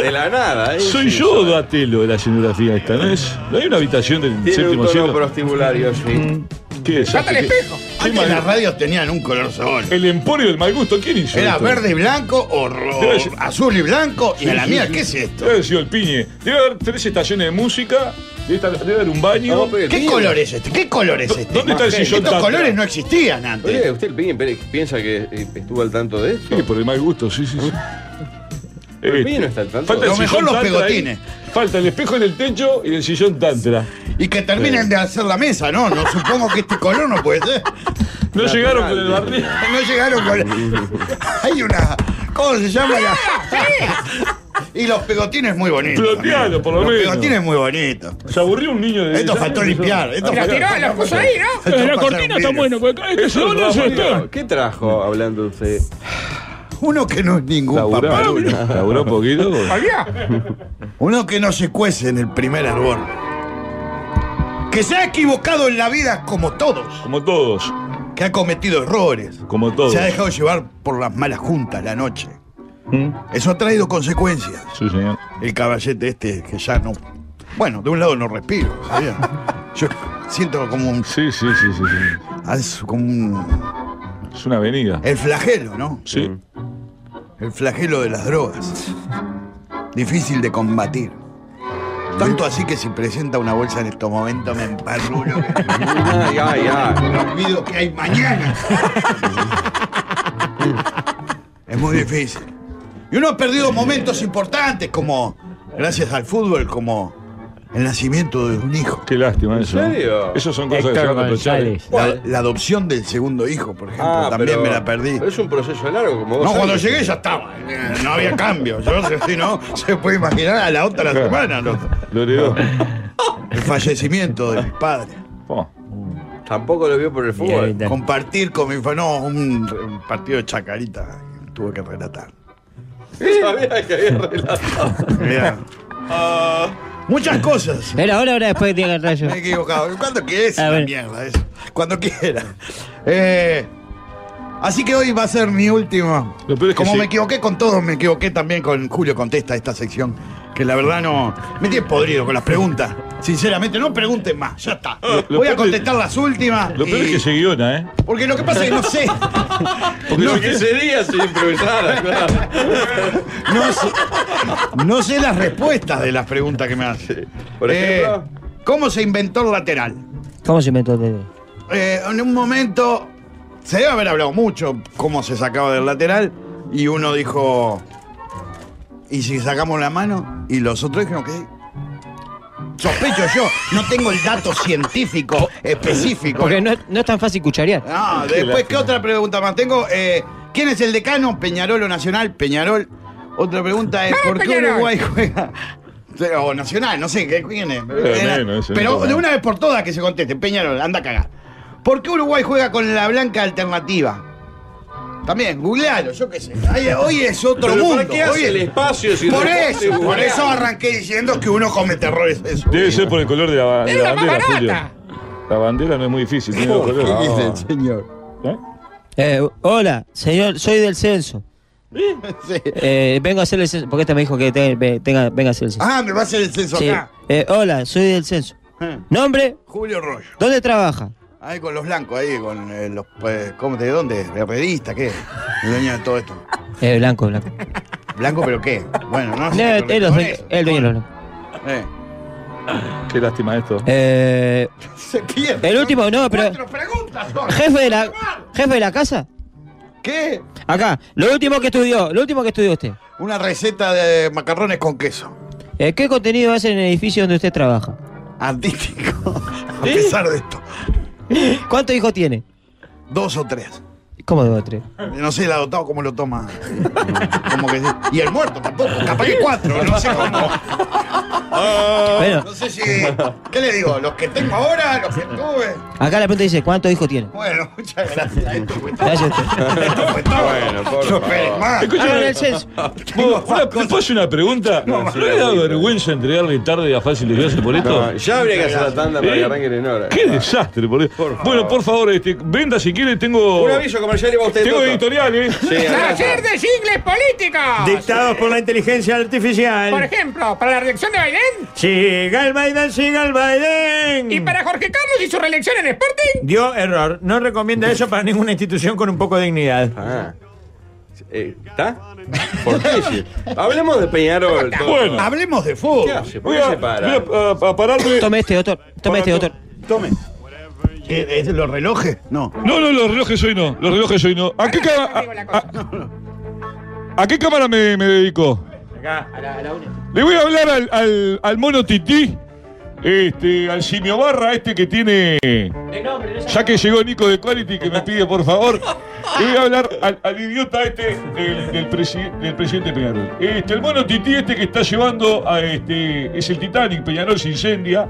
[SPEAKER 4] de la nada. ¿eh?
[SPEAKER 13] Soy
[SPEAKER 4] Sí,
[SPEAKER 13] yo, Datelo, Este de la escenografía esta, ¿no es? ¿No hay una habitación del
[SPEAKER 4] Tiene un
[SPEAKER 13] séptimo
[SPEAKER 4] tono
[SPEAKER 13] cielo?
[SPEAKER 4] prostibulario, sí.
[SPEAKER 13] ¿Qué es?
[SPEAKER 7] Falta el
[SPEAKER 13] ¿Qué-
[SPEAKER 7] espejo.
[SPEAKER 13] qué
[SPEAKER 7] Antes
[SPEAKER 13] mal-
[SPEAKER 7] las radios tenían un color solo.
[SPEAKER 13] El emporio del mal gusto, ¿quién hizo
[SPEAKER 7] Era
[SPEAKER 13] esto?
[SPEAKER 7] verde y blanco o ro-
[SPEAKER 13] Debe ser-
[SPEAKER 7] azul y blanco. Y
[SPEAKER 13] Sí,
[SPEAKER 7] a la
[SPEAKER 13] sí,
[SPEAKER 7] mía,
[SPEAKER 13] sí.
[SPEAKER 7] ¿qué es esto?
[SPEAKER 13] Debe haber sido el piñe. Debe haber tres estaciones de música. Debe, estar- debe haber un baño.
[SPEAKER 4] No, pero el
[SPEAKER 7] ¿Qué
[SPEAKER 4] piñe-
[SPEAKER 7] color es este? ¿Qué color es
[SPEAKER 13] ¿Dó-
[SPEAKER 7] este?
[SPEAKER 13] dónde está el sillón
[SPEAKER 7] Estos
[SPEAKER 13] tatra?
[SPEAKER 7] colores no existían antes.
[SPEAKER 4] Oye, ¿usted el Piñe Pérez piensa que eh, estuvo al tanto de esto? Sí,
[SPEAKER 13] por el mal gusto, Eh. sí, sí. sí.
[SPEAKER 4] Pero el
[SPEAKER 13] Este.
[SPEAKER 4] Piñe no está al tanto.
[SPEAKER 13] Falta el sillón tantra ahí. Falta el espejo en el techo y el sillón tantra.
[SPEAKER 7] Y que terminen de hacer la mesa, ¿no? No supongo que este color no puede ser.
[SPEAKER 13] No llegaron con el barniz.
[SPEAKER 7] No llegaron
[SPEAKER 13] [LAUGHS]
[SPEAKER 7] con. Hay una. ¿Cómo se llama la.? Y los pegotines muy bonitos.
[SPEAKER 13] Plotealo, por lo
[SPEAKER 7] Los
[SPEAKER 13] menos.
[SPEAKER 7] pegotines muy bonitos.
[SPEAKER 13] Se aburrió un niño de.
[SPEAKER 7] Esto faltó limpiar. Esto
[SPEAKER 14] Pero
[SPEAKER 7] faltó-
[SPEAKER 14] tiró las cosas ahí, ¿no?
[SPEAKER 13] Esto
[SPEAKER 15] Eh, la
[SPEAKER 13] pasa
[SPEAKER 15] cortina
[SPEAKER 13] en
[SPEAKER 15] está
[SPEAKER 13] Vélez.
[SPEAKER 15] buena,
[SPEAKER 14] pues.
[SPEAKER 15] porque cada vez que se
[SPEAKER 4] Eso,
[SPEAKER 15] dobla se
[SPEAKER 4] Rafael,
[SPEAKER 15] está.
[SPEAKER 4] ¿Qué trajo hablando usted?
[SPEAKER 7] Uno que no es ningún
[SPEAKER 13] Laburó,
[SPEAKER 7] paparulo.
[SPEAKER 13] laburó poquito.
[SPEAKER 7] Uno que no se cuece en el primer árbol. Que se ha equivocado en la vida como todos.
[SPEAKER 13] Como todos.
[SPEAKER 7] Que ha cometido errores.
[SPEAKER 13] Como todos.
[SPEAKER 7] Se ha dejado llevar por las malas juntas la noche. Eso ha traído consecuencias.
[SPEAKER 13] ¿Mm? Sí, señor.
[SPEAKER 7] El caballete este que ya no. Bueno, de un lado no respiro,
[SPEAKER 13] [LAUGHS]
[SPEAKER 7] ¿sabía? Yo siento como un.
[SPEAKER 13] Sí, sí, sí, sí.
[SPEAKER 7] Es como un.
[SPEAKER 13] Es una avenida.
[SPEAKER 7] El flagelo, ¿no?
[SPEAKER 13] Sí.
[SPEAKER 7] El flagelo de las drogas. Difícil de combatir. Tanto así que si presenta una bolsa en estos momentos me emparrulo.
[SPEAKER 4] Ay, ay, ay.
[SPEAKER 7] No olvido que hay mañana. es muy difícil. Y uno ha perdido momentos importantes como, gracias al fútbol, como el nacimiento de un hijo.
[SPEAKER 13] Qué lástima eso.
[SPEAKER 7] ¿En serio?
[SPEAKER 13] Eso son cosas que se van a aprovechar.
[SPEAKER 7] La, la adopción del segundo hijo, por ejemplo, también
[SPEAKER 4] pero-
[SPEAKER 7] me la perdí.
[SPEAKER 4] Ah, pero Es un proceso largo, como vos
[SPEAKER 7] No,
[SPEAKER 4] sabés.
[SPEAKER 7] cuando llegué ya estaba. eh, No había cambio. Yo [LAUGHS] sé si no, se puede imaginar a la otra la semana. ¿no?
[SPEAKER 13] Lo heredó.
[SPEAKER 7] El fallecimiento de mi padre.
[SPEAKER 4] Tampoco lo vio por el fútbol.
[SPEAKER 7] Compartir con mi fa- no, un, un partido de chacarita que tuve que relatar.
[SPEAKER 4] [LAUGHS] Sabía que había relatado.
[SPEAKER 13] [LAUGHS]
[SPEAKER 7] Mirá.
[SPEAKER 13] Ah.
[SPEAKER 7] Muchas cosas.
[SPEAKER 8] Pero ahora, ahora después de el rayo.
[SPEAKER 7] Me he equivocado. Cuando quieres,
[SPEAKER 8] A
[SPEAKER 7] una
[SPEAKER 8] ver.
[SPEAKER 7] mierda eso. Cuando quiera. Eh, así que hoy va a ser mi última.
[SPEAKER 13] Lo peor es que
[SPEAKER 7] Como
[SPEAKER 13] sí.
[SPEAKER 7] me equivoqué con todos, me equivoqué también con Julio Contesta esta sección. Que la verdad no. Me tiene podrido con las preguntas. Sinceramente, no pregunten más. Ya está.
[SPEAKER 13] lo peor
[SPEAKER 7] Voy a
[SPEAKER 13] es-
[SPEAKER 7] contestar las últimas.
[SPEAKER 13] Lo peor es
[SPEAKER 7] y-
[SPEAKER 13] que se guiona, ¿eh?
[SPEAKER 7] Porque lo que pasa es que no sé.
[SPEAKER 13] Porque
[SPEAKER 7] No,
[SPEAKER 13] si
[SPEAKER 4] ¿Qué
[SPEAKER 13] quieres-
[SPEAKER 4] sería si [LAUGHS] improvisara? Claro.
[SPEAKER 7] No sé, no sé las respuestas de las preguntas que me hace.
[SPEAKER 4] Por
[SPEAKER 7] Eh,
[SPEAKER 4] ejemplo.
[SPEAKER 7] ¿Cómo se inventó el lateral?
[SPEAKER 8] ¿Cómo se inventó el dedo?
[SPEAKER 7] Eh, en un momento se debe haber hablado mucho cómo se sacaba del lateral y uno dijo, ¿y si sacamos la mano? Y los otros dijeron, que Sospecho yo, no tengo el dato científico específico.
[SPEAKER 8] Porque no, no es tan fácil cucharear.
[SPEAKER 13] [LAUGHS]
[SPEAKER 7] Ah, después, ¿qué otra pregunta más tengo? Eh, ¿Quién es el decano? Peñarol o Nacional? Peñarol. Otra pregunta es, ¿por qué
[SPEAKER 14] Peñarol!
[SPEAKER 7] Uruguay juega? [LAUGHS] O Nacional, no sé, ¿qué- ¿quién es?
[SPEAKER 13] Eh,
[SPEAKER 7] Era-
[SPEAKER 13] menos, ese
[SPEAKER 7] pero
[SPEAKER 13] no.
[SPEAKER 7] de una vez por todas que se conteste, Peñarol, anda a cagar. ¿Por qué Uruguay juega con la blanca alternativa? También, googlealo, yo qué sé. Ay, Hoy es otro
[SPEAKER 4] Pero,
[SPEAKER 7] mundo.
[SPEAKER 4] ¿para qué hace
[SPEAKER 7] hoy es-
[SPEAKER 4] el espacio si
[SPEAKER 7] por
[SPEAKER 4] no puede
[SPEAKER 7] eso, por
[SPEAKER 4] googlear?
[SPEAKER 7] eso arranqué diciendo que uno comete errores. Eso.
[SPEAKER 13] Debe ser por el color de la, ba- de la
[SPEAKER 7] la más
[SPEAKER 13] bandera, Julio.
[SPEAKER 7] barata.
[SPEAKER 13] La bandera no es muy difícil, tiene dos colores.
[SPEAKER 7] señor?
[SPEAKER 8] Eh, hola, señor, soy del censo. Eh, vengo a hacer el censo. Porque este me dijo que te- ve- tenga, venga a hacer el censo.
[SPEAKER 7] Ah, me va a hacer el censo
[SPEAKER 8] Sí.
[SPEAKER 7] acá.
[SPEAKER 8] Eh, hola, soy del censo.
[SPEAKER 7] Ah.
[SPEAKER 8] Nombre,
[SPEAKER 7] Julio Rollo.
[SPEAKER 8] ¿dónde trabaja?
[SPEAKER 7] Ahí con los blancos, ahí con eh, los. eh, ¿cómo, ¿De dónde? ¿De revista? ¿Qué? El dueño de todo esto.
[SPEAKER 8] Eh, blanco, [LAUGHS] blanco.
[SPEAKER 7] ¿Blanco, pero qué? Bueno, no
[SPEAKER 8] No,
[SPEAKER 7] sé.
[SPEAKER 8] él
[SPEAKER 7] pero
[SPEAKER 8] es
[SPEAKER 7] con
[SPEAKER 8] dueño-
[SPEAKER 7] eso.
[SPEAKER 8] el dueño de los blancos.
[SPEAKER 7] Eh,
[SPEAKER 13] Qué lástima esto.
[SPEAKER 8] Eh,
[SPEAKER 7] [LAUGHS] Se pierde.
[SPEAKER 8] el último, no, pero.
[SPEAKER 7] Cuatro preguntas son.
[SPEAKER 8] Jefe de la, jefe de la casa.
[SPEAKER 7] [LAUGHS] ¿Qué?
[SPEAKER 8] Acá, lo último que estudió, lo último que estudió usted.
[SPEAKER 7] Una receta de macarrones con queso.
[SPEAKER 8] Eh, ¿Qué contenido hace en el edificio donde usted trabaja? [LAUGHS]
[SPEAKER 7] Artístico. [LAUGHS] A pesar de esto.
[SPEAKER 8] ¿Cuántos hijos tiene?
[SPEAKER 7] Dos o tres.
[SPEAKER 8] ¿Cómo dos o tres?
[SPEAKER 7] No sé el adoptado cómo lo toma. Como que sí. Y el muerto tampoco. Capaz que cuatro. No sé cómo.
[SPEAKER 8] Bueno.
[SPEAKER 7] No sé si. ¿Qué le digo? ¿Los que tengo ahora? ¿Los que tuve?
[SPEAKER 8] Acá la pregunta dice, ¿cuántos hijos tiene?
[SPEAKER 7] Bueno, [LAUGHS] muchas gracias. Esto fue todo.
[SPEAKER 8] Gracias a
[SPEAKER 14] [LAUGHS]
[SPEAKER 8] usted.
[SPEAKER 13] Bueno, por
[SPEAKER 7] No esperes más.
[SPEAKER 13] Escúchame.
[SPEAKER 7] Hagan el
[SPEAKER 13] Vos, una- ¿te puedo hacer
[SPEAKER 16] [LAUGHS]
[SPEAKER 13] una pregunta? ¿No, le da vergüenza entregarle tarde a Fácil Desgracia por esto?
[SPEAKER 4] No, ya habría que hacer la tanda para que arranquen en hora.
[SPEAKER 13] Qué desastre, por Dios. Bueno, por favor, este, venda si quiere, tengo.
[SPEAKER 4] Un aviso comercial y va usted,
[SPEAKER 13] Tengo
[SPEAKER 4] Toto.
[SPEAKER 13] editoriales.
[SPEAKER 14] ¡Taller de jingles políticos!
[SPEAKER 16] Dictados por la inteligencia artificial.
[SPEAKER 14] Por ejemplo, para la reelección de Bailén
[SPEAKER 16] Siga el Biden, siga el Biden.
[SPEAKER 14] y para Jorge Carlos y su reelección en Sporting.
[SPEAKER 16] Dio error. No recomienda eso para ninguna institución con un poco de dignidad.
[SPEAKER 4] Eh, ¿Está? Ah. ¿Por qué? Sí. Hablemos de Peñarol. Toto.
[SPEAKER 13] Bueno.
[SPEAKER 7] Hablemos de
[SPEAKER 4] ¿Qué
[SPEAKER 7] fútbol.
[SPEAKER 4] hace? ¿Por
[SPEAKER 13] Voy
[SPEAKER 4] qué
[SPEAKER 13] a,
[SPEAKER 4] se para?
[SPEAKER 13] voy a- a- a pararme.
[SPEAKER 8] Tome este, doctor. Tome este, doctor.
[SPEAKER 7] Tome. ¿Qué, es de ¿Los relojes? No.
[SPEAKER 13] No, no, los relojes hoy no. Los relojes hoy no. ¿A qué, ca- a- a- a qué cámara me, me dedico?
[SPEAKER 16] Acá, a la, a la
[SPEAKER 13] Le voy a hablar al, al- al mono Tití, este, al simio Barra, este que tiene. Ya que llegó Nico de Quality, que me pide por favor. Le voy a hablar al, al idiota este del, del presi- del presidente Peñarol. Este, el mono Tití, este que está llevando a este. Es el Titanic, Peñarol se incendia.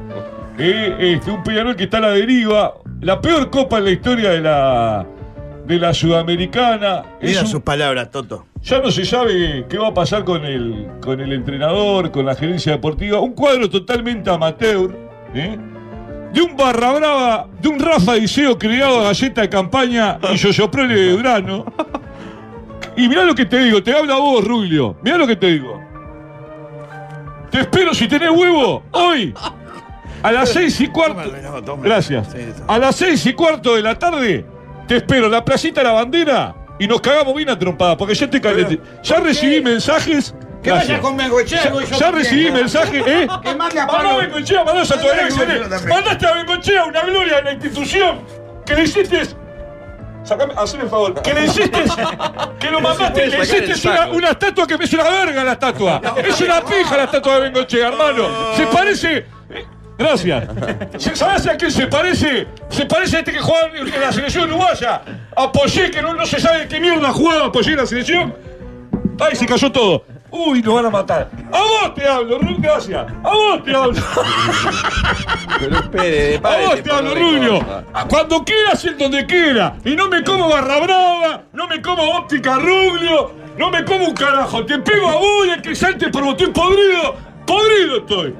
[SPEAKER 13] Eh, este, un Peñarol que está a la deriva. La peor copa en la historia de la. De la Sudamericana.
[SPEAKER 7] Mira
[SPEAKER 13] un-
[SPEAKER 7] sus palabras, Toto.
[SPEAKER 13] ya no se sabe qué va a pasar con el, con el entrenador, con la gerencia deportiva. Un cuadro totalmente amateur, ¿eh? De un barra brava, de un Rafa Diceo criado a galleta de campaña
[SPEAKER 7] [LAUGHS]
[SPEAKER 13] y yoyoprole de Durano. Y mirá lo que te digo, te habla vos, Rubio. Mirá lo que te digo. Te espero si tenés huevo, hoy, a
[SPEAKER 7] [LAUGHS]
[SPEAKER 13] las seis y cuarto.
[SPEAKER 7] No, tome.
[SPEAKER 13] Gracias.
[SPEAKER 7] Sí, tome.
[SPEAKER 13] A las seis y cuarto de la tarde te espero en la placita de la bandera y nos cagamos bien a trompada porque ya te calenté. Ya recibí mensajes.
[SPEAKER 7] Que vaya con Bengoechea,
[SPEAKER 13] Ya,
[SPEAKER 7] y yo
[SPEAKER 13] ya
[SPEAKER 7] también,
[SPEAKER 13] recibí
[SPEAKER 7] ¿no?
[SPEAKER 13] mensajes, ¿eh?
[SPEAKER 7] Que mande a
[SPEAKER 13] Mandá a
[SPEAKER 7] Pablo.
[SPEAKER 13] Bengoechea, mandás a tu
[SPEAKER 7] Mandá a
[SPEAKER 13] herencia,
[SPEAKER 7] Bengoechea
[SPEAKER 13] ¿eh?
[SPEAKER 7] también.
[SPEAKER 13] Mandaste a Bengoechea una gloria de la institución que le hiciste. Sacame, haceme el favor. Que le hiciste. Que lo mandaste y le
[SPEAKER 4] sacar el
[SPEAKER 13] hiciste una,
[SPEAKER 4] saco.
[SPEAKER 13] una estatua que es una verga la estatua. Es una pija la estatua de Bengochea, hermano. Se parece. eh,
[SPEAKER 7] [LAUGHS]
[SPEAKER 13] Gracias. ¿Se- ¿Sabes a quién se parece? Se parece a este que jugaba en la selección uruguaya. Apoyé, que no, no se sabe qué mierda jugaba Apoyé en la selección. ¡Ay, se cayó todo! ¡Uy, nos van a matar! ¡A vos te hablo, Rubio! Gracias. ¡A vos te hablo!
[SPEAKER 4] Pero espere,
[SPEAKER 13] ¡A vos
[SPEAKER 4] párate,
[SPEAKER 13] te hablo,
[SPEAKER 4] pobre
[SPEAKER 13] Rubio!
[SPEAKER 4] cosa.
[SPEAKER 13] Cuando quieras, en donde quiera. Y no me como barra brava, no me como óptica Rubio, no me como un carajo. Te pego a vos y al que salte por botín podrido. ¡Podrido estoy!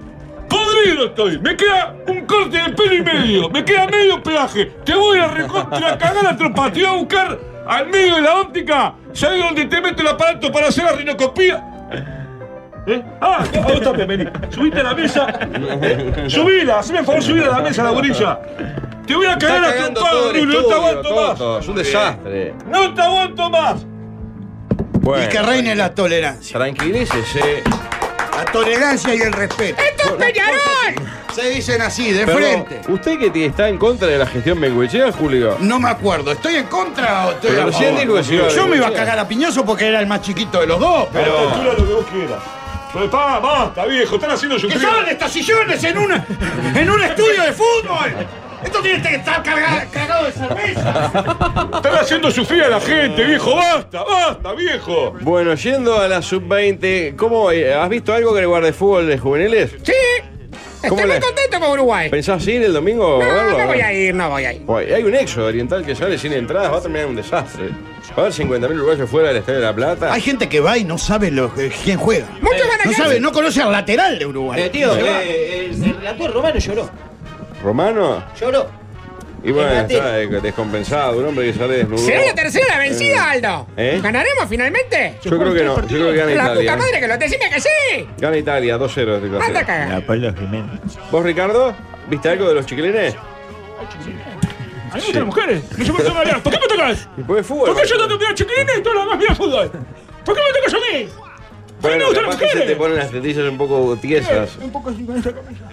[SPEAKER 13] ¡Podrido estoy! Me queda un corte de pelo y medio. Me queda medio peaje. Te voy a recontra a cagar a tropa. Te voy a buscar al medio de la óptica. ¿Sabes dónde te meto el aparato para hacer la rinocopía? ¿Eh? Ah, a vos también, vení. Subite a la mesa. ¿Eh? Subila, haceme el favor, subila a la mesa, la bolilla. Te voy a cagar
[SPEAKER 4] Está
[SPEAKER 13] a
[SPEAKER 4] cagando
[SPEAKER 13] trompado,
[SPEAKER 4] todo el
[SPEAKER 13] Rubio, no te
[SPEAKER 4] estudio,
[SPEAKER 13] aguanto más.
[SPEAKER 4] Toto. Es un desastre.
[SPEAKER 13] No te aguanto más.
[SPEAKER 4] Bueno,
[SPEAKER 7] Y que reine la tolerancia.
[SPEAKER 4] tranquilícese.
[SPEAKER 7] La tolerancia y el respeto.
[SPEAKER 14] ¡Esto es Peñarol!
[SPEAKER 7] Se dicen así, de
[SPEAKER 4] Perdón,
[SPEAKER 7] frente.
[SPEAKER 4] ¿Usted que t- está en contra de la gestión Benguechea, Julio?
[SPEAKER 7] No me acuerdo, ¿estoy en contra o estoy
[SPEAKER 4] Pero
[SPEAKER 7] a
[SPEAKER 4] recién
[SPEAKER 7] favor?
[SPEAKER 4] dijo que se iba a
[SPEAKER 7] Yo me iba a
[SPEAKER 4] denunciar.
[SPEAKER 7] cagar a Piñoso porque era el más chiquito de los dos,
[SPEAKER 13] Pero
[SPEAKER 7] pero.
[SPEAKER 13] lo que vos quieras. Pero pa, basta, viejo, están haciendo su
[SPEAKER 7] ¡Que salgan estos sillones en, una, en un estudio de fútbol! Esto tiene que estar carga- cargado de cerveza.
[SPEAKER 13] Están haciendo sufrir a la gente, viejo, basta, basta, viejo.
[SPEAKER 4] Bueno, yendo a la sub-20, ¿cómo eh, has visto algo que le guarde fútbol de juveniles?
[SPEAKER 14] Sí,
[SPEAKER 4] ¿Cómo
[SPEAKER 14] estoy muy
[SPEAKER 4] le-
[SPEAKER 14] contento con Uruguay.
[SPEAKER 4] ¿Pensás ir el domingo a verlo?
[SPEAKER 14] No, no voy a ir, no voy a ir.
[SPEAKER 4] Bueno, Hay un éxodo oriental que sale sin entradas, va a terminar en un desastre. Va a haber 50.000 uruguayos fuera del Estadio de la Plata.
[SPEAKER 7] Hay gente que va y no sabe lo- quién juega. Eh,
[SPEAKER 14] Muchos van a
[SPEAKER 7] No
[SPEAKER 14] quedarse-
[SPEAKER 7] sabe, no conoce al lateral de Uruguay.
[SPEAKER 8] Eh, tío, eh, el, el relator romano lloró.
[SPEAKER 4] ¿Romano?
[SPEAKER 8] Lloró.
[SPEAKER 4] Y bueno,
[SPEAKER 8] Empate.
[SPEAKER 4] está des- descompensado, un hombre que sale desnudo.
[SPEAKER 14] ¿Será la tercera la vencida, Aldo?
[SPEAKER 4] ¿Eh?
[SPEAKER 14] ¿Ganaremos finalmente?
[SPEAKER 4] Yo creo que no, yo creo que gana
[SPEAKER 14] La puta
[SPEAKER 4] Italia.
[SPEAKER 14] madre que lo decime que sí.
[SPEAKER 4] Gana Italia, 2-0. este partido.
[SPEAKER 14] Anda a cagar.
[SPEAKER 16] La Pablo Jiménez.
[SPEAKER 4] ¿Vos, Ricardo? ¿Viste algo de los chiquilines?
[SPEAKER 15] A mí me gustan las mujeres. No sé por qué me hablan. ¿Por qué me tocas?
[SPEAKER 4] ¿Y fue fútbol?
[SPEAKER 15] ¿Por qué yo tengo que mirar chiquilines y todos los demás miran fútbol? ¿Por qué me tocas a mí?
[SPEAKER 4] Bueno,
[SPEAKER 15] gustan
[SPEAKER 4] capaz
[SPEAKER 15] las
[SPEAKER 4] que se te
[SPEAKER 15] mujeres.
[SPEAKER 4] ponen las tetillas un poco tiesas.
[SPEAKER 15] Un poco así con esta camisa.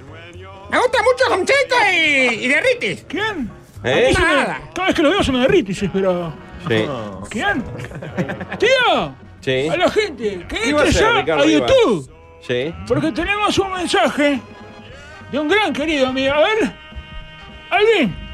[SPEAKER 14] Me gusta mucho Concheto y, y Derritis.
[SPEAKER 15] ¿Quién?
[SPEAKER 4] ¿Eh?
[SPEAKER 15] A mí se me-
[SPEAKER 14] Nada.
[SPEAKER 15] Cada vez que lo veo se me derrite, sí, pero. Ah.
[SPEAKER 4] Sí.
[SPEAKER 15] ¿Quién? ¡Tío!
[SPEAKER 4] Sí.
[SPEAKER 15] A la gente, que
[SPEAKER 4] ¿Qué iba a
[SPEAKER 15] entre
[SPEAKER 4] hacer,
[SPEAKER 15] ya
[SPEAKER 4] Ricardo?
[SPEAKER 15] a
[SPEAKER 4] ¿Qué iba?
[SPEAKER 15] YouTube,
[SPEAKER 4] Sí.
[SPEAKER 15] porque tenemos un mensaje de un gran querido amigo. A ver, alguien.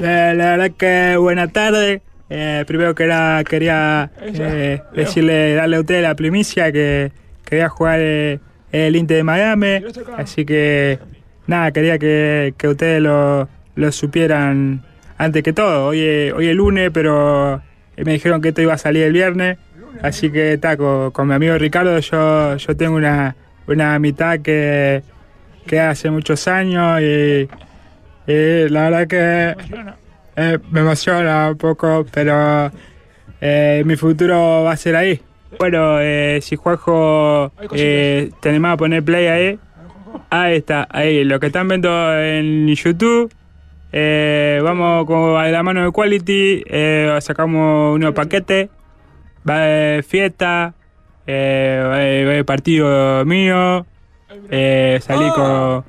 [SPEAKER 17] La, la verdad que buena tarde. Eh, primero que nada quería eh, decirle, darle a usted la primicia que quería jugar eh, el Inter de Miami. Así que nada, quería que, que ustedes lo, lo supieran antes que todo. Hoy es, hoy es lunes, pero eh, me dijeron que esto iba a salir el viernes. Así que está con, con mi amigo Ricardo, yo, yo tengo una, una mitad que, que hace muchos años y, y la verdad que eh, me emociona un poco, pero eh, mi futuro va a ser ahí. Bueno, eh, si Juanjo eh, te animás a poner play ahí, ahí está, ahí, lo que están viendo en YouTube. eh, vamos con a la mano de Quality, eh, sacamos unos paquetes, va a haber fiesta, eh, va a haber- va a haber partido mío, eh, salí con,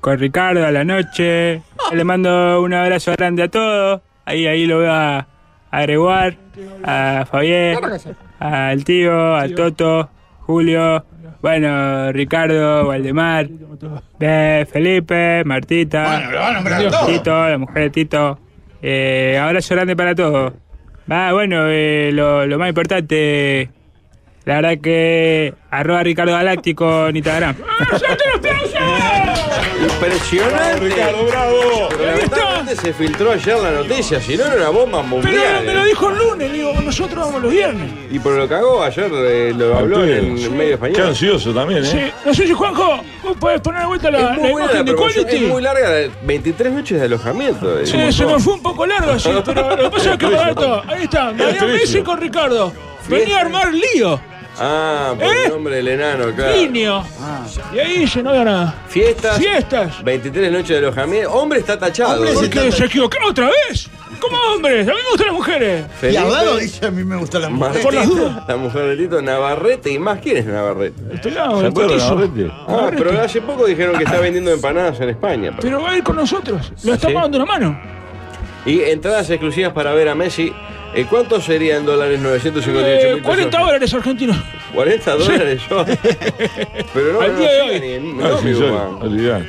[SPEAKER 17] con Ricardo a la noche. Le mando un abrazo grande a todos. Ahí, ahí lo voy a agregar. A Fabián, al tío, al Toto, Julio, bueno, Ricardo, Valdemar, eh, Felipe, Martita, Tito, la mujer de Tito. Eh, abrazo grande para todos. Ah, bueno, eh, lo, lo más importante, la verdad que arroba Ricardo Galáctico en Instagram.
[SPEAKER 15] ¡Ah,
[SPEAKER 4] Impresionante. Ricardo, bravo. Pero lamentablemente se filtró ayer la noticia, si no era una bomba mundial.
[SPEAKER 15] Pero me lo dijo el lunes, digo, nosotros vamos los viernes.
[SPEAKER 4] Y por lo cagó ayer, eh, lo habló en el medio español.
[SPEAKER 13] Qué ansioso también, ¿eh?
[SPEAKER 15] Sí, no sé si Juanjo, vos podés poner de vuelta la,
[SPEAKER 4] Es
[SPEAKER 15] la
[SPEAKER 4] muy buena
[SPEAKER 15] imagen
[SPEAKER 4] la
[SPEAKER 15] de
[SPEAKER 4] promoción,
[SPEAKER 15] Quality.
[SPEAKER 4] es muy larga, la- 23 noches de alojamiento. eh.
[SPEAKER 15] Sí, se me fue un poco largo
[SPEAKER 4] [LAUGHS]
[SPEAKER 15] así, pero lo que pasa es que para esto, ahí está, María
[SPEAKER 4] Estrella.
[SPEAKER 15] Messi con Ricardo. Venía a armar lío,
[SPEAKER 4] Ah, por el nombre del enano, claro. Ah.
[SPEAKER 15] niño. Y ahí se no había nada.
[SPEAKER 4] Fiestas.
[SPEAKER 15] Fiestas.
[SPEAKER 4] 23 noches de alojamiento. Hombre está tachado.
[SPEAKER 15] ¿Por qué se equivocaron otra vez? ¿Cómo hombres? A mí me gustan las mujeres.
[SPEAKER 4] Felipe. Y hablado dice,
[SPEAKER 15] a mí me gustan las
[SPEAKER 4] Martita,
[SPEAKER 15] Por las dudas.
[SPEAKER 4] La mujer de Tito, Navarrete. ¿Y más quién es Navarrete?
[SPEAKER 15] Pelado,
[SPEAKER 4] ¿Se
[SPEAKER 15] el
[SPEAKER 4] acuerdan,
[SPEAKER 15] petizo.
[SPEAKER 4] Navarrete? Ah, pero hace poco dijeron que está vendiendo empanadas en España.
[SPEAKER 15] Pero va a ir con nosotros. Lo estamos dando una mano.
[SPEAKER 4] Y entradas exclusivas para ver a Messi. Eh, ¿Cuánto sería en dólares 958
[SPEAKER 15] Eh, 40 dólares argentinos.
[SPEAKER 4] 40 dólares
[SPEAKER 15] [LAUGHS]
[SPEAKER 4] yo. Pero no,
[SPEAKER 15] Al
[SPEAKER 4] no
[SPEAKER 15] día de
[SPEAKER 4] llegan
[SPEAKER 15] hoy.
[SPEAKER 4] ni en-
[SPEAKER 13] Ah,
[SPEAKER 4] no,
[SPEAKER 13] sí,
[SPEAKER 4] mi
[SPEAKER 13] soy,
[SPEAKER 4] Guzmán.
[SPEAKER 13] olvidá.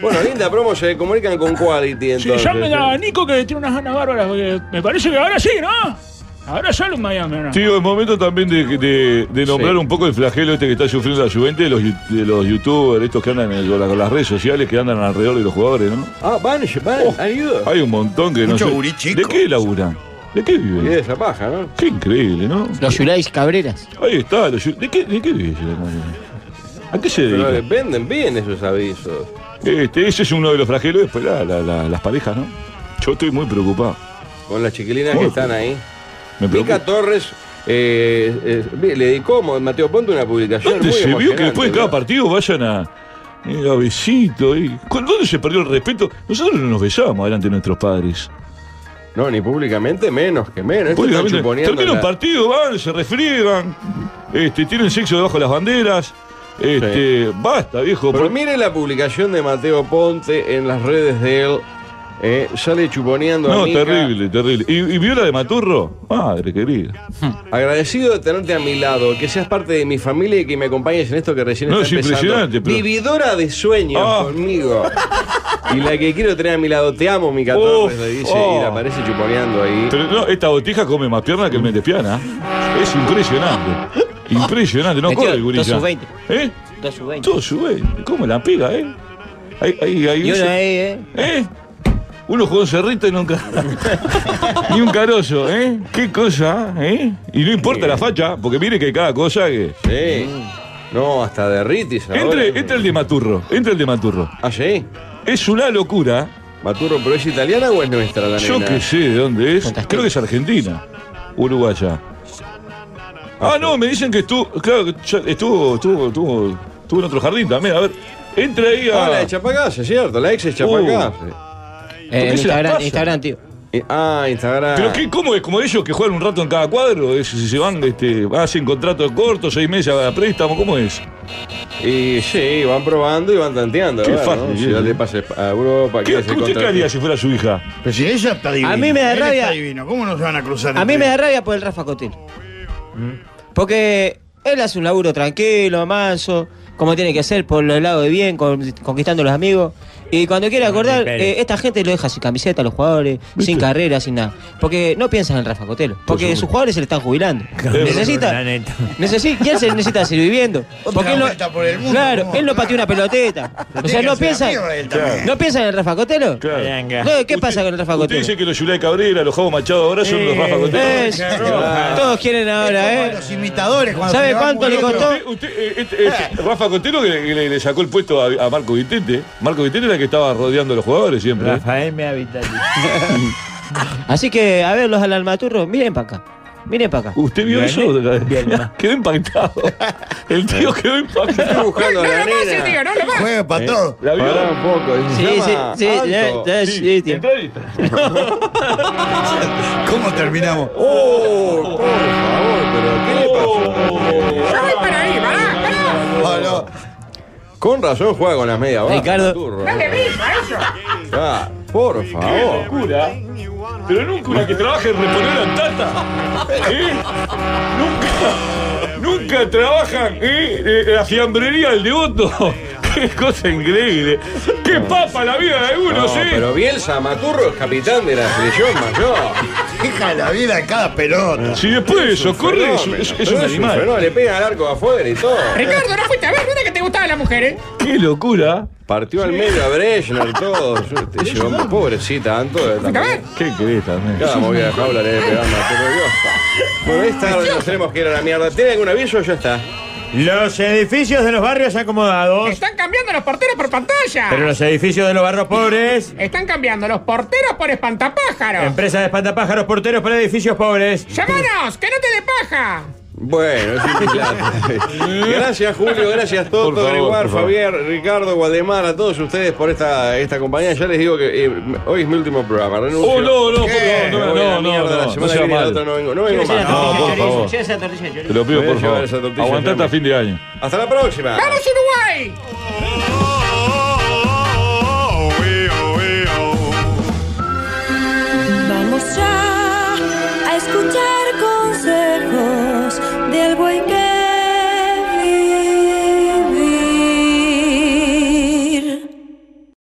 [SPEAKER 4] Bueno, linda promo, se comunican con Quality
[SPEAKER 15] Sí,
[SPEAKER 4] entonces.
[SPEAKER 15] llamen a Nico que tiene unas ganas bárbaras. porque me parece que ahora sí, ¿no? Ahora sale un Miami, ¿no?
[SPEAKER 13] Tío, es momento también de, de- de nombrar un poco el flagelo este que está sufriendo la Juventus, de los, yu- de los youtubers, estos que andan en- con, la- con las redes sociales, que andan alrededor de los jugadores, ¿no?
[SPEAKER 4] Ah, van, van,
[SPEAKER 15] Oh.
[SPEAKER 4] han ido.
[SPEAKER 13] Hay un montón que
[SPEAKER 4] Mucho
[SPEAKER 13] no sé.
[SPEAKER 4] gurí
[SPEAKER 13] ¿De qué laburan? ¿De qué viven?
[SPEAKER 4] Y esa paja, ¿no?
[SPEAKER 13] Qué increíble, ¿no?
[SPEAKER 8] Los Yulais Cabreras.
[SPEAKER 13] Ahí está, los yu- ¿de qué, de qué vive ese hermano? ¿A qué se
[SPEAKER 4] Pero
[SPEAKER 13] dedica?
[SPEAKER 4] eh, venden bien esos avisos.
[SPEAKER 13] Este, ese es uno de los flagelos, después la- la- la- las parejas, ¿no? Yo estoy muy preocupado.
[SPEAKER 4] Con las chiquilinas que
[SPEAKER 13] Ojo.
[SPEAKER 4] están ahí.
[SPEAKER 13] Me preocupa.
[SPEAKER 4] Mica Torres eh, eh, le dedicó a Mateo Ponte una publicación
[SPEAKER 13] ¿Dónde
[SPEAKER 4] muy
[SPEAKER 13] se vio que
[SPEAKER 4] emocionante,
[SPEAKER 13] después de cada
[SPEAKER 4] ¿no?
[SPEAKER 13] partido vayan a, eh, a besito? Y, ¿Con- ¿Dónde se perdió el respeto? Nosotros no nos besábamos delante de nuestros padres.
[SPEAKER 4] No, ni públicamente, menos que menos. Esto está
[SPEAKER 13] Públicamente,
[SPEAKER 4] chuponeando
[SPEAKER 13] termina un
[SPEAKER 4] la-
[SPEAKER 13] partido, van, se refriegan, este, tienen sexo debajo de las banderas. Este, Basta, viejo.
[SPEAKER 4] Pero mire la publicación de Mateo Ponte en las redes de él. eh, sale chuponeando a
[SPEAKER 13] No,
[SPEAKER 4] Mica.
[SPEAKER 13] terrible, terrible. ¿Y, y vio la de Maturro? Madre querida.
[SPEAKER 4] Agradecido de tenerte a mi lado, que seas parte de mi familia y que me acompañes en esto que recién
[SPEAKER 13] No,
[SPEAKER 4] está
[SPEAKER 13] es
[SPEAKER 4] empezando.
[SPEAKER 13] impresionante, pero-
[SPEAKER 4] Vividora de sueños
[SPEAKER 13] Ah.
[SPEAKER 4] conmigo. Y la que quiero tener a mi lado, te amo, mi Torres,
[SPEAKER 13] Uf,
[SPEAKER 4] le dice,
[SPEAKER 13] oh.
[SPEAKER 4] y la aparece chuponeando ahí.
[SPEAKER 13] Pero no, esta botija come más pierna que el Mendespiana. Es impresionante. Impresionante, no
[SPEAKER 4] Metió
[SPEAKER 13] corre el
[SPEAKER 4] dos
[SPEAKER 13] gurilla.
[SPEAKER 4] sub veinte.
[SPEAKER 13] ¿Eh?
[SPEAKER 8] Dos sub veinte.
[SPEAKER 13] Todo sube. ¿Cómo la pega, eh? Ahí, ahí, ahí.
[SPEAKER 8] Y uno
[SPEAKER 13] ese-
[SPEAKER 8] ahí, ¿eh?
[SPEAKER 13] ¿Eh? Uno jugó un cerrito y nunca. Ni un carozo, ¿eh? Qué cosa, ¿eh? Y no importa la facha, porque mire que hay cada cosa que.
[SPEAKER 4] Sí. No, hasta derritis. ahora.
[SPEAKER 13] Entre, entra el de Maturro. Entra el de Maturro.
[SPEAKER 4] Ah, sí.
[SPEAKER 13] Es una locura.
[SPEAKER 4] Maturro, pero es italiana o es nuestra la
[SPEAKER 13] Yo
[SPEAKER 4] nena?
[SPEAKER 13] que sé de dónde es. Creo que es
[SPEAKER 8] Eh,
[SPEAKER 13] Argentina. Uruguaya. Ah, no, me dicen que estuvo. Claro, que ya estuvo, estuvo, estuvo, estuvo en otro jardín también. A ver, entra ahí a.
[SPEAKER 4] Ah, la de Chapacase, cierto, la ex es Chapacase.
[SPEAKER 13] Uh.
[SPEAKER 8] Eh, en Instagram, en Instagram, tío.
[SPEAKER 4] Eh, ah, Instagram.
[SPEAKER 13] Pero qué, ¿cómo es? Como ellos que juegan un rato en cada cuadro, es- si se van, este, hacen contratos cortos, seis meses a préstamo, ¿cómo es?
[SPEAKER 4] Y sí, van probando y van tanteando.
[SPEAKER 13] Qué
[SPEAKER 4] a ver,
[SPEAKER 13] fácil,
[SPEAKER 4] ¿no?
[SPEAKER 13] sí,
[SPEAKER 4] Si ya
[SPEAKER 13] sí.
[SPEAKER 4] le pases a Europa,
[SPEAKER 13] ¿Qué, ¿Usted qué haría si fuera su hija?
[SPEAKER 7] Pero si ella está divina.
[SPEAKER 8] A mí me da
[SPEAKER 7] él
[SPEAKER 8] rabia.
[SPEAKER 7] Está divino. ¿Cómo no se van a cruzar?
[SPEAKER 8] A mí
[SPEAKER 7] entre
[SPEAKER 8] me da rabia por el Rafa Cotel. Porque él hace un laburo tranquilo, manso, como tiene que hacer, por los lados de bien, con- conquistando a los amigos. Y cuando quiere acordar,
[SPEAKER 18] Pérez.
[SPEAKER 8] eh, esta gente lo deja sin camiseta, los jugadores, sin carrera, sin nada. Porque no piensan en Rafa Cotelo. Porque sus jugadores se le están jubilando. Necesita, necesita, y él se necesita seguir
[SPEAKER 7] [LAUGHS]
[SPEAKER 8] viviendo. Porque él no,
[SPEAKER 7] vuelta por el mundo,
[SPEAKER 8] claro,
[SPEAKER 7] ¿cómo?
[SPEAKER 8] él no pateó una peloteta. O sea, no
[SPEAKER 7] tiene que hacer
[SPEAKER 8] piensa,
[SPEAKER 7] una mierda él también.
[SPEAKER 8] no piensa en el Rafa Cotelo. No, ¿Qué pasa con el Rafa
[SPEAKER 13] Usted
[SPEAKER 8] Cotelo?
[SPEAKER 13] dice que los Yulay Cabrera, los Javo Machado ahora son los Rafa Contreras.
[SPEAKER 8] Es- Eh, Todos quieren ahora, ¿eh? Los
[SPEAKER 7] imitadores
[SPEAKER 13] cuando se
[SPEAKER 8] ¿Sabe
[SPEAKER 13] le van
[SPEAKER 8] cuánto le
[SPEAKER 13] muriendo?
[SPEAKER 8] costó?
[SPEAKER 13] Este,
[SPEAKER 8] Eh.
[SPEAKER 13] Rafa Contero que, le- que le, le sacó el puesto a, a Marco Vitente. Marco Vitente era el que estaba rodeando a los jugadores siempre. ¿eh?
[SPEAKER 6] Rafael me habita.
[SPEAKER 8] Así que, a ver, los alarmaturros, miren para acá. Miren para acá.
[SPEAKER 13] ¿Usted vio eso? [LAUGHS] quedó impactado. El tío quedó impactado.
[SPEAKER 4] buscando
[SPEAKER 8] la nena.
[SPEAKER 7] Juega
[SPEAKER 8] Eh,
[SPEAKER 7] para todo.
[SPEAKER 13] La vio.
[SPEAKER 4] Pará un poco.
[SPEAKER 8] Sí, sí, sí, ya- ya- sí, tío.
[SPEAKER 7] ¿Cómo terminamos?
[SPEAKER 4] Oh, por favor, pero ¿qué le pasa?
[SPEAKER 14] Yo voy para ahí, pará, pará.
[SPEAKER 13] Oh.
[SPEAKER 4] Con razón juega con las medias bajas.
[SPEAKER 8] Ricardo.
[SPEAKER 4] Turro.
[SPEAKER 14] Dale brillo a eso.
[SPEAKER 4] Ah, por favor.
[SPEAKER 13] locura. Pero nunca una que trabaje en reponer la tata. ¿Eh? Nunca. Nunca trabajan ¿eh? Eh, la fiambrería del devoto. [LAUGHS] Qué cosa increíble. Qué papa la vida de
[SPEAKER 4] No,
[SPEAKER 13] algunos, ¿eh?
[SPEAKER 4] pero Bielsa Maturro es capitán de la selección mayor.
[SPEAKER 7] Deja la vida en cada pelota.
[SPEAKER 13] Si después de
[SPEAKER 4] Es un
[SPEAKER 13] eso corre, es, un-
[SPEAKER 4] fenómeno,
[SPEAKER 13] es- es
[SPEAKER 4] pero
[SPEAKER 13] un animal.
[SPEAKER 4] fenómeno, le pegan al arco afuera y todo.
[SPEAKER 14] Ricardo, no fuiste a ver, mira que te gustaban las mujeres.
[SPEAKER 13] Qué locura.
[SPEAKER 4] Partió al medio a Brechner, todo. Yo- Te llevó muy pobrecita, tanto. también.
[SPEAKER 13] Qué creta, man.
[SPEAKER 4] Cada movida de jaula le pegaba a Maturro Dios. Bueno, esta hora sabemos que era la mierda. ¿Tiene algún aviso o ya está?
[SPEAKER 6] Los edificios de los barrios acomodados,
[SPEAKER 14] Están cambiando los porteros por pantalla.
[SPEAKER 6] pero los edificios de los barrios pobres,
[SPEAKER 14] Están cambiando los porteros por espantapájaros.
[SPEAKER 6] empresas de espantapájaros porteros para edificios pobres.
[SPEAKER 14] ¡Llamanos! ¡Que no te dé paja!
[SPEAKER 4] Bueno, es un pilato. Gracias, Julio. Gracias,
[SPEAKER 13] Por
[SPEAKER 4] Toto,
[SPEAKER 13] favor,
[SPEAKER 4] Gregoire,
[SPEAKER 13] por favor.
[SPEAKER 4] Fabián, Ricardo, Guademar, a todos ustedes por esta, esta compañía. Ya les digo que eh, hoy es mi último programa. Renuncio.
[SPEAKER 13] Oh, no, no, por
[SPEAKER 4] ¿Qué?
[SPEAKER 13] favor, no,
[SPEAKER 4] Me voy a la
[SPEAKER 13] no, no,
[SPEAKER 4] mierda,
[SPEAKER 13] no,
[SPEAKER 4] la
[SPEAKER 13] no
[SPEAKER 4] semana
[SPEAKER 13] sea
[SPEAKER 4] que viene, la
[SPEAKER 13] malo.
[SPEAKER 4] otra no vengo, no vengo más.
[SPEAKER 13] No, por favor. Te lo pido,
[SPEAKER 4] Me voy a
[SPEAKER 13] por
[SPEAKER 4] llevar esa
[SPEAKER 13] favor.
[SPEAKER 4] tortilla
[SPEAKER 13] Aguantate
[SPEAKER 4] también.
[SPEAKER 13] a fin de año.
[SPEAKER 4] Hasta la próxima.
[SPEAKER 14] ¡Vamos, Uruguay!
[SPEAKER 3] Vamos ya a escuchar consejos del buen